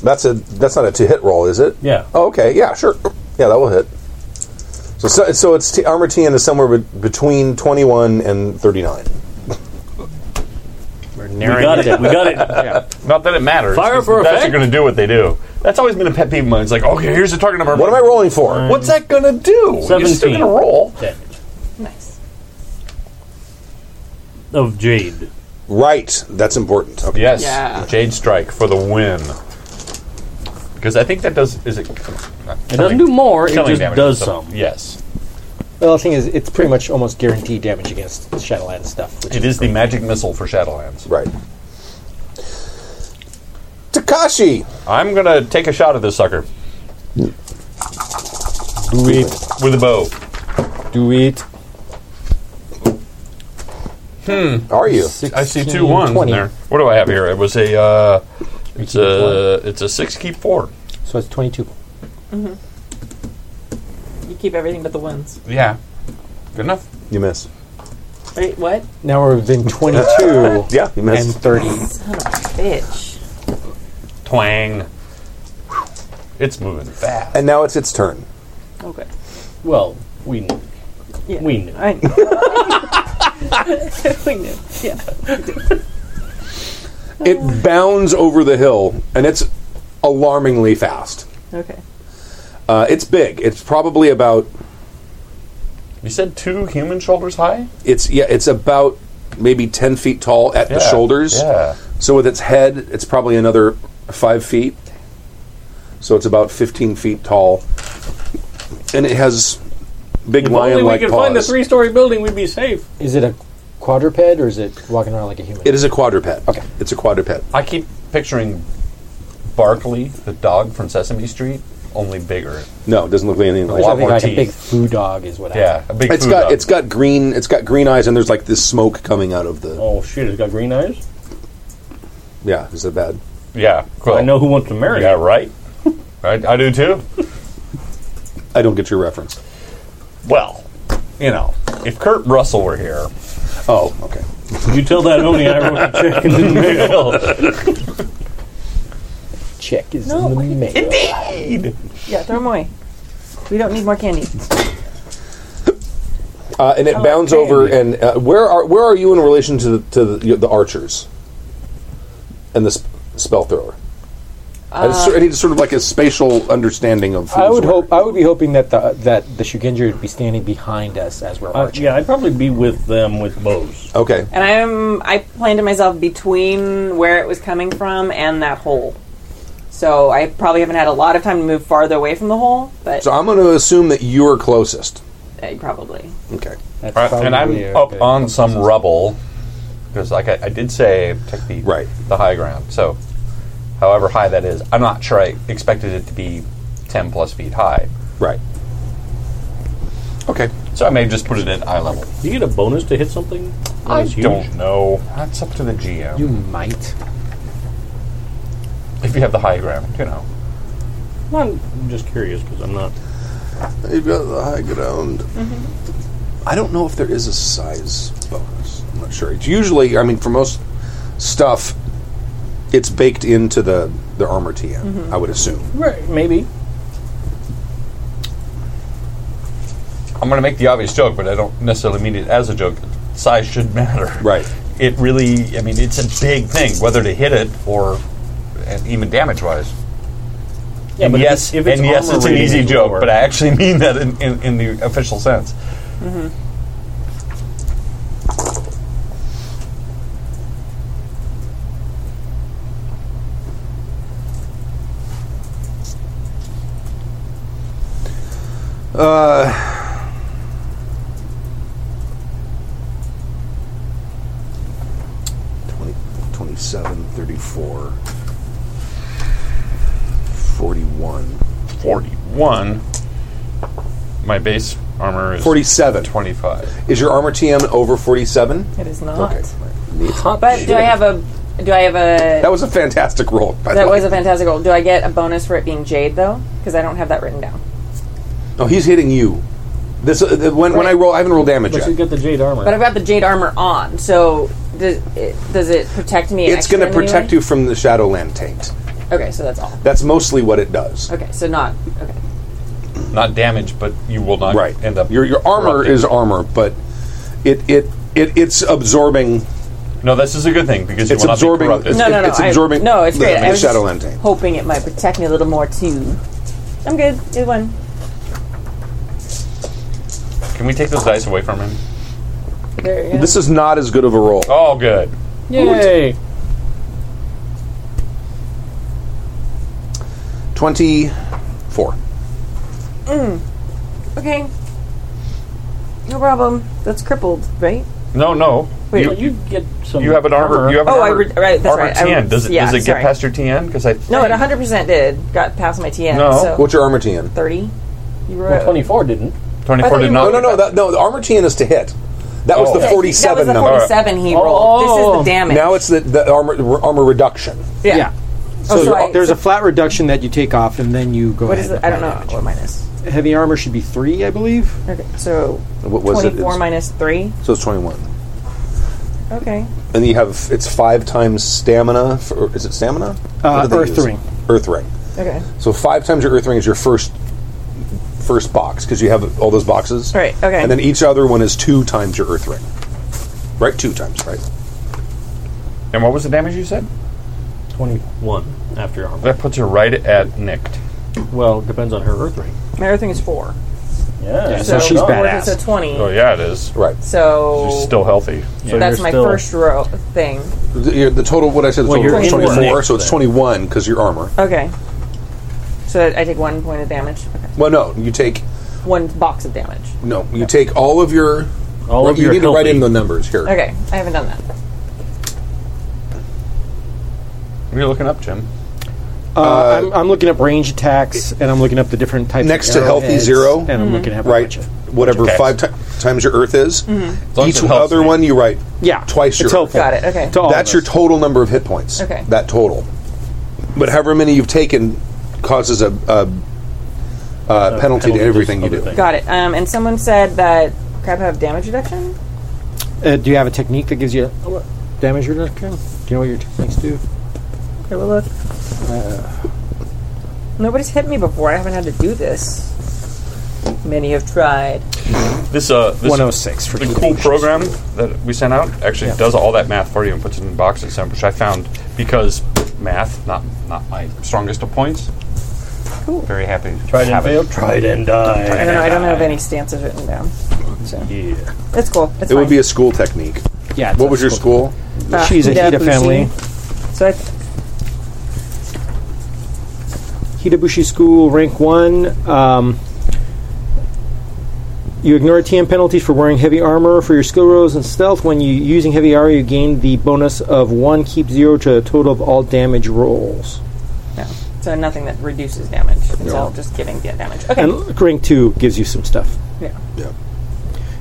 [SPEAKER 2] That's a that's not a two hit roll, is it?
[SPEAKER 6] Yeah.
[SPEAKER 2] Oh, okay. Yeah, sure. Yeah, that will hit. So so, so it's t- armor TN is somewhere be- between 21 and 39.
[SPEAKER 14] We're
[SPEAKER 6] We
[SPEAKER 14] narrowing
[SPEAKER 6] got it.
[SPEAKER 14] down.
[SPEAKER 6] We got [LAUGHS] it.
[SPEAKER 9] Not that it matters.
[SPEAKER 6] Fire
[SPEAKER 9] 'cause
[SPEAKER 6] for
[SPEAKER 9] That's
[SPEAKER 6] effect?
[SPEAKER 9] going to do what they do. That's always been a pet peeve of mine. It's like, okay, here's the target number.
[SPEAKER 2] What am I rolling for?
[SPEAKER 9] What's that going to do? You're still
[SPEAKER 6] 17.
[SPEAKER 9] going to roll.
[SPEAKER 6] Damage.
[SPEAKER 3] Nice.
[SPEAKER 6] Of jade.
[SPEAKER 2] Right. That's important. Oh, Okay.
[SPEAKER 9] Yes,
[SPEAKER 3] Yeah.
[SPEAKER 9] Jade Strike for the win. Because I think that does is it.
[SPEAKER 6] It doesn't do more. It
[SPEAKER 9] killing
[SPEAKER 6] just
[SPEAKER 9] damage,
[SPEAKER 6] does
[SPEAKER 9] so-
[SPEAKER 6] some.
[SPEAKER 9] Yes,
[SPEAKER 14] Well, the thing is, it's pretty much almost guaranteed damage against Shadowland stuff. Which
[SPEAKER 9] it is the magic missile for Shadowlands.
[SPEAKER 2] Right. Takashi.
[SPEAKER 9] I'm gonna take a shot at this sucker
[SPEAKER 14] do it.
[SPEAKER 9] with a bow.
[SPEAKER 14] Do it.
[SPEAKER 2] Are you?
[SPEAKER 9] Hmm. I see two ones in there. What do I have here? It was a. Uh, it's a. It's a six keep four.
[SPEAKER 14] So it's 22.
[SPEAKER 3] You keep everything but the ones.
[SPEAKER 9] Yeah, good enough.
[SPEAKER 2] You miss.
[SPEAKER 3] Wait, what?
[SPEAKER 14] Now we're [LAUGHS] within 22
[SPEAKER 2] Yeah, you
[SPEAKER 14] and
[SPEAKER 2] missed.
[SPEAKER 14] 30.
[SPEAKER 3] Bitch.
[SPEAKER 9] Twang. Whew. It's moving fast.
[SPEAKER 2] And now it's its turn.
[SPEAKER 3] Okay.
[SPEAKER 6] Well, we knew.
[SPEAKER 3] Yeah. [LAUGHS]
[SPEAKER 6] We knew.
[SPEAKER 3] I we knew. Yeah.
[SPEAKER 2] It bounds over the hill, and it's alarmingly fast.
[SPEAKER 3] Okay.
[SPEAKER 2] Uh, it's big. It's probably about.
[SPEAKER 29] You said two human shoulders high.
[SPEAKER 2] It's yeah. It's about maybe ten feet tall at the
[SPEAKER 29] Yeah,
[SPEAKER 2] shoulders.
[SPEAKER 29] yeah.
[SPEAKER 2] So with its head, it's probably another five feet. So it's about fifteen feet tall, and it has big
[SPEAKER 6] If only we
[SPEAKER 2] lion-like
[SPEAKER 6] could
[SPEAKER 2] paws.
[SPEAKER 6] find a three-story building, we'd be safe.
[SPEAKER 14] Is it a quadruped or is it walking around like a human?
[SPEAKER 2] it is a quadruped. Okay. It's a quadruped.
[SPEAKER 9] I keep picturing Barkley, the dog from Sesame Street, only bigger.
[SPEAKER 2] No, it doesn't look anything
[SPEAKER 9] A
[SPEAKER 2] like.
[SPEAKER 9] lot
[SPEAKER 2] that.
[SPEAKER 9] more
[SPEAKER 14] like a
[SPEAKER 9] teeth.
[SPEAKER 14] big foo dog is what.
[SPEAKER 9] Yeah, a big
[SPEAKER 2] It's
[SPEAKER 9] food
[SPEAKER 2] got
[SPEAKER 9] dog.
[SPEAKER 2] it's got green it's got green eyes and there's like this smoke coming out of the
[SPEAKER 6] Oh shit! It's got green eyes.
[SPEAKER 2] yeah is that bad
[SPEAKER 9] yeah.
[SPEAKER 6] I know who wants to marry.
[SPEAKER 9] Yeah, right. right. I do too.
[SPEAKER 2] I don't get your reference.
[SPEAKER 9] Well, you know, if Kurt Russell were here,
[SPEAKER 2] oh okay.
[SPEAKER 6] You tell that Oni I wrote the check and didn't
[SPEAKER 14] Check is
[SPEAKER 3] No,
[SPEAKER 14] in the mail.
[SPEAKER 9] Indeed.
[SPEAKER 3] Yeah, throw them away. We don't need more candy.
[SPEAKER 2] Uh, and it bounds over and uh, where are where are you in relation to the, to the, the archers and the sp- spell thrower? I, just, sor- I need sort of like a spatial understanding of.
[SPEAKER 14] I
[SPEAKER 2] who's
[SPEAKER 14] would
[SPEAKER 2] where.
[SPEAKER 14] hope. uh, I would be hoping that the that the Shugenja would be standing behind us as we're
[SPEAKER 6] Uh,
[SPEAKER 14] arching.
[SPEAKER 6] yeah, I'd probably be with them with bows.
[SPEAKER 2] Okay.
[SPEAKER 3] And I'm I planted myself between where it was coming from and that hole. So I probably haven't had a lot of time to move farther away from the hole, but
[SPEAKER 2] So I'm going to assume that you're closest.
[SPEAKER 3] eh, probably.
[SPEAKER 2] Okay.
[SPEAKER 14] That's
[SPEAKER 9] Right, and I'm
[SPEAKER 14] probably a
[SPEAKER 9] up
[SPEAKER 14] good
[SPEAKER 9] on some rubble because, like I, I did say, take the
[SPEAKER 2] Right.
[SPEAKER 9] the high ground. So, however high that is, I'm not sure I expected it to be ten plus feet high.
[SPEAKER 2] Right. Okay.
[SPEAKER 9] So I may just put it at eye level.
[SPEAKER 4] Do you get a bonus to hit something?
[SPEAKER 9] I
[SPEAKER 4] It's huge.
[SPEAKER 9] don't know. That's up to the GM.
[SPEAKER 14] You might.
[SPEAKER 9] if you have the high ground, you know.
[SPEAKER 4] I'm just curious because I'm not.
[SPEAKER 2] You've got the high ground.
[SPEAKER 3] Mm-hmm.
[SPEAKER 2] I don't know if there is a size bonus. I'm not sure. It's usually, I mean, for most stuff, it's baked into the the armor TM.
[SPEAKER 3] Mm-hmm.
[SPEAKER 2] I would assume.
[SPEAKER 4] Right, maybe.
[SPEAKER 9] I'm going to make the obvious joke, but I don't necessarily mean it as a joke. Size should matter.
[SPEAKER 2] Right.
[SPEAKER 9] It really, I mean, it's a big thing, whether to hit it or and even damage wise.
[SPEAKER 6] Yeah,
[SPEAKER 9] and
[SPEAKER 6] but if it's-
[SPEAKER 9] yes,
[SPEAKER 6] if it's
[SPEAKER 9] and yes,
[SPEAKER 6] armor
[SPEAKER 9] it's an
[SPEAKER 6] rating,
[SPEAKER 9] easy
[SPEAKER 6] it's
[SPEAKER 9] joke,
[SPEAKER 6] lower.
[SPEAKER 9] but I actually [LAUGHS] mean that in, in, in the official sense.
[SPEAKER 2] Uh, twenty, twenty-seven, thirty-four, forty-one,
[SPEAKER 9] 41. My base armor is
[SPEAKER 2] forty-seven.
[SPEAKER 9] 25.
[SPEAKER 2] Is your armor TM over forty-seven?
[SPEAKER 3] It is not.
[SPEAKER 2] Neat.
[SPEAKER 3] But do I have a do I have a
[SPEAKER 2] That was a fantastic roll. By
[SPEAKER 3] that
[SPEAKER 2] the way.
[SPEAKER 3] was a fantastic roll. Do I get a bonus for it being jade though? Because I don't have that written down.
[SPEAKER 2] No, Oh, he's hitting you. This uh, uh, when when I roll, I haven't rolled damage
[SPEAKER 6] But you
[SPEAKER 2] yet.
[SPEAKER 6] got the jade armor.
[SPEAKER 3] But I've got the jade armor on, so does it, does it protect me?
[SPEAKER 2] It's going to protect you from the Shadowland taint.
[SPEAKER 3] Okay, so that's all.
[SPEAKER 2] That's mostly what it does.
[SPEAKER 3] Okay, so not okay.
[SPEAKER 9] Not damage, but you will not
[SPEAKER 2] Right.
[SPEAKER 9] end up.
[SPEAKER 2] Your your armor
[SPEAKER 9] corrupted.
[SPEAKER 2] is armor, but it it. It, it's absorbing.
[SPEAKER 9] No, this is a good thing because you
[SPEAKER 2] It's
[SPEAKER 9] will not be
[SPEAKER 2] absorbing.
[SPEAKER 9] corrupted.
[SPEAKER 2] It's,
[SPEAKER 3] No, no, no,
[SPEAKER 2] it's
[SPEAKER 3] I-
[SPEAKER 2] absorbing.
[SPEAKER 3] no, it's
[SPEAKER 2] the,
[SPEAKER 3] great. I
[SPEAKER 2] The
[SPEAKER 3] was just-
[SPEAKER 2] Shadowland taint.
[SPEAKER 3] Hoping it might protect me a little more too. I'm good. Good one.
[SPEAKER 9] Can we take those dice away from him?
[SPEAKER 3] There you go.
[SPEAKER 2] This is not as good of a roll.
[SPEAKER 9] Oh, good.
[SPEAKER 4] Yay!
[SPEAKER 2] Twenty-four.
[SPEAKER 3] Okay. No problem. That's crippled, right?
[SPEAKER 9] No, no.
[SPEAKER 3] Wait,
[SPEAKER 9] you,
[SPEAKER 6] You get some.
[SPEAKER 9] you have an armor. You have an
[SPEAKER 3] Oh, I
[SPEAKER 9] armor,
[SPEAKER 3] re- right, that's
[SPEAKER 9] armor
[SPEAKER 3] right. I
[SPEAKER 9] TN.
[SPEAKER 3] re-
[SPEAKER 9] does it,
[SPEAKER 3] yeah,
[SPEAKER 9] does it get
[SPEAKER 3] sorry.
[SPEAKER 9] past your TN? Because I
[SPEAKER 3] No, it
[SPEAKER 9] think-
[SPEAKER 3] 100% did. Got past my TN.
[SPEAKER 9] No.
[SPEAKER 3] So
[SPEAKER 2] What's your armor TN?
[SPEAKER 3] 30? You were
[SPEAKER 6] Well, Twenty-four didn't.
[SPEAKER 3] I thought
[SPEAKER 9] 24
[SPEAKER 3] you
[SPEAKER 9] did not.
[SPEAKER 2] No, no, no. That, no, the armor TN is to hit. That was
[SPEAKER 9] Oh.
[SPEAKER 2] the
[SPEAKER 9] That-
[SPEAKER 3] That was
[SPEAKER 2] forty-seven
[SPEAKER 3] the
[SPEAKER 2] number.
[SPEAKER 3] 47 he rolled. This
[SPEAKER 4] Oh.
[SPEAKER 3] is the damage.
[SPEAKER 2] Now it's the, the armor armor reduction.
[SPEAKER 3] yeah.
[SPEAKER 14] Yeah.
[SPEAKER 3] Oh,
[SPEAKER 14] So,
[SPEAKER 3] so I-
[SPEAKER 14] there's
[SPEAKER 3] so-
[SPEAKER 14] a flat reduction that you take off, and then you go
[SPEAKER 3] What
[SPEAKER 14] ahead.
[SPEAKER 3] is it? I don't know what mine is.
[SPEAKER 14] know. Heavy armor should be three, I believe.
[SPEAKER 3] Okay, so
[SPEAKER 2] What was it?
[SPEAKER 3] 24
[SPEAKER 2] It's-
[SPEAKER 3] minus 3.
[SPEAKER 2] So it's twenty-one.
[SPEAKER 3] Okay.
[SPEAKER 2] And you have it's five times stamina. For, is it stamina? What do they
[SPEAKER 14] Earth
[SPEAKER 2] use?
[SPEAKER 14] Ring.
[SPEAKER 2] Earth ring.
[SPEAKER 3] Okay.
[SPEAKER 2] So five times your earth ring is your first first box because you have all those boxes.
[SPEAKER 3] Right, okay.
[SPEAKER 2] And then each other one is two times your earth ring. Right, two times. Right.
[SPEAKER 9] And what was the damage you said?
[SPEAKER 7] 21 after armor.
[SPEAKER 30] That puts her right at nicked.
[SPEAKER 7] Well, depends on her earth ring.
[SPEAKER 3] My other thing is four.
[SPEAKER 7] Yeah. Yeah,
[SPEAKER 30] so she's
[SPEAKER 3] oh,
[SPEAKER 30] badass.
[SPEAKER 3] It's a twenty.
[SPEAKER 30] Oh yeah, it is.
[SPEAKER 2] Right.
[SPEAKER 3] So
[SPEAKER 30] She's still healthy.
[SPEAKER 3] So that's my first row thing.
[SPEAKER 2] The, your- the total, what I said, the
[SPEAKER 3] Well,
[SPEAKER 2] total
[SPEAKER 3] you're
[SPEAKER 2] was
[SPEAKER 3] in
[SPEAKER 2] 24,
[SPEAKER 3] next
[SPEAKER 2] so it's
[SPEAKER 3] then.
[SPEAKER 2] 21 because your armor.
[SPEAKER 3] Okay. So I take one point of damage. Okay.
[SPEAKER 2] Well, no, you take
[SPEAKER 3] One box of damage.
[SPEAKER 2] no, you take all of your.
[SPEAKER 7] All
[SPEAKER 3] of
[SPEAKER 2] you
[SPEAKER 3] your
[SPEAKER 2] need to write
[SPEAKER 3] healthy.
[SPEAKER 2] in the numbers here.
[SPEAKER 3] Okay, I haven't done that.
[SPEAKER 30] What are you looking up, Jim?
[SPEAKER 14] Uh, I'm, I'm looking up range attacks, and I'm looking up the different types.
[SPEAKER 2] Next
[SPEAKER 14] of
[SPEAKER 2] to healthy
[SPEAKER 14] arrowheads,
[SPEAKER 2] zero,
[SPEAKER 14] and I'm looking at
[SPEAKER 2] right, whatever
[SPEAKER 14] Okay.
[SPEAKER 2] five ti- times your Earth is.
[SPEAKER 3] Mm-hmm.
[SPEAKER 14] long as
[SPEAKER 2] Each
[SPEAKER 14] it helps
[SPEAKER 2] other
[SPEAKER 14] me.
[SPEAKER 2] one you write.
[SPEAKER 14] Yeah,
[SPEAKER 2] twice
[SPEAKER 14] it's
[SPEAKER 2] your.
[SPEAKER 14] helpful. Got it,
[SPEAKER 3] okay.
[SPEAKER 14] To all
[SPEAKER 2] That's
[SPEAKER 14] of
[SPEAKER 2] your total number of hit points.
[SPEAKER 3] Okay.
[SPEAKER 2] That total, but however many you've taken causes a, a, a penalty to everything you do.
[SPEAKER 3] Got it. Um, and someone said that crab have damage reduction.
[SPEAKER 14] Uh, do you have a technique that gives you damage reduction? Do you know what your techniques do?
[SPEAKER 3] Okay, well look. Nobody's hit me before. I haven't had to do this. Many have tried.
[SPEAKER 30] This uh, this
[SPEAKER 14] 106 for
[SPEAKER 30] the
[SPEAKER 14] two
[SPEAKER 30] cool program that we sent out actually
[SPEAKER 14] Yeah.
[SPEAKER 30] does all that math for you and puts it in boxes, and which I found because math not not my strongest of points.
[SPEAKER 3] Cool.
[SPEAKER 30] Very happy. to
[SPEAKER 7] Tried and
[SPEAKER 30] have it.
[SPEAKER 7] failed, tried and died.
[SPEAKER 3] I don't know. I don't have any stances written down. So.
[SPEAKER 7] Yeah.
[SPEAKER 3] It's cool. It's
[SPEAKER 2] it
[SPEAKER 3] fine.
[SPEAKER 2] would be a school technique.
[SPEAKER 14] Yeah.
[SPEAKER 2] What was your school?
[SPEAKER 3] Uh, Hidabushi. So I th-
[SPEAKER 14] Hidabushi School, rank one. Um, you ignore TM penalties for wearing heavy armor for your skill rolls and stealth. When you using heavy armor, you gain the bonus of one, keep zero to a total of all damage rolls.
[SPEAKER 3] no. So nothing that reduces damage. It's
[SPEAKER 14] No.
[SPEAKER 3] all just giving da- damage. Okay.
[SPEAKER 14] And rank two gives you some stuff.
[SPEAKER 3] yeah.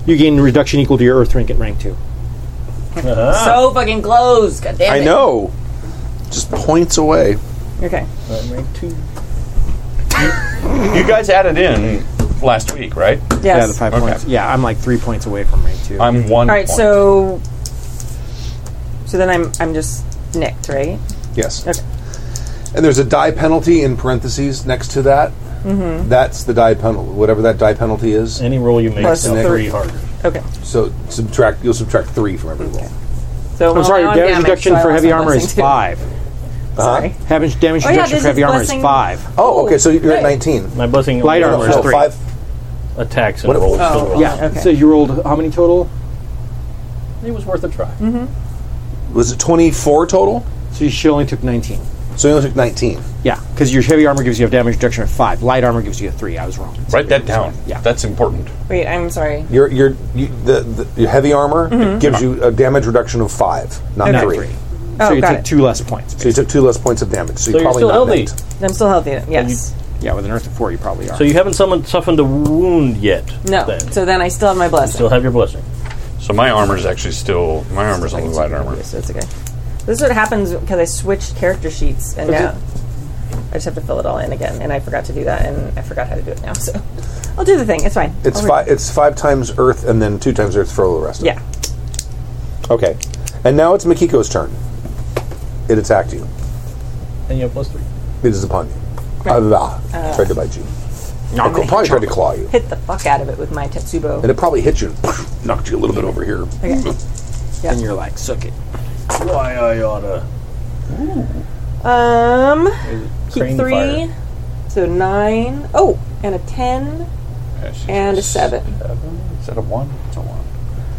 [SPEAKER 14] You gain reduction equal to your Earth rank at rank two.
[SPEAKER 3] So fucking close. God damn
[SPEAKER 2] I
[SPEAKER 3] it.
[SPEAKER 2] know. Just points away.
[SPEAKER 3] Okay.
[SPEAKER 30] You guys added in last week, right?
[SPEAKER 3] Yes. Yeah, the five
[SPEAKER 14] points. Yeah, I'm like three points away from rank two.
[SPEAKER 30] I'm one.
[SPEAKER 3] All right.
[SPEAKER 30] point.
[SPEAKER 3] So. So then I'm I'm just nicked, right?
[SPEAKER 2] Yes. And there's a die penalty in parentheses next to that.
[SPEAKER 3] Mhm.
[SPEAKER 2] That's the die penalty, whatever that die penalty is.
[SPEAKER 7] Any roll you make
[SPEAKER 2] Plus
[SPEAKER 7] is now
[SPEAKER 2] three.
[SPEAKER 7] three harder.
[SPEAKER 3] Okay.
[SPEAKER 2] So subtract. You'll subtract three from every roll.
[SPEAKER 3] So
[SPEAKER 14] I'm
[SPEAKER 3] well,
[SPEAKER 14] sorry,
[SPEAKER 3] now
[SPEAKER 14] damage
[SPEAKER 3] damaged,
[SPEAKER 14] reduction
[SPEAKER 3] so Oh, I
[SPEAKER 14] for
[SPEAKER 3] lost
[SPEAKER 14] heavy
[SPEAKER 3] my
[SPEAKER 14] armor is
[SPEAKER 3] blessing too.
[SPEAKER 14] five.
[SPEAKER 2] Sorry.
[SPEAKER 14] Damage, damage
[SPEAKER 3] Oh, yeah,
[SPEAKER 14] reduction
[SPEAKER 3] this
[SPEAKER 14] for heavy
[SPEAKER 3] is
[SPEAKER 14] armor
[SPEAKER 3] blessing-
[SPEAKER 14] is five.
[SPEAKER 2] Oh, okay. So you're
[SPEAKER 3] Right.
[SPEAKER 2] at 19.
[SPEAKER 7] My blessing
[SPEAKER 14] Light
[SPEAKER 7] only
[SPEAKER 14] armor
[SPEAKER 7] rolls
[SPEAKER 14] is three.
[SPEAKER 2] Five.
[SPEAKER 7] attacks and
[SPEAKER 2] What-
[SPEAKER 7] rolls.
[SPEAKER 2] Oh,
[SPEAKER 7] still rolls.
[SPEAKER 14] Yeah.
[SPEAKER 3] okay.
[SPEAKER 14] Uh-huh. So you rolled how many total?
[SPEAKER 7] It was worth a try.
[SPEAKER 2] Was it 24 total?
[SPEAKER 14] So she only took 19.
[SPEAKER 2] So you only took 19.
[SPEAKER 14] Yeah, because your heavy armor gives you a damage reduction of five. Light armor gives you a three. I was wrong.
[SPEAKER 30] Write that down.
[SPEAKER 14] Yeah.
[SPEAKER 30] That's important.
[SPEAKER 3] Wait, I'm sorry.
[SPEAKER 2] Your your you, the, the your heavy armor gives you a damage reduction of five, not
[SPEAKER 14] Not
[SPEAKER 2] three.
[SPEAKER 14] three.
[SPEAKER 3] Oh,
[SPEAKER 14] so you
[SPEAKER 3] got
[SPEAKER 14] take
[SPEAKER 3] it.
[SPEAKER 14] two less points.
[SPEAKER 2] So you took two less points of damage.
[SPEAKER 7] So
[SPEAKER 2] So, you
[SPEAKER 7] you're
[SPEAKER 2] probably
[SPEAKER 7] still
[SPEAKER 2] not
[SPEAKER 7] healthy.
[SPEAKER 2] nicked.
[SPEAKER 3] I'm still healthy. Yes.
[SPEAKER 14] Yeah, with an earth of four, you probably are.
[SPEAKER 7] So you haven't summoned, suffered a wound yet.
[SPEAKER 3] no.
[SPEAKER 7] Then.
[SPEAKER 3] So then I still have my blessing.
[SPEAKER 7] Still have your blessing.
[SPEAKER 30] So my armor is actually still my armor's only light armor.
[SPEAKER 3] So it's okay. This is what happens because I switched character sheets, and now I just have to fill it all in again. And I forgot to do that, and I forgot how to do it now. [LAUGHS] So I'll do the thing. It's fine.
[SPEAKER 2] It's
[SPEAKER 3] I'll re-
[SPEAKER 2] five. It's five times Earth, and then two times Earth for all the rest. Of
[SPEAKER 3] Yeah.
[SPEAKER 2] it. Okay. And now it's Makiko's turn. It attacked you.
[SPEAKER 7] And you have plus three.
[SPEAKER 2] It is upon you. Allah tried to bite you.
[SPEAKER 3] I'm
[SPEAKER 2] It
[SPEAKER 3] gonna
[SPEAKER 2] probably
[SPEAKER 3] hit
[SPEAKER 2] tried to
[SPEAKER 3] you.
[SPEAKER 2] claw you,
[SPEAKER 3] Hit the fuck out of it with my tetsubo.
[SPEAKER 2] and it probably hit you, [COUGHS] and knocked you a little bit over here.
[SPEAKER 3] Okay.
[SPEAKER 14] and you're like, suck it.
[SPEAKER 7] Why I oughta.
[SPEAKER 3] Um, keep
[SPEAKER 7] Crane
[SPEAKER 3] three.
[SPEAKER 7] fire.
[SPEAKER 3] So nine. Oh, and a ten and a seven.
[SPEAKER 30] Is that a one? It's a one.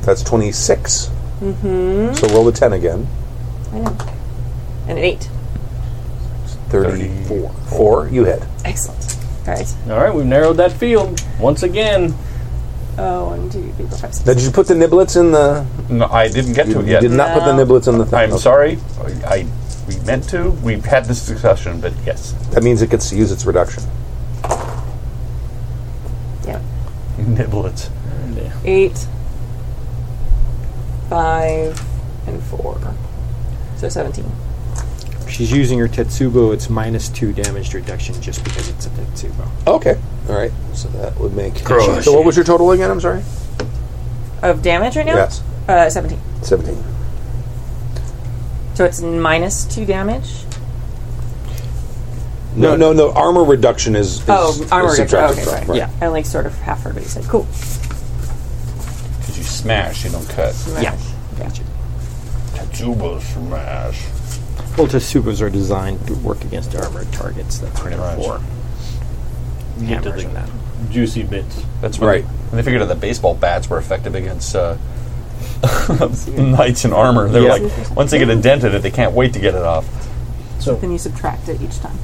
[SPEAKER 2] That's twenty six.
[SPEAKER 3] Mm-hmm.
[SPEAKER 2] So roll the ten again.
[SPEAKER 3] I know. And an eight.
[SPEAKER 2] Thirty four. Four. You hit.
[SPEAKER 3] Excellent. All right.
[SPEAKER 7] All right, we've narrowed that field once again.
[SPEAKER 3] Oh, one, two, three, four, five, six.
[SPEAKER 2] Now, did you put the niblets in the?
[SPEAKER 30] No, I didn't get to
[SPEAKER 2] You
[SPEAKER 30] it yet.
[SPEAKER 2] did not put the
[SPEAKER 3] No.
[SPEAKER 2] niblets in the thing.
[SPEAKER 30] I'm
[SPEAKER 2] Okay.
[SPEAKER 30] sorry. I, I we meant to. We've had this discussion, but yes, [LAUGHS]
[SPEAKER 2] That means it gets to use its reduction.
[SPEAKER 3] Yeah.
[SPEAKER 30] niblets.
[SPEAKER 3] eight, five, and four. So 17.
[SPEAKER 14] She's using her Tetsubo. It's minus two damage reduction just because it's a Tetsubo.
[SPEAKER 2] Okay. All right. So that would make. So what was your total again? I'm sorry.
[SPEAKER 3] Of damage right now?
[SPEAKER 2] Yes.
[SPEAKER 3] Uh, 17.
[SPEAKER 2] Seventeen.
[SPEAKER 3] So it's minus two damage.
[SPEAKER 2] No, no, no. Armor reduction is. is
[SPEAKER 3] oh, armor
[SPEAKER 2] is
[SPEAKER 3] reduction. Oh,
[SPEAKER 2] subtracted
[SPEAKER 3] okay,
[SPEAKER 2] from,
[SPEAKER 3] sorry.
[SPEAKER 2] right.
[SPEAKER 14] Yeah.
[SPEAKER 3] I only sort of half heard what you said. Cool.
[SPEAKER 30] Because you smash, you don't cut.
[SPEAKER 3] Smash.
[SPEAKER 14] Yeah.
[SPEAKER 3] Yeah.
[SPEAKER 30] Tatsuba smash.
[SPEAKER 14] Well, Tsubas are designed to work against armored targets. That's what they're for.
[SPEAKER 9] You get to
[SPEAKER 14] Hammers
[SPEAKER 9] the-
[SPEAKER 14] and that.
[SPEAKER 9] Juicy bits. That's right. And they figured out that baseball bats were effective against uh, [LAUGHS] knights in armor. They're
[SPEAKER 3] Yeah.
[SPEAKER 9] like, once they get a dent in it, they can't wait to get it off.
[SPEAKER 6] So
[SPEAKER 3] then you subtract it each time.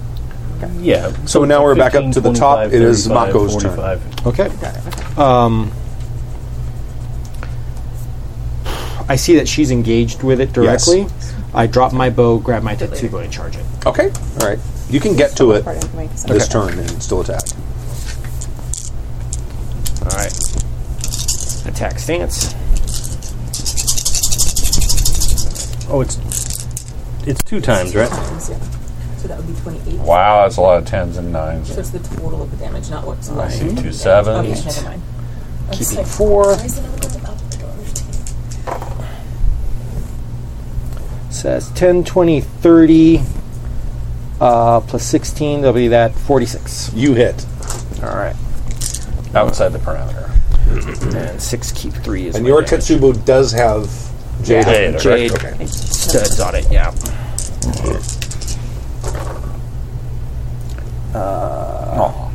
[SPEAKER 6] Yeah.
[SPEAKER 2] So now we're back up to the top. It is Mako's turn.
[SPEAKER 14] Okay. Um, I see that she's engaged with it
[SPEAKER 2] Yes.
[SPEAKER 14] directly. I drop my bow, grab my Tetsubo, and charge it.
[SPEAKER 2] Okay. All right. You can get to it
[SPEAKER 14] Part of my consent.
[SPEAKER 2] this
[SPEAKER 14] Okay.
[SPEAKER 2] turn and still attack.
[SPEAKER 14] All right. Attack stance.
[SPEAKER 6] Oh, it's it's two times, right?
[SPEAKER 31] Yeah. So that would be 28.
[SPEAKER 32] Wow, that's a lot of tens and nines.
[SPEAKER 31] So it's the total of the damage, not what's
[SPEAKER 32] I
[SPEAKER 31] left.
[SPEAKER 32] see two
[SPEAKER 31] Okay,
[SPEAKER 32] sevens.
[SPEAKER 31] never mind. I was
[SPEAKER 32] Keeping
[SPEAKER 31] like,
[SPEAKER 32] four.
[SPEAKER 31] why is the number going up? I don't understand.
[SPEAKER 14] Says 10, 20, 30, uh, plus 16. That'll be that 46.
[SPEAKER 2] You hit.
[SPEAKER 14] All right.
[SPEAKER 9] Outside the perimeter.
[SPEAKER 14] and 6 keep 3 is
[SPEAKER 2] And
[SPEAKER 14] my
[SPEAKER 2] your
[SPEAKER 14] damage.
[SPEAKER 2] Tetsubo does have Jade.
[SPEAKER 14] Yeah, Jade studs on it, yeah. Uh,
[SPEAKER 9] Oh.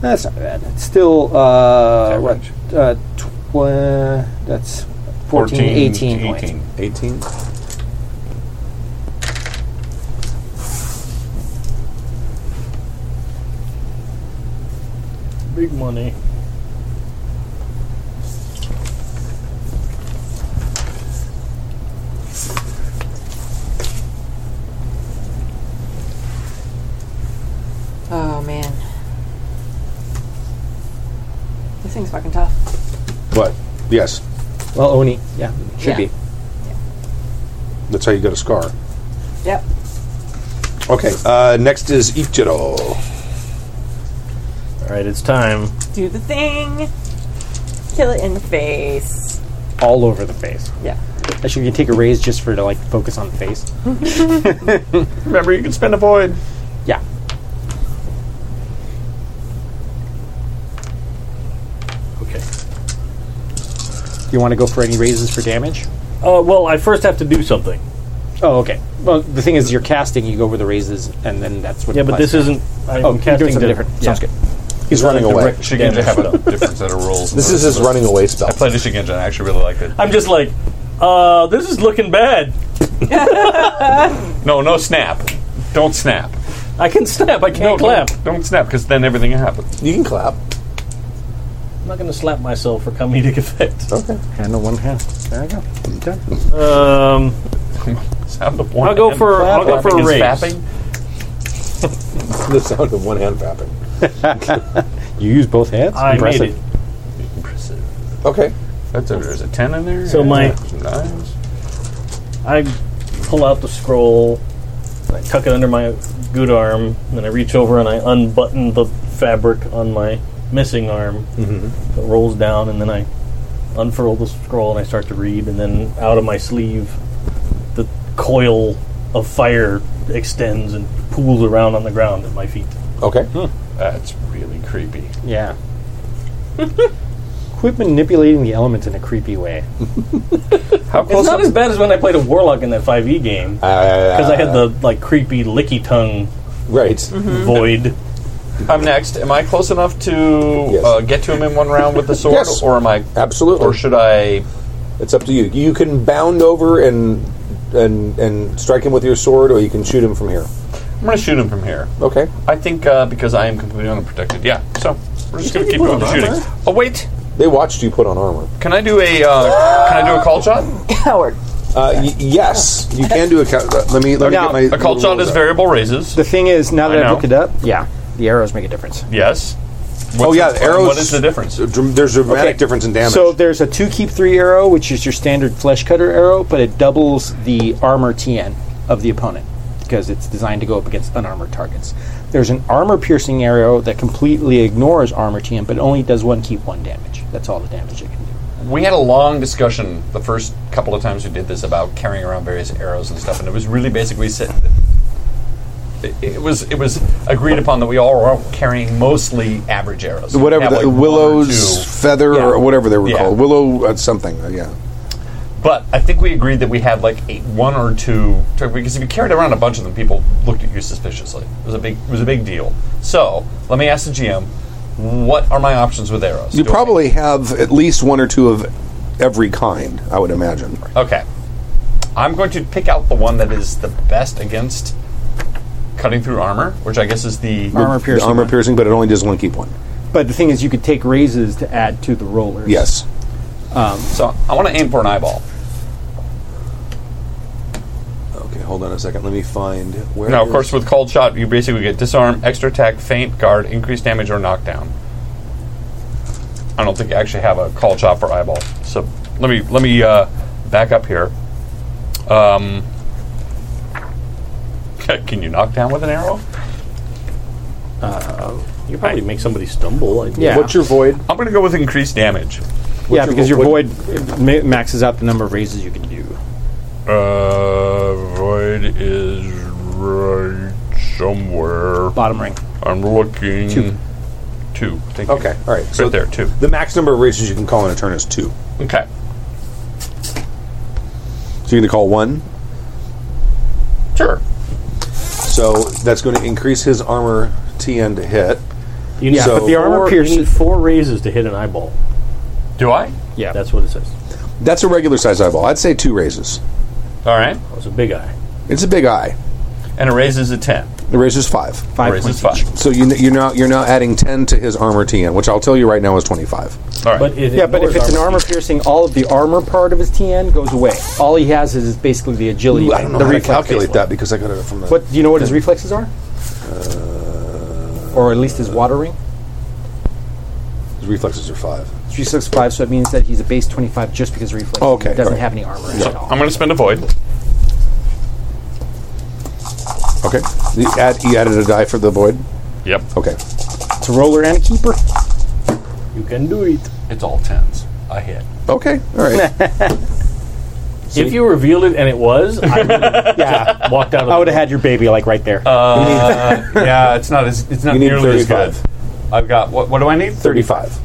[SPEAKER 14] That's not bad. It's still, uh, what, uh, tw- that's 14, 18, points.
[SPEAKER 2] 18.
[SPEAKER 6] Big money.
[SPEAKER 3] Oh man, this thing's fucking tough.
[SPEAKER 2] What? Yes.
[SPEAKER 14] Well, Oni. Yeah. Should
[SPEAKER 3] Yeah.
[SPEAKER 14] be.
[SPEAKER 2] That's how you get a scar.
[SPEAKER 3] Yep.
[SPEAKER 2] Okay. Uh, next is Ichiro. [LAUGHS]
[SPEAKER 6] All right, it's time.
[SPEAKER 3] Do the thing. Kill it in the face.
[SPEAKER 14] All over the face.
[SPEAKER 3] Yeah. [COUGHS]
[SPEAKER 14] Actually, you can take a raise just for to like focus on the face.
[SPEAKER 9] [LAUGHS] Remember, you can spend a void.
[SPEAKER 14] Yeah.
[SPEAKER 6] Okay.
[SPEAKER 14] Do you want to go for any raises for damage?
[SPEAKER 6] Uh, well, I first have to do something.
[SPEAKER 14] Oh, okay. Well, the thing is, you're casting. You go over the raises, and then that's what.
[SPEAKER 6] Yeah, but
[SPEAKER 14] applies
[SPEAKER 6] this
[SPEAKER 14] to-
[SPEAKER 6] isn't- I'm
[SPEAKER 14] oh, you're
[SPEAKER 6] casting
[SPEAKER 14] doing something
[SPEAKER 6] the-
[SPEAKER 14] different. Sounds
[SPEAKER 6] yeah.
[SPEAKER 14] good.
[SPEAKER 2] He's running away.
[SPEAKER 9] Direct Shigenja have a different set of rules.
[SPEAKER 2] This is his running away spell.
[SPEAKER 9] I played a Shigenja and I actually really liked it.
[SPEAKER 6] I'm just like, uh, this is looking bad.
[SPEAKER 9] No, no snap. Don't snap.
[SPEAKER 6] I can snap. I can't clap.
[SPEAKER 9] Don't, don't snap because then everything happens.
[SPEAKER 2] You can clap.
[SPEAKER 6] I'm not going to slap myself for comedic effect.
[SPEAKER 2] Okay.
[SPEAKER 14] Handle one hand. There I go. Done.
[SPEAKER 6] Um,
[SPEAKER 9] sound of
[SPEAKER 6] I'll go for I'll go for a raise.
[SPEAKER 2] the sound of one hand fapping.
[SPEAKER 14] you use both hands.
[SPEAKER 6] I made it.
[SPEAKER 2] Okay.
[SPEAKER 9] That's a, there's a 10 in there.
[SPEAKER 6] So
[SPEAKER 9] and
[SPEAKER 6] my-
[SPEAKER 9] some nines.
[SPEAKER 6] I pull out the scroll, and I tuck it under my good arm, and then I reach over and I unbutton the fabric on my missing arm. Mm-hmm. It rolls down, and then I unfurl the scroll and I start to read, and then out of my sleeve, the coil of fire extends and pools around on the ground at my feet.
[SPEAKER 2] Okay. Uh,
[SPEAKER 9] That's really creepy.
[SPEAKER 14] Yeah. Quit manipulating the elements in a creepy way.
[SPEAKER 9] How
[SPEAKER 6] It's not as bad as when I played a warlock in that 5e game because I had the like creepy licky tongue
[SPEAKER 2] Right.
[SPEAKER 14] Mm-hmm.
[SPEAKER 6] void.
[SPEAKER 9] I'm next. Am I close enough to uh, get to him in one round with the sword,
[SPEAKER 2] Yes.
[SPEAKER 9] or am I?
[SPEAKER 2] Absolutely.
[SPEAKER 9] Or should I?
[SPEAKER 2] It's up to you. You can bound over and and and strike him with your sword, or you can shoot him from here.
[SPEAKER 9] I'm going to shoot him from here.
[SPEAKER 2] Okay.
[SPEAKER 9] I think uh, because I am completely unprotected. Yeah. So we're just going to keep
[SPEAKER 2] put
[SPEAKER 9] on
[SPEAKER 2] on
[SPEAKER 9] shooting.
[SPEAKER 2] armor.
[SPEAKER 9] Oh wait,
[SPEAKER 2] They watched you put on armor.
[SPEAKER 9] can I do a? Uh, can I do a call shot?
[SPEAKER 3] Coward.
[SPEAKER 2] Uh, y- yes, you can do a. Ca- uh, let me let me get
[SPEAKER 14] Now-
[SPEAKER 2] my.
[SPEAKER 9] A call shot is variable raises.
[SPEAKER 14] The thing is, now that
[SPEAKER 9] I
[SPEAKER 14] I,
[SPEAKER 9] know.
[SPEAKER 14] have looked it up, yeah, the arrows make a difference.
[SPEAKER 9] Yes.
[SPEAKER 2] oh
[SPEAKER 9] What's
[SPEAKER 2] yeah,
[SPEAKER 9] the-
[SPEAKER 2] the arrows.
[SPEAKER 9] What is the difference?
[SPEAKER 2] uh, dr- There's a dramatic
[SPEAKER 14] Okay.
[SPEAKER 2] difference in damage.
[SPEAKER 14] So there's a two keep three arrow, which is your standard flesh cutter arrow, but it doubles the armor TN of the opponent because it's designed to go up against unarmored targets. There's an armor piercing arrow that completely ignores armor TN, but only does one keep one damage. That's all the damage it can do.
[SPEAKER 9] We had a long discussion the first couple of times we did this about carrying around various arrows and stuff, and it was really basically sit. It, it was it was agreed upon that we all were carrying mostly average arrows,
[SPEAKER 2] whatever
[SPEAKER 9] Have,
[SPEAKER 2] the
[SPEAKER 9] like, one or
[SPEAKER 2] willows
[SPEAKER 9] two.
[SPEAKER 2] feather
[SPEAKER 9] Yeah.
[SPEAKER 2] or whatever they were
[SPEAKER 9] Yeah.
[SPEAKER 2] called, willow uh, something. uh, yeah.
[SPEAKER 9] But I think we agreed that we had like eight, one or two because if you carried around a bunch of them, people looked at you suspiciously. It was a big, it was a big deal. So let me ask the GM, what are my options with arrows?
[SPEAKER 2] You
[SPEAKER 9] Do I-
[SPEAKER 2] probably have at least one or two of every kind, I would imagine.
[SPEAKER 9] okay. I'm going to pick out the one that is the best against cutting through armor, which I guess is the
[SPEAKER 14] Armor
[SPEAKER 2] The
[SPEAKER 14] piercing
[SPEAKER 2] armor
[SPEAKER 14] one.
[SPEAKER 2] piercing, but it only does one key point.
[SPEAKER 14] But the thing is, you could take raises to add to the rollers.
[SPEAKER 2] Yes.
[SPEAKER 14] Um,
[SPEAKER 9] so I want to aim for an eyeball.
[SPEAKER 2] Okay, hold on a second. Let me find where.
[SPEAKER 9] now, of course, with cold shot, you basically get disarm, extra attack, feint, guard, increased damage, or knockdown. I don't think I actually have a cold shot for eyeball. So let me let me uh, back up here. Um, [LAUGHS] can you knock down with an arrow?
[SPEAKER 6] Uh, you probably make somebody stumble. I
[SPEAKER 14] Yeah. What's your
[SPEAKER 9] void? I'm going to go with increased damage.
[SPEAKER 14] yeah, because your void it ma- maxes out the number of raises you can do.
[SPEAKER 5] Uh, void is right somewhere.
[SPEAKER 14] Bottom ring.
[SPEAKER 5] I'm looking.
[SPEAKER 9] Two. Two. Thank you.
[SPEAKER 2] Okay, all right.
[SPEAKER 9] Right there, two.
[SPEAKER 2] The max number of races you can call in a turn is two.
[SPEAKER 9] Okay.
[SPEAKER 2] So you're going to call one?
[SPEAKER 9] Sure.
[SPEAKER 2] So that's going to increase his armor TN to hit.
[SPEAKER 6] You need
[SPEAKER 2] So-
[SPEAKER 6] but the armor piercing four raises to hit an eyeball.
[SPEAKER 9] Do I?
[SPEAKER 6] Yeah, that's what it says.
[SPEAKER 2] That's a regular size eyeball. I'd say two raises.
[SPEAKER 9] All right.
[SPEAKER 6] Oh, It's a big eye.
[SPEAKER 2] It's a big eye.
[SPEAKER 9] And it raises a ten.
[SPEAKER 2] It raises five.
[SPEAKER 9] Five Raises points five. each.
[SPEAKER 2] So you, you're now you're now adding ten to his armor TN, which I'll tell you right now is twenty five.
[SPEAKER 9] All right.
[SPEAKER 14] But yeah, but if it's an armor piercing, all of the armor part of his TN goes away. All he has is basically the agility.
[SPEAKER 2] I don't know
[SPEAKER 14] the
[SPEAKER 2] how to
[SPEAKER 14] reflex
[SPEAKER 2] calculate
[SPEAKER 14] baseline.
[SPEAKER 2] that because I got it from the.
[SPEAKER 14] What do you know? What his reflexes are? or at least his water ring.
[SPEAKER 2] His reflexes are five.
[SPEAKER 14] Three six five. So it means that he's a base twenty five just because of reflexes.
[SPEAKER 2] Okay,
[SPEAKER 14] He doesn't
[SPEAKER 2] alright.
[SPEAKER 14] have any armor
[SPEAKER 2] Yeah.
[SPEAKER 14] at all.
[SPEAKER 9] I'm going to spend a void.
[SPEAKER 2] Okay. You, add, you added a die for the void.
[SPEAKER 9] Yep.
[SPEAKER 2] Okay.
[SPEAKER 14] It's a roller and a keeper.
[SPEAKER 6] You can do it.
[SPEAKER 9] It's all tens. I hit.
[SPEAKER 2] Okay. All right.
[SPEAKER 6] if you revealed it and it was, I would have
[SPEAKER 14] [LAUGHS] Yeah,
[SPEAKER 6] walked out of
[SPEAKER 14] I would have had your baby like right there.
[SPEAKER 9] Uh, yeah, it's not as it's not
[SPEAKER 2] You need
[SPEAKER 9] nearly as good.
[SPEAKER 2] 35.
[SPEAKER 9] I've got what? What do I need?
[SPEAKER 2] Thirty-five.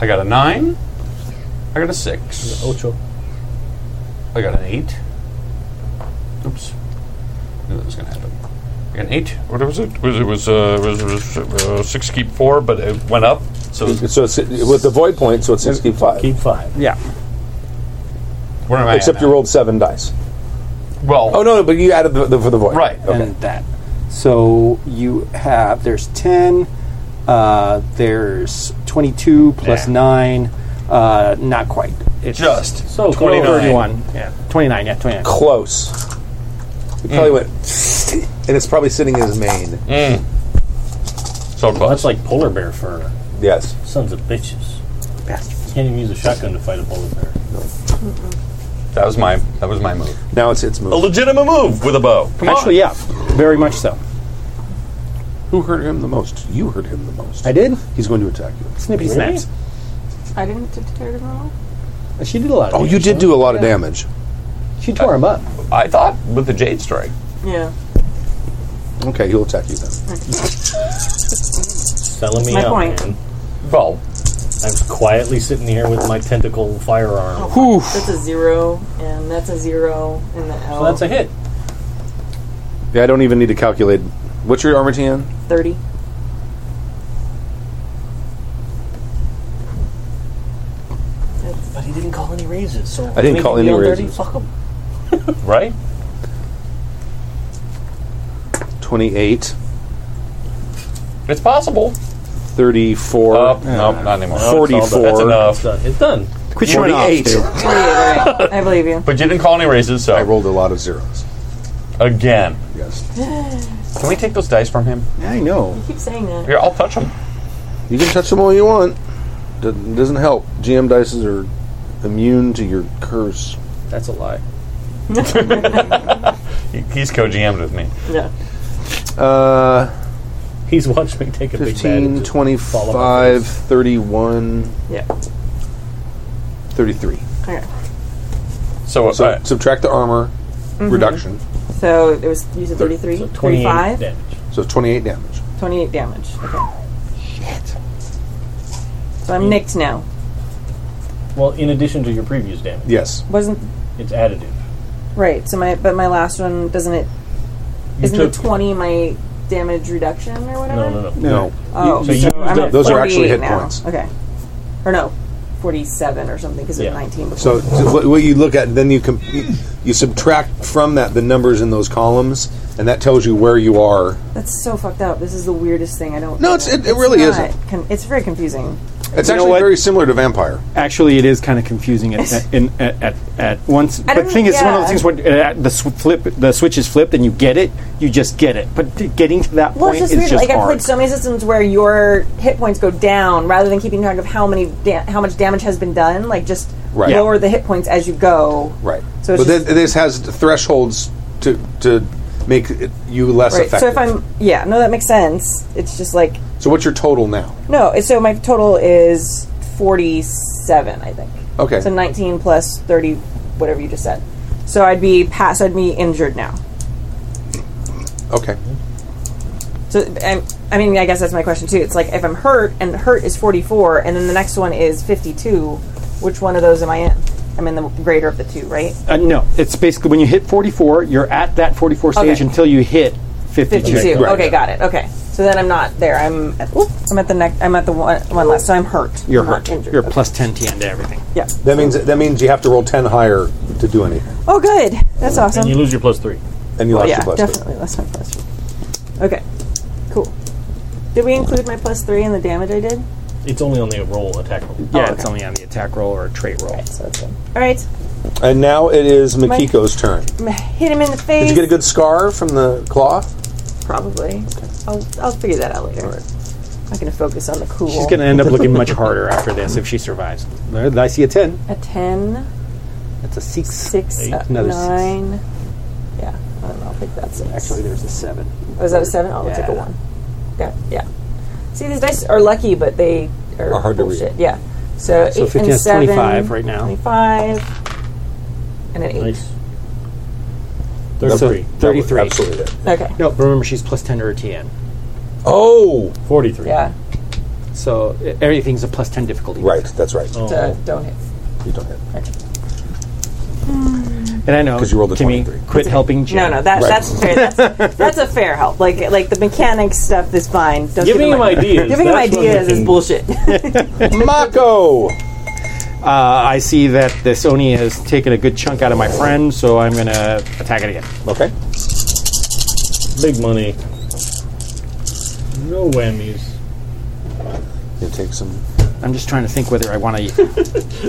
[SPEAKER 9] I got a nine. I got a six.
[SPEAKER 2] Oh.
[SPEAKER 6] Ocho.
[SPEAKER 9] I got an eight. Oops. Knew that was gonna happen. I got an eight.
[SPEAKER 5] What was it? Was it was uh, was, was uh, six keep four, but it
[SPEAKER 9] Went up. So
[SPEAKER 2] So it's, with the void point, so it's six keep five.
[SPEAKER 6] Keep five.
[SPEAKER 14] yeah.
[SPEAKER 9] where am I? at
[SPEAKER 2] Except you
[SPEAKER 9] now?
[SPEAKER 2] rolled seven dice.
[SPEAKER 9] Well,
[SPEAKER 2] Oh no, no, but you added the, the for the void.
[SPEAKER 9] right.
[SPEAKER 2] Okay.
[SPEAKER 14] and that. So you have there's ten, uh, there's twenty two
[SPEAKER 9] Yeah.
[SPEAKER 14] nine, uh, not quite. It's
[SPEAKER 9] Just
[SPEAKER 14] so
[SPEAKER 9] 29.
[SPEAKER 14] 31. Yeah, twenty nine. Yeah, twenty nine.
[SPEAKER 2] Close. It probably went, and it's probably sitting in his mane.
[SPEAKER 9] So
[SPEAKER 6] Well,
[SPEAKER 9] close.
[SPEAKER 6] that's like polar bear fur.
[SPEAKER 2] Yes.
[SPEAKER 6] Sons of bitches. Bastards. Can't even use a shotgun to fight a polar bear.
[SPEAKER 9] That was my that was my move.
[SPEAKER 2] Now it's it's
[SPEAKER 9] A
[SPEAKER 2] moving.
[SPEAKER 9] legitimate move with a bow. Come
[SPEAKER 14] Actually, yeah, very much so.
[SPEAKER 2] Who hurt him the most? You hurt him the most.
[SPEAKER 14] I did
[SPEAKER 2] He's going to attack you.
[SPEAKER 14] snippy snaps.
[SPEAKER 3] I didn't tear him off.
[SPEAKER 14] She did a lot. Of
[SPEAKER 2] Oh, you did do a lot of damage.
[SPEAKER 14] She tore him up.
[SPEAKER 9] on. I thought with the jade strike.
[SPEAKER 33] Yeah.
[SPEAKER 2] Okay, he'll attack you then.
[SPEAKER 6] Selling me
[SPEAKER 33] My
[SPEAKER 6] out,
[SPEAKER 33] point.
[SPEAKER 6] man.
[SPEAKER 9] Well,
[SPEAKER 6] I was quietly sitting here with my tentacle firearm.
[SPEAKER 33] Oof.
[SPEAKER 3] That's a zero, and that's a zero, and the L.
[SPEAKER 6] Well, that's a hit.
[SPEAKER 2] Yeah, I don't even need to calculate. What's your armor TN?
[SPEAKER 3] 30.
[SPEAKER 6] But he didn't call any raises, so
[SPEAKER 2] I didn't call any raises.
[SPEAKER 6] Fuck him.
[SPEAKER 9] right.
[SPEAKER 2] Twenty-eight.
[SPEAKER 9] It's possible.
[SPEAKER 2] 34.
[SPEAKER 9] Uh, no, not anymore.
[SPEAKER 2] No, it's all done. 44.
[SPEAKER 6] It's
[SPEAKER 9] That's enough.
[SPEAKER 6] done. It's done.
[SPEAKER 14] Quit showing off,
[SPEAKER 2] 48.
[SPEAKER 14] dude.
[SPEAKER 6] Uh.
[SPEAKER 33] I believe you.
[SPEAKER 9] But you didn't call any raises, so
[SPEAKER 2] I rolled a lot of zeros.
[SPEAKER 9] again.
[SPEAKER 2] Yes.
[SPEAKER 9] Can we take those dice from him?
[SPEAKER 14] I know.
[SPEAKER 3] Keep saying that.
[SPEAKER 9] Here, I'll touch them.
[SPEAKER 2] You can touch them all you want. Doesn't doesn't help. GM dices are immune to your curse.
[SPEAKER 14] That's a lie.
[SPEAKER 9] He- He's co-GM'd with me.
[SPEAKER 3] Yeah.
[SPEAKER 2] Uh,
[SPEAKER 6] He's watched me take a big bad. and
[SPEAKER 2] 15,
[SPEAKER 6] just fall on my
[SPEAKER 2] 25,
[SPEAKER 6] face.
[SPEAKER 2] 31,
[SPEAKER 3] Yeah.
[SPEAKER 2] 33.
[SPEAKER 3] Okay.
[SPEAKER 9] So,
[SPEAKER 2] So
[SPEAKER 9] uh,
[SPEAKER 2] subtract the armor reduction.
[SPEAKER 33] So it was you said 33,
[SPEAKER 6] So 28
[SPEAKER 33] 35,
[SPEAKER 6] damage.
[SPEAKER 2] So it's 28 damage.
[SPEAKER 33] 28 damage. Okay. Shit. So I'm nicked now.
[SPEAKER 6] Well, in addition to your previous damage.
[SPEAKER 2] Yes.
[SPEAKER 33] Wasn't
[SPEAKER 6] It's additive.
[SPEAKER 3] Right. So my but my last one doesn't it?
[SPEAKER 6] You
[SPEAKER 3] not it
[SPEAKER 6] took-
[SPEAKER 3] twenty my damage reduction or whatever?
[SPEAKER 6] No, no, no.
[SPEAKER 2] No.
[SPEAKER 3] Oh,
[SPEAKER 6] You- so
[SPEAKER 3] so,
[SPEAKER 6] you used
[SPEAKER 3] I'm
[SPEAKER 6] up-
[SPEAKER 3] at
[SPEAKER 6] Those are
[SPEAKER 3] 48
[SPEAKER 2] actually hit
[SPEAKER 3] now.
[SPEAKER 2] points.
[SPEAKER 3] Okay, or no, forty-seven or something because
[SPEAKER 2] Yeah.
[SPEAKER 3] it's nineteen
[SPEAKER 2] So,
[SPEAKER 3] before.
[SPEAKER 2] so what, what you look at, then you com- you subtract from that the numbers in those columns, and that tells you where you are.
[SPEAKER 3] That's so fucked up. This is the weirdest thing. I don't.
[SPEAKER 2] No, it's- it- it really
[SPEAKER 3] not
[SPEAKER 2] isn't.
[SPEAKER 3] Con- it's very confusing.
[SPEAKER 2] It's
[SPEAKER 14] You know
[SPEAKER 2] actually
[SPEAKER 14] what?
[SPEAKER 2] very similar to Vampire.
[SPEAKER 14] Actually, it is kind of confusing at, at, in, at, at, at once.
[SPEAKER 3] I
[SPEAKER 14] But the
[SPEAKER 3] don't-
[SPEAKER 14] thing is, one of
[SPEAKER 3] yeah.
[SPEAKER 14] those things when uh, the sw- flip, the switch is flipped, and you get it, you just get it. But t- getting to that
[SPEAKER 3] Well,
[SPEAKER 14] point
[SPEAKER 3] it's just
[SPEAKER 14] is
[SPEAKER 3] weird.
[SPEAKER 14] just
[SPEAKER 3] like I've
[SPEAKER 14] hard.
[SPEAKER 3] played so many systems where your hit points go down rather than keeping track of how many da- how much damage has been done. Like just
[SPEAKER 2] Right.
[SPEAKER 3] lower the hit points as you go.
[SPEAKER 2] Right.
[SPEAKER 3] So it's
[SPEAKER 2] but this, this has thresholds to to make it, you less
[SPEAKER 3] right. So
[SPEAKER 2] effective.
[SPEAKER 3] if I'm yeah, no, that makes sense. It's just like
[SPEAKER 2] So what's your total now?
[SPEAKER 3] no. it's- So my total is forty-seven, I think.
[SPEAKER 2] Okay.
[SPEAKER 3] So nineteen plus thirty, whatever you just said. So I'd be past. I'd be injured now.
[SPEAKER 2] Okay.
[SPEAKER 3] So i I mean, I guess that's my question too. It's like if I'm hurt and hurt is 44, and then the next one is 52. Which one of those am I in? I'm in the greater of the two, right?
[SPEAKER 14] Uh, no, it's basically when you hit 44, you're at that 44 stage
[SPEAKER 3] Okay.
[SPEAKER 14] until you hit 52.
[SPEAKER 3] 52. Okay, got it. Okay, so then I'm not there. I'm at, oop, I'm at the next. I'm at the one, one last. So I'm hurt.
[SPEAKER 14] You're
[SPEAKER 3] I'm not
[SPEAKER 14] hurt.
[SPEAKER 3] Injured.
[SPEAKER 14] You're plus 10 TN to everything.
[SPEAKER 3] Yeah.
[SPEAKER 2] That means that means you have to roll ten higher to do anything,
[SPEAKER 3] Oh, good. That's awesome.
[SPEAKER 6] And you lose your plus three.
[SPEAKER 2] and you
[SPEAKER 3] Oh,
[SPEAKER 2] lost
[SPEAKER 3] yeah,
[SPEAKER 2] your plus.
[SPEAKER 3] definitely. That's my plus three. Okay, cool. Did we include my plus three in the damage I did?
[SPEAKER 6] It's only on the roll attack
[SPEAKER 3] Oh,
[SPEAKER 6] roll.
[SPEAKER 14] Yeah, it's only on the attack roll or trait roll.
[SPEAKER 3] so that's good. All right,
[SPEAKER 2] And now it is Makiko's turn.
[SPEAKER 3] I'm gonna hit him in the face.
[SPEAKER 2] Did you get a good scar from the claw?
[SPEAKER 3] Probably. I'll, I'll figure that out later. I'm not going to focus on the cool.
[SPEAKER 14] She's going to end up looking much harder after this if she survives. I see a 10.
[SPEAKER 3] A 10,
[SPEAKER 14] That's a 6.
[SPEAKER 3] six,
[SPEAKER 14] Eight.
[SPEAKER 3] uh,
[SPEAKER 14] Another six.
[SPEAKER 3] 9. Yeah, I don't know. I think that's it.
[SPEAKER 14] Actually, uh, there's a 7.
[SPEAKER 3] Oh, is that a 7? Oh, it's like a 1. Got it. Yeah. See, these dice are lucky, but they are,
[SPEAKER 14] Are hard to read.
[SPEAKER 3] bullshit. Yeah. So,
[SPEAKER 14] So
[SPEAKER 3] 8
[SPEAKER 14] 15
[SPEAKER 3] and
[SPEAKER 14] is
[SPEAKER 3] 7.
[SPEAKER 14] 25 right now.
[SPEAKER 3] 25. And an 8.
[SPEAKER 14] So
[SPEAKER 4] 33.
[SPEAKER 14] 33.
[SPEAKER 2] Absolutely.
[SPEAKER 3] Okay.
[SPEAKER 14] No, but remember, she's plus 10 to her TN.
[SPEAKER 2] Oh!
[SPEAKER 4] 43.
[SPEAKER 3] Yeah.
[SPEAKER 14] So uh, everything's a plus 10 difficulty.
[SPEAKER 2] Right, that's right.
[SPEAKER 14] Oh.
[SPEAKER 3] So, don't hit.
[SPEAKER 2] You don't hit.
[SPEAKER 14] And I know,
[SPEAKER 2] 'Cause you rolled a
[SPEAKER 14] Kimmy, quit helping Jim.
[SPEAKER 3] No, no, that,
[SPEAKER 14] Right.
[SPEAKER 3] that's fair. [LAUGHS] That's, that's a fair help. Like, like the mechanics stuff is fine. Don't
[SPEAKER 14] Giving
[SPEAKER 3] give
[SPEAKER 14] him ideas,
[SPEAKER 3] Giving him
[SPEAKER 14] that's what
[SPEAKER 3] ideas
[SPEAKER 14] we
[SPEAKER 3] is
[SPEAKER 14] can-
[SPEAKER 3] bullshit. [LAUGHS]
[SPEAKER 2] Mako!
[SPEAKER 14] Uh, I see that this Oni has taken a good chunk out of my friend, so I'm going to attack it again.
[SPEAKER 2] Okay.
[SPEAKER 6] Big money. No whammies.
[SPEAKER 2] You take some
[SPEAKER 14] I'm just trying to think whether I e-, want to.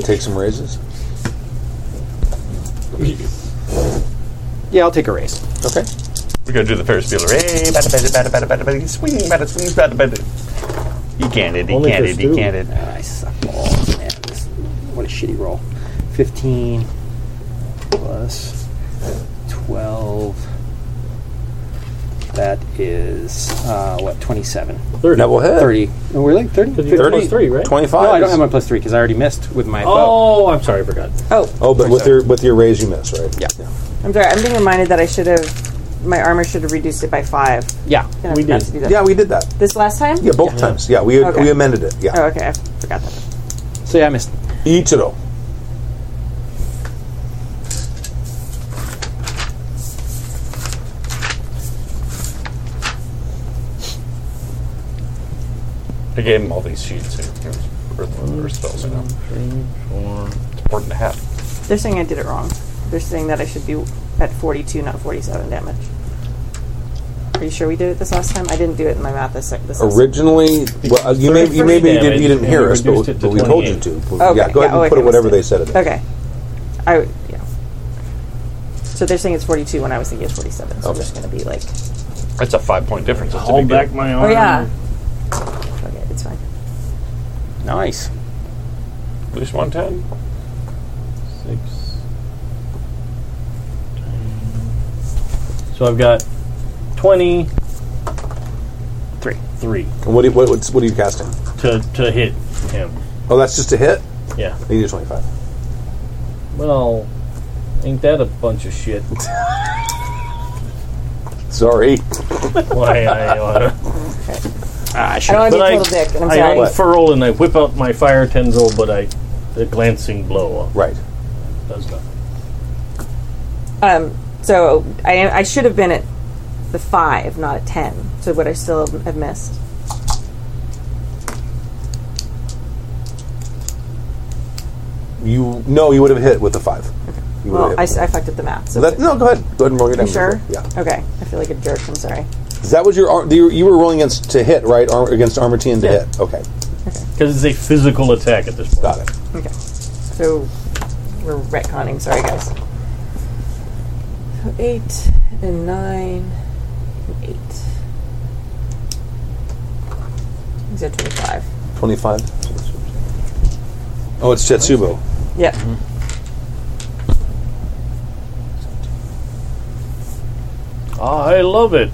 [SPEAKER 2] take some raises.
[SPEAKER 14] yeah, I'll take a raise.
[SPEAKER 2] Okay.
[SPEAKER 9] We're gonna do the Ferris Bueller. Hey, bada, bada, bada, bada, bada, bada, swing, bada, swing, bada, bada. You can't it, you
[SPEAKER 14] Only if
[SPEAKER 9] can't
[SPEAKER 14] you're
[SPEAKER 9] it, you
[SPEAKER 14] Stu.
[SPEAKER 9] can't it.
[SPEAKER 14] I suck balls, man. This- what a shitty roll. 15 plus 12. That is, uh, what, 27?
[SPEAKER 4] 30.
[SPEAKER 2] Double hit.
[SPEAKER 14] 30. No, really? 30?
[SPEAKER 4] you got plus three, right?
[SPEAKER 2] 25.
[SPEAKER 14] No, I don't have my plus 3 because I already missed with my bow.
[SPEAKER 4] Oh, I'm sorry, I forgot.
[SPEAKER 2] Oh, but with your with your raise, you miss, right?
[SPEAKER 14] Yeah.
[SPEAKER 3] I'm sorry. I'm being reminded that I should have my armor should have reduced it by five.
[SPEAKER 14] Yeah.
[SPEAKER 3] And I
[SPEAKER 4] We
[SPEAKER 3] forgot
[SPEAKER 4] did.
[SPEAKER 3] to do that.
[SPEAKER 2] Yeah, we did that.
[SPEAKER 3] This last time?
[SPEAKER 2] Yeah, both times. Yeah, we
[SPEAKER 3] Okay.
[SPEAKER 2] we amended it.
[SPEAKER 3] Oh,
[SPEAKER 2] Yeah.
[SPEAKER 3] okay. I forgot that.
[SPEAKER 14] So yeah, I missed.
[SPEAKER 2] Ichiro.
[SPEAKER 9] I gave him all these sheets. and It was worth one of their spells, you know. It's important to have.
[SPEAKER 3] They're saying I did it wrong. They're saying that I should be at 42, not 47 damage. Are you sure we did it this last time? I didn't do it in my math this this. last time.
[SPEAKER 2] Originally, well, uh, you may you maybe you didn't, you didn't hear us, but,
[SPEAKER 6] reduced it to
[SPEAKER 2] but we told you
[SPEAKER 6] 28.
[SPEAKER 2] to. But
[SPEAKER 3] Okay,
[SPEAKER 2] Yeah, go ahead
[SPEAKER 3] yeah,
[SPEAKER 2] and
[SPEAKER 3] oh,
[SPEAKER 2] put
[SPEAKER 3] okay,
[SPEAKER 2] it whatever they
[SPEAKER 3] let's
[SPEAKER 2] said it. is.
[SPEAKER 3] Okay. I would- yeah. So they're saying it's 42 when I was thinking it's 47. So I'm just going to be like,
[SPEAKER 9] It's a five point difference. It's a
[SPEAKER 6] Hold
[SPEAKER 9] big deal.
[SPEAKER 6] back my arm.
[SPEAKER 3] oh yeah. Okay, it's fine.
[SPEAKER 14] Nice.
[SPEAKER 9] At least one ten.
[SPEAKER 6] Six. So I've got 20.
[SPEAKER 14] Three.
[SPEAKER 6] Three.
[SPEAKER 2] And what do you, what, what's- what are you casting?
[SPEAKER 6] To, to hit him.
[SPEAKER 2] Oh, that's just a hit.
[SPEAKER 6] Yeah.
[SPEAKER 2] You need a twenty-five.
[SPEAKER 6] Well, ain't that a bunch of
[SPEAKER 9] [LAUGHS]
[SPEAKER 6] shit?
[SPEAKER 2] Sorry.
[SPEAKER 6] Why I oughta.
[SPEAKER 14] Ah,
[SPEAKER 3] I
[SPEAKER 14] shit.
[SPEAKER 3] don't want to
[SPEAKER 6] But
[SPEAKER 3] be a
[SPEAKER 6] I,
[SPEAKER 3] total dick, and I'm
[SPEAKER 6] I
[SPEAKER 3] sorry.
[SPEAKER 6] unfurl and I whip out my fire tendril, but I, the glancing blow
[SPEAKER 2] Right.
[SPEAKER 6] does nothing.
[SPEAKER 3] Um, so I am, I should have been at the five, not at ten. So would I still have missed?
[SPEAKER 2] You no, you would have hit with the five. You would
[SPEAKER 3] Well,
[SPEAKER 2] have
[SPEAKER 3] I,
[SPEAKER 2] hit.
[SPEAKER 3] s- I fucked up the math. So
[SPEAKER 2] That- no, go ahead. Go ahead and roll your damage.
[SPEAKER 3] You sure?
[SPEAKER 2] Yeah.
[SPEAKER 3] Okay. I feel like a jerk. I'm sorry.
[SPEAKER 2] 'Cause That was your ar- you you were rolling against to hit right Arm, against armor team to
[SPEAKER 34] Yeah.
[SPEAKER 2] hit. Okay.
[SPEAKER 34] Because it's a physical attack at this point.
[SPEAKER 2] Got it.
[SPEAKER 3] Okay. So we're retconning. Sorry, guys. So eight and nine and eight. He's at 25.
[SPEAKER 2] Twenty five. Oh, it's Tetsubo.
[SPEAKER 3] Yeah.
[SPEAKER 2] Mm-hmm.
[SPEAKER 6] Ah,
[SPEAKER 34] I love it.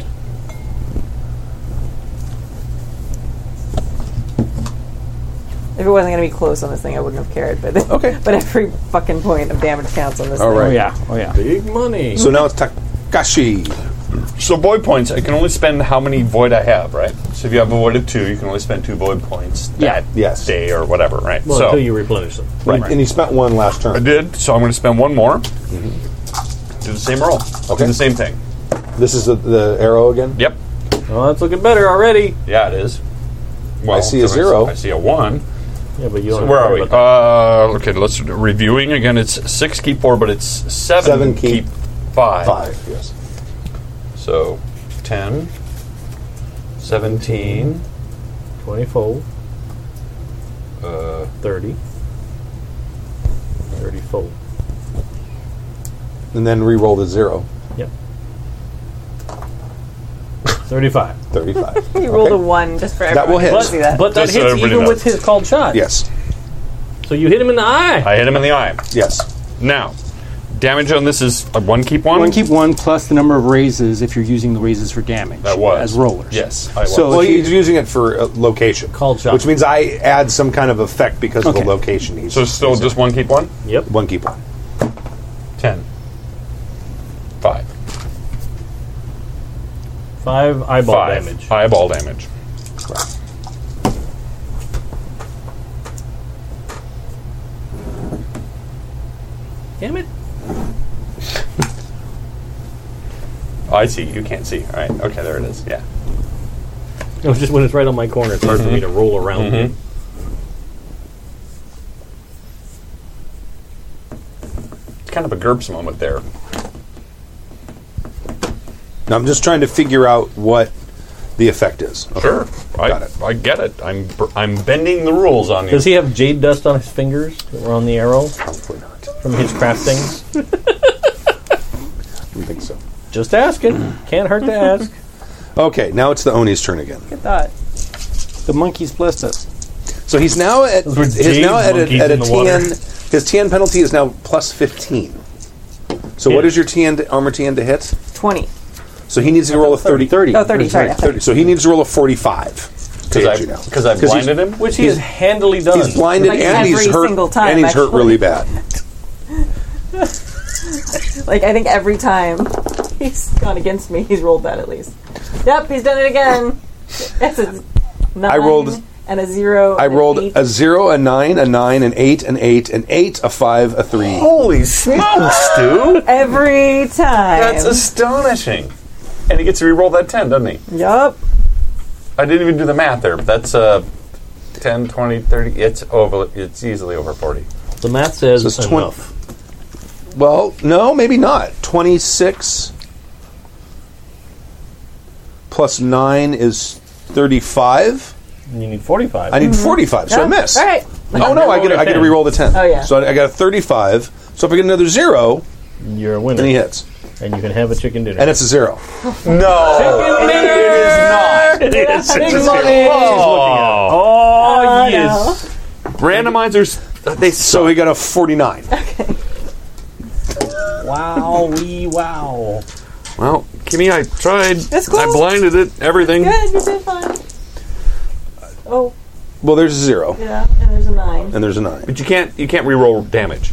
[SPEAKER 3] If it wasn't going to be close on this thing, I wouldn't have cared. But [LAUGHS] okay. but every fucking point of damage counts on this
[SPEAKER 2] All
[SPEAKER 3] thing.
[SPEAKER 2] right.
[SPEAKER 14] Oh yeah.
[SPEAKER 34] Big money.
[SPEAKER 2] So now it's Takashi.
[SPEAKER 9] So void points, I can only spend how many void I have, right? So if you have avoided two, you can only spend two void points that
[SPEAKER 2] Yes.
[SPEAKER 9] day or whatever, right?
[SPEAKER 6] Well,
[SPEAKER 9] so
[SPEAKER 6] until you replenish them.
[SPEAKER 9] Right.
[SPEAKER 2] And he spent one last
[SPEAKER 9] I
[SPEAKER 2] turn.
[SPEAKER 9] did, so I'm going to spend one more. Do the same roll.
[SPEAKER 2] Mm-hmm. Okay.
[SPEAKER 9] Do the same thing.
[SPEAKER 2] This is the, the arrow again.
[SPEAKER 9] Yep.
[SPEAKER 34] Well, that's looking better already.
[SPEAKER 9] Yeah, it is. Well,
[SPEAKER 2] I see a
[SPEAKER 9] so
[SPEAKER 2] zero.
[SPEAKER 9] I see a one.
[SPEAKER 6] Yeah, but you
[SPEAKER 9] So
[SPEAKER 6] don't
[SPEAKER 9] where are we? Uh, okay, let's reviewing again. It's six keep four, but it's seven,
[SPEAKER 2] Seven keep
[SPEAKER 9] five.
[SPEAKER 2] Five. Yes.
[SPEAKER 9] So 10, 17,
[SPEAKER 6] 20-fold,
[SPEAKER 9] uh,
[SPEAKER 6] 30. 30-fold.
[SPEAKER 2] And then re-roll the zero.
[SPEAKER 6] Yep. 35.
[SPEAKER 2] 35.
[SPEAKER 3] He
[SPEAKER 2] Okay.
[SPEAKER 3] rolled a one just for
[SPEAKER 2] That will
[SPEAKER 3] everyone.
[SPEAKER 2] hit.
[SPEAKER 3] See that.
[SPEAKER 34] But that
[SPEAKER 9] Just so
[SPEAKER 34] hits
[SPEAKER 9] everybody
[SPEAKER 34] even
[SPEAKER 9] knows.
[SPEAKER 34] with his called shot.
[SPEAKER 2] Yes.
[SPEAKER 6] So you hit him in the eye.
[SPEAKER 9] I hit him in the eye.
[SPEAKER 2] Yes.
[SPEAKER 9] Now, damage on this is a one keep one?
[SPEAKER 14] One keep one plus the number of raises if you're using the raises for damage.
[SPEAKER 9] That was.
[SPEAKER 14] as rollers.
[SPEAKER 9] Yes, I was.
[SPEAKER 14] So-
[SPEAKER 2] Well,
[SPEAKER 14] if you-
[SPEAKER 2] he's using it for uh, location,
[SPEAKER 34] Called shot.
[SPEAKER 2] which means I add some kind of effect because of
[SPEAKER 14] Okay.
[SPEAKER 2] the location. He's
[SPEAKER 9] so still just one keep one?
[SPEAKER 6] Yep.
[SPEAKER 2] one keep one.
[SPEAKER 9] 10. 5.
[SPEAKER 6] Five eyeball
[SPEAKER 9] Five.
[SPEAKER 6] damage.
[SPEAKER 9] Eyeball damage.
[SPEAKER 6] Damn it.
[SPEAKER 9] Oh, I see. You can't see. All right. Okay, there it is. Yeah.
[SPEAKER 6] It was just when it's right on my corner, it's hard for me
[SPEAKER 2] Mm-hmm.
[SPEAKER 6] to roll around it.
[SPEAKER 9] It's kind of a GURPS moment there.
[SPEAKER 2] Now I'm just trying to figure out what the effect is. Okay.
[SPEAKER 9] Sure. I,
[SPEAKER 2] Got it.
[SPEAKER 9] I get it. I'm br- I'm bending the rules on you.
[SPEAKER 6] Does he have jade dust on his fingers that were on the arrow
[SPEAKER 2] Probably not. I
[SPEAKER 6] from his crafting?
[SPEAKER 2] don't think so.
[SPEAKER 6] Just asking. Can't hurt
[SPEAKER 2] [LAUGHS]
[SPEAKER 6] to ask.
[SPEAKER 2] Okay, now it's the Oni's turn again.
[SPEAKER 3] Good thought.
[SPEAKER 14] The monkeys blessed us.
[SPEAKER 2] So he's now at
[SPEAKER 9] Those were
[SPEAKER 2] he's now at
[SPEAKER 9] jade
[SPEAKER 2] a,
[SPEAKER 9] monkeys
[SPEAKER 2] at a
[SPEAKER 9] in the water.
[SPEAKER 2] TN. His TN penalty is now plus 15. So what is your TN to, armor TN to hit?
[SPEAKER 3] 20.
[SPEAKER 2] So he needs to roll a 30.
[SPEAKER 14] 30.
[SPEAKER 3] Oh, 30. Sorry.
[SPEAKER 2] 30. So he needs to roll a 45.
[SPEAKER 9] Because I because I blinded him.
[SPEAKER 34] Which he has handily done.
[SPEAKER 2] He's blinded
[SPEAKER 3] Like
[SPEAKER 2] and he's
[SPEAKER 3] every
[SPEAKER 2] hurt
[SPEAKER 3] single time,
[SPEAKER 2] and he's hurt
[SPEAKER 3] actually.
[SPEAKER 2] really bad.
[SPEAKER 3] Like, I think every time [LAUGHS] he's gone against me, he's rolled that at least. Yep, he's done it again. That's a nine
[SPEAKER 2] rolled-
[SPEAKER 3] and a zero.
[SPEAKER 2] I
[SPEAKER 3] and an
[SPEAKER 2] rolled
[SPEAKER 3] eight.
[SPEAKER 2] a zero, a nine, a nine, an eight, an eight, an eight, a five, a three.
[SPEAKER 9] Holy smokes, dude!
[SPEAKER 3] every time.
[SPEAKER 9] That's astonishing. And he gets to re-roll that 10, doesn't he?
[SPEAKER 3] Yup.
[SPEAKER 9] I didn't even do the math there, but that's uh, 10, 20, 30. It's over. It's easily over 40.
[SPEAKER 6] The math says
[SPEAKER 2] Says 20.
[SPEAKER 6] enough.
[SPEAKER 2] Well, no, maybe not. Twenty six plus nine is thirty five.
[SPEAKER 34] You need 45.
[SPEAKER 2] I need five, so I
[SPEAKER 3] Mm-hmm. Yeah.
[SPEAKER 2] miss.
[SPEAKER 3] All right.
[SPEAKER 2] Oh no, I get I get to re-roll the ten.
[SPEAKER 3] Oh, yeah.
[SPEAKER 2] So I, I got a thirty-five. So if I get another zero,
[SPEAKER 6] You're a winner.
[SPEAKER 2] then he hits,
[SPEAKER 6] And you can have a chicken dinner.
[SPEAKER 2] and it's a zero.
[SPEAKER 9] No, it is not.
[SPEAKER 6] it is.
[SPEAKER 9] It's
[SPEAKER 34] Oh,
[SPEAKER 3] Oh,
[SPEAKER 34] yes.
[SPEAKER 9] Randomizers, they
[SPEAKER 2] So he got a
[SPEAKER 3] [LAUGHS]
[SPEAKER 2] forty-nine.
[SPEAKER 34] Wow, wee wow.
[SPEAKER 9] Well, Kimmy, I tried.
[SPEAKER 3] That's cool.
[SPEAKER 9] I blinded it. Everything.
[SPEAKER 3] Good, you did fine. Oh,
[SPEAKER 2] Well, there's a zero,
[SPEAKER 3] yeah, and there's a nine.
[SPEAKER 2] and there's a nine.
[SPEAKER 9] But you can't. You can't re-roll damage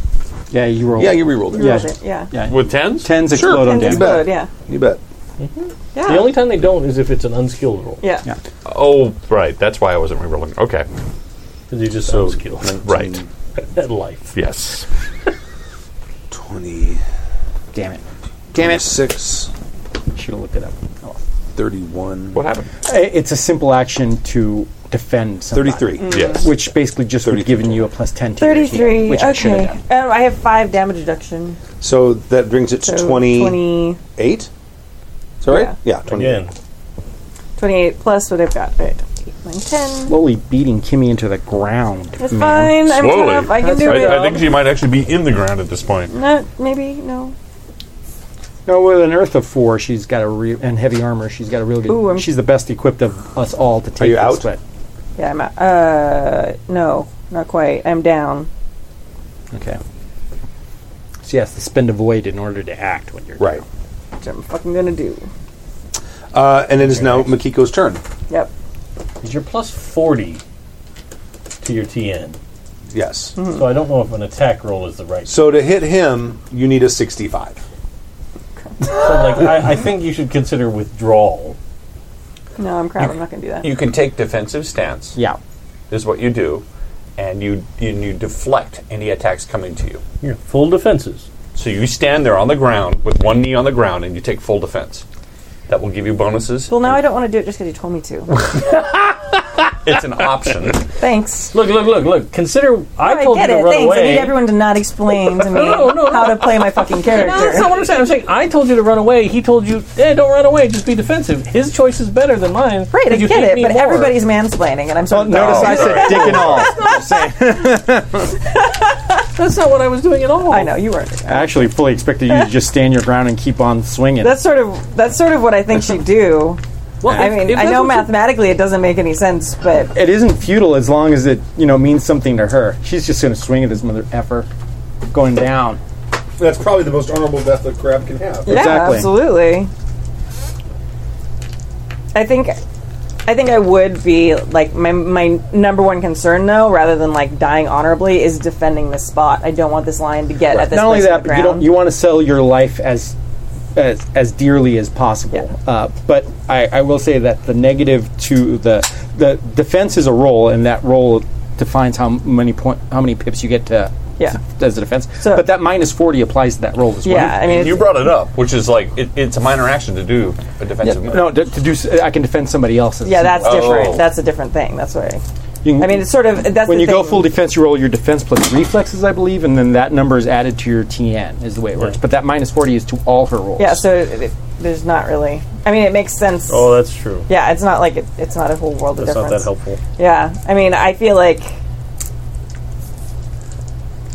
[SPEAKER 14] Yeah, you roll.
[SPEAKER 2] Yeah, you re-rolled it.
[SPEAKER 3] You rolled it, yeah.
[SPEAKER 14] Yeah.
[SPEAKER 9] with tens.
[SPEAKER 14] Tens
[SPEAKER 2] Sure.
[SPEAKER 14] explode on
[SPEAKER 3] And
[SPEAKER 2] Tens
[SPEAKER 14] damage.
[SPEAKER 2] explode.
[SPEAKER 3] explode, yeah.
[SPEAKER 2] You bet.
[SPEAKER 3] Yeah.
[SPEAKER 6] The only time they don't is if it's an unskilled roll.
[SPEAKER 3] yeah.
[SPEAKER 14] Yeah.
[SPEAKER 9] Oh, right. That's why I wasn't re-rolling. Okay.
[SPEAKER 6] Because you're just so unskilled [LAUGHS]
[SPEAKER 9] Right.
[SPEAKER 6] at life.
[SPEAKER 9] Yes.
[SPEAKER 2] Twenty.
[SPEAKER 14] Damn it.
[SPEAKER 35] Damn it.
[SPEAKER 14] Six. Should have looked it up. Oh.
[SPEAKER 2] 31.
[SPEAKER 14] What happened? It's a simple action to defend somebody.
[SPEAKER 2] 33, Mm. yes.
[SPEAKER 14] Which basically just would have given you a plus 10 to your heal,
[SPEAKER 3] 33.
[SPEAKER 14] which I should have
[SPEAKER 3] okay.
[SPEAKER 14] done.
[SPEAKER 3] Um, I have five damage reduction.
[SPEAKER 2] So that brings it to
[SPEAKER 3] So
[SPEAKER 2] 28?
[SPEAKER 3] 20
[SPEAKER 2] Is that right? Yeah, 28.
[SPEAKER 6] Again.
[SPEAKER 3] 28 plus what I've got. Right. 8, 9, 10.
[SPEAKER 14] Slowly beating Kimmy into the ground.
[SPEAKER 3] That's
[SPEAKER 14] man.
[SPEAKER 3] fine. I'm tough. I can do it.
[SPEAKER 5] I think she might actually be in the ground at this point.
[SPEAKER 3] No, maybe, no.
[SPEAKER 14] No, with an Earth of four, she's got a re- and heavy armor. She's got a real good.
[SPEAKER 3] Ooh, I'm-
[SPEAKER 14] she's the best equipped of us all to take.
[SPEAKER 2] you
[SPEAKER 14] this
[SPEAKER 2] out?
[SPEAKER 14] But
[SPEAKER 3] Yeah, I'm out. Uh, no, not quite. I'm down.
[SPEAKER 14] okay, so yes, to spend a void in order to act when you're
[SPEAKER 2] right.
[SPEAKER 3] Which I'm fucking gonna do.
[SPEAKER 2] Uh, and it is now Makiko's turn.
[SPEAKER 3] Yep.
[SPEAKER 6] Is your plus 40 to your TN?
[SPEAKER 2] Yes.
[SPEAKER 6] So I don't know if an attack roll is the right.
[SPEAKER 2] Hmm. So to hit him, you need a 65.
[SPEAKER 6] So like, I, I think you should consider withdrawal.
[SPEAKER 3] No, I'm crap. I'm not gonna do that.
[SPEAKER 9] You can take defensive stance.
[SPEAKER 14] Yeah,
[SPEAKER 9] is what you do, and you and you deflect any attacks coming to you.
[SPEAKER 6] Yeah, full defenses.
[SPEAKER 9] So you stand there on the ground with one knee on the ground, and you take full defense. That will give you bonuses.
[SPEAKER 3] Well, now I don't want to do it just because you told me to.
[SPEAKER 9] It's an
[SPEAKER 14] [LAUGHS]
[SPEAKER 9] option.
[SPEAKER 3] Thanks.
[SPEAKER 6] Look, look, look, look. Consider I
[SPEAKER 3] I
[SPEAKER 6] told you
[SPEAKER 3] get
[SPEAKER 6] to
[SPEAKER 3] it.
[SPEAKER 6] run
[SPEAKER 3] Thanks. I
[SPEAKER 6] away.
[SPEAKER 3] need everyone to not explain to me
[SPEAKER 6] [LAUGHS] No, no,
[SPEAKER 3] how to play my fucking character.
[SPEAKER 6] No, that's not what I'm saying. I'm saying I told you to run away. He told you, eh, don't run away. Just be defensive. His choice is better than mine.
[SPEAKER 3] Right, I
[SPEAKER 6] because you
[SPEAKER 3] get
[SPEAKER 6] hate
[SPEAKER 3] it,
[SPEAKER 6] me
[SPEAKER 3] but
[SPEAKER 6] more.
[SPEAKER 3] everybody's mansplaining, and I'm so.
[SPEAKER 6] notice I said dick and
[SPEAKER 14] [LAUGHS]
[SPEAKER 6] all.
[SPEAKER 3] That's not what I was doing at all. I know you weren't.
[SPEAKER 14] I actually fully expected you to just stand your ground and keep on swinging.
[SPEAKER 3] That's sort of that's sort of what I think she'd do.
[SPEAKER 14] [LAUGHS] Well,
[SPEAKER 3] I
[SPEAKER 14] if-
[SPEAKER 3] mean,
[SPEAKER 14] if
[SPEAKER 3] I
[SPEAKER 14] that's
[SPEAKER 3] know
[SPEAKER 14] what you-
[SPEAKER 3] mathematically it doesn't make any sense, but
[SPEAKER 14] it isn't futile as long as it you know means something to her. She's just going to swing at this mother effer, going down.
[SPEAKER 2] That's probably the most honorable death that crab can have.
[SPEAKER 3] yeah,
[SPEAKER 14] Exactly.
[SPEAKER 3] absolutely. I think, I think I would be like my my number one concern though, rather than like dying honorably, is defending this spot. I don't want this lion to get at this.
[SPEAKER 14] Not only
[SPEAKER 3] place on
[SPEAKER 14] that,
[SPEAKER 3] the
[SPEAKER 14] but you don't
[SPEAKER 3] ground.
[SPEAKER 14] you want to sell your life as as, as dearly as possible. Uh, but I, I will say that the negative to the the defense is a roll, and that roll defines how many point how many pips you get to.
[SPEAKER 3] Yeah.
[SPEAKER 14] as a defense. but that minus forty applies to that roll as well.
[SPEAKER 9] you brought it up, which is like it, it's a minor action to do a
[SPEAKER 14] Yeah,
[SPEAKER 9] defensive move.
[SPEAKER 14] no, to, to do s- I can defend somebody else's.
[SPEAKER 3] Yeah, that's
[SPEAKER 9] Oh.
[SPEAKER 3] different. That's a different thing. That's what I.
[SPEAKER 14] You can-
[SPEAKER 3] I mean, it's sort of that's
[SPEAKER 14] when
[SPEAKER 3] the
[SPEAKER 14] you go
[SPEAKER 3] thing.
[SPEAKER 14] full defense, you roll your defense plus reflexes, I believe, and then that number is added to your TN is the way it works. But that minus forty is to all her rolls.
[SPEAKER 3] Yeah, so it, it, there's not really. I mean, it makes sense.
[SPEAKER 6] Oh, that's true.
[SPEAKER 3] Yeah, it's not like it, it's not a whole world
[SPEAKER 6] That's
[SPEAKER 3] of
[SPEAKER 6] not that
[SPEAKER 3] difference.
[SPEAKER 6] helpful.
[SPEAKER 3] Yeah, I mean, I feel like.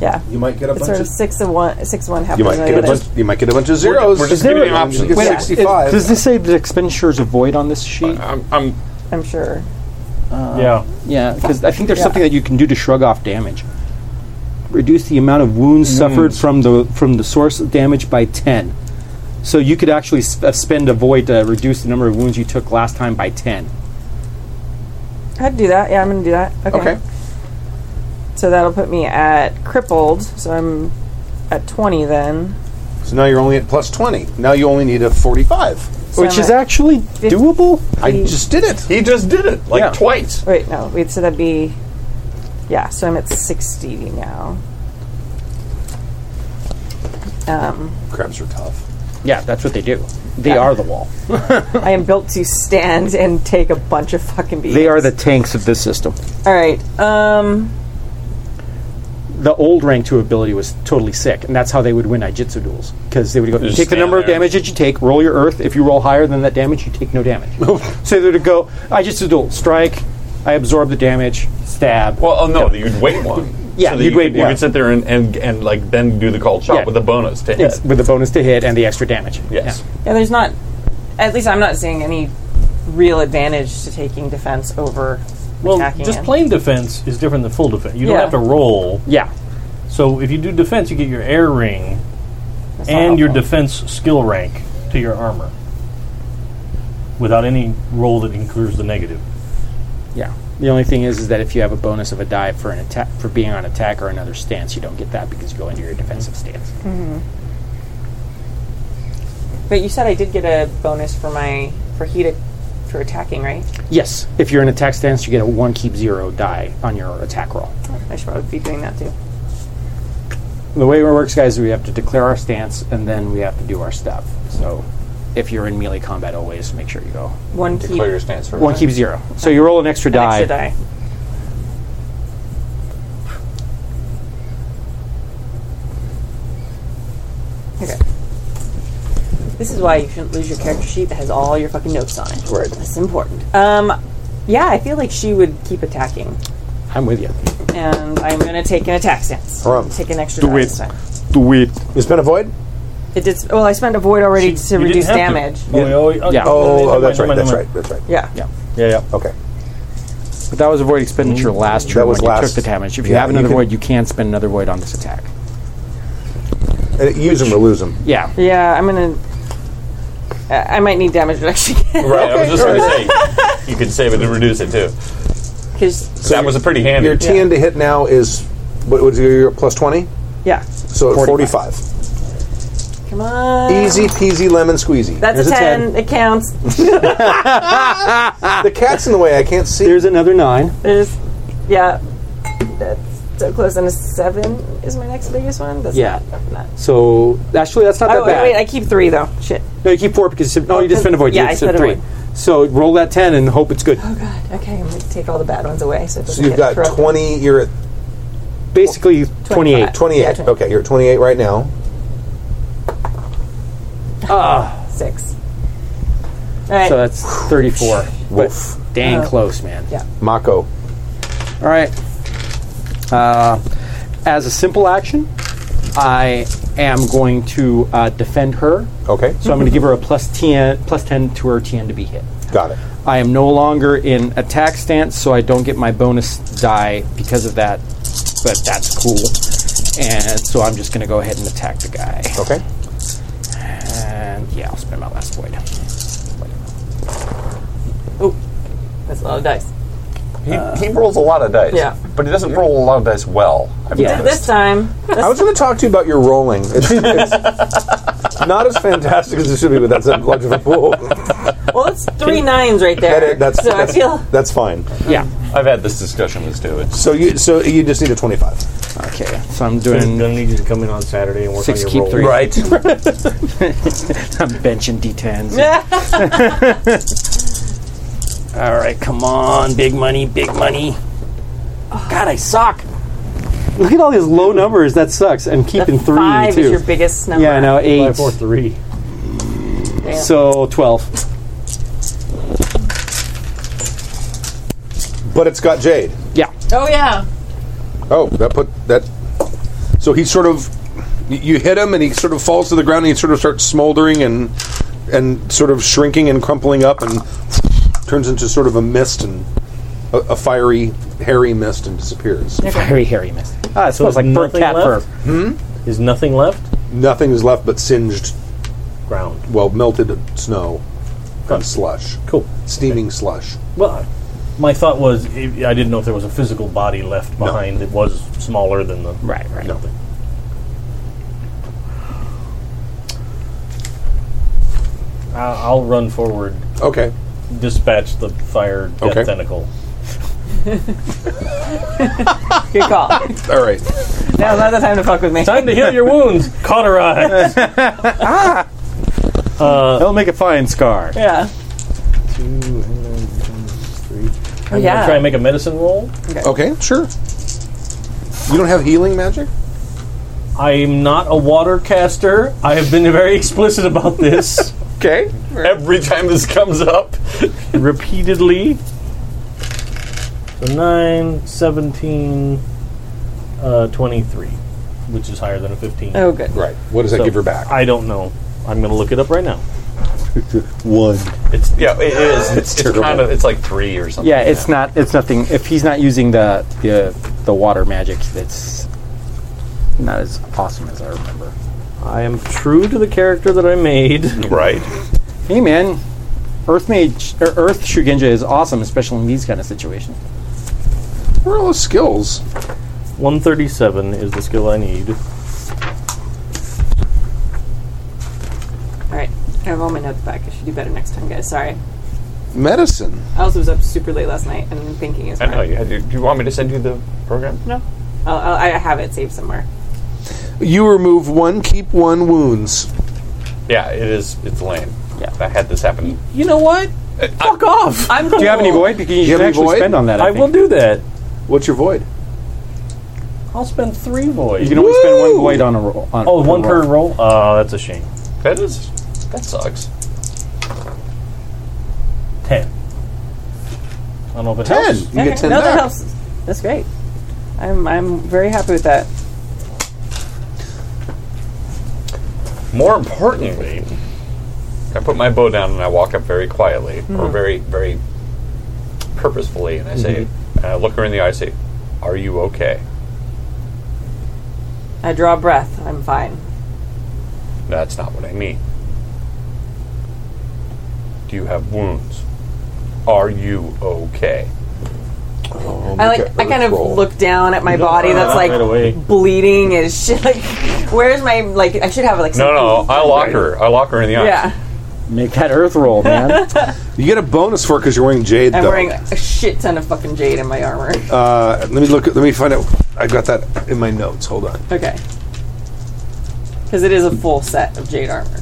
[SPEAKER 3] Yeah,
[SPEAKER 2] You might get a
[SPEAKER 3] it's
[SPEAKER 2] bunch
[SPEAKER 3] sort of
[SPEAKER 2] of-
[SPEAKER 3] six of one, six of one, half
[SPEAKER 2] You
[SPEAKER 3] of
[SPEAKER 2] might
[SPEAKER 3] the
[SPEAKER 2] get a
[SPEAKER 3] other.
[SPEAKER 2] bunch. You might get a bunch of zeros.
[SPEAKER 9] we're just
[SPEAKER 2] Zero.
[SPEAKER 9] giving you options.
[SPEAKER 2] You get
[SPEAKER 14] Wait,
[SPEAKER 2] sixty-five.
[SPEAKER 14] is- does this say the expenditures of void on this sheet?
[SPEAKER 9] I'm, I'm,
[SPEAKER 3] I'm sure. Uh,
[SPEAKER 6] yeah.
[SPEAKER 14] Yeah, because I think there's
[SPEAKER 3] Yeah.
[SPEAKER 14] something that you can do to shrug off damage. Reduce the amount of wounds
[SPEAKER 9] Mm.
[SPEAKER 14] suffered from the from the source of damage by ten. So you could actually s- uh, spend a void to reduce the number of wounds you took last time by ten.
[SPEAKER 3] I'd do that. Yeah, I'm gonna do that. Okay.
[SPEAKER 2] Okay.
[SPEAKER 3] So that'll put me at crippled. So I'm at twenty then.
[SPEAKER 2] so now you're only at plus twenty. Now you only need a forty-five.
[SPEAKER 14] Which is actually doable.
[SPEAKER 2] I just did it.
[SPEAKER 9] He just did it like
[SPEAKER 14] Yeah.
[SPEAKER 9] twice.
[SPEAKER 3] Wait, no. Wait, so that'd be. Yeah, so I'm at 60 now. Um,
[SPEAKER 2] Crabs are tough.
[SPEAKER 14] Yeah, that's what they do. They are the wall.
[SPEAKER 3] I am built to stand and take a bunch of fucking beats.
[SPEAKER 14] They are the tanks of this system.
[SPEAKER 3] All right. Um,
[SPEAKER 14] The old rank two ability was totally sick, and that's how they would win Ijitsu duels. Because they would go,
[SPEAKER 9] Just
[SPEAKER 14] take the
[SPEAKER 9] stand
[SPEAKER 14] number of
[SPEAKER 9] there.
[SPEAKER 14] damage that you take, roll your earth. If you roll higher than that damage, you take
[SPEAKER 9] [LAUGHS]
[SPEAKER 14] no damage. so they would go, Ijitsu duel, strike, I absorb the damage, stab.
[SPEAKER 9] Well, oh no, you'd wait one.
[SPEAKER 14] Yeah,
[SPEAKER 9] so that
[SPEAKER 14] you'd
[SPEAKER 9] you
[SPEAKER 14] wait
[SPEAKER 9] could, You
[SPEAKER 14] one.
[SPEAKER 9] could sit there and, and, and like then do the called shot
[SPEAKER 14] Yeah.
[SPEAKER 9] with a bonus to hit.
[SPEAKER 14] Yes, with the bonus to hit and the extra damage.
[SPEAKER 9] Yes.
[SPEAKER 3] yeah, there's not. At least I'm not seeing any real advantage to taking defense over
[SPEAKER 6] Well,
[SPEAKER 3] attacking.
[SPEAKER 6] just
[SPEAKER 3] and-
[SPEAKER 6] plain defense is different than full defense. You
[SPEAKER 3] Yeah.
[SPEAKER 6] don't have to roll.
[SPEAKER 14] Yeah.
[SPEAKER 6] So if you do defense, you get your air ring
[SPEAKER 3] not
[SPEAKER 6] and your
[SPEAKER 3] helpful.
[SPEAKER 6] defense skill rank to your armor without any roll that incurs the negative.
[SPEAKER 14] Yeah. The only thing is, is that if you have a bonus of a die for an attack for being on attack or another stance, you don't get that because you go into your defensive stance.
[SPEAKER 3] But you said I did get a bonus for my for heat a- for attacking, right?
[SPEAKER 14] Yes, if you're in attack stance, you get a one keep zero die on your attack roll.
[SPEAKER 3] I should probably be doing that too.
[SPEAKER 14] the way it works, guys, is we have to declare our stance and then we have to do our step. So if you're in melee combat, always make sure you go.
[SPEAKER 3] One
[SPEAKER 14] Declare
[SPEAKER 3] keep.
[SPEAKER 14] your stance for One keep zero. So you roll an extra
[SPEAKER 3] An
[SPEAKER 14] die.
[SPEAKER 3] extra die. Okay. This is why you shouldn't lose your character sheet that has all your fucking notes on it.
[SPEAKER 14] Right.
[SPEAKER 3] That's important. Um, yeah, I feel like she would keep attacking,
[SPEAKER 14] I'm with you.
[SPEAKER 3] and I'm gonna take an attack stance.
[SPEAKER 2] All right.
[SPEAKER 3] Take an extra
[SPEAKER 2] Do
[SPEAKER 3] die
[SPEAKER 2] it.
[SPEAKER 3] this time.
[SPEAKER 2] Do it. You spent a void?
[SPEAKER 3] It did. Well, I spent a void already to
[SPEAKER 6] you
[SPEAKER 3] reduce
[SPEAKER 6] didn't have to.
[SPEAKER 3] damage.
[SPEAKER 6] Oh, yeah, oh, yeah.
[SPEAKER 2] Yeah. Oh, oh, that's
[SPEAKER 6] Never
[SPEAKER 2] right.
[SPEAKER 6] mind,
[SPEAKER 2] That's
[SPEAKER 6] never
[SPEAKER 2] right.
[SPEAKER 6] mind.
[SPEAKER 2] That's right.
[SPEAKER 3] Yeah.
[SPEAKER 14] Yeah. Yeah, yeah.
[SPEAKER 2] Okay.
[SPEAKER 14] But that was a void expenditure Mm-hmm. last turn
[SPEAKER 2] That was
[SPEAKER 14] when you
[SPEAKER 2] last-
[SPEAKER 14] took the damage. If you
[SPEAKER 2] yeah,
[SPEAKER 14] have
[SPEAKER 2] you
[SPEAKER 14] another
[SPEAKER 2] could-
[SPEAKER 14] void, you can spend another void on this attack.
[SPEAKER 2] Uh, Use them or lose them.
[SPEAKER 14] Yeah.
[SPEAKER 3] Yeah, I'm gonna. I I might need damage reduction [LAUGHS]
[SPEAKER 5] Right, I was just going to say, you could save it and reduce it too.
[SPEAKER 3] because
[SPEAKER 5] that was a pretty handy.
[SPEAKER 2] Your TN to hit now is, what was your your plus 20?
[SPEAKER 3] yeah.
[SPEAKER 2] So at 45.
[SPEAKER 3] Come on.
[SPEAKER 2] Easy peasy lemon squeezy.
[SPEAKER 3] That's
[SPEAKER 2] Here's
[SPEAKER 3] a ten. It counts.
[SPEAKER 2] The cat's in the way. I can't see.
[SPEAKER 14] There's another nine.
[SPEAKER 3] There's, yeah. That's so close. And a seven is my next biggest one. That's
[SPEAKER 14] Yeah.
[SPEAKER 3] Not, not.
[SPEAKER 14] So actually, that's not
[SPEAKER 3] Oh
[SPEAKER 14] that
[SPEAKER 3] wait,
[SPEAKER 14] bad.
[SPEAKER 3] wait, I keep three though. Shit.
[SPEAKER 14] no, you keep four because no,
[SPEAKER 3] Oh,
[SPEAKER 14] you just spend a void.
[SPEAKER 3] yeah,
[SPEAKER 14] you
[SPEAKER 3] I spent
[SPEAKER 14] spend
[SPEAKER 3] a
[SPEAKER 14] three.
[SPEAKER 3] void.
[SPEAKER 14] So roll that ten and hope it's good.
[SPEAKER 3] Okay, I'm gonna take all the bad ones away. So, it
[SPEAKER 2] So
[SPEAKER 3] doesn't
[SPEAKER 2] you've got
[SPEAKER 3] get corrupted.
[SPEAKER 2] 20, you're at
[SPEAKER 14] Basically, twenty-eight.
[SPEAKER 2] 28.
[SPEAKER 3] Yeah, 20.
[SPEAKER 2] Okay, you're at 28 right now.
[SPEAKER 14] Ah,
[SPEAKER 3] six. All right.
[SPEAKER 14] so that's thirty-four.
[SPEAKER 2] Woof.
[SPEAKER 14] Dang
[SPEAKER 3] Oh.
[SPEAKER 14] close, man.
[SPEAKER 3] yeah.
[SPEAKER 2] Mako.
[SPEAKER 14] All right. Uh, as a simple action, I am going to uh, defend her.
[SPEAKER 2] Okay.
[SPEAKER 14] So I'm going to give her a plus ten, plus ten to her TN to be hit.
[SPEAKER 2] Got it.
[SPEAKER 14] I am no longer in attack stance, so I don't get my bonus die because of that. But that's cool. And so I'm just going to go ahead and attack the guy.
[SPEAKER 2] Okay.
[SPEAKER 14] And yeah, I'll spend my last void.
[SPEAKER 3] Oh, that's a lot of dice.
[SPEAKER 5] He, he rolls a lot of dice.
[SPEAKER 3] Yeah.
[SPEAKER 5] But he doesn't roll a lot of dice well. I've
[SPEAKER 14] Yeah.
[SPEAKER 5] noticed.
[SPEAKER 3] This time,
[SPEAKER 2] I was going to talk to you about your rolling. It's, it's
[SPEAKER 5] [LAUGHS]
[SPEAKER 2] not as fantastic as it should be, but that's a much of a pool.
[SPEAKER 3] well, it's three nines right there.
[SPEAKER 2] That- that's,
[SPEAKER 3] so
[SPEAKER 2] that's,
[SPEAKER 3] I feel
[SPEAKER 2] that's fine.
[SPEAKER 14] Yeah.
[SPEAKER 5] I've had this discussion with Stu. It's
[SPEAKER 2] So you so you just need a 25.
[SPEAKER 14] Okay. So
[SPEAKER 22] But I'm
[SPEAKER 14] I'm doing
[SPEAKER 2] Mm.
[SPEAKER 22] gonna need you to come in on Saturday and work
[SPEAKER 14] six
[SPEAKER 22] on
[SPEAKER 14] keep
[SPEAKER 22] your
[SPEAKER 14] three.
[SPEAKER 22] roll.
[SPEAKER 5] right.
[SPEAKER 14] [LAUGHS] I'm benching D10s. [LAUGHS] All right, come on, big money, big money. God, I suck. Look at all these low numbers. That sucks. I'm keeping three
[SPEAKER 3] five
[SPEAKER 14] too.
[SPEAKER 3] is your biggest number.
[SPEAKER 14] yeah, I know eight.
[SPEAKER 22] Five, four, three.
[SPEAKER 3] Damn.
[SPEAKER 14] So twelve.
[SPEAKER 2] But it's got Jade.
[SPEAKER 14] Yeah.
[SPEAKER 3] Oh yeah.
[SPEAKER 2] Oh, that put that. So he sort of y- you hit him, and he sort of falls to the ground, and he sort of starts smoldering and and sort of shrinking and crumpling up, and turns into sort of a mist and a, a fiery, hairy mist, and disappears.
[SPEAKER 14] Very hairy mist. Ah, it smells
[SPEAKER 22] So
[SPEAKER 14] like burnt
[SPEAKER 22] nothing
[SPEAKER 14] cat
[SPEAKER 22] left?
[SPEAKER 14] fur.
[SPEAKER 22] Is nothing left?
[SPEAKER 2] Nothing is left but singed,
[SPEAKER 22] Ground.
[SPEAKER 2] well, melted snow
[SPEAKER 22] Huh.
[SPEAKER 2] and slush,
[SPEAKER 22] Cool.
[SPEAKER 2] steaming slush.
[SPEAKER 6] Well, my thought was I I didn't know if there was a physical body left behind that was smaller than the
[SPEAKER 14] Right, right.
[SPEAKER 6] nothing. I- I'll run forward,
[SPEAKER 2] Okay,
[SPEAKER 6] dispatch the fire death
[SPEAKER 2] Okay.
[SPEAKER 6] tentacle.
[SPEAKER 3] Good [LAUGHS] call.
[SPEAKER 2] all right.
[SPEAKER 3] Now's not the time to fuck with me.
[SPEAKER 6] Time to heal your
[SPEAKER 2] [LAUGHS]
[SPEAKER 6] wounds, cauterize.
[SPEAKER 14] That'll make a fine scar.
[SPEAKER 3] Yeah. Oh, yeah.
[SPEAKER 6] Try and make a medicine roll.
[SPEAKER 2] Okay, sure. You don't have healing magic.
[SPEAKER 6] I'm not a water caster. I have been very explicit about this
[SPEAKER 2] Okay.
[SPEAKER 5] Uh, Every time this comes up,
[SPEAKER 6] repeatedly.
[SPEAKER 22] So nine, seventeen,
[SPEAKER 6] Uh, 23, which is higher than a 15.
[SPEAKER 3] oh good.
[SPEAKER 2] Right. What does that
[SPEAKER 6] So,
[SPEAKER 2] give her back?
[SPEAKER 6] I don't know. I'm going to look it up right now.
[SPEAKER 2] One.
[SPEAKER 5] it's yeah, it is. It's, it's
[SPEAKER 2] terrible.
[SPEAKER 5] kind of it's like three or something.
[SPEAKER 14] Yeah, it's not. It's nothing. If he's not using the the the water magic, that's not as awesome as I remember.
[SPEAKER 22] I am true to the character that I
[SPEAKER 6] [LAUGHS]
[SPEAKER 22] made.
[SPEAKER 5] right.
[SPEAKER 14] Hey, man, Earth Mage or Earth Shugenja is awesome, especially in these kind of situations.
[SPEAKER 2] Where are all those skills?
[SPEAKER 22] 137 is the skill I need.
[SPEAKER 3] All right. I have all my notes back. I should do better next time, guys. Sorry.
[SPEAKER 2] Medicine.
[SPEAKER 3] I also was up super late last night and thinking is
[SPEAKER 5] I know. You, do you want me to send you the program?
[SPEAKER 3] I'll, I'll, I have it saved somewhere.
[SPEAKER 2] You remove one, keep one wounds.
[SPEAKER 9] Yeah, it is. It's lame. Yeah, I had this happen.
[SPEAKER 6] You know what? Fuck off. I'm
[SPEAKER 14] Do you have any
[SPEAKER 6] cool.
[SPEAKER 14] void? Because you, should actually spend on that. I,
[SPEAKER 6] I Oh, will do that.
[SPEAKER 2] What's your void?
[SPEAKER 6] I'll spend three void.
[SPEAKER 14] You can only spend one void on a roll. On
[SPEAKER 6] Oh, one per roll. Oh, that's a shame.
[SPEAKER 9] That is. That sucks.
[SPEAKER 6] Ten. I don't know if it
[SPEAKER 2] Ten.
[SPEAKER 6] helps.
[SPEAKER 2] You get ten
[SPEAKER 3] no,
[SPEAKER 2] back.
[SPEAKER 3] that helps. That's great. I'm I'm very happy with that.
[SPEAKER 9] More importantly, I put my bow down and I walk up very quietly,
[SPEAKER 3] Hmm.
[SPEAKER 9] or very, very purposefully, and I say,
[SPEAKER 3] Mm-hmm.
[SPEAKER 9] and I look her in the eye and say, Are you okay?
[SPEAKER 3] I draw a breath. I'm fine.
[SPEAKER 9] No, that's not what I mean. Do you have wounds? Are you okay?
[SPEAKER 3] I like I kind of look down at my body that's like
[SPEAKER 9] right away.
[SPEAKER 3] bleeding as shit. [LAUGHS] Like, where's my like? I should have like.
[SPEAKER 9] No,
[SPEAKER 3] some-
[SPEAKER 9] no, I lock her. I lock her in the eye.
[SPEAKER 3] Yeah,
[SPEAKER 14] Make that earth [LAUGHS] roll, man.
[SPEAKER 2] You get a bonus for it because you're wearing jade.
[SPEAKER 3] I'm
[SPEAKER 2] though.
[SPEAKER 3] wearing a shit ton of fucking jade in my armor.
[SPEAKER 2] Uh, let me look. Let me find out. I've got that in my notes. Hold on.
[SPEAKER 3] Okay, because it is a full set of jade armor.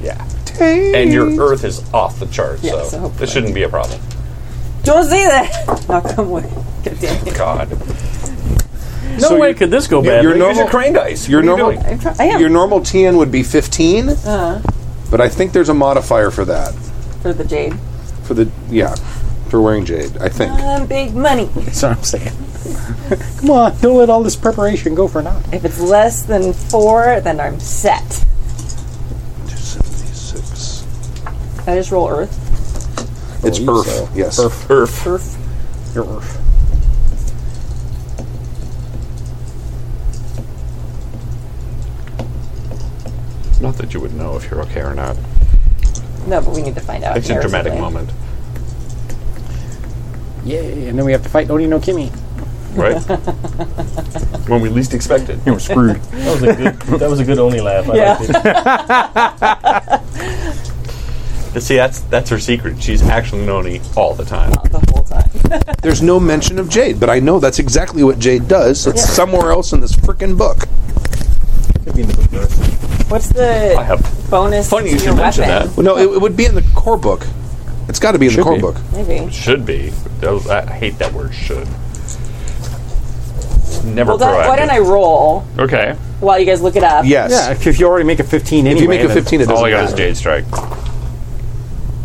[SPEAKER 9] Yeah. And your earth is off the charts,
[SPEAKER 3] Yeah, so
[SPEAKER 9] so
[SPEAKER 3] hopefully.
[SPEAKER 9] this shouldn't be a problem.
[SPEAKER 3] Don't say that. [LAUGHS] I'll come away. God damn it.
[SPEAKER 9] God.
[SPEAKER 6] No
[SPEAKER 2] So
[SPEAKER 6] way
[SPEAKER 2] you-
[SPEAKER 6] could this go
[SPEAKER 2] Yeah,
[SPEAKER 6] bad.
[SPEAKER 2] your
[SPEAKER 9] Use
[SPEAKER 2] normal
[SPEAKER 9] your crane dice.
[SPEAKER 2] Your
[SPEAKER 9] What are you
[SPEAKER 2] normal.
[SPEAKER 9] doing?
[SPEAKER 3] I'm try- I am
[SPEAKER 2] Your normal TN would be 15,
[SPEAKER 3] uh,
[SPEAKER 2] but I think there's a modifier for that.
[SPEAKER 3] for the jade.
[SPEAKER 2] For the yeah, for wearing jade, I think.
[SPEAKER 3] Um, big money.
[SPEAKER 14] That's what I'm saying. Come on, don't let all this preparation go for naught.
[SPEAKER 3] If it's less than four, then I'm set.
[SPEAKER 2] 276.
[SPEAKER 3] I just roll earth.
[SPEAKER 2] It's
[SPEAKER 14] Believe
[SPEAKER 2] earth.
[SPEAKER 14] so.
[SPEAKER 2] Yes.
[SPEAKER 14] Earth.
[SPEAKER 9] Earth.
[SPEAKER 3] Earth.
[SPEAKER 14] Your earth.
[SPEAKER 9] Not that you would know if you're okay or not.
[SPEAKER 3] No, but we need to find out.
[SPEAKER 9] It's a
[SPEAKER 3] here
[SPEAKER 9] dramatic
[SPEAKER 3] someday.
[SPEAKER 9] moment,
[SPEAKER 14] Yay! And then we have to fight Oni no Kimi.
[SPEAKER 9] right?
[SPEAKER 3] [LAUGHS]
[SPEAKER 9] when we least expect it.
[SPEAKER 36] We're screwed.
[SPEAKER 6] That was a good. That was a good only laugh. I
[SPEAKER 3] Yeah.
[SPEAKER 6] liked it.
[SPEAKER 9] See, that's that's her secret. She's actually Noni all the time.
[SPEAKER 3] The whole time.
[SPEAKER 2] There's no mention of jade, but I know that's exactly what jade does. It's somewhere else in this freaking book.
[SPEAKER 3] What's the
[SPEAKER 9] I have.
[SPEAKER 3] bonus? to
[SPEAKER 9] Funny you
[SPEAKER 3] your
[SPEAKER 9] should mention
[SPEAKER 3] weapon?
[SPEAKER 9] that.
[SPEAKER 2] Well, no, it, it would be in the core book. It's got to be in the
[SPEAKER 9] Should
[SPEAKER 2] core
[SPEAKER 9] be.
[SPEAKER 2] book.
[SPEAKER 3] Maybe.
[SPEAKER 9] Should be. That was- I hate that word. Should. Never
[SPEAKER 3] Well, that, why don't I
[SPEAKER 9] proactive.
[SPEAKER 3] roll
[SPEAKER 9] Okay.
[SPEAKER 3] while you guys look it up?
[SPEAKER 2] Yes.
[SPEAKER 14] Yeah, if, if you already make a 15
[SPEAKER 2] If
[SPEAKER 14] anyway.
[SPEAKER 2] you make a
[SPEAKER 14] then-
[SPEAKER 2] 15, it doesn't
[SPEAKER 9] All I got is
[SPEAKER 2] matter.
[SPEAKER 9] Jade Strike.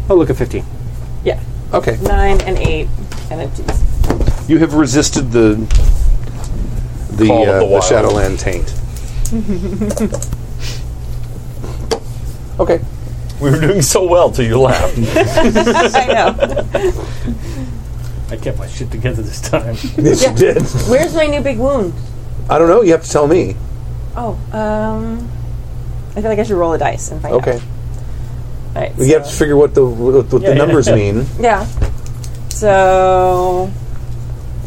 [SPEAKER 14] Oh, look at 15.
[SPEAKER 3] Yeah.
[SPEAKER 2] Okay.
[SPEAKER 3] Nine and eight
[SPEAKER 2] [LAUGHS]
[SPEAKER 3] and a two.
[SPEAKER 2] You have resisted the the,
[SPEAKER 9] Call of
[SPEAKER 2] uh,
[SPEAKER 9] the
[SPEAKER 2] the,
[SPEAKER 9] wild.
[SPEAKER 2] Shadowland [LAUGHS] taint. okay.
[SPEAKER 9] We were doing so well till you laughed.
[SPEAKER 3] I know.
[SPEAKER 6] I kept my shit together this time.
[SPEAKER 2] Yes, you did.
[SPEAKER 3] Where's my new big wound?
[SPEAKER 2] I don't know. You have to tell me.
[SPEAKER 3] Oh, um, I feel like I should roll a dice and find
[SPEAKER 2] Okay.
[SPEAKER 3] out. All right.
[SPEAKER 2] You have to figure what the what, what
[SPEAKER 6] Yeah,
[SPEAKER 2] the
[SPEAKER 6] yeah.
[SPEAKER 2] numbers mean.
[SPEAKER 3] Yeah. So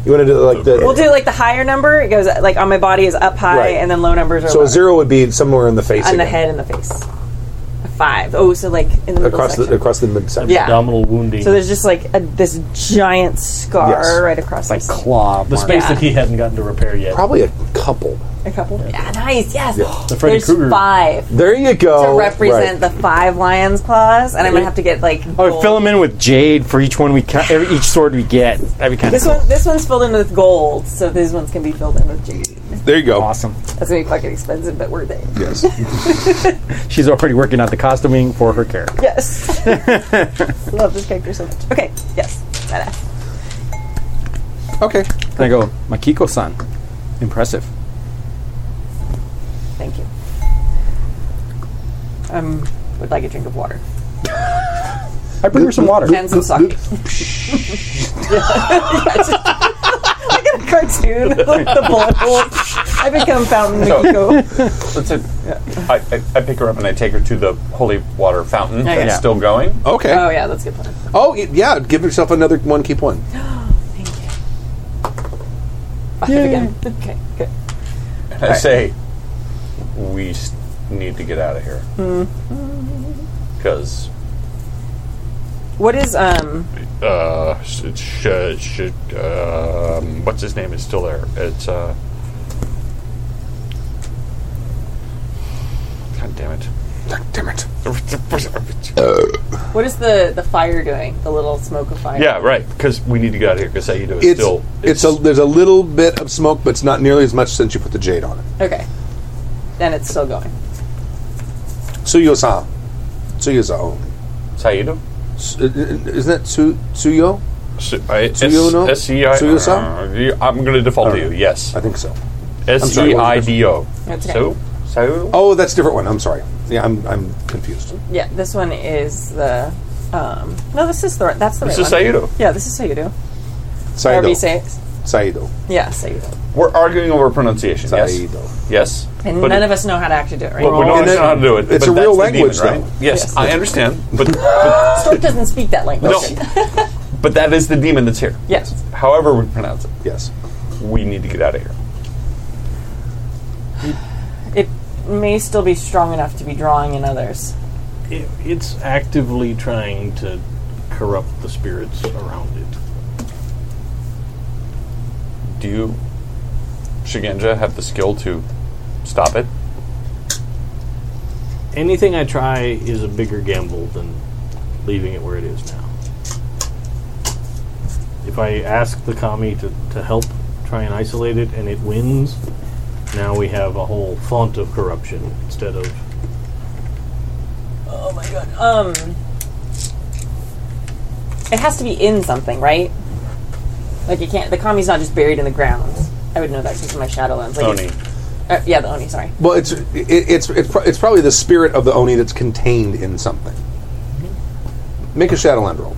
[SPEAKER 2] You want to do like the
[SPEAKER 3] we'll do like the higher number. It goes like on my body is up high,
[SPEAKER 2] Right.
[SPEAKER 3] and then low numbers are
[SPEAKER 2] so
[SPEAKER 3] low.
[SPEAKER 2] a zero would be somewhere in the face
[SPEAKER 3] on the
[SPEAKER 2] again.
[SPEAKER 3] head and the face. A five. Oh, so like in the middle
[SPEAKER 2] across the
[SPEAKER 3] section.
[SPEAKER 2] across the midsection.
[SPEAKER 3] [LAUGHS] yeah.
[SPEAKER 6] Abdominal wounding.
[SPEAKER 3] So there's just like a, this giant scar
[SPEAKER 2] Yes.
[SPEAKER 3] right across
[SPEAKER 14] Like
[SPEAKER 3] his-
[SPEAKER 14] claw.
[SPEAKER 6] the space that he hadn't gotten to repair yet.
[SPEAKER 2] Probably a couple.
[SPEAKER 3] a couple. Yeah, nice. Yes. [GASPS]
[SPEAKER 6] The Freddy
[SPEAKER 3] there's
[SPEAKER 6] Krueger-
[SPEAKER 3] five
[SPEAKER 2] There you
[SPEAKER 3] to
[SPEAKER 14] Oh,
[SPEAKER 2] go.
[SPEAKER 3] represent the five lions claws, and I'm gonna have to get like
[SPEAKER 14] Oh,
[SPEAKER 3] gold.
[SPEAKER 14] fill them in with jade for each one we ca- every, each sword we get. That'd be kind
[SPEAKER 3] This
[SPEAKER 14] of
[SPEAKER 3] one, this one's filled in with gold, so these ones can be filled in with jade.
[SPEAKER 2] There you go.
[SPEAKER 14] awesome.
[SPEAKER 3] That's gonna be fucking expensive, but worth it.
[SPEAKER 2] Yes.
[SPEAKER 14] She's already working out the costuming for her character. [LAUGHS]
[SPEAKER 3] Yes. Love this character so much. Okay. Yes. Badass.
[SPEAKER 2] okay.
[SPEAKER 14] And I go, Makiko-san, impressive.
[SPEAKER 3] Thank you. Um, would like a drink of water
[SPEAKER 14] I bring her some water.
[SPEAKER 3] and some sake. [LAUGHS] Like in a cartoon, [LAUGHS] like the bullet hole. I become Fountain Miko.
[SPEAKER 9] That's it. I, I, I pick her up and I take her to the holy water fountain
[SPEAKER 3] Yeah,
[SPEAKER 9] that's
[SPEAKER 3] yeah.
[SPEAKER 9] still going.
[SPEAKER 2] Okay.
[SPEAKER 3] Oh yeah, that's a good plan.
[SPEAKER 2] Oh y- yeah. Give yourself another one. Keep one.
[SPEAKER 3] Thank you. Off it again. Okay. Good.
[SPEAKER 9] And I say, we s- need to get out of here. Because
[SPEAKER 3] What is um?
[SPEAKER 9] uh, should, should, um, what's his name is still there. It's uh,
[SPEAKER 5] damn it.
[SPEAKER 2] damn it.
[SPEAKER 3] What is the the fire doing? The little smoke of fire.
[SPEAKER 9] Yeah, right. Because we need to get out of here because Aido is
[SPEAKER 2] It's,
[SPEAKER 9] still.
[SPEAKER 2] it's, a there's a little bit of smoke, but it's not nearly as much since you put the jade on it.
[SPEAKER 3] Okay. Then it's still going.
[SPEAKER 2] Suyo-san. Suyo-san only.
[SPEAKER 9] Saido?
[SPEAKER 2] S- uh, uh, Isn't that Su- Suyo?
[SPEAKER 9] Su- I- S-
[SPEAKER 2] Suyo no?
[SPEAKER 9] S-E-I-
[SPEAKER 2] Suyo-san?
[SPEAKER 9] Uh, I'm going to default to you, yes. I
[SPEAKER 2] think so.
[SPEAKER 9] S
[SPEAKER 2] sorry,
[SPEAKER 9] E
[SPEAKER 2] what
[SPEAKER 9] I
[SPEAKER 2] was the
[SPEAKER 9] D O.
[SPEAKER 3] That's okay.
[SPEAKER 9] So? So?
[SPEAKER 2] Oh, that's a different one. I'm sorry. Yeah, I'm, I'm confused.
[SPEAKER 3] Yeah, this one is the. Um, no, this is the that's the
[SPEAKER 2] This
[SPEAKER 3] right
[SPEAKER 2] is
[SPEAKER 3] one.
[SPEAKER 2] Sayudo.
[SPEAKER 3] Yeah, this is Sayudo. However you say
[SPEAKER 2] Saido.
[SPEAKER 3] it.
[SPEAKER 2] Saido.
[SPEAKER 3] Yeah, Sayudo.
[SPEAKER 9] We're arguing over pronunciation, yes? Yes.
[SPEAKER 3] And
[SPEAKER 9] But
[SPEAKER 3] none
[SPEAKER 9] it-
[SPEAKER 3] of us know how to actually do it right
[SPEAKER 9] But we
[SPEAKER 3] now.
[SPEAKER 9] don't know how to do it.
[SPEAKER 2] It's
[SPEAKER 9] but
[SPEAKER 2] a real
[SPEAKER 9] that's the
[SPEAKER 2] language,
[SPEAKER 9] demon,
[SPEAKER 2] though.
[SPEAKER 9] right? Yes, I understand.
[SPEAKER 2] [LAUGHS]
[SPEAKER 9] But, but,
[SPEAKER 3] Stork doesn't speak that language.
[SPEAKER 9] but that is the demon that's here.
[SPEAKER 3] Yes.
[SPEAKER 9] However we pronounce it.
[SPEAKER 2] Yes.
[SPEAKER 9] We need to get out of here.
[SPEAKER 3] It may still be strong enough to be drawing in others.
[SPEAKER 37] It, it's actively trying to corrupt the spirits around it.
[SPEAKER 9] Do you, Shigenja, have the skill to stop it?
[SPEAKER 6] Anything I try is a bigger gamble than leaving it where it is now. If I ask the kami to, to help try and isolate it and it wins, now we have a whole font of corruption instead of
[SPEAKER 3] Oh my god. Um. It has to be in something, right? Like you can't. The kami's not just buried in the ground. I would know that because of my Shadowlands. Like it's- Uh, yeah, the oni. Sorry.
[SPEAKER 2] Well, it's it, it's it's, pro- it's probably the spirit of the oni that's contained in something. Make a Shadowland roll.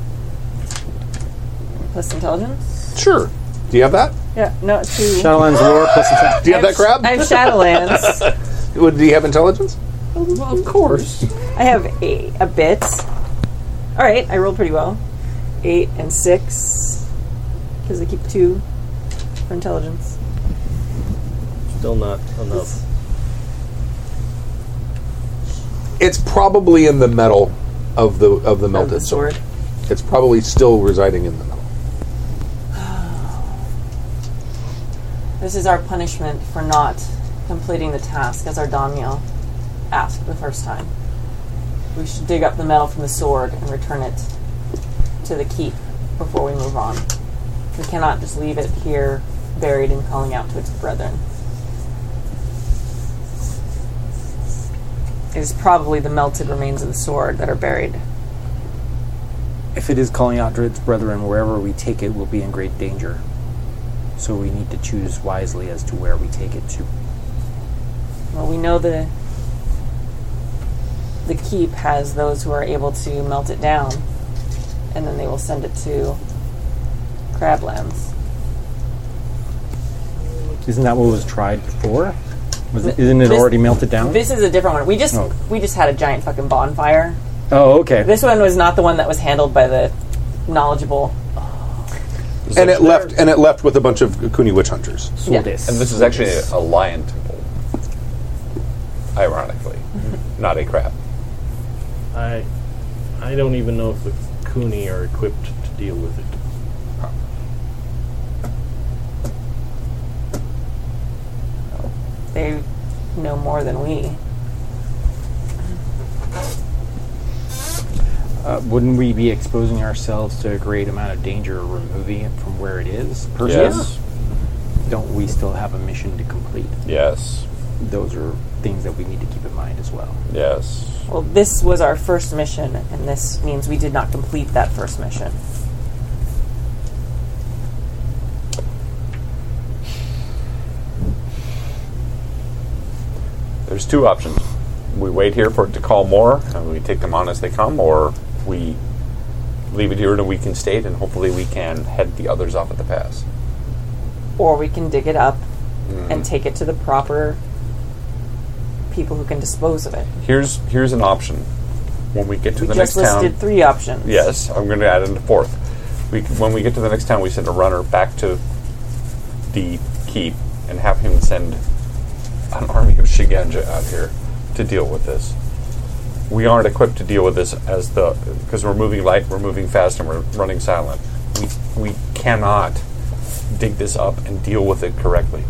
[SPEAKER 3] Plus intelligence.
[SPEAKER 2] Sure. Do you have that?
[SPEAKER 3] Yeah. No. Two.
[SPEAKER 2] Shadowlands lore plus intelligence. Do you have that crab?
[SPEAKER 3] I
[SPEAKER 2] [LAUGHS]
[SPEAKER 3] have Shadowlands.
[SPEAKER 2] Would- Do you have intelligence?
[SPEAKER 3] well, of course. I have a a bit. All right, I rolled pretty well. Eight and six, because I keep two for intelligence.
[SPEAKER 6] still not enough.
[SPEAKER 2] It's probably in the metal of the of the melted sword. It's probably still residing in the metal.
[SPEAKER 3] This is our punishment for not completing the task as our daimyo asked the first time. We should dig up the metal from the sword and return it to the keep before we move on. We cannot just leave it here buried and calling out to its brethren. It is probably the melted remains of the sword that are buried.
[SPEAKER 14] If it is calling out to its brethren, wherever we take it will be in great danger. So we need to choose wisely as to where we take it to.
[SPEAKER 3] Well, we know the the keep has those who are able to melt it down, and then they will send it to Crablands.
[SPEAKER 14] Isn't that what was tried before? Was it, isn't it
[SPEAKER 3] This-
[SPEAKER 14] already melted down?
[SPEAKER 3] This is a different one. We just
[SPEAKER 14] Oh.
[SPEAKER 3] we just had a giant fucking bonfire.
[SPEAKER 14] oh, okay.
[SPEAKER 3] This one was not the one that was handled by the knowledgeable.
[SPEAKER 2] And it left and it left with a bunch of Kuni witch hunters.
[SPEAKER 3] Yeah. Swordes.
[SPEAKER 9] And this is actually a, a lion temple. Ironically,
[SPEAKER 3] Mm-hmm.
[SPEAKER 9] not a crab.
[SPEAKER 6] I I don't even know if the Kuni are equipped to deal with it.
[SPEAKER 3] They know more than we.
[SPEAKER 14] Uh, wouldn't we be exposing ourselves to a great amount of danger removing it from where it is? Personally,
[SPEAKER 9] Yes.
[SPEAKER 14] don't we still have a mission to complete?
[SPEAKER 9] Yes.
[SPEAKER 14] Those are things that we need to keep in mind as well.
[SPEAKER 9] Yes.
[SPEAKER 3] Well, this was our first mission, and this means we did not complete that first mission.
[SPEAKER 9] There's two options. We wait here for it to call more, and we take them on as they come, or we leave it here in a weakened state, and hopefully we can head the others off at the pass.
[SPEAKER 3] or we can dig it up and take it to the proper people who can dispose of it.
[SPEAKER 9] Here's here's an option. When we get to
[SPEAKER 3] We
[SPEAKER 9] the
[SPEAKER 3] just
[SPEAKER 9] next town,
[SPEAKER 3] listed three options.
[SPEAKER 9] Yes, I'm going to add in a fourth. We, when we get to the next town, we send a runner back to the keep and have him send an army of Shigenja out here to deal with this. We aren't equipped to deal with this as the because we're moving light, we're moving fast, and we're running silent. We we cannot dig this up and deal with it correctly.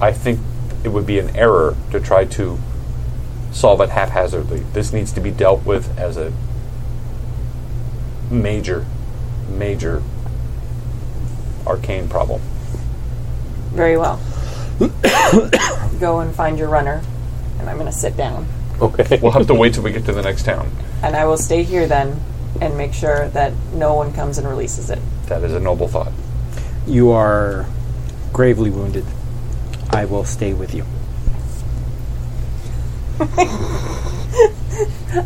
[SPEAKER 9] I think it would be an error to try to solve it haphazardly. This needs to be dealt with as a major, major arcane problem.
[SPEAKER 3] Very
[SPEAKER 9] [COUGHS]
[SPEAKER 3] well. Go and find your runner, and I'm going to sit down.
[SPEAKER 9] Okay. we'll have to wait till we get to the next town.
[SPEAKER 3] And I will stay here then and make sure that no one comes and releases it.
[SPEAKER 9] That is a noble thought.
[SPEAKER 14] You are gravely wounded. I will stay with you.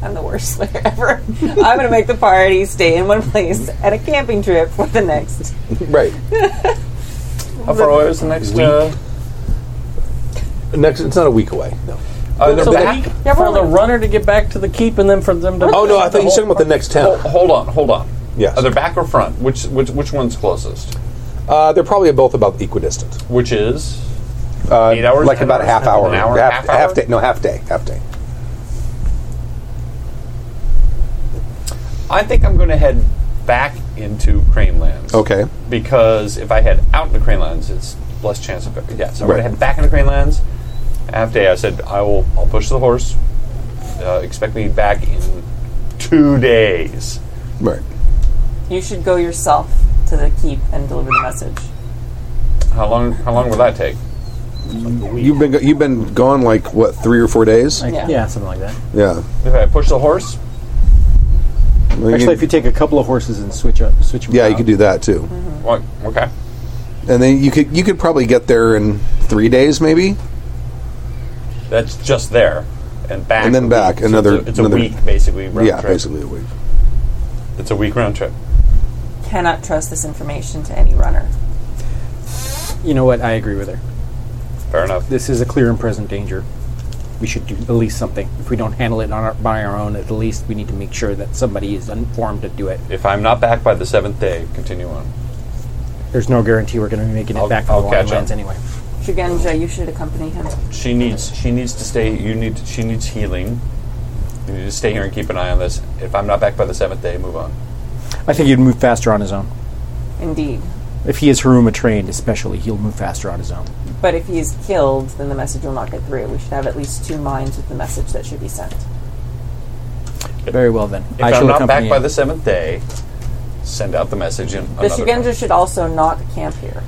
[SPEAKER 3] I'm the worst [LAUGHS] slayer ever. I'm going to make the party stay in one place at a camping trip for the next.
[SPEAKER 2] [LAUGHS] Right.
[SPEAKER 9] How far away is the next? Uh,
[SPEAKER 2] Next, it's not a week away. No.
[SPEAKER 6] Uh,
[SPEAKER 2] The-
[SPEAKER 6] so
[SPEAKER 2] the-
[SPEAKER 6] the- for the runner to get back to the keep and then for them to.
[SPEAKER 2] Oh no, I thought you were talking about the next town.
[SPEAKER 9] Hold, hold on, hold on.
[SPEAKER 2] Yes.
[SPEAKER 9] Are they back or front? Which which which one's closest?
[SPEAKER 2] Uh, they're probably both about equidistant.
[SPEAKER 9] Which is
[SPEAKER 2] Uh,
[SPEAKER 9] Eight hours,
[SPEAKER 2] like
[SPEAKER 9] ten
[SPEAKER 2] about a
[SPEAKER 9] hours,
[SPEAKER 2] half hour,
[SPEAKER 9] an hour,
[SPEAKER 2] half,
[SPEAKER 9] half hour?
[SPEAKER 2] half day, no, half day, half day.
[SPEAKER 9] I think I'm going to head back into Cranelands.
[SPEAKER 2] Okay.
[SPEAKER 9] Because if I head out into Cranelands, it's less chance of yeah. So I'm going
[SPEAKER 2] Right.
[SPEAKER 9] to head back into Cranelands. Half day. I said I will. I'll push the horse. Uh, expect me back in two days.
[SPEAKER 2] Right.
[SPEAKER 3] You should go yourself to the keep and deliver the message.
[SPEAKER 9] How long? How long will that take?
[SPEAKER 2] You've been go- you've been gone like what three or four days?
[SPEAKER 14] Like,
[SPEAKER 3] Yeah.
[SPEAKER 14] yeah, something like that.
[SPEAKER 2] Yeah.
[SPEAKER 9] If I push the horse,
[SPEAKER 2] Well,
[SPEAKER 14] Actually,
[SPEAKER 2] you,
[SPEAKER 14] if you take a couple of horses and switch up, switch 'em
[SPEAKER 2] yeah, you
[SPEAKER 14] out.
[SPEAKER 2] could do that too.
[SPEAKER 9] what? Okay.
[SPEAKER 2] And then you could you could probably get there in three days, maybe.
[SPEAKER 9] That's just there and back,
[SPEAKER 2] And then
[SPEAKER 9] a
[SPEAKER 2] back,
[SPEAKER 9] week. So
[SPEAKER 2] another-
[SPEAKER 9] it's a, it's
[SPEAKER 2] another-
[SPEAKER 9] a week basically. Round
[SPEAKER 2] yeah,
[SPEAKER 9] trip.
[SPEAKER 2] basically a week.
[SPEAKER 9] It's a week round trip.
[SPEAKER 3] Cannot trust this information to any runner.
[SPEAKER 14] You know what? I agree with her.
[SPEAKER 9] Fair enough.
[SPEAKER 14] This is a clear and present danger. We should do at least something. If we don't handle it on our, by our own, at least we need to make sure that somebody is informed to do it.
[SPEAKER 9] If I'm not back by the seventh day, continue on.
[SPEAKER 14] There's no guarantee we're going to be making it
[SPEAKER 9] I'll-
[SPEAKER 14] back from
[SPEAKER 9] I'll
[SPEAKER 14] the
[SPEAKER 9] catch up.
[SPEAKER 14] Wildlands anyway.
[SPEAKER 3] Shuganja, you should accompany him.
[SPEAKER 9] She needs she needs to stay. You need to, she needs healing. You need to stay here and keep an eye on this. If I'm not back by the seventh day, move on.
[SPEAKER 14] I think he'd move faster on his own.
[SPEAKER 3] Indeed.
[SPEAKER 14] If he is Haruma trained, especially, he'll move faster on his own.
[SPEAKER 3] But if he is killed, then the message will not get through. We should have at least two minds with the message that should be sent.
[SPEAKER 14] Very well then.
[SPEAKER 9] If
[SPEAKER 14] I
[SPEAKER 9] I'm
[SPEAKER 14] shall
[SPEAKER 9] not back
[SPEAKER 14] accompany
[SPEAKER 9] by
[SPEAKER 14] you.
[SPEAKER 9] the seventh day, send out the message. In
[SPEAKER 3] The
[SPEAKER 9] another
[SPEAKER 3] Shuganja should also not camp here.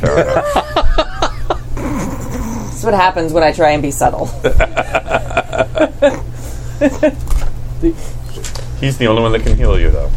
[SPEAKER 9] Fair enough.
[SPEAKER 3] [LAUGHS] This is what happens when I try and be
[SPEAKER 9] [LAUGHS]
[SPEAKER 3] subtle.
[SPEAKER 9] He's the only one that can heal you, though.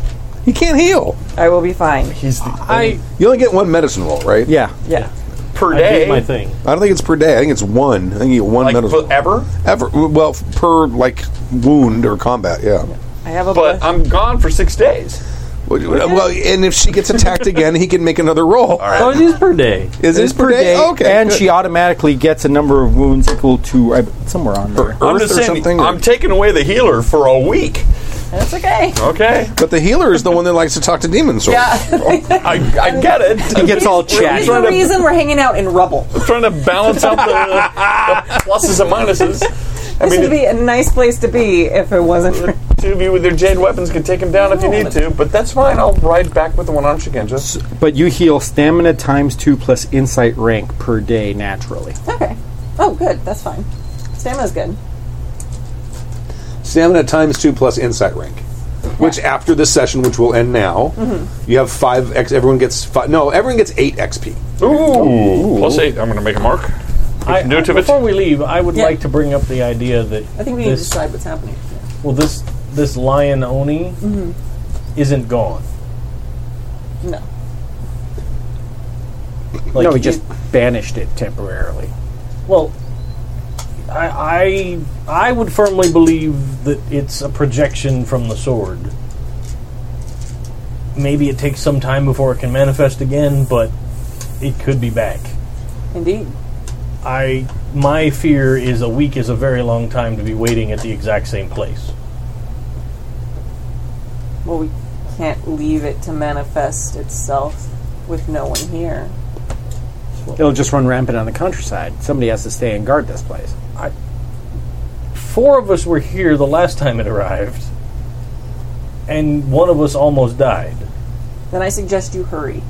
[SPEAKER 2] You can't heal.
[SPEAKER 3] I will be fine.
[SPEAKER 9] He's the
[SPEAKER 6] I
[SPEAKER 2] You only get one medicine roll, right?
[SPEAKER 14] Yeah.
[SPEAKER 3] Yeah.
[SPEAKER 9] per
[SPEAKER 38] I
[SPEAKER 9] day.
[SPEAKER 38] did my thing.
[SPEAKER 2] I don't think it's per day. I think it's one. I think you get one
[SPEAKER 9] Like
[SPEAKER 2] medicine roll.
[SPEAKER 9] forever,
[SPEAKER 2] ever. Well, f- per like wound or combat. Yeah.
[SPEAKER 3] I have a
[SPEAKER 9] but
[SPEAKER 3] blush.
[SPEAKER 9] I'm gone for six days.
[SPEAKER 2] Well, you- Well, and if she gets attacked again, he can make another roll.
[SPEAKER 38] Oh, it is per day.
[SPEAKER 2] Is this
[SPEAKER 14] It's per day,
[SPEAKER 2] Okay.
[SPEAKER 14] and
[SPEAKER 2] good.
[SPEAKER 14] she automatically gets a number of wounds equal to uh, somewhere on there.
[SPEAKER 9] I'm
[SPEAKER 2] Earth
[SPEAKER 9] just
[SPEAKER 2] or
[SPEAKER 9] saying.
[SPEAKER 2] something, or-
[SPEAKER 9] I'm taking away the healer for a week.
[SPEAKER 3] That's okay.
[SPEAKER 9] Okay,
[SPEAKER 2] But the healer is the one that likes to talk to demons. Right?
[SPEAKER 3] Yeah.
[SPEAKER 9] I, I get it.
[SPEAKER 14] He gets all
[SPEAKER 3] He's
[SPEAKER 14] chatty.
[SPEAKER 3] the
[SPEAKER 9] trying to-
[SPEAKER 3] reason we're hanging out in rubble.
[SPEAKER 9] trying to balance out the, the pluses and minuses. I
[SPEAKER 3] This
[SPEAKER 9] mean,
[SPEAKER 3] would be a nice place to be if it wasn't. for-
[SPEAKER 9] two of you with your jade weapons can take him down if you need to, but that's fine. I'll ride back with the one arm again. Just
[SPEAKER 14] But you heal stamina times two plus insight rank per day naturally.
[SPEAKER 3] [LAUGHS] Okay. Oh, good. That's fine. Stamina's good.
[SPEAKER 2] Stamina times two plus insight rank. Which after this session, which will end now, you have five. X, everyone gets five. No, everyone gets eight XP.
[SPEAKER 9] ooh, plus eight. I'm going to make a mark.
[SPEAKER 6] I,
[SPEAKER 9] can do it to it.
[SPEAKER 6] before we leave, I would
[SPEAKER 3] Yeah.
[SPEAKER 6] like to bring up the idea that
[SPEAKER 3] I think we need to
[SPEAKER 6] this,
[SPEAKER 3] decide what's happening.
[SPEAKER 6] well this this lion oni isn't gone.
[SPEAKER 3] No.
[SPEAKER 6] Like,
[SPEAKER 14] no, he just
[SPEAKER 6] it-
[SPEAKER 14] banished it temporarily.
[SPEAKER 6] well, I, I I would firmly believe that it's a projection from the sword. Maybe it takes some time before it can manifest again, but it could be back.
[SPEAKER 3] Indeed.
[SPEAKER 6] I my fear is a week is a very long time to be waiting at the exact same place.
[SPEAKER 3] Well, we can't leave it to manifest itself with no one here.
[SPEAKER 14] It'll just run rampant on the countryside. Somebody has to stay and guard this place.
[SPEAKER 6] Four of us were here the last time it arrived, and one of us almost died.
[SPEAKER 3] Then I suggest you hurry.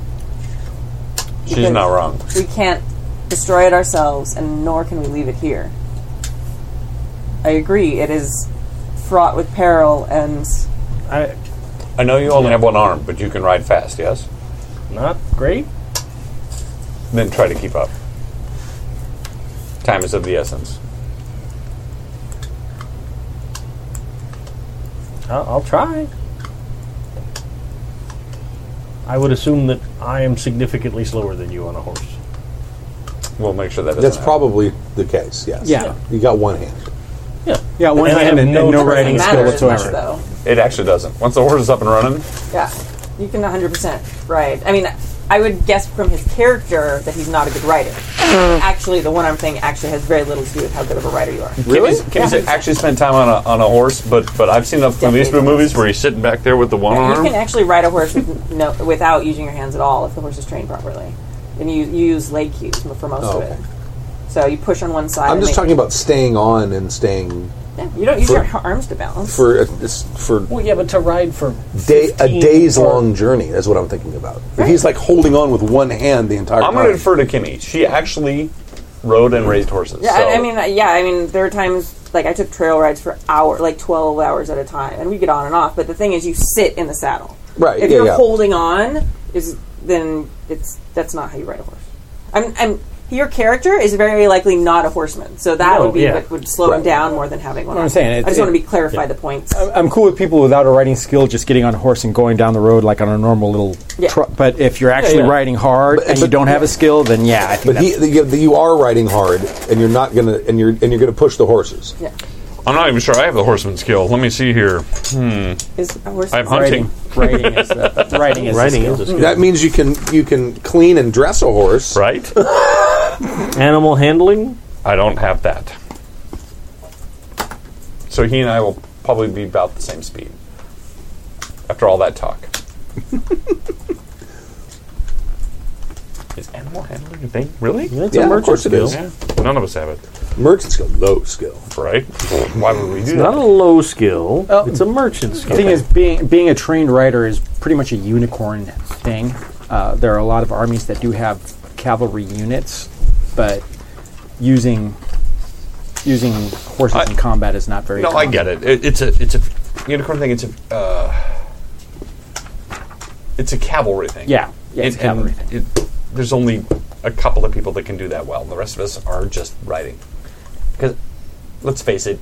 [SPEAKER 9] She's not wrong.
[SPEAKER 3] We can't destroy it ourselves, and nor can we leave it here. I agree. It is fraught with peril, and
[SPEAKER 39] I,
[SPEAKER 9] I know you only have one arm, but you can ride fast, yes?
[SPEAKER 39] Not great.
[SPEAKER 9] Then try to keep up. Time is of the essence.
[SPEAKER 39] I'll, I'll try. I would assume that I am significantly slower than you on a horse.
[SPEAKER 9] We'll make sure that doesn't
[SPEAKER 2] That's
[SPEAKER 9] happen.
[SPEAKER 2] probably the case. Yes.
[SPEAKER 39] Yeah.
[SPEAKER 2] You got one hand.
[SPEAKER 39] Yeah.
[SPEAKER 14] Yeah, one
[SPEAKER 9] And I
[SPEAKER 14] hand
[SPEAKER 9] have
[SPEAKER 14] and
[SPEAKER 9] no
[SPEAKER 14] and no
[SPEAKER 9] time.
[SPEAKER 14] writing skill
[SPEAKER 3] Matters much,
[SPEAKER 14] whatsoever.
[SPEAKER 3] though.
[SPEAKER 9] It actually doesn't. Once the horse is up and running,
[SPEAKER 3] yeah, you can 100 percent ride. I mean, I would guess from his character that he's not a good rider. actually, the one arm thing actually has very little to do with how good of a rider you are.
[SPEAKER 9] Kimmy's, Kimmy's actually spent time on a, on a horse, but but I've seen enough Clint Eastwood movies where he's sitting back there with the one
[SPEAKER 3] You can
[SPEAKER 9] arm.
[SPEAKER 3] actually ride a horse with no, without using your hands at all if the horse is trained properly. And you, you use leg cues m- for most
[SPEAKER 2] Oh,
[SPEAKER 3] of it. So you push on one side.
[SPEAKER 2] I'm
[SPEAKER 3] and
[SPEAKER 2] just
[SPEAKER 3] make-
[SPEAKER 2] talking about staying on and staying
[SPEAKER 3] Yeah, you don't use
[SPEAKER 2] for-
[SPEAKER 3] your arms to balance.
[SPEAKER 2] for a, this- for
[SPEAKER 39] Well, yeah, but to ride for
[SPEAKER 2] day, a days long journey. Is what I'm thinking about. If he's like holding on with one hand the entire
[SPEAKER 9] I'm
[SPEAKER 2] time.
[SPEAKER 9] going to defer to Kimmy. She actually rode and raised horses.
[SPEAKER 3] Yeah,
[SPEAKER 9] so
[SPEAKER 3] I, I mean, uh, yeah, I mean, there are times like I took trail rides for hour, like twelve hours at a time, and we get on and off. But the thing is, you sit in the saddle.
[SPEAKER 2] Right,
[SPEAKER 3] If
[SPEAKER 2] yeah,
[SPEAKER 3] you're
[SPEAKER 2] yeah.
[SPEAKER 3] holding on, is then it's that's not how you ride a horse. I'm, I'm your character is very likely not a horseman, so that
[SPEAKER 40] No,
[SPEAKER 3] would be
[SPEAKER 40] yeah.
[SPEAKER 3] what would slow him
[SPEAKER 40] Right.
[SPEAKER 3] down more than having one.
[SPEAKER 40] I'm
[SPEAKER 3] on.
[SPEAKER 40] saying,
[SPEAKER 3] I
[SPEAKER 40] it's-
[SPEAKER 3] just want to
[SPEAKER 40] it-
[SPEAKER 3] be clarify the points.
[SPEAKER 14] I'm- I'm cool with people without a riding skill just getting on a horse and going down the road like on a normal little
[SPEAKER 3] Yeah.
[SPEAKER 14] truck. But if you're actually
[SPEAKER 2] yeah.
[SPEAKER 14] riding hard and you
[SPEAKER 2] but-
[SPEAKER 14] don't have a skill, then yeah,
[SPEAKER 2] [LAUGHS]
[SPEAKER 14] I think
[SPEAKER 2] But he,
[SPEAKER 14] that's,
[SPEAKER 2] the, you are riding hard, and you're not gonna, and you're and you're gonna push the horses.
[SPEAKER 3] Yeah.
[SPEAKER 5] I'm not even sure I have the horseman skill. Let me see here. Hmm.
[SPEAKER 3] Is a horse
[SPEAKER 5] I'm hunting.
[SPEAKER 14] Riding, riding is a, riding is
[SPEAKER 5] Riding
[SPEAKER 14] a
[SPEAKER 5] is a
[SPEAKER 14] skill.
[SPEAKER 5] skill.
[SPEAKER 2] That means you can you can clean and dress a horse, [LAUGHS]
[SPEAKER 5] right?
[SPEAKER 39] Animal handling?
[SPEAKER 5] I don't have that.
[SPEAKER 9] so he and I will probably be about the same speed after all
[SPEAKER 3] [LAUGHS]
[SPEAKER 9] that talk. is animal handling a thing? Really?
[SPEAKER 39] It's
[SPEAKER 2] Yeah, of course it is.
[SPEAKER 5] Yeah. None of us have it.
[SPEAKER 2] Merchant's skill, low skill.
[SPEAKER 5] Right? Why would we do
[SPEAKER 39] It's
[SPEAKER 5] that?
[SPEAKER 39] not a low skill. it's a merchant
[SPEAKER 14] The
[SPEAKER 39] skill.
[SPEAKER 14] thing is, being being a trained rider is pretty much a unicorn thing. Uh, there are a lot of armies that do have cavalry units, but using using horses in combat is not very.
[SPEAKER 9] No, I
[SPEAKER 14] common.
[SPEAKER 9] get it. it. It's a it's a unicorn thing. It's a uh, it's a cavalry thing.
[SPEAKER 14] Yeah. Yeah, it's
[SPEAKER 9] And-
[SPEAKER 14] a cavalry
[SPEAKER 9] and it- there's only a couple of people that can do that well. The rest of us are just riding. Because let's face it,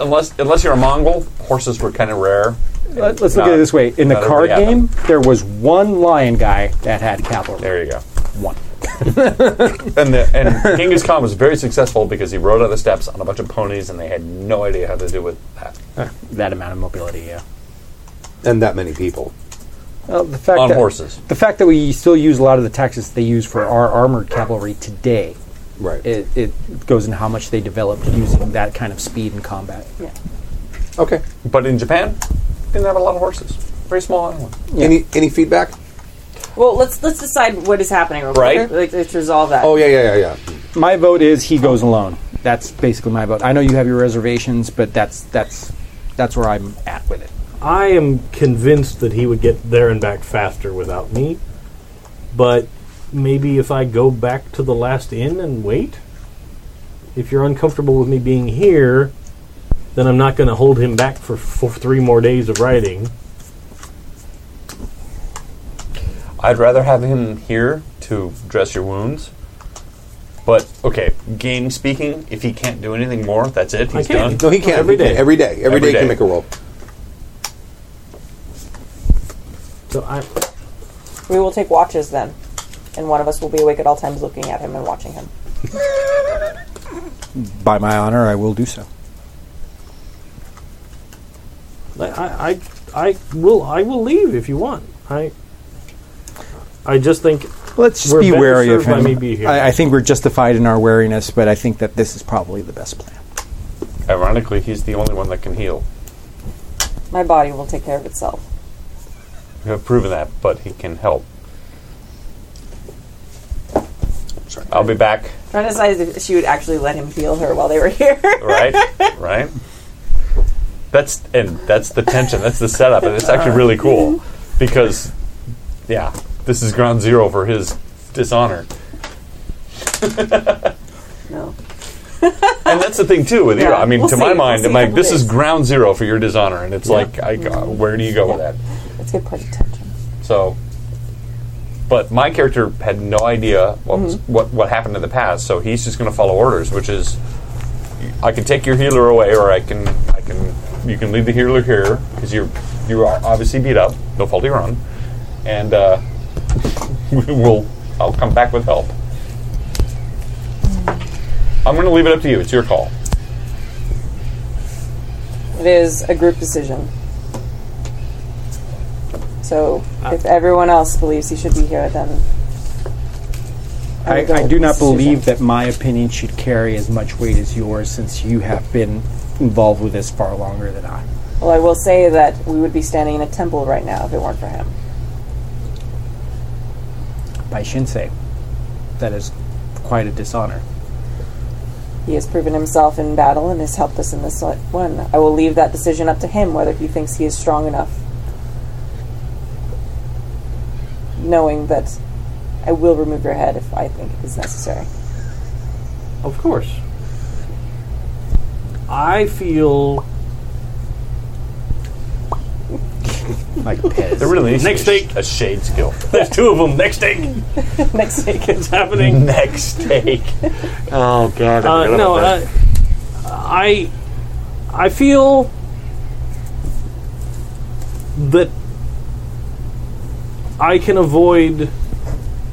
[SPEAKER 9] unless unless you're a Mongol, horses were kind of rare.
[SPEAKER 14] Let, us look at it this way: in the
[SPEAKER 9] Not
[SPEAKER 14] card
[SPEAKER 9] everybody had
[SPEAKER 14] game, there was one lion guy that had cavalry.
[SPEAKER 9] There you go.
[SPEAKER 14] One.
[SPEAKER 9] And the,
[SPEAKER 14] [LAUGHS]
[SPEAKER 9] and Genghis Khan was very successful because he rode on the steppes on a bunch of ponies, and they had no idea how to do with that.
[SPEAKER 14] that amount of mobility, yeah.
[SPEAKER 2] and that many people.
[SPEAKER 14] Well, the fact
[SPEAKER 9] On
[SPEAKER 14] that,
[SPEAKER 9] horses.
[SPEAKER 14] The fact that we still use a lot of the tactics they use for our armored cavalry today,
[SPEAKER 2] Right.
[SPEAKER 14] It, it goes in how much they developed using that kind of speed in combat.
[SPEAKER 3] Yeah.
[SPEAKER 2] Okay.
[SPEAKER 9] But in Japan, didn't have a lot of horses. Very small animal.
[SPEAKER 2] Any any feedback?
[SPEAKER 3] Well, let's let's decide what is happening. Real quick.
[SPEAKER 14] Right.
[SPEAKER 3] Like, let's resolve that.
[SPEAKER 2] Oh yeah, yeah, yeah, yeah.
[SPEAKER 14] My vote is he goes alone. That's basically my vote. I know you have your reservations, but that's that's that's where I'm at with it.
[SPEAKER 6] I am convinced that he would get there and back faster without me. But maybe if I go back to the last inn and wait, if you're uncomfortable with me being here, then I'm not going to hold him back for, for three more days of riding.
[SPEAKER 9] I'd rather have him here to dress your wounds. But okay, game speaking, if he can't do anything more, that's it. He's
[SPEAKER 6] can.
[SPEAKER 9] done.
[SPEAKER 2] No, he can
[SPEAKER 9] Every
[SPEAKER 2] He can.
[SPEAKER 9] day.
[SPEAKER 2] Every day. Every,
[SPEAKER 9] Every
[SPEAKER 2] day,
[SPEAKER 9] day.
[SPEAKER 2] can make a roll.
[SPEAKER 6] So I,
[SPEAKER 3] We will take watches then, and one of us will be awake at all times, looking at him and watching him.
[SPEAKER 14] By my honor, I will do so.
[SPEAKER 6] I, I, I I will, I will leave if you want. I, I just think
[SPEAKER 14] Let's just
[SPEAKER 6] we're
[SPEAKER 14] be
[SPEAKER 6] better
[SPEAKER 14] wary of
[SPEAKER 6] served by
[SPEAKER 14] him.
[SPEAKER 6] me being here.
[SPEAKER 14] I, I think we're justified in our wariness, but I think that this is probably the best plan.
[SPEAKER 9] Ironically, he's the only one that can heal.
[SPEAKER 3] My body will take care of itself.
[SPEAKER 9] We have proven that, but he can help. Sorry. I'll be back.
[SPEAKER 3] Trying to decide if she would actually let him heal her while they were [LAUGHS] here.
[SPEAKER 9] Right? right? That's and that's the tension. That's the setup, and it's actually really cool because, yeah, this is ground zero for his dishonor.
[SPEAKER 3] no.
[SPEAKER 9] and that's the thing too with Eero.
[SPEAKER 41] Yeah,
[SPEAKER 9] I mean,
[SPEAKER 41] we'll
[SPEAKER 9] to
[SPEAKER 41] see.
[SPEAKER 9] my
[SPEAKER 41] We'll
[SPEAKER 9] mind,
[SPEAKER 41] see
[SPEAKER 9] I'm
[SPEAKER 41] in a
[SPEAKER 9] like,
[SPEAKER 41] couple
[SPEAKER 9] this is
[SPEAKER 41] days.
[SPEAKER 9] ground zero for your dishonor, and it's
[SPEAKER 41] Yeah.
[SPEAKER 9] like, I go, where do you go with that?
[SPEAKER 3] That's good party attention.
[SPEAKER 9] So, but my character had no idea what was, what, what happened in the past, so he's just going to follow orders, which is I can take your healer away, or I can I can you can leave the healer here because you're you are obviously beat up, no fault of your own, and uh, [LAUGHS] we'll I'll come back with help. I'm going to leave it up to you. It's your call.
[SPEAKER 3] It is a group decision. So
[SPEAKER 14] Ah.
[SPEAKER 3] if everyone else believes he should be here, then
[SPEAKER 14] I,
[SPEAKER 3] go
[SPEAKER 14] I
[SPEAKER 3] with
[SPEAKER 14] do not
[SPEAKER 3] this decision.
[SPEAKER 14] believe that my opinion should carry as much weight as yours since you have been involved with this far longer than I.
[SPEAKER 3] Well, I will say that we would be standing in a temple right now if it weren't for him.
[SPEAKER 14] By Shinsei. That is quite a dishonor.
[SPEAKER 3] He has proven himself in battle and has helped us in this one. I will leave that decision up to him whether he thinks he is strong enough. Knowing that I will remove your head if I think it is necessary. [LAUGHS]
[SPEAKER 6] Of course. I feel
[SPEAKER 14] like Pez.
[SPEAKER 9] There really needs
[SPEAKER 6] next
[SPEAKER 9] to be
[SPEAKER 6] take.
[SPEAKER 9] a shade skill.
[SPEAKER 6] There's two of them. Next take.
[SPEAKER 3] Next take.
[SPEAKER 6] It's happening.
[SPEAKER 9] [LAUGHS] Next take. Oh God!
[SPEAKER 6] Uh, no, uh, I I feel that I can avoid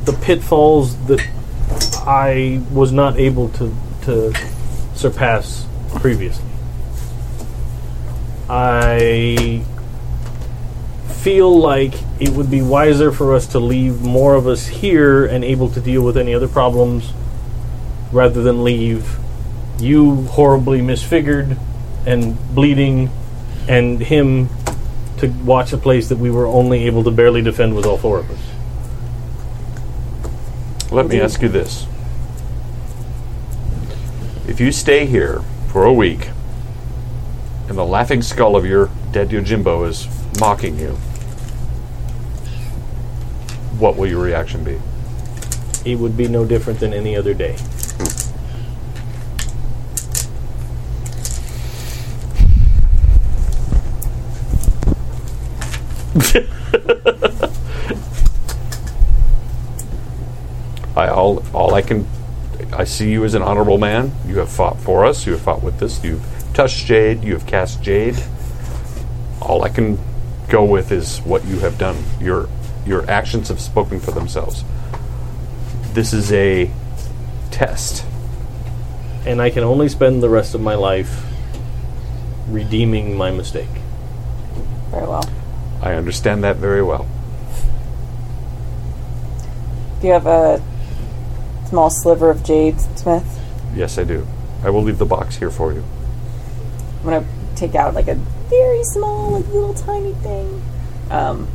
[SPEAKER 6] the pitfalls that I was not able to to surpass previously. I feel like it would be wiser for us to leave more of us here and able to deal with any other problems rather than leave you horribly misfigured and bleeding and him to watch a place that we were only able to barely defend with all four of us.
[SPEAKER 9] Let me ask you this. If you stay here for a week and the laughing skull of your dead Yojimbo is mocking you, what will your reaction be?
[SPEAKER 6] It would be no different than any other day.
[SPEAKER 9] I all all I can I see you as an honorable man. You have fought for us, you have fought with us, you've touched Jade, you have cast Jade. All I can go with is what you have done. Your your actions have spoken for themselves. This is a test.
[SPEAKER 6] And I can only spend the rest of my life redeeming my mistake.
[SPEAKER 3] Very well.
[SPEAKER 9] I understand that very well.
[SPEAKER 3] Do you have a small sliver of jade, Smith?
[SPEAKER 9] Yes, I do. I will leave the box here for you.
[SPEAKER 3] I'm gonna take out like a very small, like little tiny thing, um,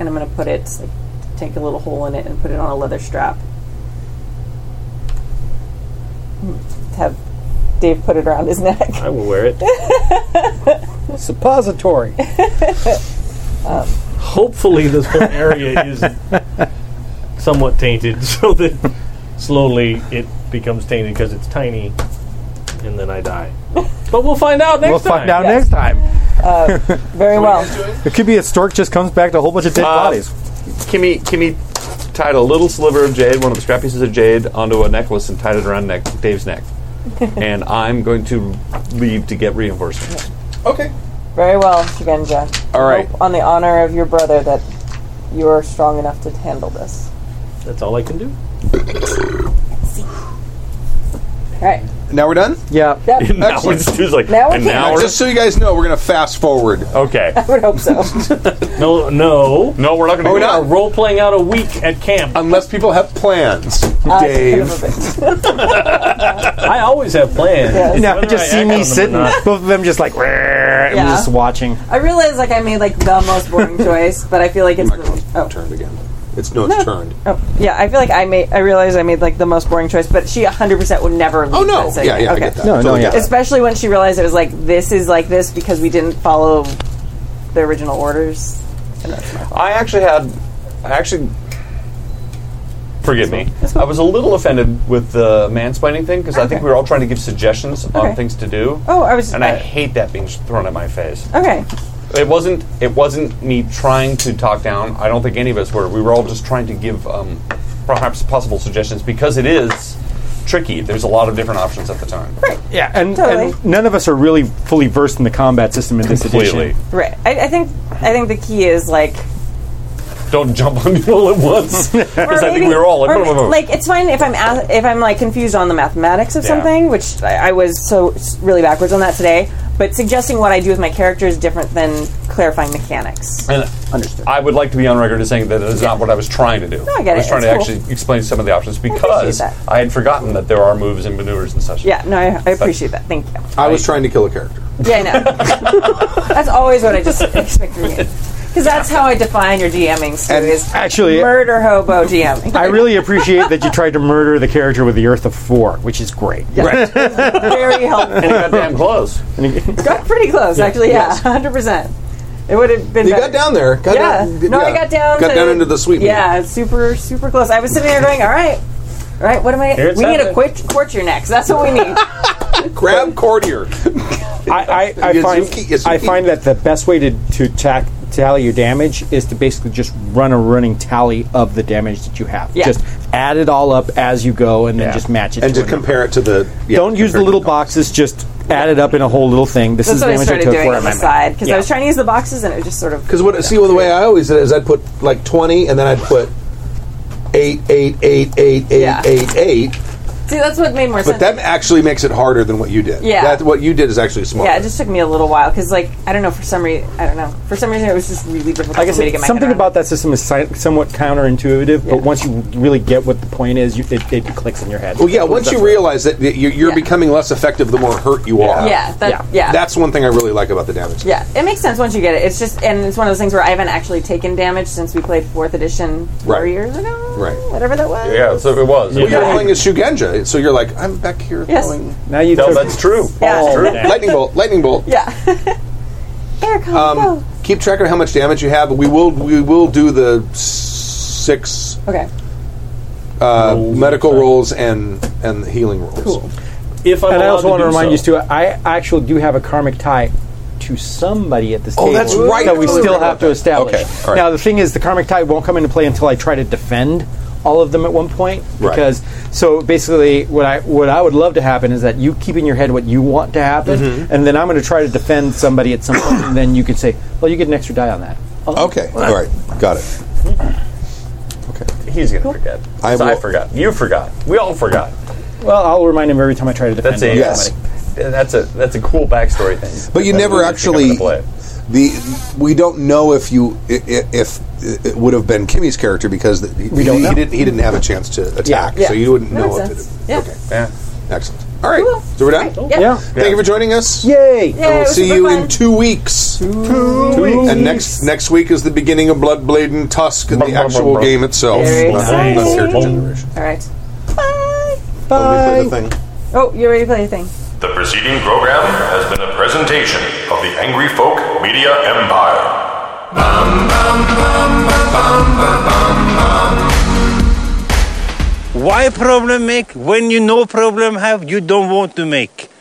[SPEAKER 3] and I'm gonna put it, like, take a little hole in it, and put it on a leather strap. Hmm. Have Dave put it around his [LAUGHS] neck.
[SPEAKER 6] I will wear it.
[SPEAKER 14] Suppository.
[SPEAKER 3] Um,
[SPEAKER 6] Hopefully, this whole area is somewhat tainted, [LAUGHS] so that slowly it becomes tainted because it's tiny, and then I die. But we'll find out next
[SPEAKER 42] we'll
[SPEAKER 6] time.
[SPEAKER 42] find out next time.
[SPEAKER 3] uh, very well.
[SPEAKER 42] It could be a stork just comes back to a whole bunch of dead
[SPEAKER 9] Uh,
[SPEAKER 42] bodies.
[SPEAKER 9] Kimmy, Kimmy tied a little sliver of jade, one of the scrap pieces of jade, onto a necklace and tied it around neck,
[SPEAKER 3] [LAUGHS]
[SPEAKER 9] Dave's neck. and I'm going to leave to get reinforcements. [LAUGHS]
[SPEAKER 2] Okay.
[SPEAKER 3] Very well, Shigenja.
[SPEAKER 9] All
[SPEAKER 3] I
[SPEAKER 9] right.
[SPEAKER 3] hope on the honor of your brother that you are strong enough to handle this.
[SPEAKER 6] That's all I can do.
[SPEAKER 3] All right.
[SPEAKER 2] Now we're done?
[SPEAKER 42] Yeah.
[SPEAKER 3] Yep.
[SPEAKER 9] Now we're just- it's like,
[SPEAKER 3] Now we're
[SPEAKER 9] and now
[SPEAKER 2] Now,
[SPEAKER 9] we're
[SPEAKER 2] just so you guys know, we're going to fast forward.
[SPEAKER 9] okay.
[SPEAKER 3] [LAUGHS] [LAUGHS] I would hope so.
[SPEAKER 6] No, no.
[SPEAKER 9] No, we're not going to.
[SPEAKER 2] Oh,
[SPEAKER 9] do
[SPEAKER 2] no.
[SPEAKER 9] that.
[SPEAKER 6] Role playing out a week at camp.
[SPEAKER 2] Unless people have plans,
[SPEAKER 3] Uh,
[SPEAKER 2] Dave.
[SPEAKER 6] I always have plans.
[SPEAKER 3] Yeah.
[SPEAKER 6] It's
[SPEAKER 42] Now
[SPEAKER 6] whether
[SPEAKER 42] just
[SPEAKER 6] I
[SPEAKER 42] see
[SPEAKER 6] act on
[SPEAKER 42] me
[SPEAKER 6] them or
[SPEAKER 42] sitting,
[SPEAKER 6] not.
[SPEAKER 42] both of them just like, "Rrrr," and
[SPEAKER 3] Yeah. Uh,
[SPEAKER 42] we're just watching.
[SPEAKER 3] I realize like I made like the most boring [LAUGHS] choice, but I feel like it's the, oh.
[SPEAKER 2] Turned again. It's no, it's turned.
[SPEAKER 3] oh yeah, I feel like I made I realize I made like the most boring choice, but she 100% would never leave
[SPEAKER 2] Oh, no.
[SPEAKER 3] that segment.
[SPEAKER 2] Yeah, yeah, I
[SPEAKER 3] okay.
[SPEAKER 2] get that.
[SPEAKER 42] No, no,
[SPEAKER 2] Totally get
[SPEAKER 42] yeah.
[SPEAKER 2] that.
[SPEAKER 3] Especially when she realized it was like this is like this because we didn't follow the original orders.
[SPEAKER 9] I actually had, I actually forgive me. I was a little offended with the mansplaining thing because I think we were all trying to give suggestions
[SPEAKER 3] Okay.
[SPEAKER 9] on things to do.
[SPEAKER 3] Oh, I was just-
[SPEAKER 9] and I hate that being thrown at my face.
[SPEAKER 3] Okay.
[SPEAKER 9] It wasn't. It wasn't me trying to talk down. I don't think any of us were. We were all just trying to give um, perhaps possible suggestions because it is tricky. There's a lot of different options at the time. Right.
[SPEAKER 14] Yeah, and,
[SPEAKER 3] Totally.
[SPEAKER 14] and none of us are really fully versed in the combat system in this
[SPEAKER 9] Completely.
[SPEAKER 14] edition.
[SPEAKER 3] Right. I, I think I think the key is like
[SPEAKER 9] Don't jump on me all
[SPEAKER 3] [LAUGHS]
[SPEAKER 9] at once because I think we were all like,
[SPEAKER 3] or like it's fine if I'm a- if I'm like confused on the mathematics of
[SPEAKER 9] Yeah.
[SPEAKER 3] something, which I, I was so s- really backwards on that today. But suggesting what I do with my character is different than clarifying mechanics.
[SPEAKER 9] And I would like to be on record as saying that it is not what I was trying to do.
[SPEAKER 3] No, I get
[SPEAKER 9] was
[SPEAKER 3] it.
[SPEAKER 9] trying
[SPEAKER 3] It's
[SPEAKER 9] to
[SPEAKER 3] cool.
[SPEAKER 9] actually explain some of the options because I,
[SPEAKER 3] that.
[SPEAKER 9] had forgotten that there are moves and maneuvers and such.
[SPEAKER 3] Yeah, no, I, I appreciate that. Thank you.
[SPEAKER 2] I was trying to kill a character.
[SPEAKER 3] Yeah, I know. [LAUGHS] that's always what I just expect from you, because that's how I define your DMing. Stu, is
[SPEAKER 14] actually-
[SPEAKER 3] murder hobo DMing.
[SPEAKER 14] I really appreciate that you tried to murder the character with the Earth of Four, which is great.
[SPEAKER 3] Right. Very helpful.
[SPEAKER 9] damn close.
[SPEAKER 3] Got pretty close,
[SPEAKER 14] Yeah.
[SPEAKER 3] actually. Yeah,
[SPEAKER 14] Yes.
[SPEAKER 3] hundred percent. It would have been.
[SPEAKER 2] You got
[SPEAKER 3] better.
[SPEAKER 2] down there. Got
[SPEAKER 3] yeah.
[SPEAKER 2] down- d-
[SPEAKER 3] no, I
[SPEAKER 2] yeah.
[SPEAKER 3] got down.
[SPEAKER 2] Got
[SPEAKER 3] to,
[SPEAKER 2] down into the sweet meat.
[SPEAKER 3] Yeah, super, super close. I was sitting there going, "All right, all right, what am I?
[SPEAKER 2] Here it's
[SPEAKER 3] we need a
[SPEAKER 2] happening.
[SPEAKER 3] quit, courtier next. That's
[SPEAKER 2] [LAUGHS]
[SPEAKER 3] what we need."
[SPEAKER 2] Grab courtier.
[SPEAKER 14] I, I, I find
[SPEAKER 2] Yazuki- Yazuki.
[SPEAKER 14] I find that the best way to to tack, tally your damage is to basically just run a running tally of the damage that you have.
[SPEAKER 2] Yeah.
[SPEAKER 14] Just add it all up as you go, and then just match it.
[SPEAKER 2] and
[SPEAKER 14] to
[SPEAKER 2] to
[SPEAKER 14] a number.
[SPEAKER 2] compare it to the. yeah,
[SPEAKER 14] Don't use the
[SPEAKER 2] compare-
[SPEAKER 14] little boxes. Just add it up in a whole little thing. This
[SPEAKER 3] That's
[SPEAKER 14] is
[SPEAKER 3] what I
[SPEAKER 14] the damage I
[SPEAKER 3] started
[SPEAKER 14] took.
[SPEAKER 3] doing
[SPEAKER 14] where
[SPEAKER 3] on
[SPEAKER 14] am I
[SPEAKER 3] the
[SPEAKER 14] at?
[SPEAKER 3] side because
[SPEAKER 14] Yeah.
[SPEAKER 3] I was trying to use the boxes and it was just sort of
[SPEAKER 2] Because what see well, the way I always did is I'd put like twenty and then I'd put eight eight eight eight eight eight eight.
[SPEAKER 3] Yeah. see that's what made more
[SPEAKER 2] But
[SPEAKER 3] sense.
[SPEAKER 2] that actually makes it harder than what you did.
[SPEAKER 3] Yeah.
[SPEAKER 2] That what you did is actually smarter.
[SPEAKER 3] yeah, it just took me a little while because like I don't know for some reason I don't know for some reason it was just really difficult
[SPEAKER 14] Like I
[SPEAKER 3] for me to
[SPEAKER 14] said,
[SPEAKER 3] get my head
[SPEAKER 14] something about that system is si- somewhat counterintuitive, but once you really get what the point is, you, it, it clicks in your head.
[SPEAKER 2] Well, yeah. Once you realize that that you're, you're
[SPEAKER 3] Yeah.
[SPEAKER 2] becoming less effective, the more hurt you
[SPEAKER 3] Yeah.
[SPEAKER 2] are.
[SPEAKER 3] Yeah, that- Yeah. yeah.
[SPEAKER 2] That's one thing I really like about the damage.
[SPEAKER 3] Yeah, it makes sense once you get it. It's just, and it's one of those things where I haven't actually taken damage since we played fourth edition four
[SPEAKER 2] Right.
[SPEAKER 3] years ago,
[SPEAKER 2] Right.
[SPEAKER 3] whatever that was.
[SPEAKER 9] Yeah, so it was.
[SPEAKER 2] Well, you're playing as Shugenja, so you're like, I'm back here
[SPEAKER 3] Yes.
[SPEAKER 2] throwing.
[SPEAKER 14] Now you.
[SPEAKER 9] No, [LAUGHS] that's true.
[SPEAKER 3] Yeah.
[SPEAKER 9] That's true.
[SPEAKER 2] lightning bolt, lightning bolt.
[SPEAKER 3] Yeah. [LAUGHS] Here, come
[SPEAKER 2] Um, keep track of how much damage you have. We will we will do the s- six
[SPEAKER 3] go. Okay.
[SPEAKER 2] uh, medical rolls and and the healing rolls. Cool.
[SPEAKER 6] If I'm
[SPEAKER 14] and I
[SPEAKER 6] allowed
[SPEAKER 14] also want to
[SPEAKER 6] do
[SPEAKER 14] remind
[SPEAKER 6] so.
[SPEAKER 14] you, Stu, I actually do have a karmic tie to somebody at this
[SPEAKER 2] Oh,
[SPEAKER 14] table.
[SPEAKER 2] that's right.
[SPEAKER 14] That we
[SPEAKER 2] Totally
[SPEAKER 14] still
[SPEAKER 2] forgot
[SPEAKER 14] have to establish.
[SPEAKER 2] Okay, all right.
[SPEAKER 14] Now, the thing is, the karmic tie won't come into play until I try to defend all of them at one point.
[SPEAKER 2] Right.
[SPEAKER 14] Because so basically, what I what I would love to happen is that you keep in your head what you want to happen,
[SPEAKER 2] Mhm.
[SPEAKER 14] and then I'm going to try to defend somebody at some point, and then you can say, "Well, you get an extra die on that."
[SPEAKER 2] Okay. All right. Got it.
[SPEAKER 9] He's gonna forget.
[SPEAKER 2] I
[SPEAKER 9] I, I
[SPEAKER 2] will-
[SPEAKER 9] forgot. You forgot. We all forgot.
[SPEAKER 14] Well, I'll remind him every time I try to defend.
[SPEAKER 9] That's a
[SPEAKER 2] Yes.
[SPEAKER 9] That's a that's a cool backstory thing.
[SPEAKER 2] But you
[SPEAKER 9] That's
[SPEAKER 2] never
[SPEAKER 9] really interesting
[SPEAKER 2] actually
[SPEAKER 9] coming to play.
[SPEAKER 2] the we don't know if you i- i- if it would have been Kimmy's character because the,
[SPEAKER 14] We don't
[SPEAKER 2] he,
[SPEAKER 14] know.
[SPEAKER 2] he didn't he didn't have a chance to attack,
[SPEAKER 3] Yeah.
[SPEAKER 2] so you wouldn't
[SPEAKER 3] That
[SPEAKER 2] know
[SPEAKER 3] makes
[SPEAKER 2] if it.
[SPEAKER 3] sense. Yeah.
[SPEAKER 9] Yeah.
[SPEAKER 2] Excellent. All right. So we're done.
[SPEAKER 3] Yeah.
[SPEAKER 2] Thank you for joining us.
[SPEAKER 14] Yay!
[SPEAKER 2] And we'll see you in two weeks. Two,
[SPEAKER 14] weeks.
[SPEAKER 2] And next next week is the beginning of Bloodblade and Tusk and the actual game itself.
[SPEAKER 3] Very
[SPEAKER 2] Not-
[SPEAKER 3] exciting.
[SPEAKER 2] not character generation.
[SPEAKER 3] All right.
[SPEAKER 1] Bye.
[SPEAKER 3] Oh, you already played a thing.
[SPEAKER 1] The preceding program has been a presentation of the Angry Folk Media Empire.
[SPEAKER 43] Why problem make when you no problem have you don't want to make?